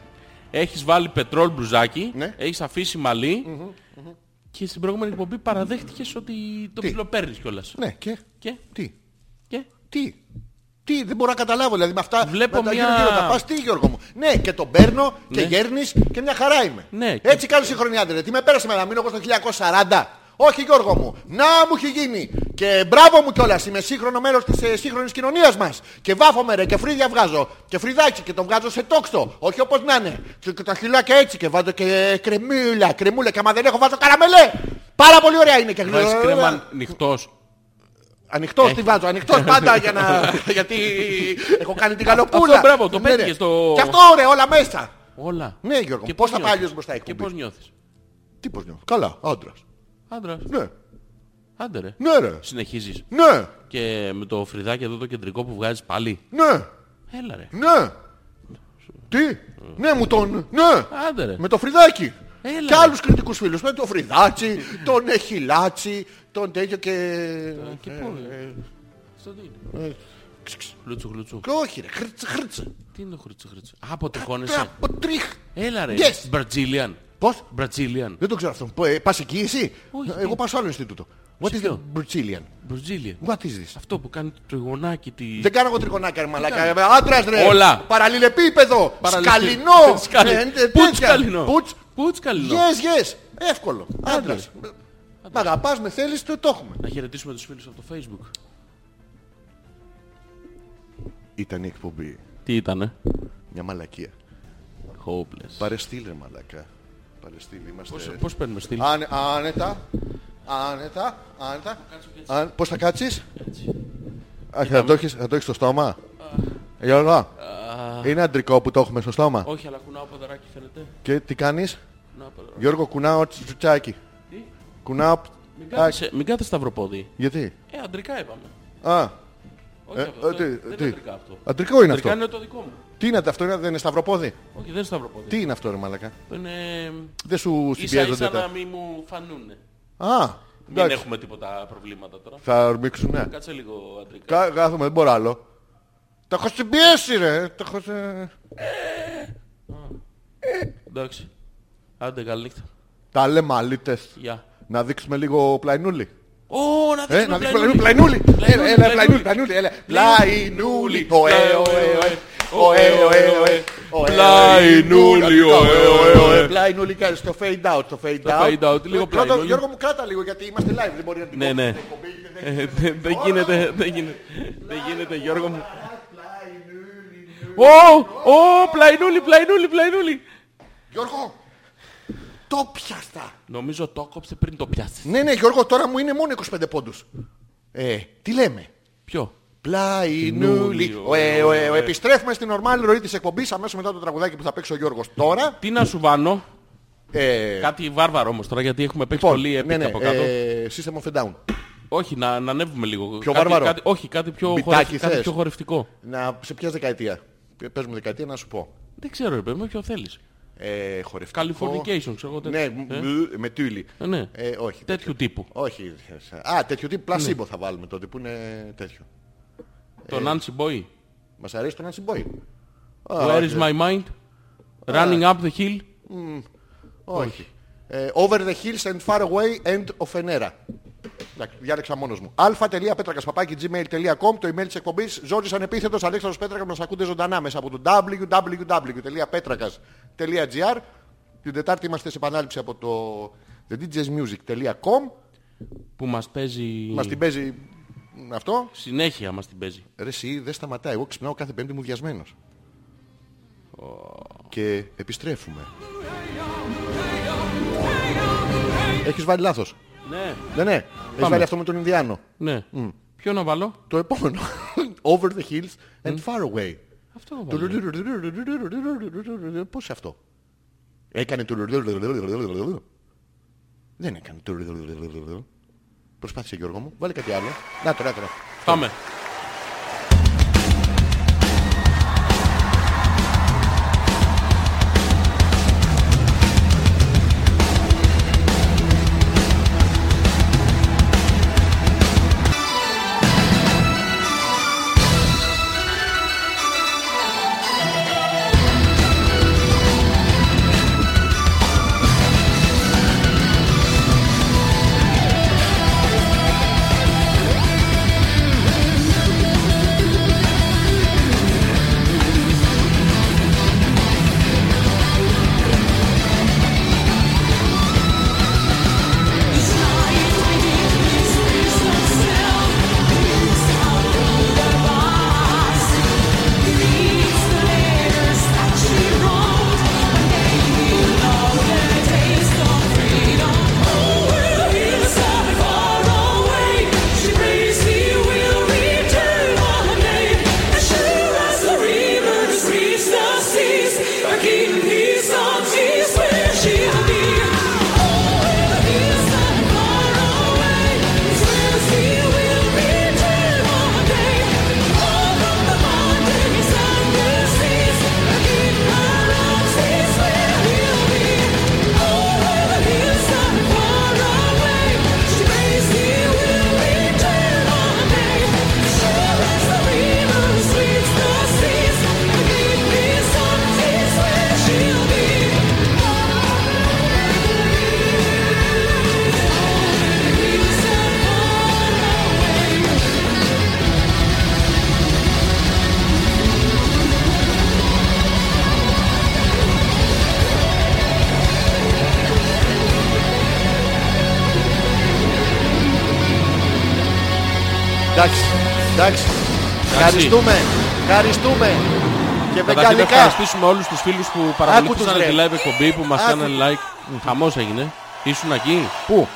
Speaker 2: Έχεις βάλει πετρόλ μπλουζάκι.
Speaker 1: Ναι.
Speaker 2: Έχεις αφήσει μαλλί. Και στην προηγούμενη εκπομπή παραδέχτηκες ότι το
Speaker 1: Τι?
Speaker 2: ψιλοπαίρνεις κιόλας.
Speaker 1: Ναι, και.
Speaker 2: Και,
Speaker 1: Τι.
Speaker 2: και.
Speaker 1: Τι. Τι, δεν μπορώ να καταλάβω. Δηλαδή με αυτά
Speaker 2: Βλέπω
Speaker 1: με τα
Speaker 2: μια-
Speaker 1: γύρω-γύρω τα πας, τι Γιώργο μου. Ναι, και τον παίρνω και
Speaker 2: Ναι.
Speaker 1: γέρνεις και μια χαρά είμαι.
Speaker 2: Ναι, και-
Speaker 1: Έτσι κάνω συγχρονιά. Δηλαδή, τι με πέρασε με να μείνω εγώ στο 1940. Όχι Γιώργο μου, να μου έχει γίνει. Και μπράβο μου κιόλας, είμαι σύγχρονο μέλο της ε, σύγχρονης κοινωνίας μας. Και βάφομαι ρε, και φρύδια βγάζω. Και φρυδάκι και τον βγάζω σε τόξο. Όχι όπως να είναι. Και και τα χυλάκια έτσι και βάζω και κρεμούλα, κρεμούλα. Και άμα δεν έχω βάζω καραμελέ. Πάρα πολύ ωραία είναι και
Speaker 2: Βάζεις κρέμα
Speaker 1: ε.
Speaker 2: νυχτός.
Speaker 1: Ανοιχτό
Speaker 2: Ε.
Speaker 1: τι βάζω, ανοιχτός πάντα για να. γιατί έχω κάνει την καλοπούλα.
Speaker 2: Αυτό, μπράβο, το
Speaker 1: Ναι, ναι.
Speaker 2: πέτυχες, το-
Speaker 1: Και αυτό ρε, όλα μέσα.
Speaker 2: Όλα.
Speaker 1: Ναι, Γιώργο,
Speaker 2: Και
Speaker 1: πώς
Speaker 2: πώς
Speaker 1: θα πάει
Speaker 2: νιώθεις?
Speaker 1: αλλιώς μπροστά η
Speaker 2: Και
Speaker 1: εκπομπή.
Speaker 2: πώς νιώθεις.
Speaker 1: Τι πώς νιώθω. Καλά, άντρα.
Speaker 2: Άντρας.
Speaker 1: Ναι.
Speaker 2: Άντε ρε.
Speaker 1: Ναι, ρε.
Speaker 2: Συνεχίζεις.
Speaker 1: Ναι,
Speaker 2: Και με το φρυδάκι εδώ το κεντρικό που βγάζεις πάλι.
Speaker 1: ναι,
Speaker 2: Έλα ρε.
Speaker 1: ναι. Τι, ναι μου τον, ναι.
Speaker 2: Άντε ρε.
Speaker 1: Με το φρυδάκι.
Speaker 2: Έλα.
Speaker 1: Και άλλους κριτικούς φίλους. Με το φρυδάτσι, τον εχιλάτσι, τον τέτοιο και...
Speaker 2: Και
Speaker 1: ε,
Speaker 2: πού. Αυτό τι είναι.
Speaker 1: Ξ, ξ.
Speaker 2: Χλούτσου χλούτσου.
Speaker 1: Και όχι ρε, χρύτσε, χρύτσε.
Speaker 2: Τι είναι το χλούτσου χλούτσου. Α, αποτυχώνεσαι.
Speaker 1: Τραπο, τρίχ.
Speaker 2: Έλα ρε.
Speaker 1: Yes.
Speaker 2: Brazilian.
Speaker 1: Πώς,
Speaker 2: Brazilian.
Speaker 1: δεν το ξέρω αυτό. Πο- ε, Πας εκεί εσύ.
Speaker 2: Όχι,
Speaker 1: Εγώ
Speaker 2: τι.
Speaker 1: πάω σε άλλο Ινστιτούτο. What
Speaker 2: Σε
Speaker 1: is the
Speaker 2: ποιο?
Speaker 1: Brazilian?
Speaker 2: Brazilian.
Speaker 1: What is this?
Speaker 2: Αυτό που κάνει το τριγωνάκι τη...
Speaker 1: Δεν κάνω εγώ τρικονάκια, ρε μαλάκα. Άντρας ρε.
Speaker 2: Όλα.
Speaker 1: Παραλληλεπίπεδο.
Speaker 2: Παραλυφθεί.
Speaker 1: Σκαλινό.
Speaker 2: Σκαλι-
Speaker 1: Ε, ε,
Speaker 2: Πουτς
Speaker 1: τέτοια.
Speaker 2: σκαλινό.
Speaker 1: Πουτς.
Speaker 2: Πουτς σκαλινό.
Speaker 1: Yes, yes. Εύκολο. Άντρας.
Speaker 2: Άντρας.
Speaker 1: Μ' αγαπάς, με θέλεις, το το έχουμε.
Speaker 2: Να χαιρετήσουμε τους φίλους από το facebook.
Speaker 1: Ήταν η εκπομπή.
Speaker 2: Τι ήτανε.
Speaker 1: Μια μαλακία.
Speaker 2: Hopeless.
Speaker 1: Παρεστήλε μαλακά. Παρεστήλε, είμαστε...
Speaker 2: Πώς, Ε, πώς παίρνουμε στυλ.
Speaker 1: Άνε, άνετα, άνετα, άνετα. Αν, πώς θα κάτσεις? Α, θα το έχεις, θα το έχεις στο στόμα. Γιώργο, είναι αντρικό που το έχουμε στο στόμα.
Speaker 2: Όχι, αλλά κουνάω ποδαράκι φαίνεται.
Speaker 1: Και τι κάνεις?
Speaker 2: Κουνάω ποδαράκι.
Speaker 1: Γιώργο, κουνάω τσουτσάκι.
Speaker 2: Τι?
Speaker 1: Κουνάω...
Speaker 2: Μην
Speaker 1: Α,
Speaker 2: κάθεσαι, μην κάθεσαι σταυροπόδι.
Speaker 1: γιατί?
Speaker 2: Ε, αντρικά είπαμε.
Speaker 1: Α,
Speaker 2: Όχι,
Speaker 1: Ε,
Speaker 2: αυτό,
Speaker 1: ε, τι,
Speaker 2: δεν δεν
Speaker 1: τι.
Speaker 2: είναι αντρικά αυτό.
Speaker 1: αντρικό είναι
Speaker 2: Αντρικά
Speaker 1: αυτό.
Speaker 2: είναι το δικό μου.
Speaker 1: Τι είναι αυτό, είναι- δεν είναι σταυροπόδι.
Speaker 2: Όχι, δεν είναι σταυροπόδι.
Speaker 1: Τι είναι αυτό ρε μαλακά.
Speaker 2: Αυτό είναι... ε,
Speaker 1: Δεν σου
Speaker 2: Ίσα ίσα
Speaker 1: συμπιέζονται
Speaker 2: να
Speaker 1: τα...
Speaker 2: μην μου φανούνε.
Speaker 1: Α,
Speaker 2: Μην
Speaker 1: εντάξει.
Speaker 2: έχουμε τίποτα προβλήματα τώρα.
Speaker 1: Θα ορμήξουν, ναι.
Speaker 2: Κάτσε λίγο αντρικά.
Speaker 1: Κα- Κάθομαι, δεν μπορώ άλλο. Τα έχω συμπιέσει ρε. Τα έχω... σε-
Speaker 2: Εντάξει. Άντε, καλή νύχτα.
Speaker 1: Τα λέμε αλήτες.
Speaker 2: Γεια.
Speaker 1: Να δείξουμε λίγο πλαϊνούλι.
Speaker 2: Ω, να
Speaker 1: Ε, να
Speaker 2: δείξουμε
Speaker 1: δείξουμε πλαϊνούλι. Έλα,
Speaker 2: Πλαϊνούλι,
Speaker 1: έλα, πλαϊνούλι,
Speaker 2: πλαϊνούλι.
Speaker 1: πλαϊνούλι, έλα. Πλαϊνούλι. Ωε,
Speaker 2: Πλαϊνούλι.
Speaker 1: ωε, ωε. Ωε, ωε, ωε. Ωε,
Speaker 2: Πλαϊνούλι,
Speaker 1: ωε,
Speaker 2: ωε,
Speaker 1: ωε, ωε.
Speaker 2: ωε.
Speaker 1: Πλαϊνούλι, κάτσε το fade out, το fade
Speaker 2: Το
Speaker 1: out.
Speaker 2: fade out, λίγο
Speaker 1: Κράτα,
Speaker 2: πλαϊνούλι.
Speaker 1: Γιώργο μου κράτα λίγο γιατί είμαστε live, δεν μπορεί να την
Speaker 2: Ναι,
Speaker 1: κόψουμε
Speaker 2: ναι.
Speaker 1: την εκπομπή.
Speaker 2: Ε, Δεν δεν γίνεται, δεν γίνεται, δεν γίνεται Γιώργο μου. Ω, ω, πλαϊνούλι, πλαϊνούλι, πλαϊνούλι.
Speaker 1: Γιώργο, το πιάστα.
Speaker 2: Νομίζω το έκοψε πριν το πιάσεις.
Speaker 1: Ναι, ναι, Γιώργο, τώρα μου είναι μόνο 25 πόντους. Ε, τι λέμε.
Speaker 2: Ποιο.
Speaker 1: Πλαϊνούλι. Ωε, ωε, ωε. Επιστρέφουμε στην ορμάλη ροή της εκπομπής αμέσως μετά το τραγουδάκι που θα παίξει ο Γιώργος τώρα.
Speaker 2: Τι να σου βάνω.
Speaker 1: Ε,
Speaker 2: Κάτι βάρβαρο όμως τώρα γιατί έχουμε παίξει
Speaker 1: Λοιπόν,
Speaker 2: πολύ
Speaker 1: ναι,
Speaker 2: έπικα
Speaker 1: ναι,
Speaker 2: από κάτω.
Speaker 1: ε, System of a Down.
Speaker 2: Όχι, να, να ανέβουμε λίγο.
Speaker 1: Πιο
Speaker 2: Κάτι-
Speaker 1: βάρβαρο.
Speaker 2: κάτι- όχι, κάτι πιο,
Speaker 1: Μπιτάκι
Speaker 2: χορευτικό, κάτι
Speaker 1: θες?
Speaker 2: πιο χορευτικό.
Speaker 1: Να, σε ποια δεκαετία. Πε- Πες μου δεκαετία να σου πω.
Speaker 2: Δεν ξέρω, ρε παιδί μου, ποιο θέλεις.
Speaker 1: Ε, χορευτικό.
Speaker 2: Californication, ξέρω εγώ.
Speaker 1: Ναι,
Speaker 2: τέτοιο.
Speaker 1: μ-
Speaker 2: Ε,
Speaker 1: μ- με τύλι.
Speaker 2: ε, ναι.
Speaker 1: Ε, όχι.
Speaker 2: Τέτοιου τύπου.
Speaker 1: Όχι. Α, τέτοιο τι πλασίμπο
Speaker 2: Ναι.
Speaker 1: θα βάλουμε τότε που είναι τέτοιο. Ε,
Speaker 2: Το Nancy Boy.
Speaker 1: Μας αρέσει το Nancy Boy. Α, ναι.
Speaker 2: Where
Speaker 1: όχι.
Speaker 2: is my mind? Running up the hill.
Speaker 1: Όχι. Ε, over the hills and far away and of an era. Εντάξει, Διάλεξα μόνος μου. α.πέτρακας.gmail.com Το email της εκπομπής Ζόρις Ανεπίθετος Αλέξανδρος Πέτρακας μας ακούτε ζωντανά μέσα από το www.petrakas.gr Την Τετάρτη είμαστε σε επανάληψη από το thedjazzmusic.com
Speaker 2: Που μας παίζει...
Speaker 1: Μας την παίζει αυτό.
Speaker 2: Συνέχεια μας την παίζει.
Speaker 1: Ρε εσύ δεν σταματάει. Εγώ ξυπνάω κάθε πέμπτη μου βιασμένος. Και επιστρέφουμε. Έχεις βάλει λάθος.
Speaker 2: Ναι.
Speaker 1: Ναι, ναι. Έχεις βάλει αυτό με τον Ινδιάνο.
Speaker 2: Ναι. Ποιο να βάλω.
Speaker 1: Το επόμενο. Over the hills and far away.
Speaker 2: Αυτό να βάλω.
Speaker 1: Του- Πώς είναι αυτό. Έκανε του... Δεν έκανε του... Προσπάθησε Γιώργο μου. Βάλε κάτι άλλο. Να τώρα, τώρα. Ναι,
Speaker 2: Πάμε.
Speaker 1: Εντάξει, εντάξει. Ευχαριστούμε. Ευχαριστούμε. Και
Speaker 2: Καταρχήν να
Speaker 1: βεγγαλικά.
Speaker 2: ευχαριστήσουμε όλους τους φίλους που
Speaker 1: τους,
Speaker 2: παρακολουθούσαν
Speaker 1: ρε.
Speaker 2: τη live εκπομπή που μας
Speaker 1: Άκου.
Speaker 2: κάνανε like. Χαμός έγινε. Ήσουν εκεί.
Speaker 1: Πού?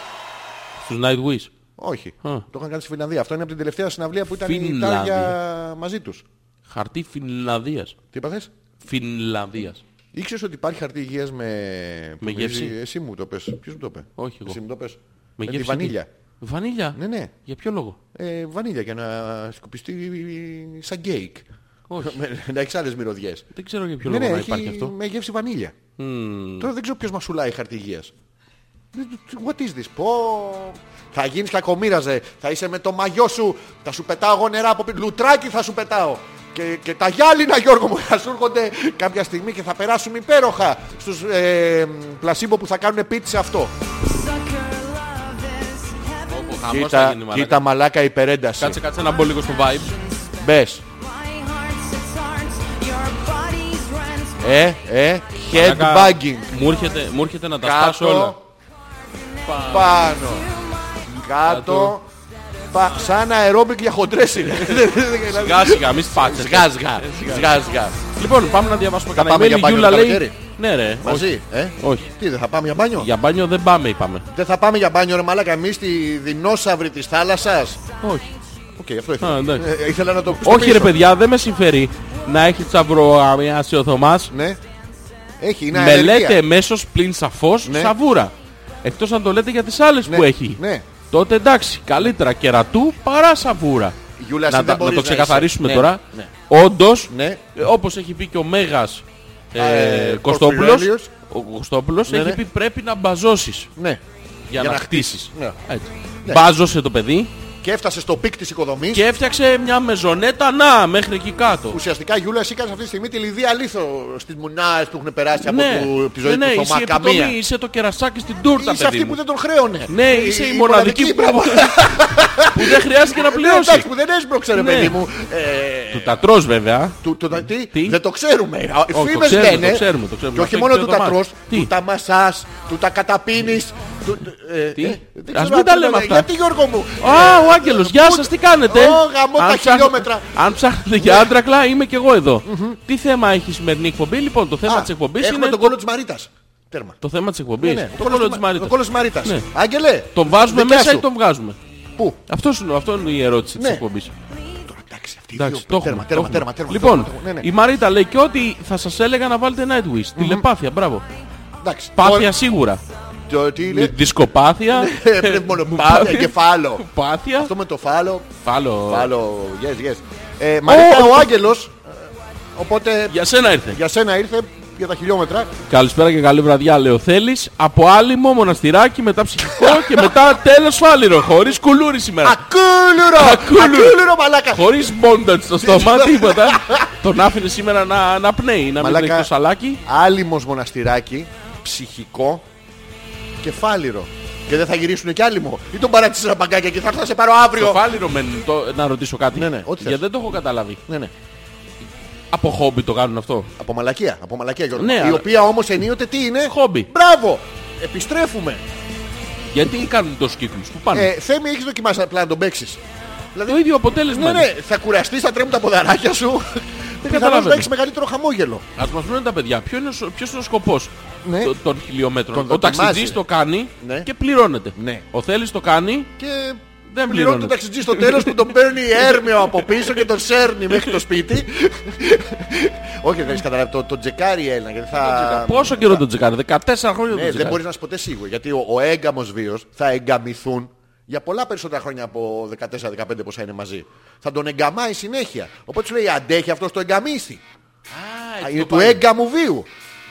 Speaker 2: Στους Nightwish.
Speaker 1: Όχι.
Speaker 2: Α.
Speaker 1: Το είχαν κάνει στη Φινλανδία. Αυτό είναι από την τελευταία συναυλία που ήταν η
Speaker 2: Φινλανδία.
Speaker 1: Ιταλία μαζί τους.
Speaker 2: Χαρτί Φινλανδίας.
Speaker 1: Τι είπα θες?
Speaker 2: Φινλανδίας.
Speaker 1: Ήξερες ότι υπάρχει χαρτί υγείας με... που
Speaker 2: Με
Speaker 1: μυρίζει-
Speaker 2: γεύση.
Speaker 1: Εσύ μου το πες. Ποιος μου το είπε.
Speaker 2: Όχι εγώ.
Speaker 1: Εσύ μου το πες. Με
Speaker 2: Με
Speaker 1: τη
Speaker 2: γεύση τι?
Speaker 1: Ε, βανίλια.
Speaker 2: Βανίλια.
Speaker 1: Ναι, ναι.
Speaker 2: Για ποιο λόγο.
Speaker 1: Ε, βανίλια για να σκουπιστεί σαν γκέικ.
Speaker 2: Όχι.
Speaker 1: Με- να έχεις άλλες μυρωδιές.
Speaker 2: Δεν ξέρω για ποιο
Speaker 1: Ναι,
Speaker 2: λόγο
Speaker 1: ναι,
Speaker 2: να
Speaker 1: έχει
Speaker 2: υπάρχει αυτό.
Speaker 1: με γεύση βανίλια.
Speaker 2: Μμμ.
Speaker 1: Τώρα δεν ξέρω ποιος μασουλάει χαρτί υγείας. Δεν- What is this, πω... Θα γίνεις κακομήραζε, θα είσαι με το μαγιό σου, θα σου πετάω εγώ νερά από πίσω, λουτράκι θα σου πετάω. Και, και τα γυάλινα Γιώργο μου θα σου έρχονται κάποια στιγμή και θα περάσουν υπέροχα στους ε, πλασίμπο που θα κάνουν πίτσα αυτό.
Speaker 2: Όπου χαμός θα
Speaker 1: Κοίτα,
Speaker 2: γίνει μαλάκα.
Speaker 1: κοίτα μαλάκα υπερένταση.
Speaker 2: Κάτσε, κάτσε να μπω λίγο στο vibe.
Speaker 1: Μπες. Ε, ε, headbanging.
Speaker 2: Μου έρχεται, μου έρχεται να τα σπάσω όλα.
Speaker 1: Κάτω. Πάνω. Κάτω. Πα- Σαν αερόμπικ για χοντρές είναι.
Speaker 2: Σιγά σιγά, μη σπάτε.
Speaker 1: Σιγά σιγά. Σιγά σιγά.
Speaker 2: Λοιπόν, πάμε να διαβάσουμε κανένα
Speaker 1: πάμε
Speaker 2: email.
Speaker 1: για
Speaker 2: Η
Speaker 1: μπάνιο
Speaker 2: Γιούλα
Speaker 1: το
Speaker 2: λέει...
Speaker 1: καλοκαίρι.
Speaker 2: Ναι ρε, όχι.
Speaker 1: Μαζί, ε.
Speaker 2: όχι.
Speaker 1: Τι δεν θα πάμε για μπάνιο.
Speaker 2: Για μπάνιο δεν πάμε, είπαμε.
Speaker 1: Δεν θα πάμε για μπάνιο ρε μαλάκα εμείς στη δεινόσαυρη της θάλασσας.
Speaker 2: Όχι.
Speaker 1: Οκ, αυτό
Speaker 2: Α,
Speaker 1: ήθελα.
Speaker 2: εντάξει.
Speaker 1: Ε, Ήθελα να το
Speaker 2: Όχι ρε
Speaker 1: πιστοποιήσω.
Speaker 2: παιδιά, δεν με συμφέρει να έχει τσαβροαμιάσει ο Θωμάς.
Speaker 1: Ναι. Έχει, είναι
Speaker 2: Με
Speaker 1: αερεργία.
Speaker 2: λέτε εμέσως πλην σαφώς
Speaker 1: Ναι.
Speaker 2: σαβούρα. Εκτός αν το λέτε για τις άλλες
Speaker 1: Ναι,
Speaker 2: που έχει.
Speaker 1: ναι.
Speaker 2: Τότε εντάξει, καλύτερα κερατού παρά σαβούρα.
Speaker 1: Γιούλα, εσύ
Speaker 2: να, τα-
Speaker 1: δεν
Speaker 2: να
Speaker 1: μπορείς
Speaker 2: το
Speaker 1: να
Speaker 2: ξεκαθαρίσουμε
Speaker 1: είσαι.
Speaker 2: τώρα.
Speaker 1: Ναι,
Speaker 2: Όντως,
Speaker 1: Ναι.
Speaker 2: ε, όπως έχει πει και ο Μέγας ε,
Speaker 1: ε,
Speaker 2: Κωστόπουλος,
Speaker 1: Πορφυρέλιος.
Speaker 2: ο Κωστόπουλος
Speaker 1: Ναι,
Speaker 2: έχει
Speaker 1: ναι.
Speaker 2: πει πρέπει να μπαζώσεις
Speaker 1: Ναι.
Speaker 2: για,
Speaker 1: Για
Speaker 2: να
Speaker 1: να
Speaker 2: χτίσεις.
Speaker 1: Ναι.
Speaker 2: Έτσι. Μπάζωσε το παιδί
Speaker 1: Και έφτασε στο πικ της οικοδομής.
Speaker 2: και έφτιαξε μια μεζονέτα να μέχρι εκεί κάτω.
Speaker 1: Ουσιαστικά Γιούλα εσύ κάνεις αυτή τη στιγμή τη λιδία λίθο στις μουνάες που έχουν περάσει από
Speaker 2: Ναι,
Speaker 1: του- τη ζωή
Speaker 2: ναι,
Speaker 1: του
Speaker 2: είσαι,
Speaker 1: Θωμά.
Speaker 2: η επιτομή,
Speaker 1: Καμία.
Speaker 2: είσαι το κερασάκι στην
Speaker 1: Είσαι
Speaker 2: τούρτα, παιδί
Speaker 1: αυτή
Speaker 2: μου.
Speaker 1: που δεν τον χρέωνε.
Speaker 2: Ναι, είσαι η, μοναδική που,
Speaker 1: μπράβο.
Speaker 2: που δεν χρειάζεται να
Speaker 1: Ναι, εντάξει,
Speaker 2: πληρώσει.
Speaker 1: που δεν έσπρωξε, ρε
Speaker 2: Ναι.
Speaker 1: παιδί μου. Ε,
Speaker 2: Του τα τρως βέβαια.
Speaker 1: Του, του, τα- τι,
Speaker 2: Τι?
Speaker 1: Δεν το ξέρουμε. Οι
Speaker 2: το
Speaker 1: φήμες
Speaker 2: ξέρουμε,
Speaker 1: λένε.
Speaker 2: το ξέρουμε, το ξέρουμε.
Speaker 1: Και όχι
Speaker 2: Αυτό
Speaker 1: μόνο
Speaker 2: είναι
Speaker 1: του τα
Speaker 2: το δωμάτι.
Speaker 1: τρως,
Speaker 2: Τι?
Speaker 1: του τα μασάς, του τα καταπίνεις. Του, ε,
Speaker 2: Τι?
Speaker 1: ε,
Speaker 2: Ας
Speaker 1: δεν ξέρω
Speaker 2: μην
Speaker 1: αν
Speaker 2: τα
Speaker 1: το
Speaker 2: λέμε
Speaker 1: λένε.
Speaker 2: αυτά.
Speaker 1: Γιατί Γιώργο μου. Ε,
Speaker 2: Α, ο Άγγελος, γεια σας, τι κάνετε.
Speaker 1: Ω, γαμώ
Speaker 2: Αν
Speaker 1: τα
Speaker 2: ψάχνετε-
Speaker 1: χιλιόμετρα. Ναι.
Speaker 2: Αν ψάχνετε για άντρακλα, είμαι και εγώ εδώ. Τι θέμα έχει η σημερινή εκπομπή, λοιπόν, το θέμα
Speaker 1: Α,
Speaker 2: της εκπομπής
Speaker 1: Έχουμε
Speaker 2: είναι...
Speaker 1: τον κόλλο της Μαρίτας. Τέρμα.
Speaker 2: Το θέμα της
Speaker 1: Ναι,
Speaker 2: εκπομπής,
Speaker 1: ναι,
Speaker 2: το κόλλο της
Speaker 1: Το
Speaker 2: Μαρίτας.
Speaker 1: κόλλο της Μαρίτας.
Speaker 2: Ναι.
Speaker 1: Άγγελε.
Speaker 2: Τον βάζουμε
Speaker 1: δικιά
Speaker 2: μέσα
Speaker 1: σου.
Speaker 2: ή τον βγάζουμε.
Speaker 1: Πού.
Speaker 2: Αυτός είναι- Αυτό είναι η ερώτηση της
Speaker 1: Ναι.
Speaker 2: εκπομπής.
Speaker 1: Τώρα, Εντάξει, αυτή η
Speaker 2: Εντάξει, το
Speaker 1: δύο.
Speaker 2: έχουμε,
Speaker 1: Τέρμα,
Speaker 2: το
Speaker 1: τέρμα,
Speaker 2: έχουμε.
Speaker 1: τέρμα, τέρμα.
Speaker 2: Λοιπόν,
Speaker 1: τέρμα, ναι, ναι.
Speaker 2: η Μαρίτα λέει και ότι θα σας έλεγα να βάλετε Nightwish. Τηλεπάθεια, μπράβο.
Speaker 1: Εντάξει.
Speaker 2: Πάθεια Ναι, σίγουρα.
Speaker 1: Το- το- τι είναι.
Speaker 2: Δισκοπάθεια.
Speaker 1: Ε, Πνευμονοπάθεια, κεφάλαιο.
Speaker 2: Πάθεια.
Speaker 1: Αυτό με το φάλο.
Speaker 2: Φάλο.
Speaker 1: Φάλο, yes, yes. Ε, Μαρίτα,
Speaker 2: Ε. Ω,
Speaker 1: ο Άγγελος. ε, Οπότε
Speaker 2: Για σένα ήρθε.
Speaker 1: για σένα ήρθε για τα χιλιόμετρα.
Speaker 2: Καλησπέρα και καλή βραδιά, λέω θέλεις. Από άλυμο, μοναστηράκι, μετά ψυχικό και μετά τέλος φάλιρο. Χωρίς κουλούρι σήμερα.
Speaker 1: Ακούλουρο!
Speaker 2: Ακούλουρο.
Speaker 1: Ακούλουρο, μαλάκα!
Speaker 2: Χωρίς μπόντατ στο στόμα, τίποτα. Τον άφηνε σήμερα να, να πνέει, να μην
Speaker 1: Μαλάκα.
Speaker 2: τρέχει το σαλάκι.
Speaker 1: Άλυμος μοναστηράκι, ψυχικό, κεφάλιρο. Και δεν θα γυρίσουν κι άλυμο. Ή τον παράτησε ένα μπαγκάκι και θα έρθω να σε πάρω
Speaker 2: Το
Speaker 1: αύριο.
Speaker 2: φάλιρο μεν, το- να ρωτήσω κάτι.
Speaker 1: Ναι, ναι, ό,τι
Speaker 2: Γιατί
Speaker 1: θες.
Speaker 2: δεν το έχω καταλάβει.
Speaker 1: Ναι, ναι.
Speaker 2: Από χόμπι το κάνουν αυτό.
Speaker 1: Από μαλακία, από μαλακία Γιώργο.
Speaker 2: Ναι,
Speaker 1: Η
Speaker 2: αλλά-
Speaker 1: οποία όμως ενίοτε τι είναι.
Speaker 2: Χόμπι.
Speaker 1: Μπράβο! Επιστρέφουμε.
Speaker 2: Γιατί κάνουν τόσους κύκλους, που πάνε.
Speaker 1: Ε, Θέμη, έχεις δοκιμάσει απλά να τον παίξεις.
Speaker 2: το ίδιο αποτέλεσμα.
Speaker 1: Ναι,
Speaker 2: είναι.
Speaker 1: ναι, θα κουραστείς, θα τρέμουν τα ποδαράκια σου. Πιθανώς
Speaker 2: καταλαβαίνω.
Speaker 1: να έχεις μεγαλύτερο χαμόγελο.
Speaker 2: Ας μας πούνε τα παιδιά, ποιο είναι, ο σο- ποιος είναι ο σκοπός
Speaker 1: Ναι.
Speaker 2: το- των χιλιόμετρων.
Speaker 1: Τον
Speaker 2: ο
Speaker 1: δοκιμάζει.
Speaker 2: ταξιτζής το κάνει
Speaker 1: Ναι.
Speaker 2: και πληρώνεται.
Speaker 1: Ναι.
Speaker 2: Ο θέλεις το κάνει,
Speaker 1: Και
Speaker 2: δεν
Speaker 1: πληρώνει
Speaker 2: πληρώνεται.
Speaker 1: τον ταξιτζή στο τέλος που τον παίρνει η έρμεο από πίσω και τον σέρνει μέχρι το σπίτι. Όχι, δεν έχεις καταλάβει. Το, το τζεκάρι Έλληνα. Γιατί θα...
Speaker 2: Πόσο καιρό τον τσεκάρει, 14 χρόνια
Speaker 1: Ναι,
Speaker 2: τον
Speaker 1: δεν
Speaker 2: τσεκάρει.
Speaker 1: μπορείς να είσαι ποτέ σίγουρο. Γιατί ο, ο έγκαμος βίος θα εγκαμηθούν για πολλά περισσότερα χρόνια από 14-15 πόσα είναι μαζί. Θα τον εγκαμάει συνέχεια. Οπότε σου λέει αντέχει αυτός το εγκαμίσει.
Speaker 2: Α,
Speaker 1: Είναι
Speaker 2: το
Speaker 1: του
Speaker 2: πάει.
Speaker 1: έγκαμου βίου.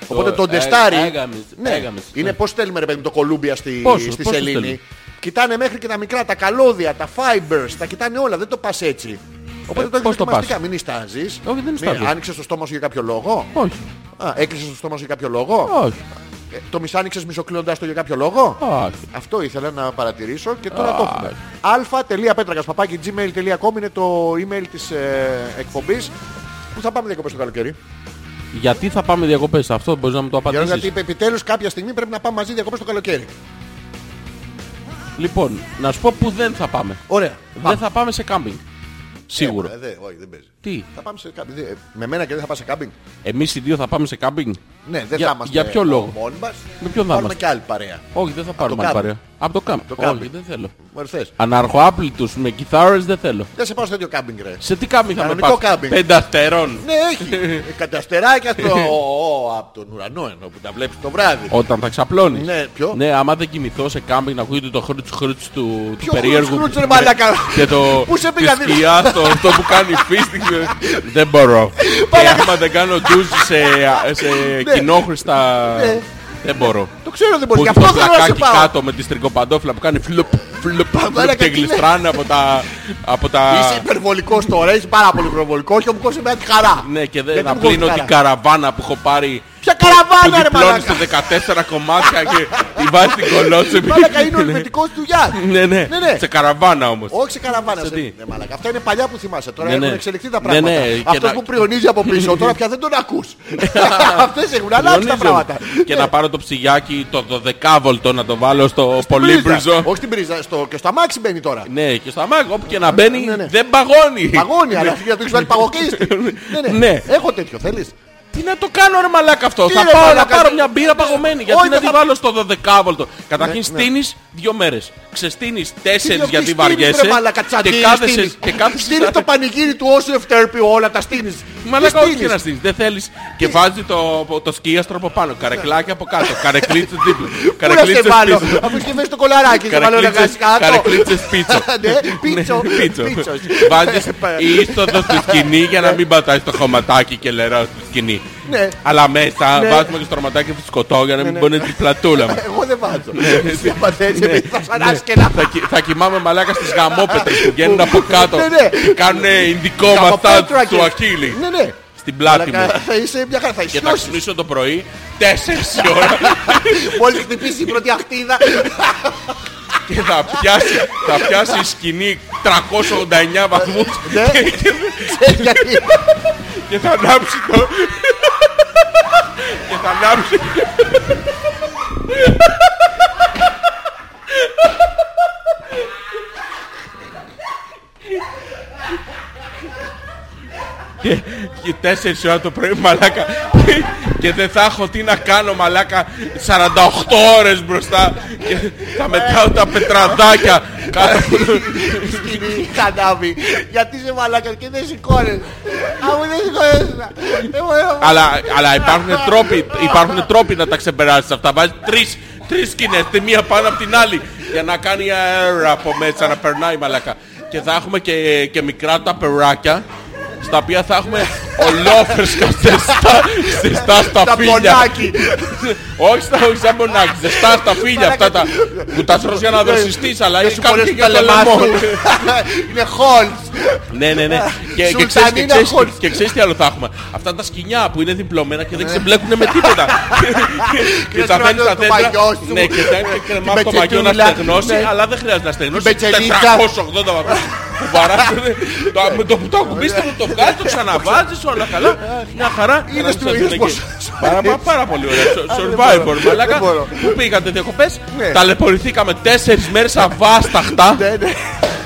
Speaker 1: Οπότε
Speaker 2: Το
Speaker 1: τον τεστάρι.
Speaker 2: έ- έγαμις,
Speaker 1: Ναι,
Speaker 2: έγαμις, ναι.
Speaker 1: είναι πώς θέλουμε ρε παιδί μου το κολούμπια στη,
Speaker 2: Πόσο,
Speaker 1: στη
Speaker 2: πόσο
Speaker 1: σελήνη.
Speaker 2: θέλουμε.
Speaker 1: Κοιτάνε μέχρι και τα μικρά, τα καλώδια, τα fibers, τα κοιτάνε όλα. Δεν το πας έτσι. Οπότε
Speaker 2: Ε,
Speaker 1: το έχεις
Speaker 2: πώς το πας?
Speaker 1: δοκιμαστικά, μην ιστάζεις.
Speaker 2: Όχι, δεν
Speaker 1: Μην-
Speaker 2: νιστάζω.
Speaker 1: Άνοιξες το στόμα σου για κάποιο λόγο.
Speaker 2: Όχι,
Speaker 1: Α, έκλεισες το στόμα σου για κάποιο λόγο.
Speaker 2: όχι,
Speaker 1: Ε, το μισάνοιξες μισοκλίνοντας το για κάποιο λόγο.
Speaker 2: όχι.
Speaker 1: Αυτό ήθελα να παρατηρήσω και τώρα το έχουμε. α.πέτρακα.gmail.com είναι το email της ε, εκπομπής που θα πάμε διακοπές το καλοκαίρι.
Speaker 2: Γιατί θα πάμε διακοπές, αυτό μπορείς να μου το
Speaker 1: Γιώργο,
Speaker 2: απαντήσεις.
Speaker 1: γιατί επιτέλους κάποια στιγμή πρέπει να πάμε μαζί διακοπές το καλοκαίρι.
Speaker 2: Λοιπόν, να σου πω που δεν θα πάμε.
Speaker 1: Ωραία.
Speaker 2: Δεν θα πάμε σε κάμπινγκ. Σίγουρο.
Speaker 1: Ε, δε, όχι, δεν παίζει.
Speaker 2: Τι,
Speaker 1: Θα πάμε σε κάμπινγκ. Δε, Με μένα και δεν θα πάμε σε κάμπινγκ.
Speaker 2: εμείς οι δύο θα πάμε σε κάμπινγκ.
Speaker 1: Ναι, δεν
Speaker 2: Για-
Speaker 1: θα είμαστε
Speaker 2: για ποιο λόγο?
Speaker 1: μόνοι μας.
Speaker 2: Με ποιον θα
Speaker 1: Πάρουμε
Speaker 2: είμαστε?
Speaker 1: και άλλη παρέα.
Speaker 2: Όχι, δεν θα πάρουμε
Speaker 1: το
Speaker 2: άλλη
Speaker 1: κάμπινγκ.
Speaker 2: παρέα. Από το κάμπινγκ.
Speaker 1: Το
Speaker 2: Όχι,
Speaker 1: κάμπινγκ.
Speaker 2: δεν θέλω.
Speaker 1: Μωρέ, θες.
Speaker 2: Αναρχοάπλητους με κιθάρες δεν θέλω.
Speaker 1: Δεν σε πάω στο τέτοιο κάμπινγκ, ρε.
Speaker 2: Σε τι κάμπινγκ θα με
Speaker 1: Κανονικό
Speaker 2: πας.
Speaker 1: κάμπινγκ.
Speaker 2: Πέντε αστερών.
Speaker 1: Ναι, έχει. Ε, Καταστεράκια στο.
Speaker 2: Ε.
Speaker 1: από τον ουρανό ενώ που τα βλέπεις το βράδυ.
Speaker 2: Όταν θα ξαπλώνεις.
Speaker 1: Ναι, ποιο?
Speaker 2: Ναι, άμα δεν κοιμηθώ σε κάμπινγκ να ακούγεται το χρούτς χρούτς του, του
Speaker 1: Ποιο
Speaker 2: περίεργου.
Speaker 1: χρούτς, ρε μαλάκα.
Speaker 2: Και το
Speaker 1: Πού σε
Speaker 2: τη
Speaker 1: πήγα, δηλαδή?
Speaker 2: σκιά, το, αυτό που κάνει φίστινγκ. δεν μπορώ. και άμα δεν κάνω ντουζ σε, σε κοινόχρηστα...
Speaker 1: Ναι.
Speaker 2: δεν μπορώ.
Speaker 1: Το ξέρω δεν μπορεί.
Speaker 2: Που
Speaker 1: Γι'
Speaker 2: το
Speaker 1: αυτό θέλω να σε
Speaker 2: πλακάκι
Speaker 1: πάω.
Speaker 2: κάτω με τη στριγκοπαντόφυλλα που κάνει φλουπ, φλουπ, φλουπ
Speaker 1: μαλάκα,
Speaker 2: και
Speaker 1: τι λες.
Speaker 2: γλιστράνε από τα... Από τα...
Speaker 1: Είσαι υπερβολικός τώρα, είσαι πάρα πολύ υπερβολικός και μου κόψε μια τη χαρά.
Speaker 2: Ναι, και δεν
Speaker 1: Γιατί
Speaker 2: να
Speaker 1: μου κόβεις
Speaker 2: πλύνω
Speaker 1: τη
Speaker 2: την
Speaker 1: χαρά.
Speaker 2: καραβάνα που έχω πάρει
Speaker 1: Ποια
Speaker 2: που
Speaker 1: καραβάνα, ρε
Speaker 2: διπλώνεις
Speaker 1: μαλάκα.
Speaker 2: σε 14 κομμάτια και τη βάζεις την κολότσεπη.
Speaker 1: Μαλάκα είναι ο ελβετικό του Γιάννη.
Speaker 2: Ναι, ναι.
Speaker 1: Ναι, ναι.
Speaker 2: Σε καραβάνα όμως.
Speaker 1: Όχι σε καραβάνα.
Speaker 2: Σε
Speaker 1: Σε...
Speaker 2: τι?
Speaker 1: Ναι, μαλάκα. Αυτά είναι παλιά που θυμάσαι. Τώρα
Speaker 2: Ναι, ναι.
Speaker 1: έχουν εξελιχθεί τα
Speaker 2: Ναι,
Speaker 1: πράγματα.
Speaker 2: ναι, και
Speaker 1: Αυτός
Speaker 2: να-
Speaker 1: που πριονίζει από πίσω τώρα πια δεν τον ακούς. Αυτές έχουν αλλάξει τα
Speaker 2: Συντονίζομαι.
Speaker 1: πράγματα.
Speaker 2: Και
Speaker 1: Ναι.
Speaker 2: να πάρω το ψυγιάκι το 12 βολτό να το βάλω στο
Speaker 1: Πρίζα.
Speaker 2: πολύπριζο.
Speaker 1: Όχι στην πρίζα, στο... και στο αμάξι μπαίνει τώρα.
Speaker 2: Ναι, και στα μάγκα όπου και να μπαίνει
Speaker 1: Ναι, ναι.
Speaker 2: δεν παγώνει.
Speaker 1: Παγώνει, αλλά για να το έχεις βάλει παγωκίστη. ναι,
Speaker 2: Ναι.
Speaker 1: ναι. Έχω τέτοιο, θέλεις.
Speaker 2: Τι να το κάνω ρε μαλάκα αυτό.
Speaker 1: Τι
Speaker 2: θα
Speaker 1: ρε
Speaker 2: πάω να
Speaker 1: μαλάκα,
Speaker 2: πάρω
Speaker 1: τι- ναι.
Speaker 2: μια μπύρα παγωμένη. Γιατί
Speaker 1: Όχι,
Speaker 2: να
Speaker 1: δεν
Speaker 2: τη
Speaker 1: θα-
Speaker 2: βάλω στο 12 βολτό. Καταρχήν
Speaker 1: ναι.
Speaker 2: στείνεις δύο μέρες. Ξεστείνεις τέσσερις
Speaker 1: Τι
Speaker 2: γιατί
Speaker 1: στείνεις,
Speaker 2: βαριέσαι.
Speaker 1: Ρε, μαλακα,
Speaker 2: Και
Speaker 1: τσαντίνι,
Speaker 2: κάθεσαι.
Speaker 1: στείνεις.
Speaker 2: Και κάθεσαι.
Speaker 1: Στείνεις το πανηγύρι του όσου ευτέρπει όλα, τα στείνεις.
Speaker 2: Μαλάκα
Speaker 1: Τι
Speaker 2: όχι και
Speaker 1: στείνεις.
Speaker 2: να στείλει. Δεν θέλεις. Και βάζει το, το σκίαστρο από πάνω. Καρεκλάκι από κάτω. Καρεκλίτσες δίπλα.
Speaker 1: Πού να σε
Speaker 2: Καρεκλίτσες
Speaker 1: βάλω,
Speaker 2: πίσω.
Speaker 1: αφού είχε μέσα το κολαράκι, σε βάλω ένα
Speaker 2: Καρεκλίτσες-
Speaker 1: κάτω.
Speaker 2: Καρεκλίτσες πίτσο.
Speaker 1: Ναι, πίτσο,
Speaker 2: Ναι,
Speaker 1: πίτσος.
Speaker 2: Βάζεις
Speaker 1: Ε, πα-
Speaker 2: η είσοδος στη σκηνή για να μην πατάει το χωματάκι και λερά στη σκηνή.
Speaker 1: Ναι.
Speaker 2: Αλλά μέσα
Speaker 1: Ναι.
Speaker 2: βάζουμε και στο ρωματάκι φουσκωτό για να μην μπώνει την πλατούλα μας.
Speaker 1: Εγώ δεν βάζω.
Speaker 2: Ναι,
Speaker 1: Εσύ άμα θες, επειδή θα σαράσει και
Speaker 2: Θα,
Speaker 1: να
Speaker 2: κι- θα κοιμάμαι μαλάκα στις γαμόπετρες που βγαίνουν από κάτω
Speaker 1: Ναι, ναι.
Speaker 2: και κάνουν ειδικό μαθά
Speaker 1: Καπαπέτρα και-
Speaker 2: του Αχίλη
Speaker 1: Ναι, ναι.
Speaker 2: στην πλάτη μου.
Speaker 1: Μαλάκα, Θα είσαι μια χαρά, θα
Speaker 2: Και θα
Speaker 1: ισιώσεις.
Speaker 2: ξυπνήσω το πρωί 4 η ώρα
Speaker 1: Μόλις χτυπήσει η πρώτη αχτίδα,
Speaker 2: και θα πιάσει, θα πιάσει η σκηνή 389 βαθμούς
Speaker 1: Ναι.
Speaker 2: και, και-
Speaker 1: ξέρεις γιατί.
Speaker 2: και θα ανάψει το... και θα ανάψει... Και, και 4 ώρα το πρωί μαλάκα και, και δεν θα έχω τι να κάνω μαλάκα 48 ώρες μπροστά και θα μετράω τα πετραδάκια κάτω από-
Speaker 1: Η σκηνή χανάβη. Γιατί είσαι μαλάκα και δεν σηκώνεσαι. Αφού δεν σηκώνεσαι. δεν μπορώ.
Speaker 2: Αλλά, αλλά υπάρχουν, τρόποι, υπάρχουν τρόποι να τα ξεπεράσεις αυτά. Βάζεις τρεις τρεις σκηνές, τη μία πάνω από την άλλη. Για να κάνει αέρα από μέσα να περνάει μαλακά. Και θα έχουμε και, και μικρά τα περάκια. Στα οποία θα έχουμε ολόφρεσκα ζεστά, ζεστά στα
Speaker 1: Τα
Speaker 2: φύλλα.
Speaker 1: πονάκι.
Speaker 2: όχι, στα, όχι σαν μονάκι, ζεστά στα φύλλα αυτά τα. που τα τρως για να δροσιστείς αλλά
Speaker 1: Δεν
Speaker 2: είναι
Speaker 1: Ναι. σου
Speaker 2: κάτι
Speaker 1: πονέσουν
Speaker 2: για
Speaker 1: τα
Speaker 2: το
Speaker 1: λεμά σου.
Speaker 2: λαιμό.
Speaker 1: Είναι χόλτς.
Speaker 2: Ναι, ναι, ναι. και, και,
Speaker 1: Σουλτανίνα
Speaker 2: ξέρεις, και, ξέρεις,
Speaker 1: χωρίς. Ναι.
Speaker 2: και ξέρεις τι άλλο θα έχουμε. Αυτά τα σκοινιά που είναι διπλωμένα και δεν ξεμπλέκουν με τίποτα. και
Speaker 1: Και
Speaker 2: τα
Speaker 1: σου
Speaker 2: φέρνεις
Speaker 1: να
Speaker 2: στα
Speaker 1: το μαγιό
Speaker 2: δέντρα.
Speaker 1: σου.
Speaker 2: Ναι, και φέρνεις και κρεμάς το μαγιό να
Speaker 1: πετσετούλα.
Speaker 2: στεγνώσει,
Speaker 1: Ναι.
Speaker 2: αλλά δεν χρειάζεται να στεγνώσεις. 480
Speaker 1: πετσελίτσα.
Speaker 2: βαθμούς. Που βαράζουνε.
Speaker 1: Ναι.
Speaker 2: Το- Με το που το ακουμπήσεις το- το βγάζεις, το ξαναβάζεις, όλα καλά. Μια χαρά.
Speaker 1: Είδες
Speaker 2: Καλά,
Speaker 1: του-
Speaker 2: σας
Speaker 1: είδες
Speaker 2: δίνω
Speaker 1: πως-
Speaker 2: και- Πάρα, πάρα, πάρα πολύ ωραία. Sur- Survivor,
Speaker 1: μπορώ.
Speaker 2: μαλάκα.
Speaker 1: Δεν μπορώ.
Speaker 2: Πού πήγατε διακοπές,
Speaker 1: Ναι.
Speaker 2: ταλαιπωρηθήκαμε τέσσερις μέρες αβάσταχτα.
Speaker 1: Ναι, ναι.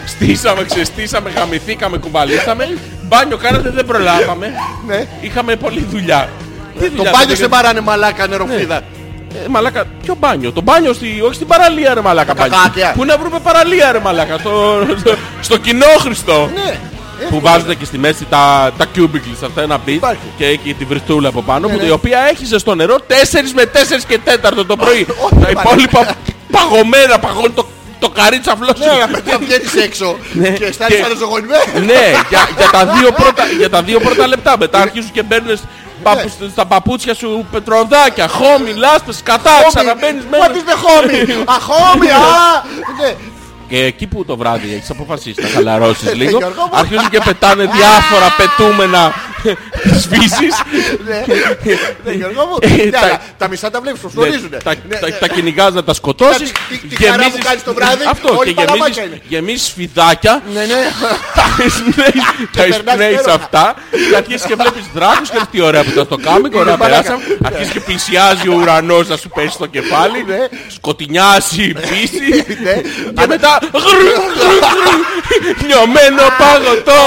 Speaker 2: Στήσαμε, ξεστήσαμε, γαμηθήκαμε, κουβαλήσαμε. Μπάνιο κάνατε, δεν προλάβαμε.
Speaker 1: Ναι. Ε,
Speaker 2: Είχαμε πολλή δουλειά. Τι
Speaker 1: Το
Speaker 2: δουλειά
Speaker 1: μπάνιο
Speaker 2: δεν
Speaker 1: σε μπαράνε μαλάκα νεροφίδα.
Speaker 2: έκανε? Ε, μαλάκα, ποιο μπάνιο, το μπάνιο, στη, όχι στην παραλία ρε μαλάκα.
Speaker 1: Τα
Speaker 2: μπάνιο.
Speaker 1: κάκια.
Speaker 2: Πού να βρούμε παραλία ρε μαλάκα, στο, στο, στο κοινόχρηστο.
Speaker 1: Ναι.
Speaker 2: Που βάζετε και στη μέση τα, τα cubicles αυτά ένα μπιτ
Speaker 1: Υπάρχει. Ναι,
Speaker 2: και έχει τη βρυστούλα από πάνω που η οποία έχει ζεστό νερό 4 με 4 και 4 το πρωί.
Speaker 1: Όχι,
Speaker 2: τα
Speaker 1: μαλάκα.
Speaker 2: υπόλοιπα παγωμένα παγώνει το, το καρίτσα φλόσι.
Speaker 1: Ναι, αλλά μετά βγαίνεις έξω και αισθάνεσαι
Speaker 2: Ναι. Και-
Speaker 1: αναζωογονημένος.
Speaker 2: Ναι, για, για, τα δύο πρώτα, για τα δύο πρώτα λεπτά. Μετά αρχίζουν και μπαίνουν
Speaker 1: Ναι.
Speaker 2: στα παπούτσια σου πετροδάκια, χόμι, λάσπες, κατά, ξαναμπαίνεις μέσα. ναι.
Speaker 1: Πατήστε χόμι. Αχόμι, α. Ναι.
Speaker 2: Και εκεί που το βράδυ έχεις αποφασίσει να χαλαρώσεις
Speaker 1: Ε,
Speaker 2: λίγο,
Speaker 1: Γιώργο μου.
Speaker 2: αρχίζουν και πετάνε διάφορα πετούμενα σβήσεις.
Speaker 1: Ναι, ναι, Γιώργο μου. Ναι,
Speaker 2: Ε, Τα-
Speaker 1: αλλά τα μισά τα βλέπεις, το
Speaker 2: Ναι,
Speaker 1: γνωρίζουνε.
Speaker 2: τα-
Speaker 1: Ναι,
Speaker 2: τα-
Speaker 1: ναι.
Speaker 2: Τα κυνηγάς να τα σκοτώσεις.
Speaker 1: Τα- τη- τη χαρά που
Speaker 2: γεμίζεις-
Speaker 1: κάνεις το βράδυ,
Speaker 2: Αυτό
Speaker 1: όλοι
Speaker 2: και
Speaker 1: παλαμάκια
Speaker 2: γεμίζεις-
Speaker 1: είναι.
Speaker 2: γεμίζεις φιδάκια.
Speaker 1: Ναι, ναι.
Speaker 2: Τα
Speaker 1: περνάς
Speaker 2: εισπνέεις
Speaker 1: υπέροχα.
Speaker 2: αυτά και αρχίζεις και βλέπεις δράκους και λες τι ωραία που ήταν το κάμικ, ωραία
Speaker 1: Είναι μαλάκα.
Speaker 2: περάσαμε. Αρχίζεις και πλησιάζει ο ουρανός να σου πέσει στο κεφάλι,
Speaker 1: Ναι.
Speaker 2: σκοτεινιάσει η πίση
Speaker 1: Ναι.
Speaker 2: και μετά γρου, γρου, γρου, λιωμένο παγωτό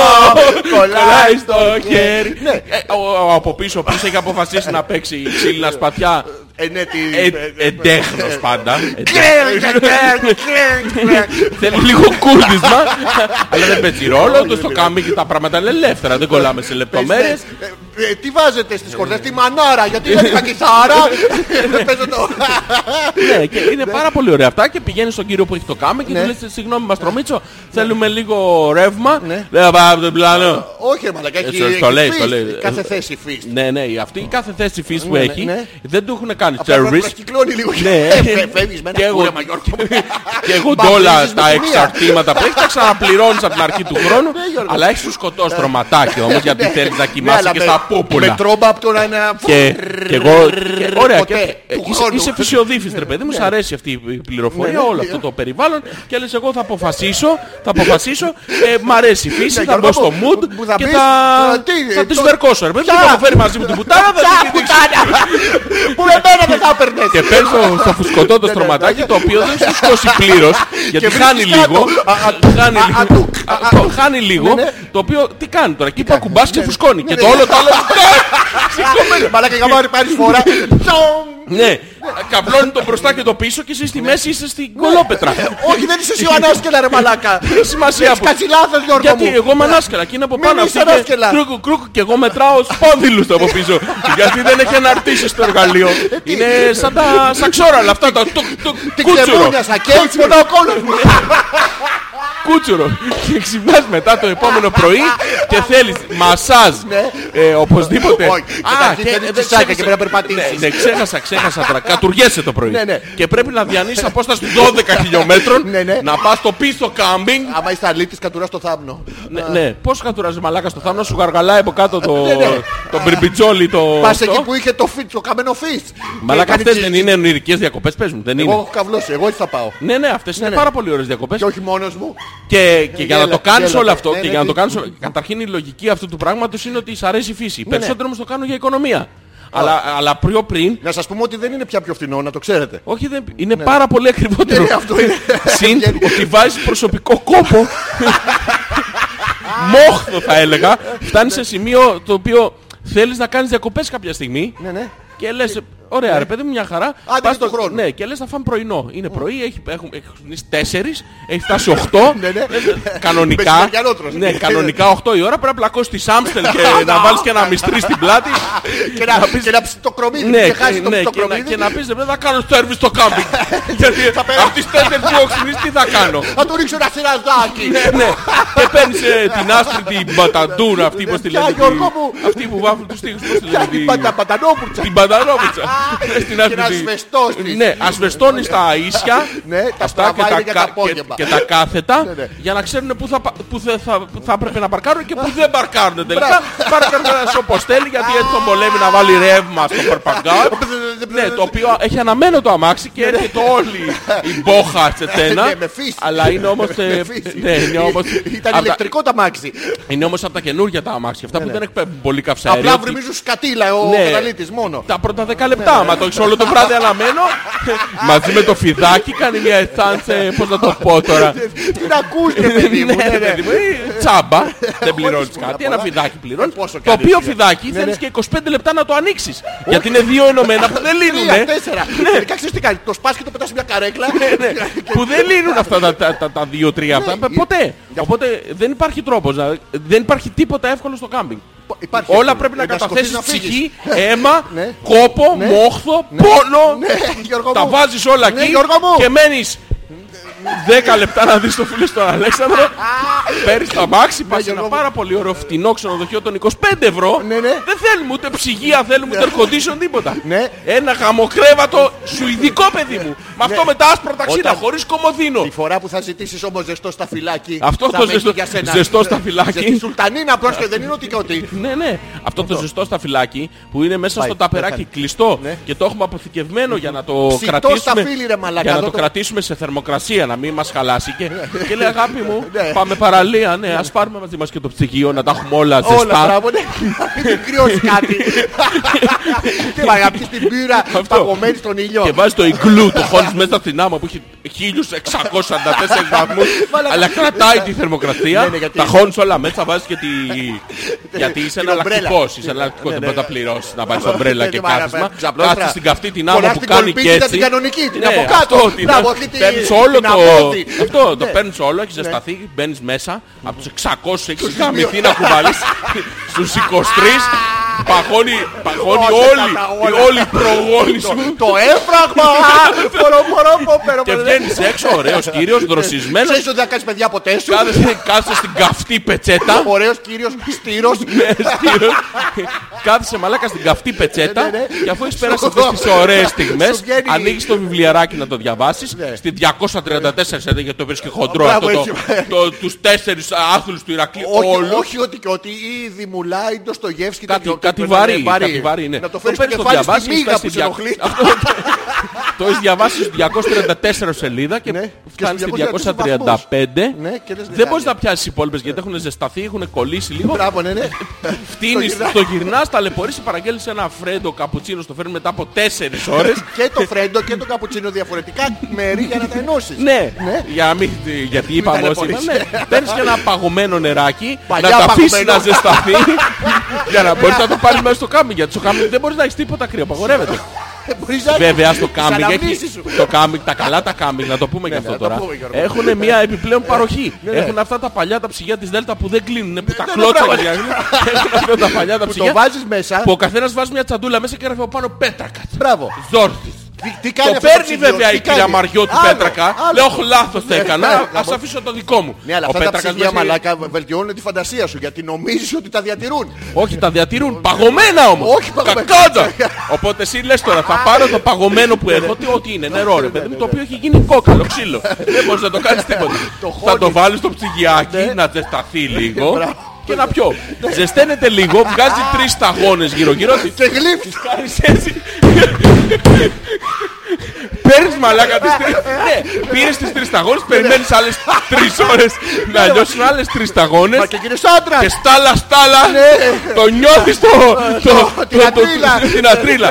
Speaker 2: κολλάει στο χέρι.
Speaker 1: Ναι.
Speaker 2: Ε, ο- ο- Από πίσω πίσω έχει αποφασίσει να παίξει ξύλινα σπαθιά
Speaker 1: Ε, ναι, τι...
Speaker 2: ε, εντέχνος πάντα.
Speaker 1: Κλαίν, κλαίν, κλαίν, κλαίν.
Speaker 2: Θέλει λίγο κούρδισμα, αλλά δεν παίζει ρόλο. Όντως το κάνουμε και τα πράγματα είναι ελεύθερα. Δεν κολλάμε σε λεπτομέρειες.
Speaker 1: Ε, ε, Τι βάζετε στις χορδές, τη μανάρα, γιατί δεν είχα κιθάρα. Παίζω το...
Speaker 2: Ναι, και είναι πάρα πολύ ωραία αυτά και πηγαίνει στον κύριο που έχει το κάμε και
Speaker 1: Ναι.
Speaker 2: του λες συγγνώμη Μαστρομίτσο, θέλουμε λίγο ρεύμα.
Speaker 1: Ναι.
Speaker 2: Δεν πάει από τον πλάνο.
Speaker 1: Όχι, ρε μαλακά, έχει
Speaker 2: Ε, στο-
Speaker 1: έχει
Speaker 2: στο λέει,
Speaker 1: fist.
Speaker 2: στο λέει.
Speaker 1: Κάθε θέση φίστ.
Speaker 2: Ναι, ναι, αυτή η κάθε θέση φύση που
Speaker 1: Ναι, ναι,
Speaker 2: έχει
Speaker 1: ναι.
Speaker 2: δεν του έχουν κάνει
Speaker 1: Απλά πρέπει να
Speaker 2: service.
Speaker 1: κυκλώνει λίγο.
Speaker 2: Ναι.
Speaker 1: Ε, φε- Φεύγεις με
Speaker 2: Και
Speaker 1: ένα
Speaker 2: εγώ-
Speaker 1: κούρεμα, Γιώργο μου.
Speaker 2: Και εγώ
Speaker 1: Μπαμπίζεις
Speaker 2: όλα
Speaker 1: με
Speaker 2: τα
Speaker 1: τη μία.
Speaker 2: εξαρτήματα που έχεις τα ξαναπληρώνεις από την αρχή του χρόνου.
Speaker 1: Ναι, Γιώργο.
Speaker 2: αλλά έχεις σου σκοτώσει τροματάκι όμως γιατί
Speaker 1: Ναι.
Speaker 2: θέλεις να
Speaker 1: Ναι,
Speaker 2: κοιμάσαι
Speaker 1: αλλά
Speaker 2: και
Speaker 1: με-
Speaker 2: στα πούπουλα.
Speaker 1: Με τρόμπα από το να είναι...
Speaker 2: Και, και εγώ. και- ωραία,
Speaker 1: ποτέ,
Speaker 2: και,
Speaker 1: του
Speaker 2: είσαι,
Speaker 1: χρόνου.
Speaker 2: είσαι φυσιοδίφης, ρε παιδί μου, σ' αρέσει αυτή η πληροφορία,
Speaker 1: Ναι, ναι.
Speaker 2: όλο αυτό το περιβάλλον. Και λες εγώ θα αποφασίσω, θα αποφασίσω, ε, μ' αρέσει η φύση,
Speaker 1: Ναι,
Speaker 2: θα μπω
Speaker 1: Γιώργο
Speaker 2: στο
Speaker 1: μου,
Speaker 2: mood
Speaker 1: που θα
Speaker 2: και
Speaker 1: πεις,
Speaker 2: θα,
Speaker 1: ε, τι,
Speaker 2: θα
Speaker 1: ε,
Speaker 2: τη
Speaker 1: το-
Speaker 2: σβερκώσω, ρε παιδί μου,
Speaker 1: Ποια?
Speaker 2: θα μου φέρει μαζί μου την πουτάνα, θα
Speaker 1: Ποια
Speaker 2: την
Speaker 1: πουτάνα! Που με μένα δεν θα έπαιρνες.
Speaker 2: Και παίρνει στο, στο φουσκωτό το
Speaker 1: Ναι, ναι,
Speaker 2: στρωματάκι
Speaker 1: ναι.
Speaker 2: το οποίο δεν σου σκώσει πλήρω. Γιατί
Speaker 1: βρίσκεις
Speaker 2: χάνει
Speaker 1: κάτω.
Speaker 2: λίγο.
Speaker 1: Α, α,
Speaker 2: Χάνει
Speaker 1: α, α,
Speaker 2: λίγο.
Speaker 1: του.
Speaker 2: α, το- Χάνει λίγο.
Speaker 1: ναι.
Speaker 2: Το οποίο τι κάνεις τώρα. Εκεί που ακουμπάς και φουσκώνει. Και
Speaker 1: ναι,
Speaker 2: το
Speaker 1: ναι.
Speaker 2: όλο το άλλο.
Speaker 1: Μαλάκα για μάρι πάρεις φορά. Τσομ.
Speaker 2: Ναι. Καπλώνει το μπροστά και το πίσω και εσύ στη
Speaker 1: Ναι.
Speaker 2: μέση είσαι στην κολόπετρα.
Speaker 1: Όχι, δεν είσαι Ιωαννάσκελα ρε μαλάκα.
Speaker 2: Έχει σημασία
Speaker 1: Έχεις
Speaker 2: που.
Speaker 1: κάτσει λάθος Γιώργο
Speaker 2: Γιατί
Speaker 1: μου.
Speaker 2: εγώ είμαι ανάσκελα και είναι από
Speaker 1: Μην
Speaker 2: πάνω
Speaker 1: είσαι
Speaker 2: αυτή και
Speaker 1: ανάσκελα.
Speaker 2: Κρούκου, κρούκου και εγώ μετράω σπόδιλους το από πίσω. Γιατί δεν έχει αναρτήσει το εργαλείο. Είναι σαν τα σαξόραλα αυτά τα τουκ, τουκ,
Speaker 1: Ε, Την
Speaker 2: κούτσουρο.
Speaker 1: ξεμούνιασα και έτσι πονά ο κόλλος μου.
Speaker 2: κούτσουρο. Και ξυπνάς μετά το επόμενο πρωί και θέλεις μασάζ.
Speaker 1: Ναι.
Speaker 2: ε, οπωσδíποτε.
Speaker 1: Όχι, καταρχήν θέλεις τσισάκια και πρέπει να περπατήσεις.
Speaker 2: Ναι, ναι, ξέχασα, ξέχασα τώρα. Κατουργέσαι το πρωί.
Speaker 1: Ναι, ναι.
Speaker 2: Και πρέπει να διανύσεις απόσταση 12 χιλιόμετρων.
Speaker 1: Ναι, ναι.
Speaker 2: Να πας στο πίσω κάμπινγκ.
Speaker 1: Άμα είσαι αλήτης κατουράς το θάμνο.
Speaker 2: Ναι, ναι. Πώς κατουράζει μαλάκα στο θάμνο σου γαργαλάει από κάτω το,
Speaker 1: Ναι, ναι.
Speaker 2: το μπριμπιτζόλι το...
Speaker 1: Πας
Speaker 2: αυτό.
Speaker 1: εκεί που είχε το φιτ, το καμένο φιτ.
Speaker 2: Μαλάκα αυτές δεν είναι ονειρικές διακοπές, πες μου. Δεν
Speaker 1: Εγώ
Speaker 2: είναι.
Speaker 1: έχω καβλώσει, εγώ έτσι θα πάω.
Speaker 2: Ναι, ναι, αυτές είναι
Speaker 1: ναι.
Speaker 2: πάρα πολύ ωραίες διακοπές.
Speaker 1: Και όχι μόνος μου.
Speaker 2: Και, και για να
Speaker 1: γέλα,
Speaker 2: το κάνεις
Speaker 1: γέλα,
Speaker 2: όλο
Speaker 1: ναι,
Speaker 2: αυτό,
Speaker 1: ναι,
Speaker 2: και
Speaker 1: ναι,
Speaker 2: για να το
Speaker 1: τι-
Speaker 2: κάνεις όλο- Καταρχήν η λογική αυτού του πράγματος είναι ότι σ' αρέσει η
Speaker 1: Ναι,
Speaker 2: φύση. Περισσότερο όμως το κάνω για οικονομία. Αλλά, αλλά πιο πριν,
Speaker 1: Να σας πούμε ότι δεν είναι πια πιο φθηνό, να το ξέρετε.
Speaker 2: όχι δεν, είναι πάρα πολύ ακριβότερο.
Speaker 1: Ναι, αυτό είναι.
Speaker 2: Συν
Speaker 1: Βγαίνει.
Speaker 2: ότι βάζεις προσωπικό κόπο. Μόχθο θα έλεγα.
Speaker 1: Ναι.
Speaker 2: Φτάνεις σε σημείο το οποίο θέλεις να κάνεις διακοπές κάποια στιγμή.
Speaker 1: Ναι, ναι.
Speaker 2: Και λες, ωραία, ρε παιδί μου, μια χαρά.
Speaker 1: Άντε
Speaker 2: Πας
Speaker 1: και του χρόνου.
Speaker 2: Ναι, και λες να φάμε πρωινό. Είναι πρωί, έχει, έχουν, έχουν ξυπνήσει 4, έχει φτάσει 8.
Speaker 1: Ναι, ναι.
Speaker 2: κανονικά.
Speaker 1: Μεσημεριανότρος.
Speaker 2: ναι, κανονικά 8 η ώρα πρέπει να πλακώσεις τη Σάμστελ και να βάλεις και ένα μυστρί στην πλάτη.
Speaker 1: Και να, και να ψ- το κρομίδι,
Speaker 2: Ναι,
Speaker 1: και χάσεις το,
Speaker 2: ναι,
Speaker 1: το
Speaker 2: και, να,
Speaker 1: κρομίδι.
Speaker 2: και να πεις ρε παιδί, θα κάνω service στο κάμπινγκ. Γιατί από τις 4 που έχω ξυπνήσει τι θα κάνω.
Speaker 1: Θα του ρίξω ένα σειραζάκι.
Speaker 2: ναι, και παίρνεις ε, την άστρη την μπαταντούρα αυτή πως τη
Speaker 1: Ποια,
Speaker 2: λένε. τη-
Speaker 1: Γιώργο μου?
Speaker 2: Αυτή που βάφουν τους τείχους πως τη λένε.
Speaker 1: Πιάνει
Speaker 2: τη-
Speaker 1: πάντα πατανόπουρτσα.
Speaker 2: την Πανταρόβιτσα. Στην άκρη
Speaker 1: να
Speaker 2: τη-
Speaker 1: ασβεστώνεις.
Speaker 2: Ναι, ασβεστώνεις τα ίσια.
Speaker 1: Ναι, τα
Speaker 2: αυτά και
Speaker 1: στραβάει
Speaker 2: τα,
Speaker 1: για
Speaker 2: κα-
Speaker 1: τα απόγευμα.
Speaker 2: και, και τα κάθετα.
Speaker 1: Ναι, ναι.
Speaker 2: για να ξέρουν πού θα, πα- πού θα, θα, που θα έπρεπε να παρκάρουν και πού δεν παρκάρουν τελικά.
Speaker 1: Μπράβο.
Speaker 2: Παρκάρουν ένας όπως θέλει γιατί έτσι τον βολεύει να βάλει ρεύμα στο παρπαγκάρ. ναι, το οποίο έχει αναμένο το αμάξι και έρχεται όλη η μπόχα σε τένα.
Speaker 1: Ναι, με φύση.
Speaker 2: Αλλά είναι όμως... ε,
Speaker 1: Με φύση.
Speaker 2: ναι, είναι όμως...
Speaker 1: Ήταν
Speaker 2: απ' τα-
Speaker 1: ηλεκτρικό τα μάξι.
Speaker 2: Είναι όμως από τα καινούργια τα αμάξια. Αυτά που δεν εκπέμπουν πολύ καυσαέριο.
Speaker 1: Ναι, Απλά
Speaker 2: ότι-
Speaker 1: βρυμίζουν σκατήλα ο
Speaker 2: ναι.
Speaker 1: καταλήτης μόνο.
Speaker 2: τα πρώτα 10 λεπτά.
Speaker 1: Ναι,
Speaker 2: Άμα το έχεις όλο το βράδυ αναμένο, μαζί με το φιδάκι κάνει μια αισθάνσε, πώς να το πω τώρα.
Speaker 1: Τι να ακούς ρε παιδί μου. ναι,
Speaker 2: Ναι,
Speaker 1: ναι.
Speaker 2: παιδί μου, ε, τσάμπα. Δεν πληρώνεις
Speaker 1: πολλά,
Speaker 2: κάτι.
Speaker 1: πολλά.
Speaker 2: Ένα φιδάκι πληρώνεις.
Speaker 1: Ε, πόσο Ναι,
Speaker 2: Το
Speaker 1: κάνει
Speaker 2: οποίο
Speaker 1: φιδάκι.
Speaker 2: φιδάκι θέλεις και 25 λεπτά να το ανοίξεις. Γιατί είναι δύο ενωμένα που δεν
Speaker 1: Τρία,
Speaker 2: λύνουνε. Ναι.
Speaker 1: τέσσερα. Τελικά ξέρεις τι κάνει. Το σπάς και το πετάς σε μια καρέκλα.
Speaker 2: Που δεν λύνουν αυτά τα- τα- τα- τα δύο-τρία αυτά.
Speaker 1: Ναι,
Speaker 2: Ποτέ. Οπότε δεν υπάρχει τρόπος. να- Δεν υπάρχει τίποτα εύκολο στο κάμπινγκ.
Speaker 1: Υπάρχει
Speaker 2: Όλα
Speaker 1: αυτό.
Speaker 2: πρέπει να
Speaker 1: Ε, σκοτήσεις
Speaker 2: καταθέσεις
Speaker 1: να φύγεις.
Speaker 2: ψυχή, αίμα,
Speaker 1: Ναι.
Speaker 2: κόπο, μόχθο, πόνο.
Speaker 1: Ναι, Γιώργο
Speaker 2: Τα
Speaker 1: μου.
Speaker 2: βάζεις όλα
Speaker 1: Ναι,
Speaker 2: εκεί
Speaker 1: Γιώργο μου.
Speaker 2: και μένεις 10 λεπτά να δεις το φίλο στον Αλέξανδρο Παίρνεις τα μάξι, πας σε
Speaker 1: Ναι, Γιώργο
Speaker 2: ένα
Speaker 1: μου.
Speaker 2: πάρα πολύ ωραίο φτηνό ξενοδοχείο των 25 ευρώ.
Speaker 1: Ναι, ναι.
Speaker 2: Δεν θέλουμε ούτε ψυγεία, θέλουμε ούτε air condition, τίποτα.
Speaker 1: Ναι.
Speaker 2: Ένα γαμοκρέβατο σουηδικό παιδί μου. Με αυτό με τα άσπρα ταξίδα,
Speaker 1: Ναι. Όταν-
Speaker 2: χωρίς κομμωδίνο.
Speaker 1: Τη φορά που θα ζητήσεις όμως ζεστό σταφυλάκι.
Speaker 2: Αυτό
Speaker 1: θα
Speaker 2: το
Speaker 1: με έχει
Speaker 2: ζεστό-
Speaker 1: για σένα.
Speaker 2: ζεστό σταφυλάκι.
Speaker 1: Ζεστή Σουλτανίνα πρόσχε, δεν είναι ότι και ότι.
Speaker 2: Ναι, ναι. Αυτό το ζεστό σταφυλάκι που είναι μέσα
Speaker 1: Πάει,
Speaker 2: στο ταπεράκι
Speaker 1: πέθανε.
Speaker 2: κλειστό
Speaker 1: Ναι.
Speaker 2: και το έχουμε αποθηκευμένο για να το
Speaker 1: Ψητό
Speaker 2: κρατήσουμε.
Speaker 1: σταφύλι, ρε μαλάκα,
Speaker 2: για να
Speaker 1: εδώ
Speaker 2: το
Speaker 1: το-
Speaker 2: κρατήσουμε σε θερμοκρασία, να μην μας χαλάσει. Και, και λέει αγάπη μου,
Speaker 1: Ναι.
Speaker 2: πάμε παραλία. Ναι, ας πάρουμε μαζί μας και το ψυγείο να τα έχουμε όλα
Speaker 1: Όλα
Speaker 2: ζεστά.
Speaker 1: μπράβο, ναι. Να μην κρυώσεις κάτι. Και πάει να πεις την πύρα
Speaker 2: Αυτό.
Speaker 1: παγωμένη στον
Speaker 2: Και
Speaker 1: ήλιο.
Speaker 2: βάζει το ιγκλού, το χώνεις μέσα στην άμα που έχει 1644 βαθμούς
Speaker 1: Μαλάκα.
Speaker 2: αλλά κρατάει τη θερμοκρασία,
Speaker 1: Ναι, ναι, γιατί-
Speaker 2: τα χώνεις όλα μέσα, βάζεις και τη... γιατί είσαι
Speaker 1: την ομπρέλα.
Speaker 2: εναλλακτικός, είσαι εναλλακτικός, δεν
Speaker 1: ναι,
Speaker 2: πρέπει να
Speaker 1: ναι.
Speaker 2: πληρώσεις να πάρεις ομπρέλα
Speaker 1: Δεν
Speaker 2: και
Speaker 1: θυμάμαι,
Speaker 2: κάθισμα,
Speaker 1: πέρα, ξαπλώστρα.
Speaker 2: κάτσεις στην καυτή την άμα
Speaker 1: Φοράς
Speaker 2: που
Speaker 1: την
Speaker 2: κάνει
Speaker 1: κολπίτιδα
Speaker 2: και έτσι.
Speaker 1: την κανονική, την
Speaker 2: Ναι,
Speaker 1: από κάτω,
Speaker 2: αυτό, την-
Speaker 1: μπράβο, αυτή τη-
Speaker 2: Παίρνεις όλο
Speaker 1: την
Speaker 2: το...
Speaker 1: απόδη.
Speaker 2: Αυτό, το
Speaker 1: Ναι.
Speaker 2: παίρνεις όλο, έχεις ζεσταθεί, μπαίνεις μέσα, από τους 600 έχεις γαμηθεί να κουβάλεις, στους 23 Παγώνει, παγώνει
Speaker 1: Όχι, κατά
Speaker 2: όλη,
Speaker 1: όλα.
Speaker 2: όλη η προγόνη σου.
Speaker 1: Το έφραγμα! Πορο, πορο, πορο, πορο,
Speaker 2: Και
Speaker 1: πορο.
Speaker 2: βγαίνεις έξω, ωραίος κύριος, δροσισμένος.
Speaker 1: Ξέρεις ότι δεν θα κάνεις παιδιά ποτέ σου.
Speaker 2: Κάθεσαι, κάθεσαι στην καυτή πετσέτα.
Speaker 1: Ωραίος κύριος στήρος.
Speaker 2: Ναι, Στήρος. Κάθεσαι μαλάκα στην καυτή πετσέτα
Speaker 1: Ναι, ναι, ναι.
Speaker 2: και αφού έχεις πέρασει
Speaker 1: Σου-
Speaker 2: αυτές τις ωραίες στιγμές
Speaker 1: Σου βγαίνει-
Speaker 2: ανοίγεις το βιβλιαράκι να το διαβάσεις
Speaker 1: Ναι.
Speaker 2: στη 234 σελίδα γιατί το βρεις και χοντρό
Speaker 1: Μπράβο,
Speaker 2: αυτό το,
Speaker 1: έτσι.
Speaker 2: το, τους τέσσερις άθλους του Ηρακλή
Speaker 1: Όχι,
Speaker 2: όλους
Speaker 1: όχι ότι και ότι ή δημουλάει το στο γεύσκι
Speaker 2: Κάτι,
Speaker 1: τέτοιο-
Speaker 2: κάτι
Speaker 1: τέτοιο-
Speaker 2: βαρύ,
Speaker 1: βαρύ.
Speaker 2: κάτι βαρύ είναι.
Speaker 1: ναι, Να το φέρεις
Speaker 2: Το
Speaker 1: το
Speaker 2: παίρνεις, το
Speaker 1: κεφάλι στη
Speaker 2: διαβάζεις,
Speaker 1: μύγα
Speaker 2: φτάσεις
Speaker 1: που
Speaker 2: στη
Speaker 1: σε
Speaker 2: δια-
Speaker 1: ενοχλεί.
Speaker 2: το έχεις διαβάσει στους 234 σελίδα και
Speaker 1: Ναι, και
Speaker 2: φτάνεις στη
Speaker 1: στους
Speaker 2: 235
Speaker 1: Ναι, και λες,
Speaker 2: δεν
Speaker 1: κάνει.
Speaker 2: μπορείς να πιάσεις τις υπόλοιπες γιατί έχουν ζεσταθεί, έχουν κολλήσει λίγο
Speaker 1: Μπράβο, ναι, ναι.
Speaker 2: Φτύνεις,
Speaker 1: Το γυρνά-
Speaker 2: το γυρνάς, ταλαιπωρείς, παραγγέλνεις ένα φρέντο καπουτσίνο, στο φέρνει μετά από 4 ώρες.
Speaker 1: Και το φρέντο και το καπουτσίνο διαφορετικά μέρη για να τα ενώσεις.
Speaker 2: Ναι,
Speaker 1: Ναι.
Speaker 2: Για να μην, γιατί είπαμε όσοι
Speaker 1: ταλαιπωρείς.
Speaker 2: είπαμε, ναι. παίρνεις και ένα παγωμένο νεράκι,
Speaker 1: Παλιά
Speaker 2: να τα αφήσεις
Speaker 1: παγωμένο.
Speaker 2: να ζεσταθεί, για να μπορείς να το πάρεις μέσα στο κάμπινγκ. Γιατί στο κάμπινγκ δεν μπορείς να έχεις τίποτα κρύο, απαγορεύεται. Ναι.
Speaker 1: Μπορείς να-
Speaker 2: Βέβαια στο
Speaker 1: τις
Speaker 2: κάμπινγκ
Speaker 1: αναμνήσεις
Speaker 2: έχει
Speaker 1: σου.
Speaker 2: το κάμπινγκ, τα καλά τα κάμπινγκ, να το πούμε και
Speaker 1: ναι,
Speaker 2: αυτό
Speaker 1: να το
Speaker 2: τώρα.
Speaker 1: πούμε, Γιώργο.
Speaker 2: Έχουν μια επιπλέον παροχή.
Speaker 1: ναι.
Speaker 2: Έχουν αυτά τα παλιά τα ψυγεία της Δέλτα που δεν κλείνουν, που τα
Speaker 1: ναι,
Speaker 2: κλώτσα
Speaker 1: μπράβο.
Speaker 2: Έχουν αυτά τα παλιά τα
Speaker 1: Που το
Speaker 2: ψυγεία
Speaker 1: βάζεις μέσα.
Speaker 2: που ο καθένας βάζει μια τσαντούλα μέσα και γράφει από πάνω πέτρακας.
Speaker 1: Μπράβο.
Speaker 2: Ζόρτης.
Speaker 1: Τι- Τι
Speaker 2: Το
Speaker 1: κάνει Ναι, αυτός
Speaker 2: παίρνει
Speaker 1: ψυγείο,
Speaker 2: βέβαια
Speaker 1: τι
Speaker 2: η κυρία
Speaker 1: κάνει.
Speaker 2: Μαριώτη
Speaker 1: Άλλο,
Speaker 2: Πέτρακα.
Speaker 1: άλλο.
Speaker 2: Λέω λάθος το
Speaker 1: Ναι,
Speaker 2: έκανα.
Speaker 1: ναι,
Speaker 2: Ας
Speaker 1: ναι.
Speaker 2: αφήσω το δικό μου.
Speaker 1: Ναι, αλλά
Speaker 2: Ο
Speaker 1: αυτά τα
Speaker 2: Πέτρακας
Speaker 1: ψυγεία
Speaker 2: μέσα είναι-
Speaker 1: μαλάκα βελτιώνουν τη φαντασία σου γιατί νομίζεις ότι τα διατηρούν.
Speaker 2: Όχι, τα διατηρούν παγωμένα όμως.
Speaker 1: Όχι παγωμένα.
Speaker 2: Κακάτσα. Οπότε εσύ λες τώρα, θα πάρω το παγωμένο που έχω, τι ό,τι είναι, νερό ρε παιδί μου, το οποίο έχει γίνει κόκαλο, ξύλο. Δεν μπορείς να το κάνεις τίποτα.
Speaker 1: Το
Speaker 2: Θα το
Speaker 1: χώνεις. Ναι.
Speaker 2: βάλω στο ψυγιάκι να ζεσταθεί λίγο
Speaker 1: Μπράβο. Ναι.
Speaker 2: και να πιω. Ζεσταίνεται λίγο, βγάζει τρεις σταγόνες γύρω-γύρω,
Speaker 1: Και γλύφεις.
Speaker 2: κάνεις έτσι. Παίρνεις μαλάκα τις
Speaker 1: Ε,
Speaker 2: τρεις. Ναι, πήρες τις τρεις σταγόνες, περιμένεις άλλες τρεις ώρες να λιώσουν άλλες τρεις σταγόνες
Speaker 1: Ναι, Μα και κύριε Σάντρα.
Speaker 2: και στάλα στάλα
Speaker 1: Ναι. Ε,
Speaker 2: το νιώθεις το... το-
Speaker 1: την
Speaker 2: το-
Speaker 1: ατρίλα. Ε,
Speaker 2: το- Την ατρίλα.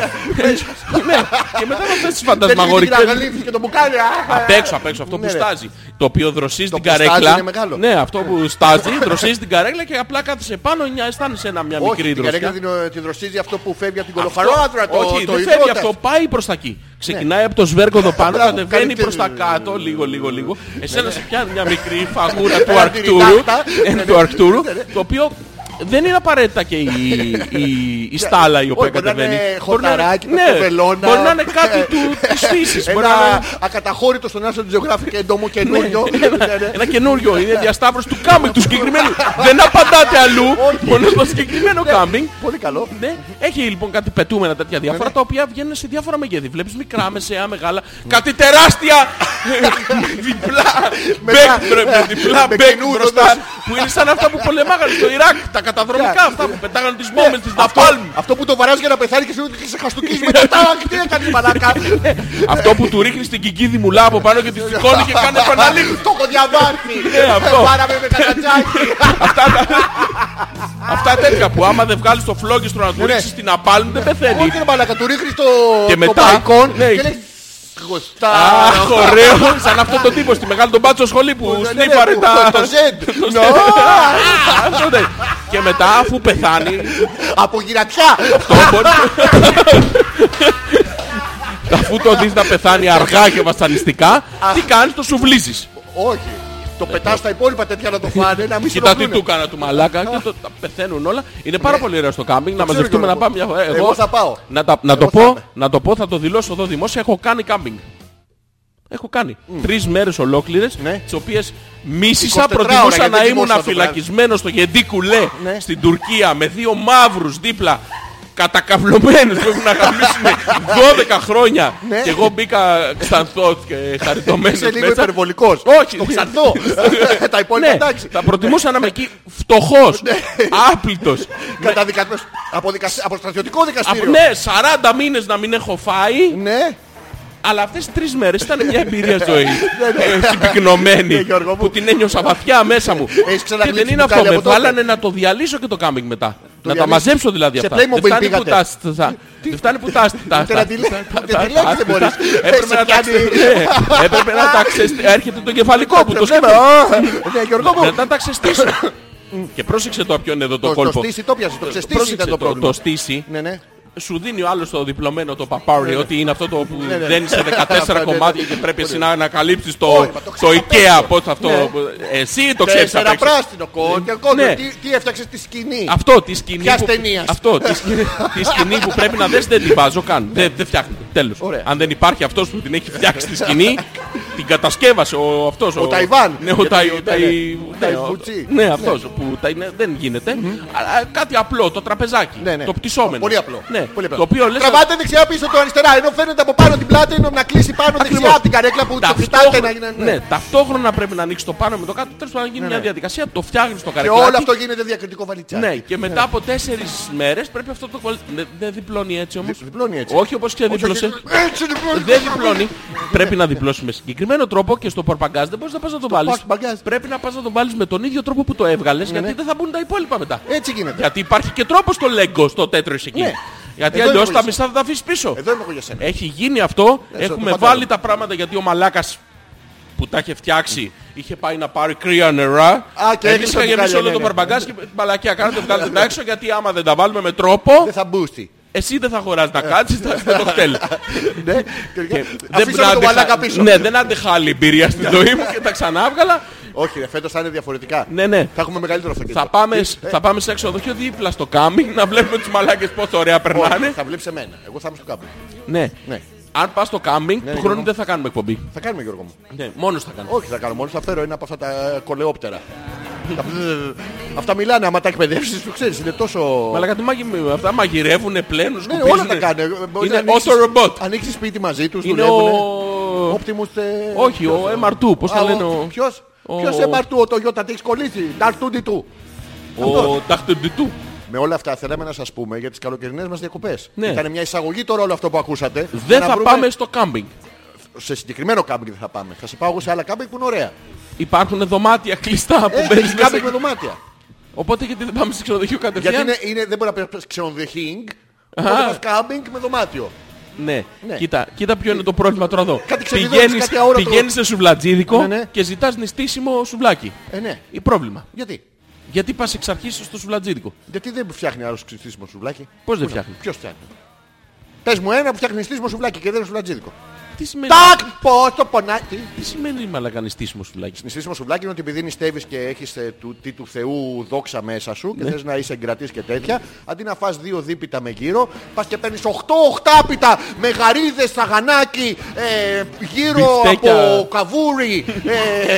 Speaker 2: Ναι, και μετά με αυτές
Speaker 1: Μαγορικές.
Speaker 2: τις φαντασμαγορικές...
Speaker 1: και το μπουκάλι. α, α,
Speaker 2: Απ' έξω, απ' έξω, αυτό που
Speaker 1: Ναι, ρε.
Speaker 2: στάζει. Το οποίο δροσίζει την
Speaker 1: που στάζει
Speaker 2: καρέκλα.
Speaker 1: είναι μεγάλο.
Speaker 2: Ναι, αυτό που στάζει, δροσίζει την καρέκλα και απλά κάθεσαι πάνω, νιά- αισθάνεσαι ένα μια
Speaker 1: Όχι,
Speaker 2: μικρή
Speaker 1: την
Speaker 2: δροσιά.
Speaker 1: καρέκλα την, ε, τη δροσίζει αυτό που φεύγει από την κολοφαρόδρα. Το,
Speaker 2: Όχι,
Speaker 1: το
Speaker 2: δεν φεύγει
Speaker 1: υδρότα.
Speaker 2: αυτό, πάει προς τα εκεί. Ξεκινάει από το σβέρκο εδώ πάνω,
Speaker 1: Μπράβο, Ναι.
Speaker 2: κατεβαίνει
Speaker 1: καλύτερη.
Speaker 2: προς τα κάτω, λίγο, λίγο, λίγο. Εσένα σε πιάνει μια μικρή φαγούρα του
Speaker 1: Ένα
Speaker 2: Αρκτούρου,
Speaker 1: τυριτάχτα.
Speaker 2: ε,
Speaker 1: Ναι,
Speaker 2: του
Speaker 1: ναι.
Speaker 2: Αρκτούρου, το οποίο δεν είναι απαραίτητα και η, η, η στάλα η οποία
Speaker 1: Ναι. μπορεί να
Speaker 2: κατεβαίνει.
Speaker 1: είναι
Speaker 2: Μπορεί να είναι-
Speaker 1: χορταράκι,
Speaker 2: ναι,
Speaker 1: πορτοκαλόνα.
Speaker 2: Μπορεί να είναι κάτι του, της φύσης. Μπορεί να
Speaker 1: Ε, Ένα
Speaker 2: είναι
Speaker 1: ακαταχώρητο στον National Geographic έντομο καινούριο. Ναι, ναι.
Speaker 2: ένα καινούριο, είναι διασταύρωση του κάμπινγκ του συγκεκριμένου. Δεν απαντάτε αλλού, μόνο στο συγκεκριμένο
Speaker 1: Ναι.
Speaker 2: κάμπινγκ.
Speaker 1: Πολύ καλό.
Speaker 2: Ναι, έχει λοιπόν κάτι πετούμενα τέτοια
Speaker 1: Ναι,
Speaker 2: διάφορα τα οποία βγαίνουν σε διάφορα μεγέθη. Βλέπεις μικρά, μεσαία, μεγάλα. Κάτι τεράστια! με διπλά
Speaker 1: Μετά,
Speaker 2: μπέκ, μπρο- με διπλά
Speaker 1: με
Speaker 2: μπέκ
Speaker 1: καινούριο
Speaker 2: μπροστά.
Speaker 1: δώσε.
Speaker 2: Που είναι σαν αυτά που πολεμάγανε στο Ιράκ. Τα καταδρομικά αυτά που πετάγανε τις μπόμπες της
Speaker 1: Ναι, Αυτό,
Speaker 2: Ναπάλμ.
Speaker 1: αυτό που το βαράζει για να πεθάνει και σου λέει ότι σε χαστούκίζει με τα τάκ, τι έκανε μαλακά.
Speaker 2: Αυτό που του ρίχνεις την κικίδη μουλά από πάνω και τη σηκώνει και κάνει επαναλήψη.
Speaker 1: Το έχω διαβάσει.
Speaker 2: Ναι, αυτό.
Speaker 1: Πάραμε με κατατζάκι.
Speaker 2: Αυτά, τα- αυτά τέτοια που άμα δεν βγάλεις το φλόγιστρο να του
Speaker 1: Ναι.
Speaker 2: ρίξεις την απάλμ δεν πεθαίνει.
Speaker 1: Όχι ρε μαλακά, του ρίχνεις το
Speaker 2: Και
Speaker 1: το
Speaker 2: μετά,
Speaker 1: μπαϊκόν
Speaker 2: ναι.
Speaker 1: και λέει Γοστά.
Speaker 2: Αχ, ωραίο! Σαν αυτό το τύπο στη μεγάλη τον μπάτσο σχολή που
Speaker 1: Ναι, ναι,
Speaker 2: σνίφαρε
Speaker 1: που-
Speaker 2: τα.
Speaker 1: Το Z.
Speaker 2: Ναι. Αυτό, ναι. Και μετά αφού πεθάνει,
Speaker 1: Από γυρατιά.
Speaker 2: το μπορεί. Αφού το δεις να πεθάνει αργά και βασανιστικά, τι κάνεις, το σουβλίζεις.
Speaker 1: Όχι. Το πετάς στα υπόλοιπα τέτοια να το φάνε, να μην
Speaker 2: Ε, Κοίτα τι
Speaker 1: συνοχλούν.
Speaker 2: του έκανα του μαλάκα και το, τα πεθαίνουν όλα. Είναι πάρα πολύ ωραίο στο κάμπινγκ να
Speaker 1: Ε, ξέρω,
Speaker 2: μαζευτούμε να
Speaker 1: Γιώργο.
Speaker 2: πάμε μια φορά.
Speaker 1: Εγώ θα πάω.
Speaker 2: Να, τα- να το
Speaker 1: Εγώ θα
Speaker 2: πω,
Speaker 1: είμαι.
Speaker 2: να το πω, θα το δηλώσω εδώ δημόσια. Έχω κάνει κάμπινγκ. Έχω κάνει τρεις μέρες ολόκληρες,
Speaker 1: Ναι.
Speaker 2: τις οποίες
Speaker 1: 24
Speaker 2: μίσησα.
Speaker 1: ώρα,
Speaker 2: Προτιμούσα
Speaker 1: γιατί
Speaker 2: να
Speaker 1: δεν
Speaker 2: ήμουν
Speaker 1: κοιμόσασταν το βράδυ.
Speaker 2: φυλακισμένο στο γεντί κουλέ
Speaker 1: Ναι.
Speaker 2: στην Τουρκία με δύο μαύρους δίπλα κατακαυλωμένου που έχουν να γαμίσουν 12 χρόνια.
Speaker 1: Ναι.
Speaker 2: Και εγώ μπήκα ξανθό και χαριτωμένος.
Speaker 1: Είσαι λίγο υπερβολικός.
Speaker 2: Όχι,
Speaker 1: Το ξανθό. Τα υπόλοιπα
Speaker 2: Ναι,
Speaker 1: εντάξει. Ναι.
Speaker 2: θα προτιμούσα να είμαι εκεί φτωχός, άπλητος.
Speaker 1: Καταδικασμένος από, δικασ- από στρατιωτικό δικαστήριο.
Speaker 2: Ναι, 40 μήνες να μην έχω φάει.
Speaker 1: Ναι.
Speaker 2: Αλλά αυτές τις τρεις μέρες ήταν μια εμπειρία ζωή. Ε, Συμπυκνωμένη.
Speaker 1: Ναι, Γιώργο μου.
Speaker 2: Που την ένιωσα βαθιά μέσα μου. Και
Speaker 1: ξαναγλύψει
Speaker 2: δεν είναι
Speaker 1: μπουκάλι
Speaker 2: αυτό.
Speaker 1: από
Speaker 2: Με
Speaker 1: τότε.
Speaker 2: βάλανε να το διαλύσω και το κάμινγκ μετά. Να τα
Speaker 1: διαλύσεις.
Speaker 2: μαζέψω δηλαδή
Speaker 1: Σε
Speaker 2: αυτά.
Speaker 1: Playmobil
Speaker 2: Δεν φτάνει που
Speaker 1: πήγατε.
Speaker 2: τα. στ- τα- Δεν φτάνει που τα. τα-
Speaker 1: Ούτε
Speaker 2: τα-
Speaker 1: να τη λέ-
Speaker 2: τα-
Speaker 1: ούτε
Speaker 2: τα-
Speaker 1: τη λέξη
Speaker 2: τα-
Speaker 1: δεν μπορείς.
Speaker 2: τα- Έπρεπε
Speaker 1: Σε
Speaker 2: να τα
Speaker 1: πιάνει.
Speaker 2: ξεστήσω. Έπρεπε να τα ξεστη- Έρχεται το κεφαλικό που το
Speaker 1: Ναι,
Speaker 2: σκέφτομαι.
Speaker 1: α, Ναι, Γιώργο μου.
Speaker 2: Μετά τα ξεστήσω. Και πρόσεξε το ποιο είναι εδώ το
Speaker 1: Το- Το
Speaker 2: κόλπο. Ε,
Speaker 1: στήσι το πιασε. Το ξεστήσι
Speaker 2: Πρόσεξε,
Speaker 1: ήταν το
Speaker 2: το- Το
Speaker 1: πρόβλημα.
Speaker 2: στήσι
Speaker 1: Ναι, ναι.
Speaker 2: σου δίνει ο άλλος το διπλωμένο το παπάρι, ότι είναι αυτό το που
Speaker 1: ναι.
Speaker 2: δένει σε 14 κομμάτια και πρέπει εσύ να ανακαλύψεις το,
Speaker 1: Όχι, μα ναι. το
Speaker 2: το
Speaker 1: ξέρεις απ'
Speaker 2: IKEA. Πώς αυτό. Εσύ το ξέρεις απ'
Speaker 1: Τέσσερα
Speaker 2: έξω.
Speaker 1: πράσινο κόκκινο.
Speaker 2: Ναι.
Speaker 1: κόκκινο. Τι- Τι έφτιαξες στη σκηνή.
Speaker 2: Αυτό τη σκηνή.
Speaker 1: Ποιας
Speaker 2: που-
Speaker 1: ταινίας?
Speaker 2: Αυτό τη σκηνή, τη σκηνή που πρέπει να δες δεν την βάζω καν. δεν δεν φτιάχνεται. Τέλος.
Speaker 1: Ναι. Ωραία.
Speaker 2: Αν δεν υπάρχει αυτός που την έχει φτιάξει τη σκηνή, την κατασκεύασε ο αυτός. Ο,
Speaker 1: Ταϊβάν.
Speaker 2: Ναι, ο
Speaker 1: Γιατί
Speaker 2: Ταϊ-
Speaker 1: ήταν,
Speaker 2: Ταϊ-
Speaker 1: ναι,
Speaker 2: ναι,
Speaker 1: ο
Speaker 2: ο-
Speaker 1: Φουτσί.
Speaker 2: Ναι, αυτός που τα είναι- δεν γίνεται. Αλλά κάτι απλό, το τραπεζάκι.
Speaker 1: Ναι, ναι.
Speaker 2: Το πτυσσόμενο.
Speaker 1: Πολύ απλό.
Speaker 2: Ναι,
Speaker 1: Πολύ απλό.
Speaker 2: Το οποίο λες,
Speaker 1: Τραβάτε δεξιά πίσω το αριστερά. Ενώ φαίνεται από πάνω την πλάτη ενώ να κλείσει πάνω δεξιά
Speaker 2: Ακριβώς.
Speaker 1: την καρέκλα που το κοιτάτε να
Speaker 2: Ταυτόχρονα,
Speaker 1: γίνει.
Speaker 2: ναι, ταυτόχρονα πρέπει να ανοίξει το πάνω με το κάτω. Τέλος πάντων, να γίνει μια διαδικασία. Το φτιάχνεις το
Speaker 1: ναι. Και
Speaker 2: καρεκλάκι.
Speaker 1: όλο αυτό γίνεται διακριτικό βαλιτσάκι.
Speaker 2: Ναι, και μετά από τέσσερις μέρες πρέπει αυτό το κολλ- Δεν δεν διπλώνει έτσι όμως.
Speaker 1: διπλώνει έτσι.
Speaker 2: Όχι όπως και διπλώσε.
Speaker 1: Έτσι λοιπόν.
Speaker 2: Δεν διπλώνει. Πρέπει να διπλώσει με συγκεκριμένο τρόπο και στο πορπαγκάζ δεν μπορείς να πας να το βάλει.
Speaker 1: pork bagage.
Speaker 2: Πρέπει να πας να το βάλεις με τον ίδιο τρόπο που το έβγαλες
Speaker 1: Ναι,
Speaker 2: γιατί δεν θα μπουν τα υπόλοιπα μετά.
Speaker 1: Έτσι γίνεται.
Speaker 2: Γιατί υπάρχει και τρόπος στο Lego, στο τέτοιο εκεί.
Speaker 1: Ναι. Εδώ
Speaker 2: Γιατί
Speaker 1: είναι
Speaker 2: αλλιώ
Speaker 1: πολύ
Speaker 2: τα
Speaker 1: σαν-
Speaker 2: μισά θα τα αφήσεις πίσω.
Speaker 1: Εδώ είμαι εγώ για σένα.
Speaker 2: Έχει γίνει αυτό. Έχουμε
Speaker 1: Ε, το
Speaker 2: βάλει τα πράγματα γιατί ο Μαλάκας που τα είχε φτιάξει είχε πάει να πάρει κρύα νερά.
Speaker 1: Α, και
Speaker 2: Εμείς
Speaker 1: έκλεισε
Speaker 2: είχα
Speaker 1: το
Speaker 2: γεμίσει
Speaker 1: μπουκάλι,
Speaker 2: όλο
Speaker 1: ναι,
Speaker 2: το
Speaker 1: ναι.
Speaker 2: μπαρμπαγκάζ και μαλακιά. Κάνατε βγάλετε τα έξω γιατί άμα δεν τα βάλουμε με τρόπο,
Speaker 1: Δεν θα μπούστη.
Speaker 2: εσύ δεν θα αγοράζεις να κάτσει, θα έχεις το κοκτέιλ.
Speaker 1: Ναι.
Speaker 2: Και
Speaker 1: Αφήσαμε το
Speaker 2: άντεχα-
Speaker 1: μαλάκα πίσω. Ναι.
Speaker 2: Ναι, δεν άντεχα άλλη εμπειρία στη ζωή μου και τα ξανάβγαλα.
Speaker 1: Όχι, ρε, φέτος θα είναι διαφορετικά.
Speaker 2: Ναι, ναι.
Speaker 1: Θα έχουμε μεγαλύτερο αυτοκίνητο.
Speaker 2: Θα πάμε,
Speaker 1: Ε.
Speaker 2: θα πάμε σε εξοδοχείο δίπλα στο κάμινγκ να βλέπουμε τους μαλάκες πόσο ωραία
Speaker 1: Όχι,
Speaker 2: περνάνε.
Speaker 1: Θα βλέπεις εμένα. Εγώ θα είμαι στο κάμπινγκ.
Speaker 2: Ναι.
Speaker 1: Ναι.
Speaker 2: Αν πας στο κάμινγκ, του
Speaker 1: Γιώργο.
Speaker 2: χρόνου δεν θα κάνουμε εκπομπή.
Speaker 1: Θα κάνουμε Γιώργο μου.
Speaker 2: Ναι, μόνος θα κάνουμε.
Speaker 1: Όχι, θα κάνω μόνος. Θα φέρω ένα από αυτά τα ε, κολεόπτερα. Τα- Αυτά μιλάνε άμα τα εκπαιδεύσεις, το ξέρεις. Είναι τόσο...
Speaker 2: Μαλάκα τι μαγει... αυτά μαγειρεύουνε, πλένουν,
Speaker 1: Ναι,
Speaker 2: σκουπίζουνε.
Speaker 1: όλα τα κάνει. Μπορείς
Speaker 2: Είναι
Speaker 1: να ανοίξεις-
Speaker 2: auto robot.
Speaker 1: Ανοίξεις σπίτι μαζί τους,
Speaker 2: Είναι
Speaker 1: δουλεύουνε.
Speaker 2: ο...
Speaker 1: Optimus... ε,
Speaker 2: Όχι, ο MR2, πώς
Speaker 1: Α,
Speaker 2: θα
Speaker 1: ο-
Speaker 2: λένε ο...
Speaker 1: Ποιος?
Speaker 2: ο-
Speaker 1: Ποιος MR2, το γιο, τα έχεις κολλήσει. Dark 2D2.
Speaker 2: Ο Ταχτεντιτού.
Speaker 1: Με όλα αυτά θέλαμε να σας πούμε για τις καλοκαιρινές μας διακοπές.
Speaker 2: Ναι.
Speaker 1: Ήταν μια εισαγωγή τώρα όλο αυτό που ακούσατε.
Speaker 2: Δεν
Speaker 1: Να
Speaker 2: θα
Speaker 1: βρούμε-
Speaker 2: πάμε στο κάμπινγκ.
Speaker 1: Σε συγκεκριμένο κάμπινγκ δεν θα πάμε. Θα σε πάω εγώ σε άλλα κάμπινγκ που είναι ωραία.
Speaker 2: Υπάρχουν δωμάτια κλειστά που
Speaker 1: Ε,
Speaker 2: μπαίνεις
Speaker 1: έχεις κάμπινγκ με
Speaker 2: μέσα.
Speaker 1: δωμάτια.
Speaker 2: Οπότε γιατί δεν πάμε σε ξενοδοχείο
Speaker 1: Γιατί
Speaker 2: κατευθείαν.
Speaker 1: είναι, είναι, δεν μπορεί να πει ξενοδοχείο. Οπότε πας κάμπινγκ με δωμάτιο.
Speaker 2: Ναι.
Speaker 1: Ναι.
Speaker 2: Κοίτα, κοίτα ποιο είναι το πρόβλημα τώρα εδώ.
Speaker 1: Κάτι ξενιδώνεις,
Speaker 2: πηγαίνεις,
Speaker 1: κάτι αόρατο.
Speaker 2: πηγαίνεις σε σουβλατζίδικο
Speaker 1: Ναι, ναι.
Speaker 2: και ζητάς νηστίσιμο σουβλάκι.
Speaker 1: Ε, ναι.
Speaker 2: Ή πρόβλημα.
Speaker 1: Γιατί.
Speaker 2: Γιατί πας εξ αρχής στο σουβλατζίδικο.
Speaker 1: Γιατί δεν φτιάχνει άλλος ξυστήσιμο σουβλάκι.
Speaker 2: Πώς δεν φτιάχνει.
Speaker 1: Ποιο φτιάχνει. Πες μου ένα που φτιάχνει ξυστήσιμο σουβλάκι και δεν είναι σουβλατζίδικο.
Speaker 2: Τι σημαίνει,
Speaker 1: Τάκ! Πώ το πονάει. Τι.
Speaker 2: τι σημαίνει μαλακα νηστίσιμο σουβλάκι.
Speaker 1: Νηστήσιμο σουβλάκι είναι ότι επειδή νηστεύεις και έχεις ε, του, τι του Θεού δόξα μέσα σου και θες να είσαι εγκρατής και τέτοια, αντί να φας δύο δίπιτα με γύρω, πας και παίρνεις 8 οχτάπιτα με γαρίδες, σαγανάκι, ε, γύρω
Speaker 2: Μπιφτέκια.
Speaker 1: από καβούρι,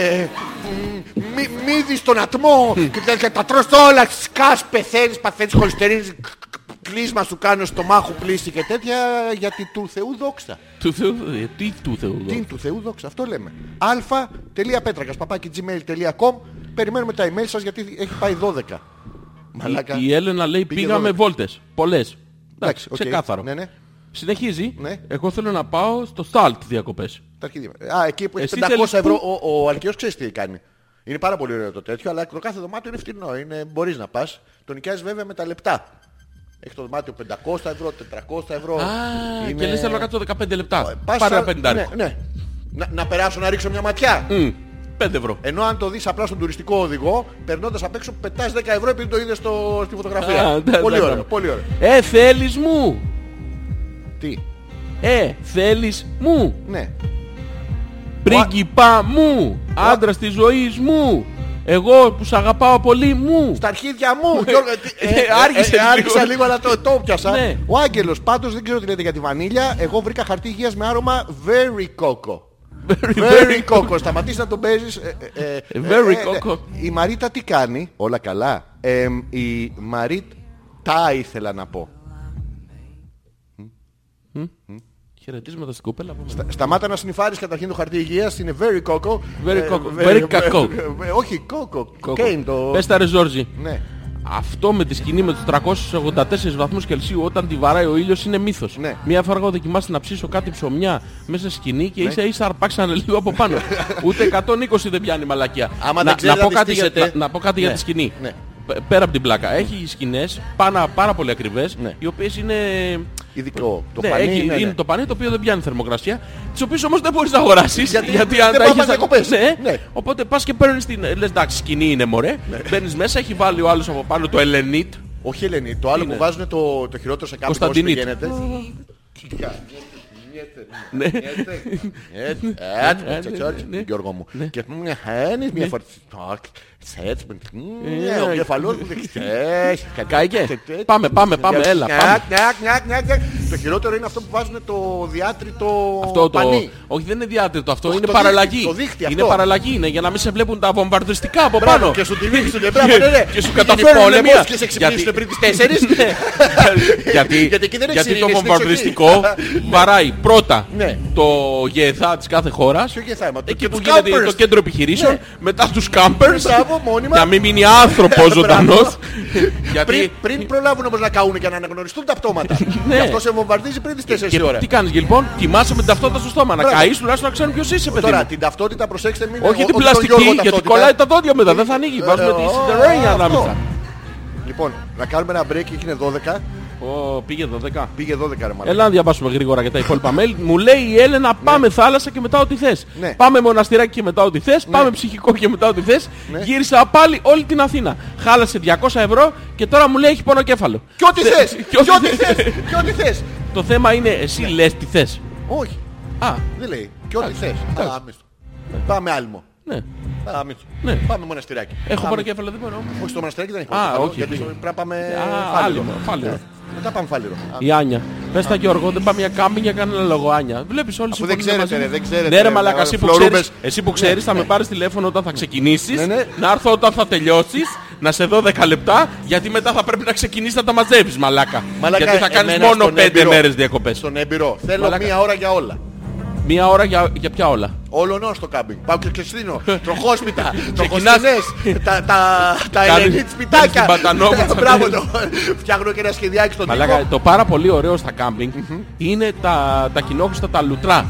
Speaker 1: ε, μ, μη- μύδι στον ατμό και τέτοια. Τα τρως όλα, σκάς, πεθαίνεις, παθαίνεις χολυστερίνη, κλείσμα σου κάνω στο μάχο πλήση και τέτοια, γιατί του Θεού δόξα.
Speaker 2: Του Θεού, ε, τι του Θεού.
Speaker 1: Τι είναι του Θεού δόξα, αυτό λέμε. αλφα.πέτρακα παπάκι gmail.com Περιμένουμε τα email σας γιατί έχει πάει 12. Μαλάκα.
Speaker 2: Η Έλενα λέει
Speaker 1: Πήγε
Speaker 2: πήγαμε
Speaker 1: δώδεκα.
Speaker 2: βόλτες. Πολλές. Εντάξει,
Speaker 1: οκ.
Speaker 2: ξεκάθαρο.
Speaker 1: Ναι, ναι.
Speaker 2: Συνεχίζει.
Speaker 1: Ναι.
Speaker 2: Εγώ θέλω να πάω στο Salt διακοπές.
Speaker 1: Τα αρχίδια. Α, εκεί που έχει
Speaker 2: Εσύ
Speaker 1: 500
Speaker 2: θέλεις
Speaker 1: ευρώ ο, ο Αλκαίος ξέρεις τι κάνει. Είναι πάρα πολύ ωραίο το τέτοιο, αλλά το κάθε δωμάτιο είναι φτηνό. Είναι, μπορείς να πας. Το νοικιάζεις βέβαια με τα λεπτά. Έχει το δωμάτιο 500 ευρώ, 400 ευρώ.
Speaker 2: Α, και λες θέλω να κάτσω 15 λεπτά.
Speaker 1: Πας
Speaker 2: Πάρε ένα
Speaker 1: στα- ναι,
Speaker 2: πεντάρι.
Speaker 1: ναι. Να, να περάσω να ρίξω μια ματιά.
Speaker 2: 5 ευρώ.
Speaker 1: Ενώ αν το δεις απλά στον τουριστικό οδηγό, περνώντας απ' έξω, πετάς 10 ευρώ επειδή το είδες στο... στη φωτογραφία.
Speaker 2: Α, ναι, εντάξει,
Speaker 1: πολύ ωραίο,
Speaker 2: εντάξει.
Speaker 1: πολύ ωραίο.
Speaker 2: Ε, θέλεις μου.
Speaker 1: Τι,
Speaker 2: Ε, θέλεις μου.
Speaker 1: ναι.
Speaker 2: Πρίγκιπα μου. Άντρας της ζωής μου. Εγώ που σ' αγαπάω πολύ μου.
Speaker 1: Στα αρχίδια μου, Γιώργο, τι-
Speaker 2: Ε, άργησες λίγο.
Speaker 1: άργησα λίγο, αλλά το, το πιάσα.
Speaker 2: Ναι.
Speaker 1: Ο Άγγελος, πάντως δεν ξέρω τι λέτε για τη βανίλια, εγώ βρήκα χαρτί υγείας με άρωμα very coco. Very Coco. Σταματήστε να ε, τον παίζει.
Speaker 2: Very Coco.
Speaker 1: ε, Η Μαρίτα τι κάνει. Όλα καλά. Ε, η Μαρίτα τα ήθελα να πω.
Speaker 2: Χαιρετίσματα στην κοπέλα από μένα.
Speaker 1: Σταμάτα να συνειφάρεις καταρχήν το χαρτί υγείας. Είναι very coco.
Speaker 2: Very
Speaker 1: Ε,
Speaker 2: coco. Very κακό.
Speaker 1: ε, Όχι coco.
Speaker 2: Κόκο.
Speaker 1: Κέιν το...
Speaker 2: Πες τα ρε Ζόρζι.
Speaker 1: Ναι.
Speaker 2: Αυτό με τη σκηνή με τους 384 βαθμούς Κελσίου όταν τη βαράει ο ήλιος είναι μύθος.
Speaker 1: Ναι.
Speaker 2: Μία φορά έχω δοκιμάσει να ψήσω κάτι ψωμιά μέσα στη σκηνή
Speaker 1: Ναι.
Speaker 2: και ίσα ίσα αρπάξανε λίγο από πάνω. Ούτε 120 δεν πιάνει η μαλακία.
Speaker 1: Άμα
Speaker 2: να,
Speaker 1: δεν ξέρετε
Speaker 2: να, πω
Speaker 1: να
Speaker 2: κάτι για,
Speaker 1: δυστύχετε.
Speaker 2: να, να πω κάτι για
Speaker 1: Ναι.
Speaker 2: τη σκηνή.
Speaker 1: Ναι.
Speaker 2: Π- Πέρα από την πλάκα. Έχει σκηνές πάρα, πάρα πολύ ακριβές
Speaker 1: Ναι.
Speaker 2: οι οποίες είναι...
Speaker 1: Ειδικό. Το
Speaker 2: ναι,
Speaker 1: πανί.
Speaker 2: έχει-
Speaker 1: ναι, ναι.
Speaker 2: είναι το πανί το οποίο δεν πιάνει θερμοκρασία, τις οποίες όμως δεν μπορείς να αγοράσεις.
Speaker 1: Γιατί
Speaker 2: αν
Speaker 1: δεν
Speaker 2: τα
Speaker 1: πάμε
Speaker 2: έχεις
Speaker 1: διακοπές.
Speaker 2: Ναι,
Speaker 1: Ναι.
Speaker 2: Οπότε πας και παίρνεις την... Λες εντάξει σκηνή είναι μωρέ. Μπαίνεις μέσα, έχει βάλει ο άλλος από πάνω το Ελενίτ.
Speaker 1: Όχι Ελένη. Το άλλο
Speaker 2: Είναι.
Speaker 1: που βάζουν το, το χειρότερο σε κάποιον που
Speaker 2: Κωνσταντινίτ.
Speaker 1: πηγαίνετε.
Speaker 2: Ναι.
Speaker 1: Ε, Ναι. Γιώργο μου. Και μια χαίνεις, μια φορτιστόκ. Σετς με
Speaker 2: Ναι. Ε,
Speaker 1: ο κεφαλός μου δεν ξέρεις.
Speaker 2: Κάηκε.
Speaker 1: Τε-
Speaker 2: Πάμε, πάμε, πάμε, έλα.
Speaker 1: Νιάκ,
Speaker 2: Πάμε.
Speaker 1: νιάκ, νιάκ, νιάκ, νιάκ. Το χειρότερο είναι αυτό που βάζουν το διάτριτο
Speaker 2: Αυτό το...
Speaker 1: πανί.
Speaker 2: Όχι, δεν είναι διάτριτο αυτό, είναι
Speaker 1: το
Speaker 2: παραλλαγή.
Speaker 1: δίχτυ- το δίχτυ
Speaker 2: Είναι
Speaker 1: αυτό.
Speaker 2: παραλλαγή, είναι για να μην σε βλέπουν τα βομβαρδιστικά από
Speaker 1: Μπράβο,
Speaker 2: πάνω.
Speaker 1: Και σου τη δείχνει στον εμπράβο, ναι, ναι.
Speaker 2: Και σου
Speaker 1: Τη
Speaker 2: καταφέρουν
Speaker 1: φέρνουν
Speaker 2: μία.
Speaker 1: λεμός Και σε ξυπνήσουν
Speaker 2: Γιατί-
Speaker 1: πριν τις τέσσερις.
Speaker 2: Ναι. γιατί,
Speaker 1: Γιατί εκεί δεν έχει
Speaker 2: γιατί το
Speaker 1: σιρήνες,
Speaker 2: βομβαρδιστικό βαράει πρώτα
Speaker 1: Ναι.
Speaker 2: το γεθά της κάθε χώρας
Speaker 1: Ποιο και θέμα.
Speaker 2: εκεί
Speaker 1: και
Speaker 2: που
Speaker 1: τους
Speaker 2: γίνεται
Speaker 1: campers.
Speaker 2: το κέντρο επιχειρήσεων
Speaker 1: Ναι.
Speaker 2: μετά στους κάμπερς
Speaker 1: Μπράβο, μόνιμα.
Speaker 2: να μην μείνει άνθρωπος ζωντανός
Speaker 1: Πριν,
Speaker 2: γιατί
Speaker 1: πριν προλάβουν όμως να καούν και να αναγνωριστούν τα πτώματα.
Speaker 2: Ναι.
Speaker 1: Γι' αυτό σε βομβαρδίζει πριν τις
Speaker 2: και
Speaker 1: 4 ώρα.
Speaker 2: τι κάνεις λοιπόν κοιμάσαι με την ταυτότητα στο στόμα να
Speaker 1: Μπράβο.
Speaker 2: καείς τουλάχιστον να ξέρουν ποιος είσαι παιδί
Speaker 1: Τώρα
Speaker 2: μου
Speaker 1: την ταυτότητα προσέξτε μην
Speaker 2: όχι
Speaker 1: ο- τον
Speaker 2: την
Speaker 1: Γιώργο
Speaker 2: πλαστική γιατί
Speaker 1: ταυτότητα.
Speaker 2: κολλάει τα δόντια μετά δεν θα ανοίγει
Speaker 1: Ε,
Speaker 2: βάζουμε
Speaker 1: ε,
Speaker 2: τη
Speaker 1: ε,
Speaker 2: σιδερένια
Speaker 1: αυτό.
Speaker 2: ανάμεσα
Speaker 1: Λοιπόν, να κάνουμε ένα break, έγινε 12.
Speaker 2: Ω, πήγε 12
Speaker 1: Πήγε 12 ρε μάλλον.
Speaker 2: Έλα να διαβάσουμε γρήγορα και τα υπόλοιπα mail. Μου λέει η Έλενα πάμε θάλασσα και μετά ό,τι θες.
Speaker 1: Ναι.
Speaker 2: Πάμε μοναστηράκι και μετά ό,τι θες. Πάμε ψυχικό και μετά ό,τι θες.
Speaker 1: Ναι.
Speaker 2: Γύρισα πάλι όλη την Αθήνα. Χάλασε 200 ευρώ και τώρα μου λέει έχει πόνο κέφαλο.
Speaker 1: Και ό,τι
Speaker 2: Θε-
Speaker 1: θες,
Speaker 2: και Ναι.
Speaker 1: και ό,τι
Speaker 2: ό,τι θες.
Speaker 1: θες, Ναι. και ό,τι θες.
Speaker 2: Το θέμα είναι εσύ λες τι θες.
Speaker 1: Όχι,
Speaker 2: Α,
Speaker 1: δεν λέει. Και ό,τι θες.
Speaker 2: εντάξει.
Speaker 1: Άμυστο. Πάμε άλμο.
Speaker 2: ναι.
Speaker 1: Άμυστο.
Speaker 2: Ναι.
Speaker 1: Πάμε μοναστηράκι.
Speaker 2: Έχω
Speaker 1: Πάμε-
Speaker 2: πόνο κέφαλο, δεν μπορώ.
Speaker 1: Όχι, στο μοναστηράκι δεν έχει
Speaker 2: Α,
Speaker 1: πόνο.
Speaker 2: όχι,
Speaker 1: Γιατί
Speaker 2: όχι.
Speaker 1: πρέπει να πάμε
Speaker 2: Α,
Speaker 1: φάλιρο.
Speaker 2: άλμο, φάλιρο.
Speaker 1: Ναι. Μετά πάμε φάλιρο. Α,
Speaker 2: Η Άνια. Πες τα Γιώργο, δεν πάμε για κάμπινγκ για κανένα λόγο, Άνια. Βλέπεις όλες
Speaker 1: Αφού δεν
Speaker 2: συμφωνούν
Speaker 1: ξέρετε,
Speaker 2: μαζί.
Speaker 1: ρε, δεν ξέρετε,
Speaker 2: Ναι, ρε
Speaker 1: ρε,
Speaker 2: μαλακά, εσύ που
Speaker 1: φλωρούμπες.
Speaker 2: ξέρεις, εσύ που ξέρεις θα με πάρεις τηλέφωνο όταν θα ξεκινήσεις,
Speaker 1: Ναι, ναι.
Speaker 2: να έρθω όταν θα τελειώσεις, να σε δω 10 λεπτά, γιατί μετά θα πρέπει να ξεκινήσεις να τα μαζεύεις, μαλάκα.
Speaker 1: Μαλάκα,
Speaker 2: γιατί θα κάνεις
Speaker 1: εμένα
Speaker 2: μόνο
Speaker 1: στον
Speaker 2: 5
Speaker 1: έμπειρο.
Speaker 2: μέρες διακοπές.
Speaker 1: Στον έμπειρο. Θέλω
Speaker 2: Μαλάκα.
Speaker 1: μία ώρα για όλα.
Speaker 2: Μία ώρα για, για ποια όλα.
Speaker 1: Όλων ως το κάμπινγκ. Πάω και ξεστρίνω. Τροχόσπιτα.
Speaker 2: Ξεκινάς.
Speaker 1: Τροχοστινές. τα τα, τα
Speaker 2: Κάνεις-
Speaker 1: ελληνίτ σπιτάκια.
Speaker 2: κάνεις την Πατανόβα.
Speaker 1: Μπράβο το. Φτιάχνω και ένα σχεδιάκι στον
Speaker 2: Μαλάκα,
Speaker 1: τοίχο.
Speaker 2: το πάρα πολύ ωραίο στα κάμπινγκ είναι τα, τα κοινόχρηστα, τα λουτρά.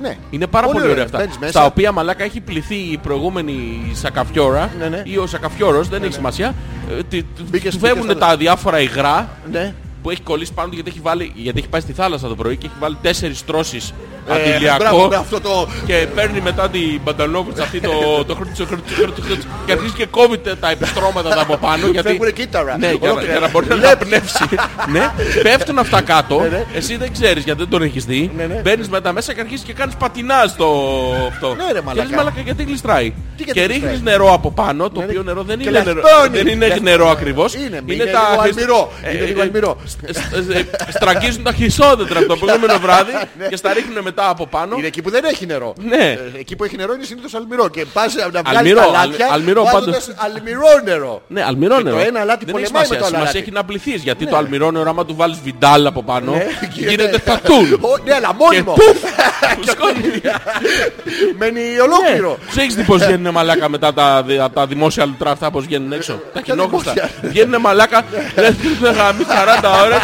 Speaker 1: Ναι.
Speaker 2: Είναι πάρα πολύ, ωραία αυτά.
Speaker 1: Μπαίνεις μέσα.
Speaker 2: Στα οποία μαλάκα έχει πληθεί η προηγούμενη σακαφιόρα
Speaker 1: Ναι, ναι.
Speaker 2: ή ο σακαφιόρος, δεν έχει σημασία. Ε, τι-
Speaker 1: Μπήκες-
Speaker 2: Του φεύγουν
Speaker 1: μπήκες
Speaker 2: τα διάφορα υγρά
Speaker 1: Ναι.
Speaker 2: που έχει κολλήσει πάνω του γιατί έχει, βάλει, γιατί έχει πάει στη θάλασσα το πρωί και έχει βάλει τέσσερις τρώσεις
Speaker 1: Ε,
Speaker 2: αντιλιακό
Speaker 1: Μπράβο με αυτό το.
Speaker 2: και παίρνει μετά την Μπανταλόβουτς αυτή το, το χρούτσο χρούτσο χρούτσο χρούτσο και αρχίζει και κόβει τα- τα επιστρώματα τα από πάνω γιατί
Speaker 1: Φεύγουνε κύτταρα.
Speaker 2: ναι, για, να-
Speaker 1: Ολόκληρα.
Speaker 2: για να μπορεί να
Speaker 1: Λεπ.
Speaker 2: πνεύσει. ναι, πέφτουν αυτά κάτω.
Speaker 1: ναι.
Speaker 2: Εσύ δεν ξέρεις γιατί δεν τον έχεις δει.
Speaker 1: Ναι, ναι.
Speaker 2: Μπαίνεις μετά μέσα και αρχίζεις και κάνεις πατινά στο αυτό.
Speaker 1: Ναι, ρε,
Speaker 2: Και λες,
Speaker 1: μαλάκα.
Speaker 2: μαλάκα γιατί γλιστράει.
Speaker 1: Τι γιατί
Speaker 2: και
Speaker 1: γλιστράει?
Speaker 2: ρίχνεις νερό από πάνω, το
Speaker 1: Ναι, ναι.
Speaker 2: οποίο νερό δεν
Speaker 1: Και
Speaker 2: είναι νερό.
Speaker 1: λαχτώνει.
Speaker 2: Δεν είναι νερό ακριβώς.
Speaker 1: Είναι, είναι λίγο αλμυρό. Είναι λίγο αλμυρό.
Speaker 2: Ε, σ- σ- ε, Στραγγίζουν τα χυσόδεντρα από το προηγούμενο βράδυ και στα ρίχνουν μετά από πάνω.
Speaker 1: Είναι εκεί που δεν έχει νερό.
Speaker 2: Ναι.
Speaker 1: Ε, Εκεί που έχει νερό είναι συνήθως αλμυρό. Και πας να βγάλεις
Speaker 2: Αλμυρό,
Speaker 1: τα
Speaker 2: αλ-
Speaker 1: λάτια
Speaker 2: αλμυρό
Speaker 1: βάζοντας αλμυρό νερό.
Speaker 2: Ναι, αλμυρό
Speaker 1: Και
Speaker 2: νερό.
Speaker 1: το ένα αλάτι
Speaker 2: δεν έχει
Speaker 1: πολεμάει με
Speaker 2: σημασία.
Speaker 1: το άλλο Ναι.
Speaker 2: Σημασία
Speaker 1: αλάτι.
Speaker 2: έχει να πληθείς γιατί το αλμυρό νερό άμα του βάλεις βιντάλ από πάνω
Speaker 1: Ναι,
Speaker 2: γίνεται τατούλ.
Speaker 1: Ω, Ναι, αλλά
Speaker 2: Και
Speaker 1: μόνιμο.
Speaker 2: πουφ! Φουσκώνει.
Speaker 1: Μένει ολόκληρο.
Speaker 2: Τους Ναι. έχεις δει πως βγαίνουν μαλάκα μετά τα, δι- απ' τα δημόσια λουτρά αυτά πως βγαίνουν έξω. τα κοινόχρηστα.
Speaker 1: δημόσια. Ναι.
Speaker 2: Βγαίνουν μαλάκα, λες να γαμεί 40 ώρες,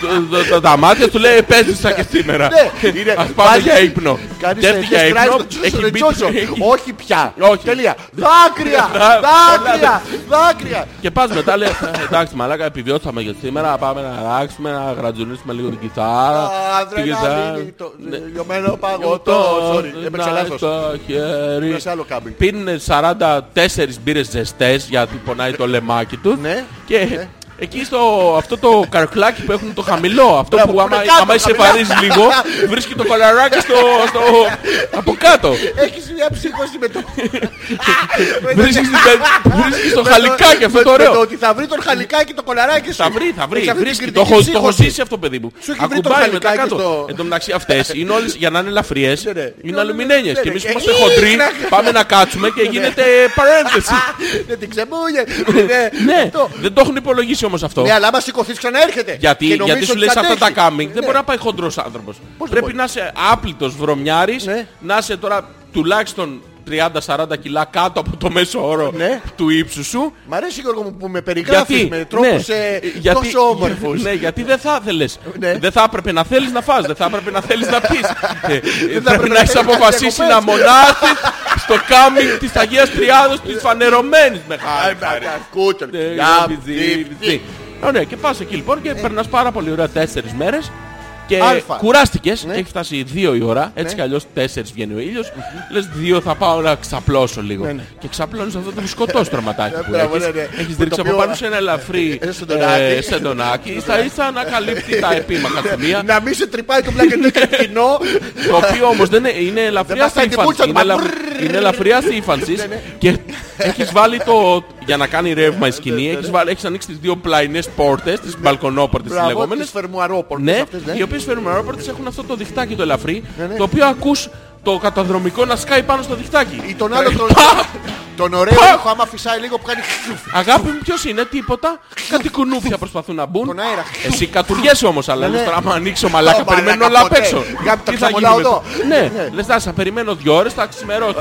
Speaker 2: το- το- το- τα μάτια του λέει επέζησα και σήμερα.
Speaker 1: Ναι, είναι-
Speaker 2: Ας πάμε
Speaker 1: βάζει-
Speaker 2: για ύπνο.
Speaker 1: Κάνεις ε,
Speaker 2: Και έρθει για
Speaker 1: τέτοιες
Speaker 2: ύπνο,
Speaker 1: κράσεις στον Τζόσο,
Speaker 2: έχει
Speaker 1: ρε
Speaker 2: μπει-
Speaker 1: Τζόσο.
Speaker 2: έχει-
Speaker 1: Όχι πια.
Speaker 2: Όχι. Ναι.
Speaker 1: Τελεία. Δάκρυα.
Speaker 2: Πολλά-
Speaker 1: Δάκρυα. Δάκρυα.
Speaker 2: Και πας μετά λέει, «Ε, εντάξει μαλάκα επιβιώσαμε για σήμερα, πάμε να αλλάξουμε, να γρατζουνίσουμε λίγο την κιθάρα. την κιθάρα.
Speaker 1: Αδρεναλίνη, το
Speaker 2: Ναι.
Speaker 1: λιωμένο παγωτό. Sorry, έπαιξα
Speaker 2: Να
Speaker 1: λάθος.
Speaker 2: στο χέρι.
Speaker 1: Είμαι σε άλλο κάμπινγκ.
Speaker 2: Πίνουν 44 μπύρες ζεστές γιατί πονάει το λεμάκι τους.
Speaker 1: Ναι,
Speaker 2: Και
Speaker 1: ναι.
Speaker 2: Εκεί στο αυτό το καρκλάκι που έχουν το χαμηλό, αυτό
Speaker 1: Μπράβο,
Speaker 2: που
Speaker 1: που είναι
Speaker 2: άμα,
Speaker 1: κάτω,
Speaker 2: άμα είσαι
Speaker 1: χαμηλά.
Speaker 2: βαρύς λίγο, βρίσκει το κολαράκι στο, στο, από κάτω.
Speaker 1: Έχεις μια ψύχωση με το...
Speaker 2: Βρίσκεις, την πε- βρίσκεις το χαλικάκι αυτό
Speaker 1: Με-
Speaker 2: το
Speaker 1: με
Speaker 2: ωραίο.
Speaker 1: Ότι θα βρει τον χαλικάκι το κολαράκι σου.
Speaker 2: Θα βρει, θα
Speaker 1: Έχεις
Speaker 2: βρει.
Speaker 1: αυτή την
Speaker 2: Βρίσκει. Το
Speaker 1: κριτική
Speaker 2: έχω- το έχω
Speaker 1: ψύχωση.
Speaker 2: ζήσει αυτό, παιδί μου.
Speaker 1: Σου έχει βρει το
Speaker 2: Ακουμπάει μετά
Speaker 1: χαλικάκι
Speaker 2: κάτω.
Speaker 1: στο-
Speaker 2: Εν τω μεταξύ αυτές είναι όλες για να είναι ελαφριές.
Speaker 1: Ναι, ναι.
Speaker 2: Είναι αλουμινένιε.
Speaker 1: Ναι,
Speaker 2: Και
Speaker 1: ναι.
Speaker 2: εμεί που
Speaker 1: Ε,
Speaker 2: είμαστε
Speaker 1: ε,
Speaker 2: χοντροί
Speaker 1: να-
Speaker 2: πάμε να κάτσουμε και γίνεται παρένθεση.
Speaker 1: Δεν την ξεμούλια.
Speaker 2: Ναι, δεν το έχουν υπολογίσει όμως αυτό.
Speaker 1: Ναι, αλλά άμα σηκωθείς ξανά έρχεται.
Speaker 2: Γιατί,
Speaker 1: Και νομίζω
Speaker 2: γιατί σου
Speaker 1: ότι
Speaker 2: λες
Speaker 1: θα
Speaker 2: αυτά τα
Speaker 1: αντέξει.
Speaker 2: κάμινγκ
Speaker 1: Ναι.
Speaker 2: δεν μπορεί να πάει χοντρός άνθρωπος.
Speaker 1: Πώς δεν
Speaker 2: Πρέπει
Speaker 1: μπορεί.
Speaker 2: να είσαι άπλητος βρωμιάρης,
Speaker 1: Ναι.
Speaker 2: να είσαι τώρα τουλάχιστον 30-40 κιλά κάτω από το μέσο όρο
Speaker 1: Ναι.
Speaker 2: του ύψους σου.
Speaker 1: Μ' αρέσει Γιώργο μου που με περιγράφεις με τρόπους
Speaker 2: ναι,
Speaker 1: ε,
Speaker 2: γιατί-
Speaker 1: τόσο όμορφους.
Speaker 2: Ναι, γιατί δεν θα θέλεις.
Speaker 1: Ναι.
Speaker 2: Δεν θα έπρεπε να θέλεις να φας, δεν θα έπρεπε να θέλεις να πεις. Ε, ε,
Speaker 1: έπρεπε
Speaker 2: πρέπει
Speaker 1: να
Speaker 2: να έχεις
Speaker 1: θέλεις να
Speaker 2: αποφασίσει να
Speaker 1: διακοπές.
Speaker 2: μονάθεις στο κάμινγκ της Αγίας Τριάδος της φανερωμένης με χάρη.
Speaker 1: Κούτελ.
Speaker 2: Ε,
Speaker 1: Γαμ,
Speaker 2: βυζί,
Speaker 1: δι,
Speaker 2: βυζί.
Speaker 1: δι.
Speaker 2: Ωραία, και πας εκεί λοιπόν και περνάς πάρα πολύ ωραία τέσσερις μέρες και
Speaker 1: Ναι. Αλφα.
Speaker 2: κουράστηκες,
Speaker 1: Ναι.
Speaker 2: έχει φτάσει δύο η ώρα, έτσι κι αλλιώς τέσσερις βγαίνει ο ήλιος, λες δύο θα πάω να ξαπλώσω λίγο.
Speaker 1: Ναι, ναι.
Speaker 2: Και ξαπλώνεις αυτό το μουσκωτό στραματάκι που
Speaker 1: Μπράβο,
Speaker 2: έχεις,
Speaker 1: ναι, ναι.
Speaker 2: έχεις
Speaker 1: Που
Speaker 2: ρίξει
Speaker 1: το
Speaker 2: από
Speaker 1: οποίο-
Speaker 2: πάνω σε ένα ελαφρύ
Speaker 1: Ε, σεντονάκι.
Speaker 2: ε, σεντονάκι, ίσα ίσα να καλύπτει τα επίμαχα σημεία,
Speaker 1: Να μην σε τρυπάει το πλάκι και το κοινό.
Speaker 2: το οποίο όμως δεν είναι, είναι ελαφριά
Speaker 1: βαστάει την
Speaker 2: σύμφανση.
Speaker 1: πούτσα του,
Speaker 2: Είναι,
Speaker 1: μα
Speaker 2: ελα...
Speaker 1: μπρρρρ. Ναι,
Speaker 2: είναι ελαφριά σύμφανση και έχεις βάλει το. για να κάνει ρεύμα η
Speaker 1: Ναι,
Speaker 2: σκηνή, έχεις, βάλει, έχεις ανοίξει τις δύο πλαϊνές πόρτες, τις μπαλκονόπορτες τις
Speaker 1: Μπράβο, τις
Speaker 2: λεγόμενες.
Speaker 1: φερμουαρόπορτες
Speaker 2: Ναι,
Speaker 1: αυτές,
Speaker 2: οι
Speaker 1: ναι.
Speaker 2: οποίες φερμαρόπορτες έχουν αυτό το διχτάκι το ελαφρύ, το οποίο ακούς το καταδρομικό να σκάει πάνω στο διχτάκι. Ε,
Speaker 1: Ή τον άλλο τον... Τον ωραίο
Speaker 2: Πα!
Speaker 1: έχω άμα φυσάει λίγο που κάνει
Speaker 2: Αγάπη μου, ποιος είναι, τίποτα. Κάτι κουνούφια προσπαθούν να μπουν.
Speaker 1: τον αέρα.
Speaker 2: Εσύ κατουριέσαι όμως, αλλά
Speaker 1: Ναι,
Speaker 2: λες
Speaker 1: ναι.
Speaker 2: τώρα, άμα ανοίξω μαλάκα,
Speaker 1: Ω, μαλάκα,
Speaker 2: περιμένω όλα απ'
Speaker 1: ποτέ.
Speaker 2: έξω.
Speaker 1: Γάπη, τα
Speaker 2: Τι θα γίνει
Speaker 1: ξαμολάω
Speaker 2: μετά.
Speaker 1: εδώ.
Speaker 2: Ναι,
Speaker 1: Ναι.
Speaker 2: λες να σε περιμένω δύο ώρες, θα ξημερώσει.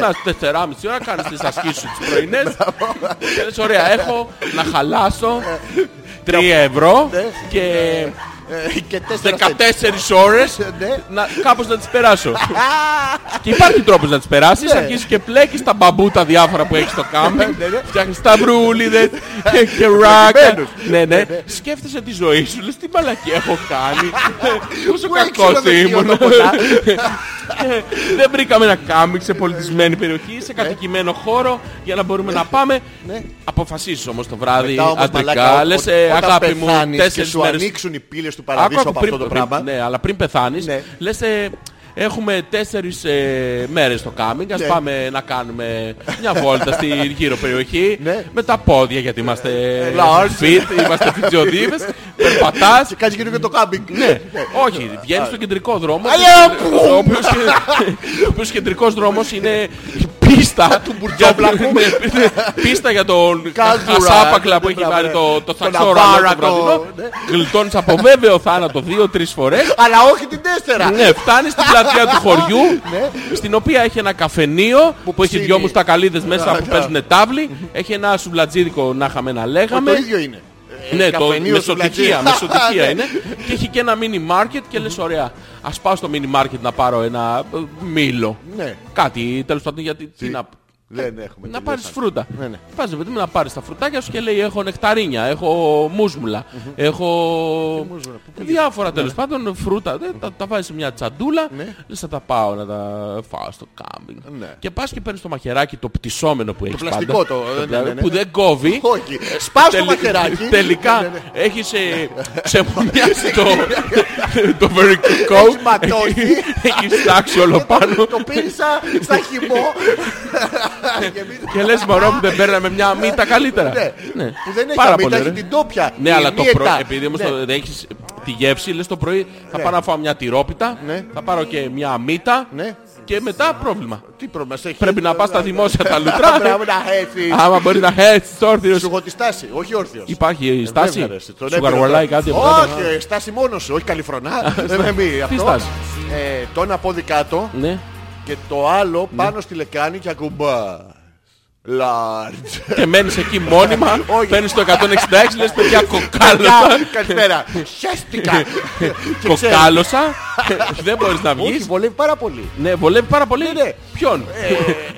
Speaker 2: Να τεσσεράμιση ώρα, κάνεις τις ασκήσεις σου τις πρωινές. Και λες, ωραία, έχω να χαλάσω 3 ευρώ
Speaker 1: Ναι.
Speaker 2: και
Speaker 1: Ε, Και τέσσερα
Speaker 2: 14
Speaker 1: τέτοια.
Speaker 2: ώρες
Speaker 1: Ναι.
Speaker 2: να, κάπως να τις περάσω. και υπάρχει τρόπος να τις περάσεις,
Speaker 1: Ναι.
Speaker 2: αρχίζεις και πλέκεις τα μπαμπούτα διάφορα που έχεις στο κάμινγκ,
Speaker 1: Ναι, ναι.
Speaker 2: φτιάχνεις τα μπρούλιδες και- και ράκα.
Speaker 1: Επιμένους.
Speaker 2: ναι, ναι. Σκέφτεσαι τη ζωή σου, λες τι μαλακή έχω κάνει, πόσο
Speaker 1: Πού έχεις
Speaker 2: κακός
Speaker 1: ξενοδοχείο
Speaker 2: ήμουν.
Speaker 1: εδώ κοντά.
Speaker 2: Ε, Δεν βρήκαμε ένα κάμινγκ σε πολιτισμένη περιοχή, σε κατοικημένο χώρο για να μπορούμε να πάμε.
Speaker 1: Ναι.
Speaker 2: Αποφασίζεις όμως το βράδυ
Speaker 1: Μετά όμως,
Speaker 2: αντρικά,
Speaker 1: μαλάκα,
Speaker 2: λες
Speaker 1: ό-
Speaker 2: «Ε,
Speaker 1: όταν
Speaker 2: αγάπη μου,
Speaker 1: πεθάνεις και
Speaker 2: τέσσερις
Speaker 1: σου
Speaker 2: μέρες
Speaker 1: ανοίξουν οι πύλες του
Speaker 2: Άκου,
Speaker 1: παραδείσου
Speaker 2: άκου,
Speaker 1: από αυτό το πράγμα.
Speaker 2: Ναι, αλλά πριν πεθάνεις,
Speaker 1: Ναι.
Speaker 2: λες ε, έχουμε τέσσερις ε, μέρες στο κάμινγκ, ας
Speaker 1: Ναι.
Speaker 2: πάμε να κάνουμε μια βόλτα στη γύρω περιοχή
Speaker 1: Ναι. Ε,
Speaker 2: με τα πόδια γιατί είμαστε
Speaker 1: large.
Speaker 2: fit, είμαστε φιτζιοδίβες, περπατάς.
Speaker 1: Και κάνεις γύρω και το κάμπινγκ.
Speaker 2: Ναι, όχι, βγαίνεις στον κεντρικό δρόμο,
Speaker 1: Αλλιώ!
Speaker 2: ο οποίος- ο οποίος κεντρικός δρόμος είναι η πίστα του Ναι,
Speaker 1: Μπουρτζόβλακου.
Speaker 2: Πίστα για τον
Speaker 1: Κάζουρα,
Speaker 2: χασάπακλα που
Speaker 1: ναι,
Speaker 2: έχει
Speaker 1: μπράβο,
Speaker 2: πάρει
Speaker 1: ναι.
Speaker 2: το, το
Speaker 1: Τον
Speaker 2: σαξόρα το
Speaker 1: Αβάρα,
Speaker 2: βραδινό.
Speaker 1: το- ναι.
Speaker 2: Γλιτώνεις από βέβαιο θάνατο δύο-τρεις φορές.
Speaker 1: Αλλά όχι την τέσσερα.
Speaker 2: Ναι, φτάνεις στην πλατεία του χωριού, στην οποία έχει ένα καφενείο που έχει
Speaker 1: Ναι. ψήνει.
Speaker 2: δυο μουστακαλίδες μέσα που
Speaker 1: ναι.
Speaker 2: παίζουν τάβλη. Έχει ένα σουβλατζίδικο να είχαμε να λέγαμε.
Speaker 1: Το ίδιο είναι.
Speaker 2: Ναι, το
Speaker 1: καφενείο,
Speaker 2: μεσοτυχία,
Speaker 1: σουβλατζία.
Speaker 2: μεσοτυχία
Speaker 1: Ναι.
Speaker 2: είναι. Και έχει και ένα mini market και λες ωραία, ας πάω στο mini market να πάρω ένα ε, μήλο.
Speaker 1: Ναι.
Speaker 2: Κάτι, τέλος πάντων, γιατί τι να...
Speaker 1: Δεν έχουμε.
Speaker 2: Να
Speaker 1: τελειώσει.
Speaker 2: πάρεις φρούτα.
Speaker 1: Ναι, ναι.
Speaker 2: Πας ρε παιδί μου να πάρεις τα φρουτάκια σου και λέει έχω νεκταρίνια, έχω μουσμουλα, έχω διάφορα τέλος πάντων φρούτα. Δε, Τα, τα βάζεις σε μια τσαντούλα,
Speaker 1: Ναι.
Speaker 2: λες θα τα πάω να τα φάω στο κάμπινγκ.
Speaker 1: Ναι.
Speaker 2: Και πας και παίρνεις το μαχαιράκι το πτυσσόμενο που έχεις
Speaker 1: πλαστικό
Speaker 2: πάντα,
Speaker 1: το, ναι, ναι, ναι.
Speaker 2: Που δεν κόβει.
Speaker 1: Όχι. Σπάς το
Speaker 2: Τελ-
Speaker 1: μαχαιράκι. Ναι,
Speaker 2: Τελικά
Speaker 1: ναι, ναι.
Speaker 2: έχεις ε, ξεμονιάσει το, το βερικό.
Speaker 1: Έχεις ματώσει.
Speaker 2: Έχεις στάξει όλο πάνω.
Speaker 1: ναι. Το πήρισα στα χυμό. Και μην-
Speaker 2: Και λες μωρό μου δεν παίρναμε μια μύτα καλύτερα.
Speaker 1: Ναι.
Speaker 2: Ναι.
Speaker 1: Που δεν έχει
Speaker 2: Πάρα
Speaker 1: αμύτα,
Speaker 2: πολύ
Speaker 1: έχει
Speaker 2: ωραία.
Speaker 1: την τόπια.
Speaker 2: Ναι,
Speaker 1: Η
Speaker 2: αλλά το
Speaker 1: μύετα.
Speaker 2: πρωί, επειδή όμως
Speaker 1: Ναι.
Speaker 2: το- δεν έχεις τη γεύση, λες το πρωί θα πάω να φάω μια τυρόπιτα,
Speaker 1: Ναι.
Speaker 2: θα πάρω και μια μύτα
Speaker 1: Ναι.
Speaker 2: και μετά πρόβλημα.
Speaker 1: Τι πρόβλημα σε έχει.
Speaker 2: Πρέπει να πας στα δημόσια τα
Speaker 1: Α,
Speaker 2: λουτρά.
Speaker 1: ναι, Μπράβο να έτσι.
Speaker 2: Άμα μπορεί να Ε, έχεις
Speaker 1: Σου
Speaker 2: όρθιος.
Speaker 1: έχω τη στάση, όχι όρθιος. Ε,
Speaker 2: Υπάρχει στάση.
Speaker 1: Τον
Speaker 2: Σου
Speaker 1: έπαιρνα
Speaker 2: γαργολάει
Speaker 1: τώρα.
Speaker 2: κάτι από κάτω.
Speaker 1: Όχι, ε, στάση μόνος σου, όχι καλυφρονά. Δεν με μη, αυτό.
Speaker 2: στάση?
Speaker 1: Ε, Το ένα πόδι κάτω
Speaker 2: Ναι.
Speaker 1: και το άλλο πάνω στη λεκάνη και ακουμπά. Large.
Speaker 2: και μένεις εκεί μόνιμα,
Speaker 1: Όχι.
Speaker 2: παίρνεις το 166, λες παιδιά κοκάλωσα,
Speaker 1: Γεια, Καλησπέρα. Χαίστηκα. Και ξέρω,
Speaker 2: κοκάλωσα, δεν μπορείς να
Speaker 1: Όχι,
Speaker 2: βγεις.
Speaker 1: βολεύει πάρα πολύ.
Speaker 2: Ναι, βολεύει πάρα πολύ.
Speaker 1: ναι. ε,
Speaker 2: Ποιον,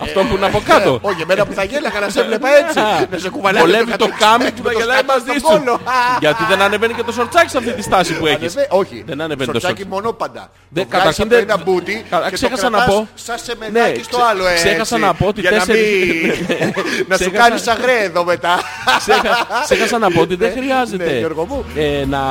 Speaker 2: αυτό που είναι από κάτω.
Speaker 1: Όχι, εμένα που θα γέλαγα να σε βλέπα έτσι. Να σε κουβαλάω.
Speaker 2: Βολεύει το κάμι που θα
Speaker 1: το
Speaker 2: γελάει
Speaker 1: σκάτσο
Speaker 2: μαζί
Speaker 1: στον
Speaker 2: σου.
Speaker 1: κόλο. Α.
Speaker 2: Γιατί δεν ανεβαίνει και το σορτσάκι σε αυτή τη στάση που έχεις.
Speaker 1: Ανεβα- Όχι.
Speaker 2: Δεν ανεβαίνει το
Speaker 1: Σορτσάκι
Speaker 2: σορτσάκι.
Speaker 1: μονόπαντα.
Speaker 2: Δεν-
Speaker 1: Το βγάζεις
Speaker 2: καταρχήν
Speaker 1: από
Speaker 2: δεν-
Speaker 1: ένα μπούτι
Speaker 2: Καλά,
Speaker 1: και το
Speaker 2: ξέχασα να
Speaker 1: κρατάς
Speaker 2: πω.
Speaker 1: Σαν σε μενάκι
Speaker 2: Ναι,
Speaker 1: στο
Speaker 2: ξε-
Speaker 1: άλλο ε, έτσι.
Speaker 2: ξέχασα να πω ότι
Speaker 1: Για να μην-
Speaker 2: τέσσερις- Ναι,
Speaker 1: Να σου
Speaker 2: Ξέχασα-
Speaker 1: κάνεις αγρέ εδώ μετά.
Speaker 2: Ξέχα- Ξέχασα να πω ότι δεν
Speaker 1: Ναι,
Speaker 2: χρειάζεται
Speaker 1: ναι, Γιώργο μου.
Speaker 2: ε, να,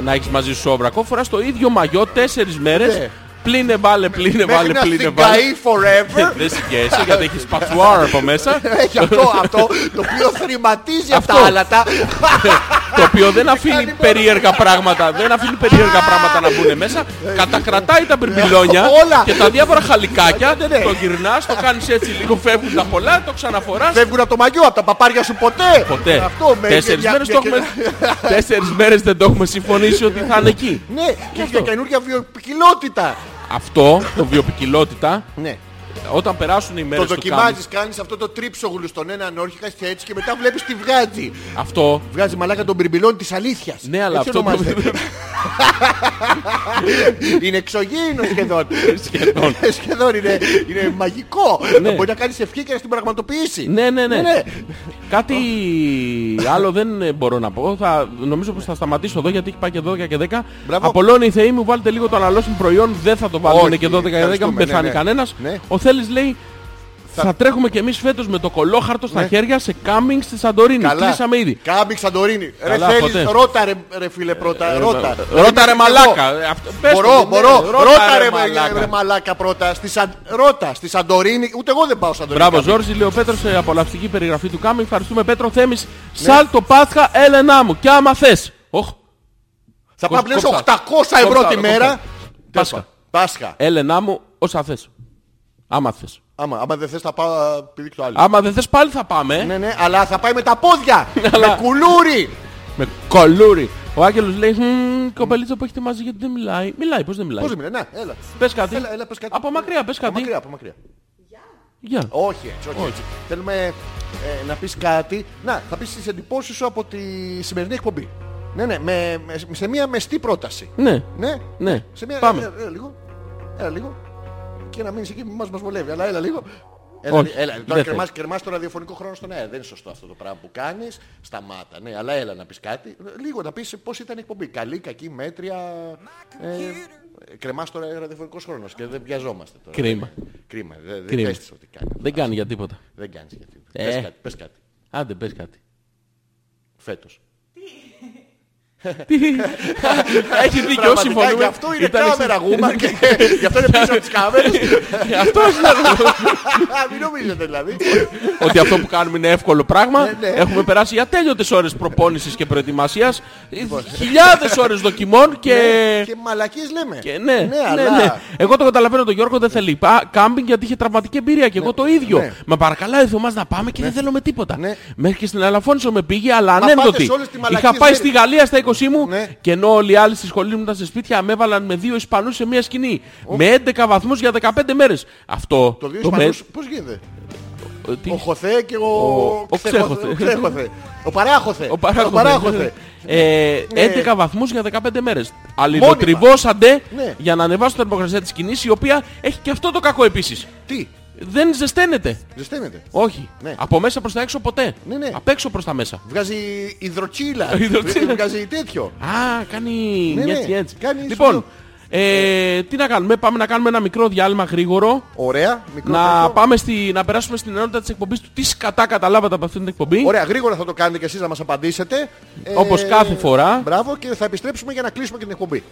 Speaker 2: να έχεις μαζί σου όβρακο. Φοράς το ίδιο μαγιό τέσσερις
Speaker 1: Ναι.
Speaker 2: μέρες. Πλήνε βάλε, πλήνε
Speaker 1: Μέχρι
Speaker 2: βάλε,
Speaker 1: να
Speaker 2: πλήνε βάλε.
Speaker 1: θυγκαεί forever.
Speaker 2: Δεν συγκέσαι γιατί έχεις πατσουάρ από μέσα.
Speaker 1: Έχει αυτό, αυτό Ε, το οποίο θρηματίζει αυτά
Speaker 2: Αυτό.
Speaker 1: τα άλατα.
Speaker 2: Το οποίο δεν αφήνει περίεργα πράγματα. Δεν αφήνει περίεργα πράγματα να μπουν
Speaker 1: Ε,
Speaker 2: μέσα. Κατακρατάει τα μπερμπιλόνια
Speaker 1: Όλα.
Speaker 2: και τα διάφορα χαλικάκια.
Speaker 1: Ναι, ναι, ναι.
Speaker 2: Το γυρνάς, το κάνεις έτσι λίγο, φεύγουν τα πολλά, το ξαναφοράς.
Speaker 1: Φεύγουν από το μαγιό, από τα παπάρια σου ποτέ.
Speaker 2: Ποτέ.
Speaker 1: Αυτό με
Speaker 2: Τέσσερις
Speaker 1: μια-
Speaker 2: μέρες το
Speaker 1: μια-
Speaker 2: έχουμε... Τέσσερις μέρες δεν το έχουμε συμφωνήσει ότι θα είναι εκεί.
Speaker 1: Ναι, και για καινούργια βιοποικιλότητα.
Speaker 2: Αυτό, το βιοπικιλότητα,
Speaker 1: Ναι.
Speaker 2: όταν περάσουν οι μέρες
Speaker 1: Το
Speaker 2: του κάνεις,
Speaker 1: δοκιμάζεις, κάνεις αυτό το τρίψογλου στον έναν όρχικα και έτσι και μετά βλέπεις τι βγάζει.
Speaker 2: αυτό,
Speaker 1: Βγάζει μαλάκα των πυρμπυλών της αλήθειας.
Speaker 2: ναι, αλλά
Speaker 1: Έτσι
Speaker 2: αυτό το,
Speaker 1: ονομάζεται. Είναι εξωγήινο σχεδόν.
Speaker 2: Σχεδόν.
Speaker 1: σχεδόν είναι, είναι μαγικό.
Speaker 2: Ναι.
Speaker 1: Μπορεί να κάνεις ευχή και να την πραγματοποιήσει.
Speaker 2: Ναι, ναι, ναι. Κάτι άλλο δεν ε, μπορώ να πω. Θα, νομίζω πως θα σταματήσω εδώ γιατί έχει πάει και 12 και 10.
Speaker 1: Μπράβο.
Speaker 2: Απολώνει η Θεή μου, βάλτε λίγο το αναλώσιμο προϊόν. Δεν θα το βάλουν
Speaker 1: Όχι,
Speaker 2: και 12 και 10, μην
Speaker 1: ευχαριστούμε,
Speaker 2: πεθάνει
Speaker 1: ναι, ναι.
Speaker 2: κανένας.
Speaker 1: Ναι.
Speaker 2: Ο Θέλης λέει, θα, τρέχουμε κι εμείς φέτος με το κολόχαρτο στα
Speaker 1: Ναι.
Speaker 2: χέρια σε κάμινγκ στη Σαντορίνη. Κλείσαμε ήδη.
Speaker 1: Κάμπι Σαντορίνη. Ρε
Speaker 2: Καλά,
Speaker 1: θέλεις,
Speaker 2: ποτέ. Ε,
Speaker 1: ρώτα ρε, ρε φίλε πρώτα. ρώτα.
Speaker 2: Ρώτα ρε
Speaker 1: Ε, Εγώ.
Speaker 2: μαλάκα. Αυτό- πες το,
Speaker 1: Μπορώ,
Speaker 2: ναι,
Speaker 1: μπορώ.
Speaker 2: ναι,
Speaker 1: Ρώτα ρε μαλάκα. ρε μαλάκα πρώτα. Στη Σαν... Ρώτα, στη Σαντορίνη. Ούτε εγώ δεν πάω Σαντορίνη.
Speaker 2: Μπράβο, Ζόρζι, λέει ο Πέτρος, σε απολαυστική περιγραφή του Κάμι. Ευχαριστούμε, Πέτρο. Θέμης,
Speaker 1: Ναι.
Speaker 2: σάλτο Πάσχα, Έλενά μου. Και άμα θες. Οχ,
Speaker 1: Θα πάω πλέον σε
Speaker 2: Κόψα.
Speaker 1: 800 ευρώ
Speaker 2: Κόψα,
Speaker 1: τη
Speaker 2: κόψα.
Speaker 1: μέρα.
Speaker 2: Πάσχα.
Speaker 1: Τέλος πάντων. Πάσχα.
Speaker 2: Έλενά μου, όσα θες. Άμα θες.
Speaker 1: Άμα, άμα δεν θες θα πάω α, πηδήξω το άλλο.
Speaker 2: Άμα δεν θες, πάλι θα πάμε.
Speaker 1: Ναι, ναι, αλλά θα πάει με τα πόδια. με κουλούρι.
Speaker 2: Με κολούρι. Ο Άγγελος λέει: «Μμμ, κοπελίτσα που έχετε μαζί γιατί δεν μιλάει. Μιλάει, πώς δεν μιλάει.
Speaker 1: Πώς μιλάει, να, έλα.
Speaker 2: Πες κάτι.
Speaker 1: Έλα, έλα, πες κάτι.
Speaker 2: Από μακριά, πες
Speaker 1: Από
Speaker 2: κάτι.
Speaker 1: μακριά, από μακριά.
Speaker 2: Γεια.
Speaker 1: Όχι, έτσι, όχι, έτσι. Θέλουμε ε, να πεις κάτι. Να, θα πεις τις εντυπώσεις σου από τη σημερινή εκπομπή. Ναι, ναι, με, με- σε μια μεστή πρόταση.
Speaker 2: Ναι.
Speaker 1: Ναι,
Speaker 2: Ναι.
Speaker 1: σε μια...
Speaker 2: Πάμε.
Speaker 1: Έλα, έλα λίγο. Έλα λίγο. Και να μείνεις εκεί, μη μας μας βολεύει. Αλλά έλα λίγο. Έλα,
Speaker 2: Όχι,
Speaker 1: έλα,
Speaker 2: δεν
Speaker 1: τώρα
Speaker 2: θέλω.
Speaker 1: κρεμάς, κρεμάς το ραδιοφωνικό χρόνο στον αέρα. Δεν είναι σωστό αυτό το πράγμα που κάνεις. Σταμάτα, ναι, αλλά έλα να πεις κάτι. Λίγο να πεις πώς ήταν η εκπομπή. Καλή, κακή, μέτρια. Ε, κρεμάς το ραδιοφωνικός χρόνος και δεν πιαζόμαστε τώρα.
Speaker 2: Κρίμα.
Speaker 1: Κρίμα. Δεν δε
Speaker 2: Κρίμα.
Speaker 1: πες της ότι κάνει.
Speaker 2: Δεν κάνει για τίποτα.
Speaker 1: Δεν κάνεις γιατί.
Speaker 2: Ε.
Speaker 1: Πες κάτι, πες κάτι.
Speaker 2: Άντε, πες κάτι.
Speaker 1: Φέτος.
Speaker 2: Έχεις δίκιο,
Speaker 1: Πραγματικά, Γι'
Speaker 2: συμφωνούμε.
Speaker 1: αυτό είναι
Speaker 2: Ήταν
Speaker 1: κάμερα γούμα και γι' αυτό είναι πίσω από τις κάμερες.
Speaker 2: Αυτός ήταν.
Speaker 1: Μην νομίζετε δηλαδή.
Speaker 2: ότι αυτό που κάνουμε είναι εύκολο πράγμα.
Speaker 1: Ναι, ναι.
Speaker 2: Έχουμε περάσει για τέλειωτες ώρες προπόνησης και προετοιμασίας,
Speaker 1: Λοιπόν.
Speaker 2: χιλιάδες ώρες δοκιμών και...
Speaker 1: Και μαλακίες λέμε.
Speaker 2: Ε. και ναι, ναι,
Speaker 1: αλλά...
Speaker 2: ναι. Εγώ το καταλαβαίνω, τον Γιώργο δεν θέλει πα- κάμπινγκ γιατί είχε τραυματική εμπειρία και εγώ το ίδιο.
Speaker 1: ναι.
Speaker 2: Μα παρακαλάει ο Θωμάς να πάμε και δεν θέλω με τίποτα.
Speaker 1: Ναι.
Speaker 2: Μέχρι και στην Αλαφόνσο με πήγε, αλλά
Speaker 1: πάτε
Speaker 2: ανέμδοτη.
Speaker 1: σε όλες τις μαλακίες
Speaker 2: Είχα πάει
Speaker 1: μέρες.
Speaker 2: στη Γαλλία στα 20 μου
Speaker 1: Ναι.
Speaker 2: και ενώ όλοι οι άλλοι στη σχολή μου ήταν σε σπίτια, με έβαλαν με δύο Ισπανούς σε μια σκηνή. Με 11 βαθμούς για 15 μέρες. Αυτό
Speaker 1: Το δύο
Speaker 2: με-
Speaker 1: Ισπανούς πώς γίνεται.
Speaker 2: τι-
Speaker 1: Ο Χωθέ και ο...
Speaker 2: Ο- ο Ξέχωθε.
Speaker 1: ο Ξέχωθε. Ο Παράχωθε.
Speaker 2: Ο παράγοντα.
Speaker 1: Παράχωθε.
Speaker 2: Ε, 11
Speaker 1: Ναι.
Speaker 2: βαθμούς για 15 μέρες. Αλληλοτριβώσαντε
Speaker 1: Ναι.
Speaker 2: για να ανεβάσουν την θερμοκρασία της σκηνής, η οποία έχει και αυτό το κακό επίσης.
Speaker 1: Τι,
Speaker 2: Δεν ζεσταίνεται.
Speaker 1: ζεσταίνεται.
Speaker 2: Όχι.
Speaker 1: Ναι.
Speaker 2: Από μέσα προς τα έξω ποτέ.
Speaker 1: Ναι, ναι.
Speaker 2: Απ' έξω προς τα μέσα.
Speaker 1: Βγάζει υδροτσίλα.
Speaker 2: Υδροτσίλα.
Speaker 1: Βγάζει τέτοιο.
Speaker 2: Α, κάνει
Speaker 1: Ναι, ναι.
Speaker 2: έτσι, έτσι.
Speaker 1: Κάνει
Speaker 2: λοιπόν,
Speaker 1: σου
Speaker 2: ε, τι να κάνουμε, πάμε να κάνουμε ένα μικρό διάλειμμα γρήγορο.
Speaker 1: Ωραία. Μικρό
Speaker 2: Να,
Speaker 1: τέτοιο.
Speaker 2: πάμε στη, να περάσουμε στην ενότητα της εκπομπής του. Τι σκατά καταλάβατε από αυτήν την εκπομπή.
Speaker 1: Ωραία, γρήγορα θα το κάνετε και εσείς να μας απαντήσετε. Ε,
Speaker 2: Όπως κάθε φορά.
Speaker 1: Μπράβο και θα επιστρέψουμε για να κλείσουμε και την εκπομπή.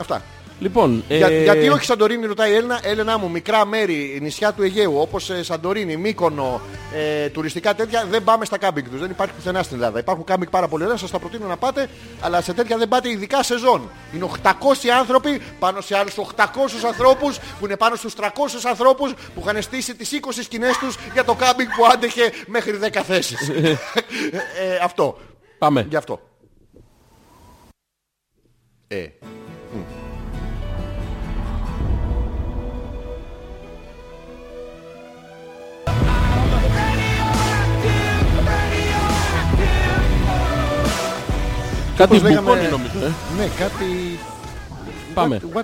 Speaker 1: Αυτά.
Speaker 2: Λοιπόν,
Speaker 1: Για,
Speaker 2: ε,
Speaker 1: γιατί όχι Σαντορίνη, ρωτάει η Έλληνα. Έλενα μου, μικρά μέρη, νησιά του Αιγαίου, όπως ε, Σαντορίνη, Μύκονο, ε, τουριστικά τέτοια, δεν πάμε στα κάμπινγκ τους. Δεν υπάρχει πουθενά στην Ελλάδα. Υπάρχουν κάμπινγκ πάρα πολύ ωραία, σας τα προτείνω να πάτε, αλλά σε τέτοια δεν πάτε ειδικά σεζόν. Είναι 800 άνθρωποι πάνω σε άλλους 800 ανθρώπους που είναι πάνω στους 300 ανθρώπους που είχαν στήσει τις 20 σκηνές τους για το κάμπινγκ που άντεχε μέχρι 10 θέσεις. ε, ε, αυτό.
Speaker 2: Πάμε.
Speaker 1: Γι' αυτό. Ε. μ.
Speaker 2: Κάτι
Speaker 1: Όπως λέγαμε-
Speaker 2: μπουκώνει νομίζω. ε.
Speaker 1: Ναι, κάτι.
Speaker 2: Πάμε.
Speaker 1: What, what,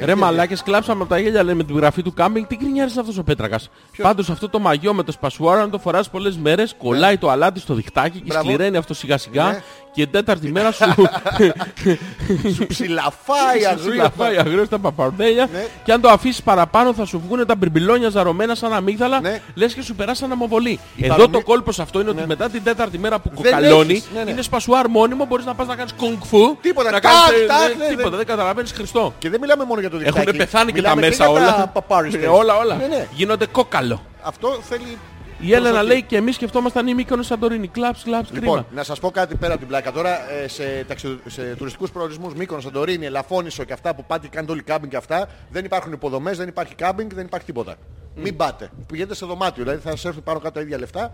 Speaker 1: ε,
Speaker 2: Ρε μαλάκες, κλάψαμε από τα γέλια λέμε την γραφή του κάμπινγκ. Τι γκρινιάρης είναι αυτός ο Πέτρακας. Πάντως αυτό το μαγιό με το σπασουάρο, αν το φοράς πολλές μέρες, κολλάει το αλάτι στο διχτάκι και
Speaker 1: Ναι. Μπράβο.
Speaker 2: σκληραίνει αυτό σιγά
Speaker 1: Ναι.
Speaker 2: σιγά και την τέταρτη μέρα σου
Speaker 1: Σου ψηλαφάει αγρία.
Speaker 2: συλλαβάει αγρίως τα παπαρδέλια
Speaker 1: Ναι.
Speaker 2: και αν το αφήσεις παραπάνω θα σου βγουν τα μπριμπιλόνια ζαρωμένα σαν αμύγδαλα
Speaker 1: Ναι.
Speaker 2: λες και σου περάσει αναμοβολή. Εδώ
Speaker 1: παρομοί-
Speaker 2: το κόλπος αυτό είναι ότι μετά την τέταρτη μέρα που
Speaker 1: Δεν
Speaker 2: κοκαλώνει
Speaker 1: έχεις, ναι, ναι.
Speaker 2: είναι σπασουάρ μόνιμο, μπορείς να πας να κάνεις κουνγκ φου.
Speaker 1: Τίποτα,
Speaker 2: να
Speaker 1: τάκ,
Speaker 2: κάνεις, ε,
Speaker 1: τάκ, ναι,
Speaker 2: ε,
Speaker 1: ναι.
Speaker 2: Τίποτα, δεν καταλαβαίνεις Χριστό.
Speaker 1: Και δεν μιλάμε μόνο για το διχτάκι.
Speaker 2: Έχουν πεθάνει και τα
Speaker 1: Μιλάμε
Speaker 2: μέσα
Speaker 1: για τα
Speaker 2: όλα.
Speaker 1: παπάρι
Speaker 2: Ε,
Speaker 1: στέλνες.
Speaker 2: όλα, όλα.
Speaker 1: Ναι, ναι.
Speaker 2: Γίνονται κόκαλο.
Speaker 1: Αυτό θέλει...
Speaker 2: Η Έλενα
Speaker 1: προσοχή.
Speaker 2: λέει και εμείς σκεφτόμασταν η Μύκονος Σαντορίνη. Κλαψ, κλαψ,
Speaker 1: Λοιπόν,
Speaker 2: κρίμα.
Speaker 1: να σας πω κάτι πέρα από την πλάκα. Τώρα ε, σε, ταξιδο- σε τουριστικούς προορισμούς, Μύκονο, Σαντορίνη, Ελαφώνησο και αυτά που πάτε και κάνετε όλοι κάμπινγκ και αυτά, δεν υπάρχουν υποδομές, δεν υπάρχει κάμπινγκ, δεν υπάρχει τίποτα. Μην πάτε. Πηγαίνετε σε δωμάτιο, δηλαδή θα σας έρθουν πάνω κάτω τα ίδια λεφτά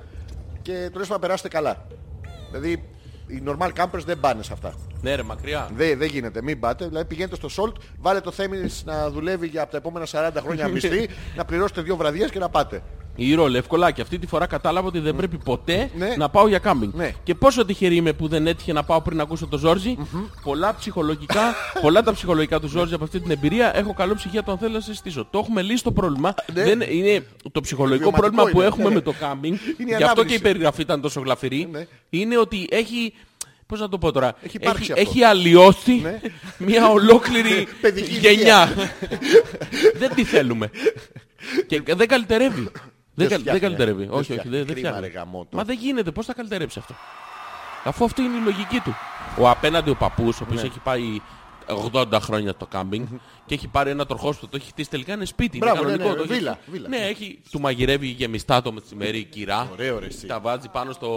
Speaker 1: και τουλάχιστον να περάσετε καλά. Δηλαδή οι normal campers δεν πάνε σε αυτά.
Speaker 2: Ναι ρε, μακριά.
Speaker 1: Δεν, δεν γίνεται, μην πάτε. Δηλαδή πηγαίνετε στο Salt, βάλε το θέμης να δουλεύει για από τα επόμενα 40 χρόνια μισθή, να πληρώσετε δύο βραδιές και να πάτε.
Speaker 2: Η Ρόλε, ευκολάκι. Αυτή τη φορά κατάλαβα ότι δεν πρέπει ποτέ
Speaker 1: Ναι.
Speaker 2: να πάω για κάμπινγκ.
Speaker 1: Ναι.
Speaker 2: Και πόσο τυχερή είμαι που δεν έτυχε να πάω πριν ακούσω τον Ζόρζι. Πολλά ψυχολογικά, πολλά τα ψυχολογικά του Ζόρζι από αυτή την εμπειρία. Έχω καλό ψυχίατρο αν θέλω να σε στήσω. Το έχουμε λύσει το πρόβλημα. Δεν είναι το ψυχολογικό
Speaker 1: Ναι. Βιωματικό
Speaker 2: πρόβλημα που
Speaker 1: είναι.
Speaker 2: έχουμε
Speaker 1: Ναι.
Speaker 2: με το κάμπινγκ.
Speaker 1: η
Speaker 2: Γι' αυτό
Speaker 1: ανάμνηση.
Speaker 2: και η περιγραφή ήταν τόσο γλαφυρή.
Speaker 1: Ναι.
Speaker 2: Είναι ότι έχει. Πώς να το πω τώρα.
Speaker 1: Έχει υπάρξει αυτό. Ναι.
Speaker 2: έχει αλλοιώσει μια ολόκληρη
Speaker 1: Παιδική
Speaker 2: γενιά. δεν τη θέλουμε. Και δεν καλυτερεύει. Δεν, καλ-
Speaker 1: φτιάχνει,
Speaker 2: δεν καλυτερεύει.
Speaker 1: δεν
Speaker 2: όχι, όχι,
Speaker 1: φτιάχνει.
Speaker 2: δεν, δεν
Speaker 1: Κρίμα,
Speaker 2: φτιάχνει.
Speaker 1: ρε γαμότο.
Speaker 2: Μα δεν γίνεται, πώς θα καλυτερέψει αυτό. Αφού αυτή είναι η λογική του. Ο απέναντι ο παππούς, ο οποίος
Speaker 1: Ναι.
Speaker 2: έχει πάει 80 χρόνια το κάμπινγκ και έχει πάρει ένα τροχόσπιτο, το έχει χτίσει τελικά είναι σπίτι.
Speaker 1: Μπράβο,
Speaker 2: είναι
Speaker 1: ναι,
Speaker 2: κανονικό.
Speaker 1: ναι,
Speaker 2: το έχει-
Speaker 1: βίλα, βίλα.
Speaker 2: Ναι, έχει, του μαγειρεύει γεμιστά το μεσημέρι η κυρά.
Speaker 1: Ωραίο, ρε, εσύ.
Speaker 2: Τα βάζει πάνω στο,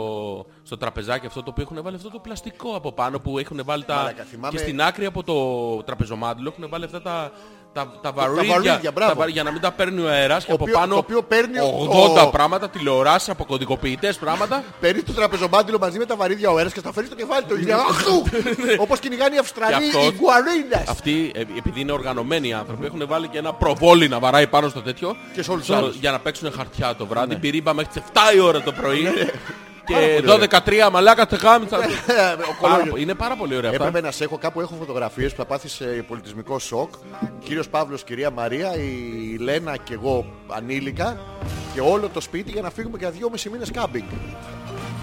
Speaker 2: στο τραπεζάκι αυτό το οποίο έχουν βάλει αυτό το πλαστικό από πάνω που έχουν βάλει τα.
Speaker 1: Μαλάκα, θυμάμαι-
Speaker 2: Και στην άκρη από το τραπεζομάντιλο έχουν βάλει αυτά τα. Τα, τα βαρύδια,
Speaker 1: βαρύδια, μπράβο.
Speaker 2: βαρύ- για να μην τα παίρνει ο αέρας και
Speaker 1: Το
Speaker 2: από
Speaker 1: οποίο-
Speaker 2: πάνω
Speaker 1: το οποίο παίρνει ο-
Speaker 2: 80
Speaker 1: ο-
Speaker 2: πράγματα, τηλεοράσεις, αποκωδικοποιητές πράγματα
Speaker 1: Παίρνει το τραπεζομάντιλο μαζί με τα βαρύδια ο αέρας και στα φέρνει στο κεφάλι
Speaker 2: Ναι.
Speaker 1: του. Είναι αχού! Όπως κυνηγάνε οι Αυστραλοί,
Speaker 2: Και Ναι, αυτό-
Speaker 1: οι Γκουαρίνες.
Speaker 2: Αυτοί, ε, επειδή είναι οργανωμένοι οι άνθρωποι, έχουν βάλει και ένα προβόλι να βαράει πάνω στο τέτοιο.
Speaker 1: Και σε όλους τους
Speaker 2: για-
Speaker 1: άλλους. Ναι.
Speaker 2: Για να παίξουν χαρτιά το βράδυ. Πυρίμπα μέχρι τις 7 η ώρα το πρωί. και
Speaker 1: πολύ Ε,
Speaker 2: 12-13 μαλάκα τεχάμιτσα.
Speaker 1: Ο κολόγιος.
Speaker 2: Είναι πάρα πολύ ωραία αυτά.
Speaker 1: Έπρεπε να σε έχω κάπου, έχω φωτογραφίες που θα πάθεις ε, πολιτισμικό σοκ. Κύριος Παύλος, κυρία Μαρία, η Λένα και εγώ ανήλικα και όλο το σπίτι για να φύγουμε για δυόμισι μήνες κάμπινγκ.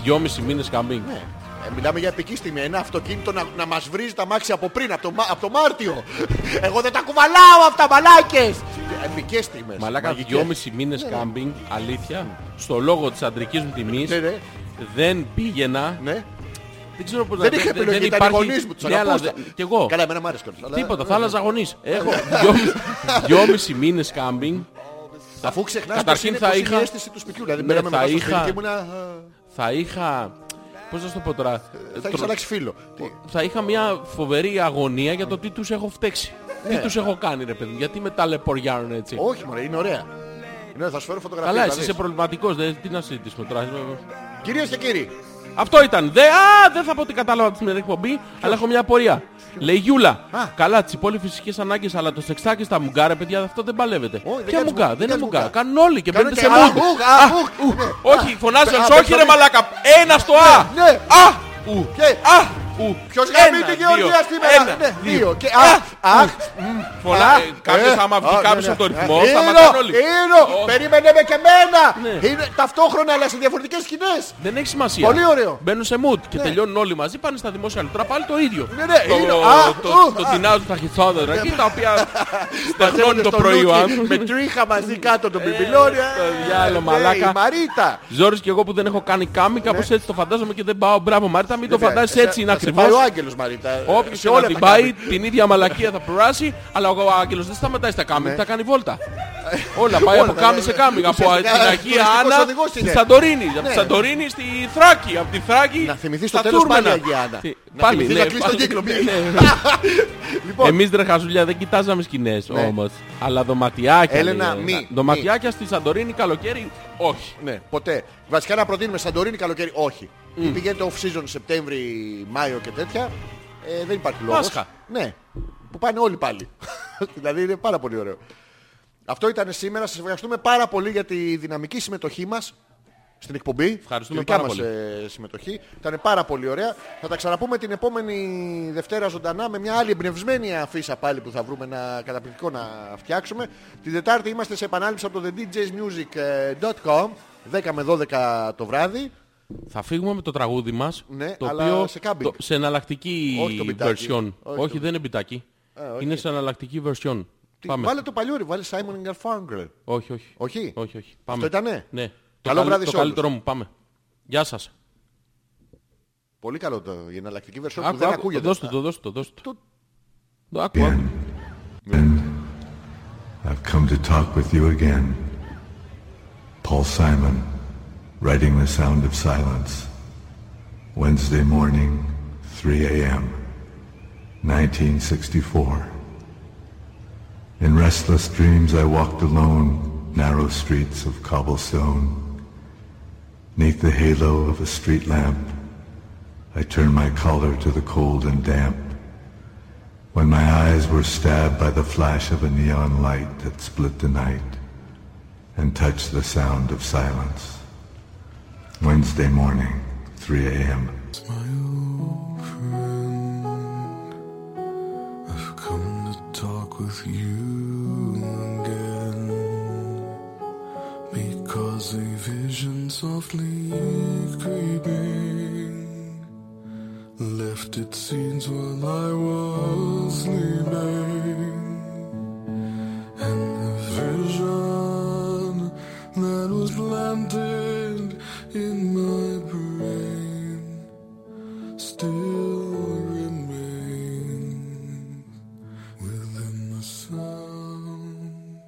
Speaker 2: Δυόμιση μήνες καμπίνγκ.
Speaker 1: Ναι. Ε, μιλάμε για επική στιγμή. Ένα αυτοκίνητο να, να μας βρίζει τα μάξια από πριν, από το, Μα- από το Μάρτιο. Εγώ δεν τα κουβαλάω αυτά, μαλάκες. Ε, Επικές στιγμές.
Speaker 2: Μαλάκα
Speaker 1: Μαγικές. Ναι,
Speaker 2: δυόμιση μήνες κάμπινγκ, αλήθεια, στο λόγο της αντρικής μου τιμής,
Speaker 1: Ναι, ναι,
Speaker 2: δεν πήγαινα.
Speaker 1: ναι.
Speaker 2: Δεν ξέρω πώς να
Speaker 1: Δεν είχα επιλογή, ήταν οι γονείς μου, τους
Speaker 2: Ναι, αλλά
Speaker 1: αγαπούσα.
Speaker 2: δεν- Κι εγώ.
Speaker 1: Καλά, Ναι, εμένα μου άρεσε κιόλας. αλλά-
Speaker 2: Τίποτα, θα άλλαζα γονείς. Έχω δυόμιση- δυόμιση μήνες κάμπινγκ.
Speaker 1: Αφού ξεχνάς πως
Speaker 2: Καταρχήν
Speaker 1: είναι,
Speaker 2: θα
Speaker 1: πως
Speaker 2: είχα-
Speaker 1: είναι η αίσθηση του σπιτιού. Δηλαδή,
Speaker 2: Ναι,
Speaker 1: μπαίναμε
Speaker 2: θα
Speaker 1: μετά στο
Speaker 2: είχα-
Speaker 1: σπίτι και ήμουνα... ε,
Speaker 2: θα είχα. Πώς να σου το πω τώρα.
Speaker 1: Θα έχεις
Speaker 2: τρο-
Speaker 1: αλλάξει φίλο. Τι-
Speaker 2: θα είχα μια φοβερή αγωνία για το τι τους έχω φταίξει.
Speaker 1: Ναι.
Speaker 2: Τι τους έχω κάνει, ρε παιδί μου. Γιατί με ταλαιπωριάρουν έτσι.
Speaker 1: Όχι, μωρέ, είναι ωραία. Είναι ωραία, θα σου φέρω φωτογραφία.
Speaker 2: Καλά, εσύ είσαι προβληματικός. δεν- Τι να συζητήσουμε τώρα.
Speaker 1: Κυρίες και κύριοι,
Speaker 2: Αυτό ήταν. Δε, α, δεν θα πω ότι κατάλαβα από την εκπομπή, αλλά έχω μια απορία. Λέει Γιούλα,
Speaker 1: Α.
Speaker 2: καλά τις πολύ φυσικές ανάγκες, αλλά το σεξάκι στα μουγκά, ρε παιδιά, αυτό δεν παλεύεται.
Speaker 1: δεν
Speaker 2: Ποια
Speaker 1: κάνεις
Speaker 2: μουγκά,
Speaker 1: μου-
Speaker 2: δεν
Speaker 1: δεν
Speaker 2: είναι μουγκά.
Speaker 1: κάνεις
Speaker 2: Κάνουν όλοι και
Speaker 1: Κάνουν
Speaker 2: μπαίνετε σε
Speaker 1: και
Speaker 2: μούγκ.
Speaker 1: αχ, αχ, αχ, ναι.
Speaker 2: Όχι, φωνάζουν,
Speaker 1: Α,
Speaker 2: όχι ρε
Speaker 1: α,
Speaker 2: μαλάκα. Ένα στο α.
Speaker 1: ναι.
Speaker 2: Α, ου.
Speaker 1: Και-
Speaker 2: Α, ου.
Speaker 1: ποιος
Speaker 2: Ένα,
Speaker 1: γαμεί τη
Speaker 2: δύο,
Speaker 1: Γεωργία σήμερα.
Speaker 2: ένα,
Speaker 1: Ναι,
Speaker 2: δύο.
Speaker 1: Δύο. Και αχ, αχ. μμ,
Speaker 2: Φωλά-
Speaker 1: αχ,
Speaker 2: ε, κάποιος
Speaker 1: ε,
Speaker 2: άμα βγει
Speaker 1: α,
Speaker 2: κάποιος
Speaker 1: ναι,
Speaker 2: από το
Speaker 1: ναι.
Speaker 2: ρυθμό,
Speaker 1: Ε,
Speaker 2: σταματάνε
Speaker 1: ήρω,
Speaker 2: όλοι.
Speaker 1: ήρω,
Speaker 2: Όχι.
Speaker 1: περίμενε με και εμένα.
Speaker 2: Ναι.
Speaker 1: Είναι ταυτόχρονα, αλλά σε διαφορετικές σκηνές.
Speaker 2: Δεν έχει σημασία.
Speaker 1: Πολύ ωραίο.
Speaker 2: Μπαίνουν σε mood και τελειώνουν όλοι μαζί, πάνε στα δημόσια λουτρά, πάλι το ίδιο.
Speaker 1: Ναι, ναι,
Speaker 2: το,
Speaker 1: είναι-
Speaker 2: το,
Speaker 1: α,
Speaker 2: το,
Speaker 1: ου,
Speaker 2: το
Speaker 1: α. Ναι.
Speaker 2: τεινάζουν τα χιθόδωρα εκεί, τα οποία στεγνώνει το
Speaker 1: Στο
Speaker 2: πρωί ο
Speaker 1: Λούκι,
Speaker 2: άνθρωπος.
Speaker 1: Με
Speaker 2: Ε,
Speaker 1: τρίχα μαζί κάτω τον πιμπιλόρια.
Speaker 2: το διάλογο,
Speaker 1: Ναι,
Speaker 2: μαλάκα.
Speaker 1: Η Μαρίτα.
Speaker 2: Ζόρις και εγώ που δεν έχω κάνει κάμι, κάπως έτσι το φαντάζομαι και δεν πάω. Μπράβο Μάρτα, μην το φαντάζεσαι έτσι είναι
Speaker 1: Ε, Θα Ναι. σε πάει
Speaker 2: ακριβώς.
Speaker 1: ο Άγγελος Μαρίτα.
Speaker 2: Όποιος
Speaker 1: Σε
Speaker 2: και να
Speaker 1: Ε, όλα
Speaker 2: την
Speaker 1: τα
Speaker 2: πάει, την ίδια μαλακία θα περάσει, αλλά ο Άγγελος δεν σταματάει στα κάμι, τα κάνει βόλτα. Όλα, πάει από
Speaker 1: Ναι. Ε, τα
Speaker 2: κάμι
Speaker 1: κάνει.
Speaker 2: σε κάμι. Από την
Speaker 1: Ουσιαστικά,
Speaker 2: Αγία
Speaker 1: τουριστικός
Speaker 2: Άννα
Speaker 1: οδηγός
Speaker 2: στη
Speaker 1: είναι. Ναι.
Speaker 2: Σαντορίνη. Από τη Σαντορίνη στη Θράκη. Από τη Θράκη
Speaker 1: Να θυμηθείς
Speaker 2: στα
Speaker 1: το τέλος πάλι
Speaker 2: Τούρμενα.
Speaker 1: Αγία Άννα.
Speaker 2: Τι-
Speaker 1: Να
Speaker 2: Πάλι,
Speaker 1: θυμηθείς
Speaker 2: ναι,
Speaker 1: να κλείσεις τον
Speaker 2: πάλι.
Speaker 1: κύκλο.
Speaker 2: Ναι,
Speaker 1: μην-
Speaker 2: ναι.
Speaker 1: Λοιπόν, Ναι.
Speaker 2: Εμείς ρε χαζουλιά δεν κοιτάζαμε σκηνές όμως. Αλλά δωματιάκια.
Speaker 1: Έλενα,
Speaker 2: λέει,
Speaker 1: μη,
Speaker 2: ε,
Speaker 1: μη.
Speaker 2: Δωματιάκια στη Σαντορίνη καλοκαίρι, όχι.
Speaker 1: Ναι, ποτέ. Βασικά να προτείνουμε Σαντορίνη καλοκαίρι. Όχι. Ή Πηγαίνετε off season Σεπτέμβρη, Μάιο και τέτοια. Ε, δεν υπάρχει λόγος.
Speaker 2: Πάσχα.
Speaker 1: Ναι. Που πάνε όλοι πάλι. δηλαδή είναι πάρα πολύ ωραίο. Αυτό ήταν σήμερα. Σας ευχαριστούμε πάρα πολύ για τη δυναμική συμμετοχή μας. στην εκπομπή.
Speaker 2: Ευχαριστούμε
Speaker 1: Τη δικιά
Speaker 2: πάρα
Speaker 1: μας,
Speaker 2: πολύ.
Speaker 1: ε, συμμετοχή. Ήταν πάρα πολύ ωραία. Θα τα ξαναπούμε την επόμενη Δευτέρα ζωντανά με μια άλλη εμπνευσμένη αφίσα πάλι που θα βρούμε ένα καταπληκτικό να φτιάξουμε. Την Δετάρτη είμαστε σε επανάληψη από το ε, thedjsmusic.com 10 με 12 το βράδυ.
Speaker 2: Θα φύγουμε με το τραγούδι μας,
Speaker 1: Ναι,
Speaker 2: το
Speaker 1: αλλά
Speaker 2: οποίο
Speaker 1: σε κάμπινγκ.
Speaker 2: σε εναλλακτική
Speaker 1: Όχι το πιτάκι.
Speaker 2: version.
Speaker 1: Όχι
Speaker 2: Όχι,
Speaker 1: το-
Speaker 2: δεν είναι πιτάκι.
Speaker 1: όχι.
Speaker 2: Είναι σε εναλλακτική version.
Speaker 1: Τι-
Speaker 2: Πάμε.
Speaker 1: Βάλε το παλιό, ρε, βάλε Simon and Garfunkel.
Speaker 2: Όχι, όχι.
Speaker 1: Όχι.
Speaker 2: όχι, όχι. Πάμε.
Speaker 1: ήτανε?
Speaker 2: Ναι. Το,
Speaker 1: Καλό
Speaker 2: καλ-
Speaker 1: βράδυ
Speaker 2: το
Speaker 1: σε όλους.
Speaker 2: καλύτερό μου. Πάμε. Γεια σας.
Speaker 1: Πολύ καλό το, η εναλλακτική version που
Speaker 2: Άκου,
Speaker 1: δεν
Speaker 2: άκου,
Speaker 1: ακούγεται.
Speaker 2: δώστε το, δώστε το, δώστε το.
Speaker 1: Το-
Speaker 2: Το Άκου, άκου.
Speaker 4: I've come to talk with you again. Paul Simon, writing The Sound of Silence. Wednesday morning, 3 a.m., 1964. In restless dreams, I walked alone narrow streets of cobblestone. Neath the halo of a street lamp, I turned my collar to the cold and damp when my eyes were stabbed by the flash of a neon light that split the night and touched the sound of silence. Wednesday morning, 3 a.m.
Speaker 5: My old friend, I've come to talk with you again because a vision softly creeping left its scenes while I was sleeping, and the vision that was planted in my brain still remains within the sound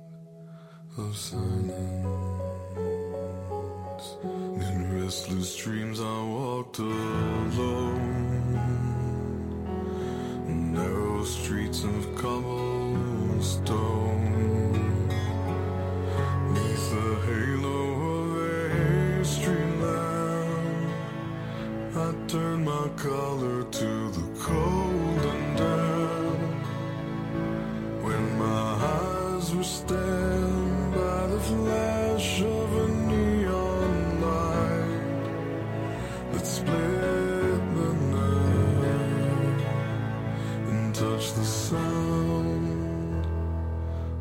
Speaker 5: of silence. In restless dreams, I walked alone, narrow streets of cobblestone. Neath the halo of a street lamp, I turn my collar to the cold and damp. When my eyes were stabbed by the flash of a neon light that split the night and touched the sound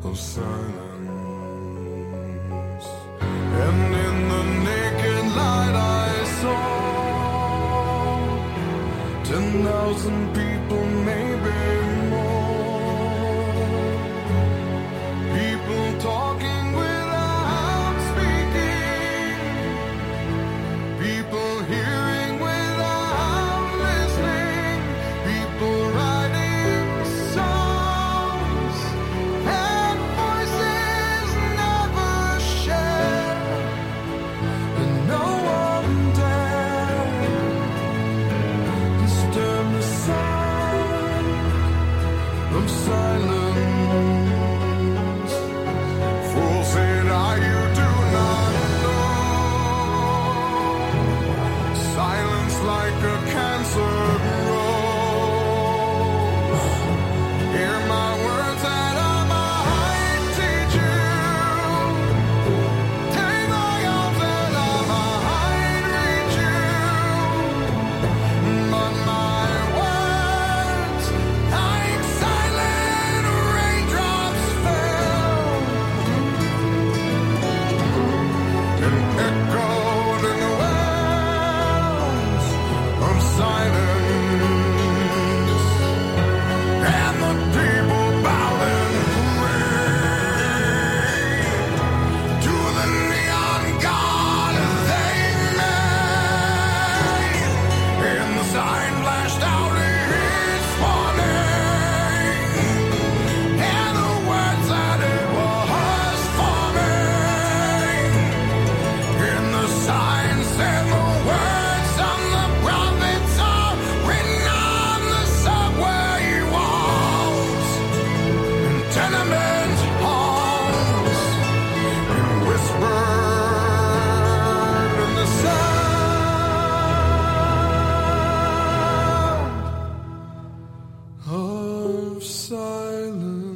Speaker 5: of silence. And in the naked light I saw ten thousand people, maybe more. People talking without speaking. People hearing without listening. People writing songs and voices never shared. And no one dared disturb the sound of silence. Fool said, "Ah, you do not know silence like a cancer grows." Hear my words that I might teach you. Take my arms and I might reach you, but my words like silent raindrops fell and echoed in the wells of silence, and the people bowed and prayed. To the neon god they made And the sign flashed out its warning And the words that it was forming And the sign said the words on the prophets are written on the subway walls And tenement halls whispered in the sound of silence.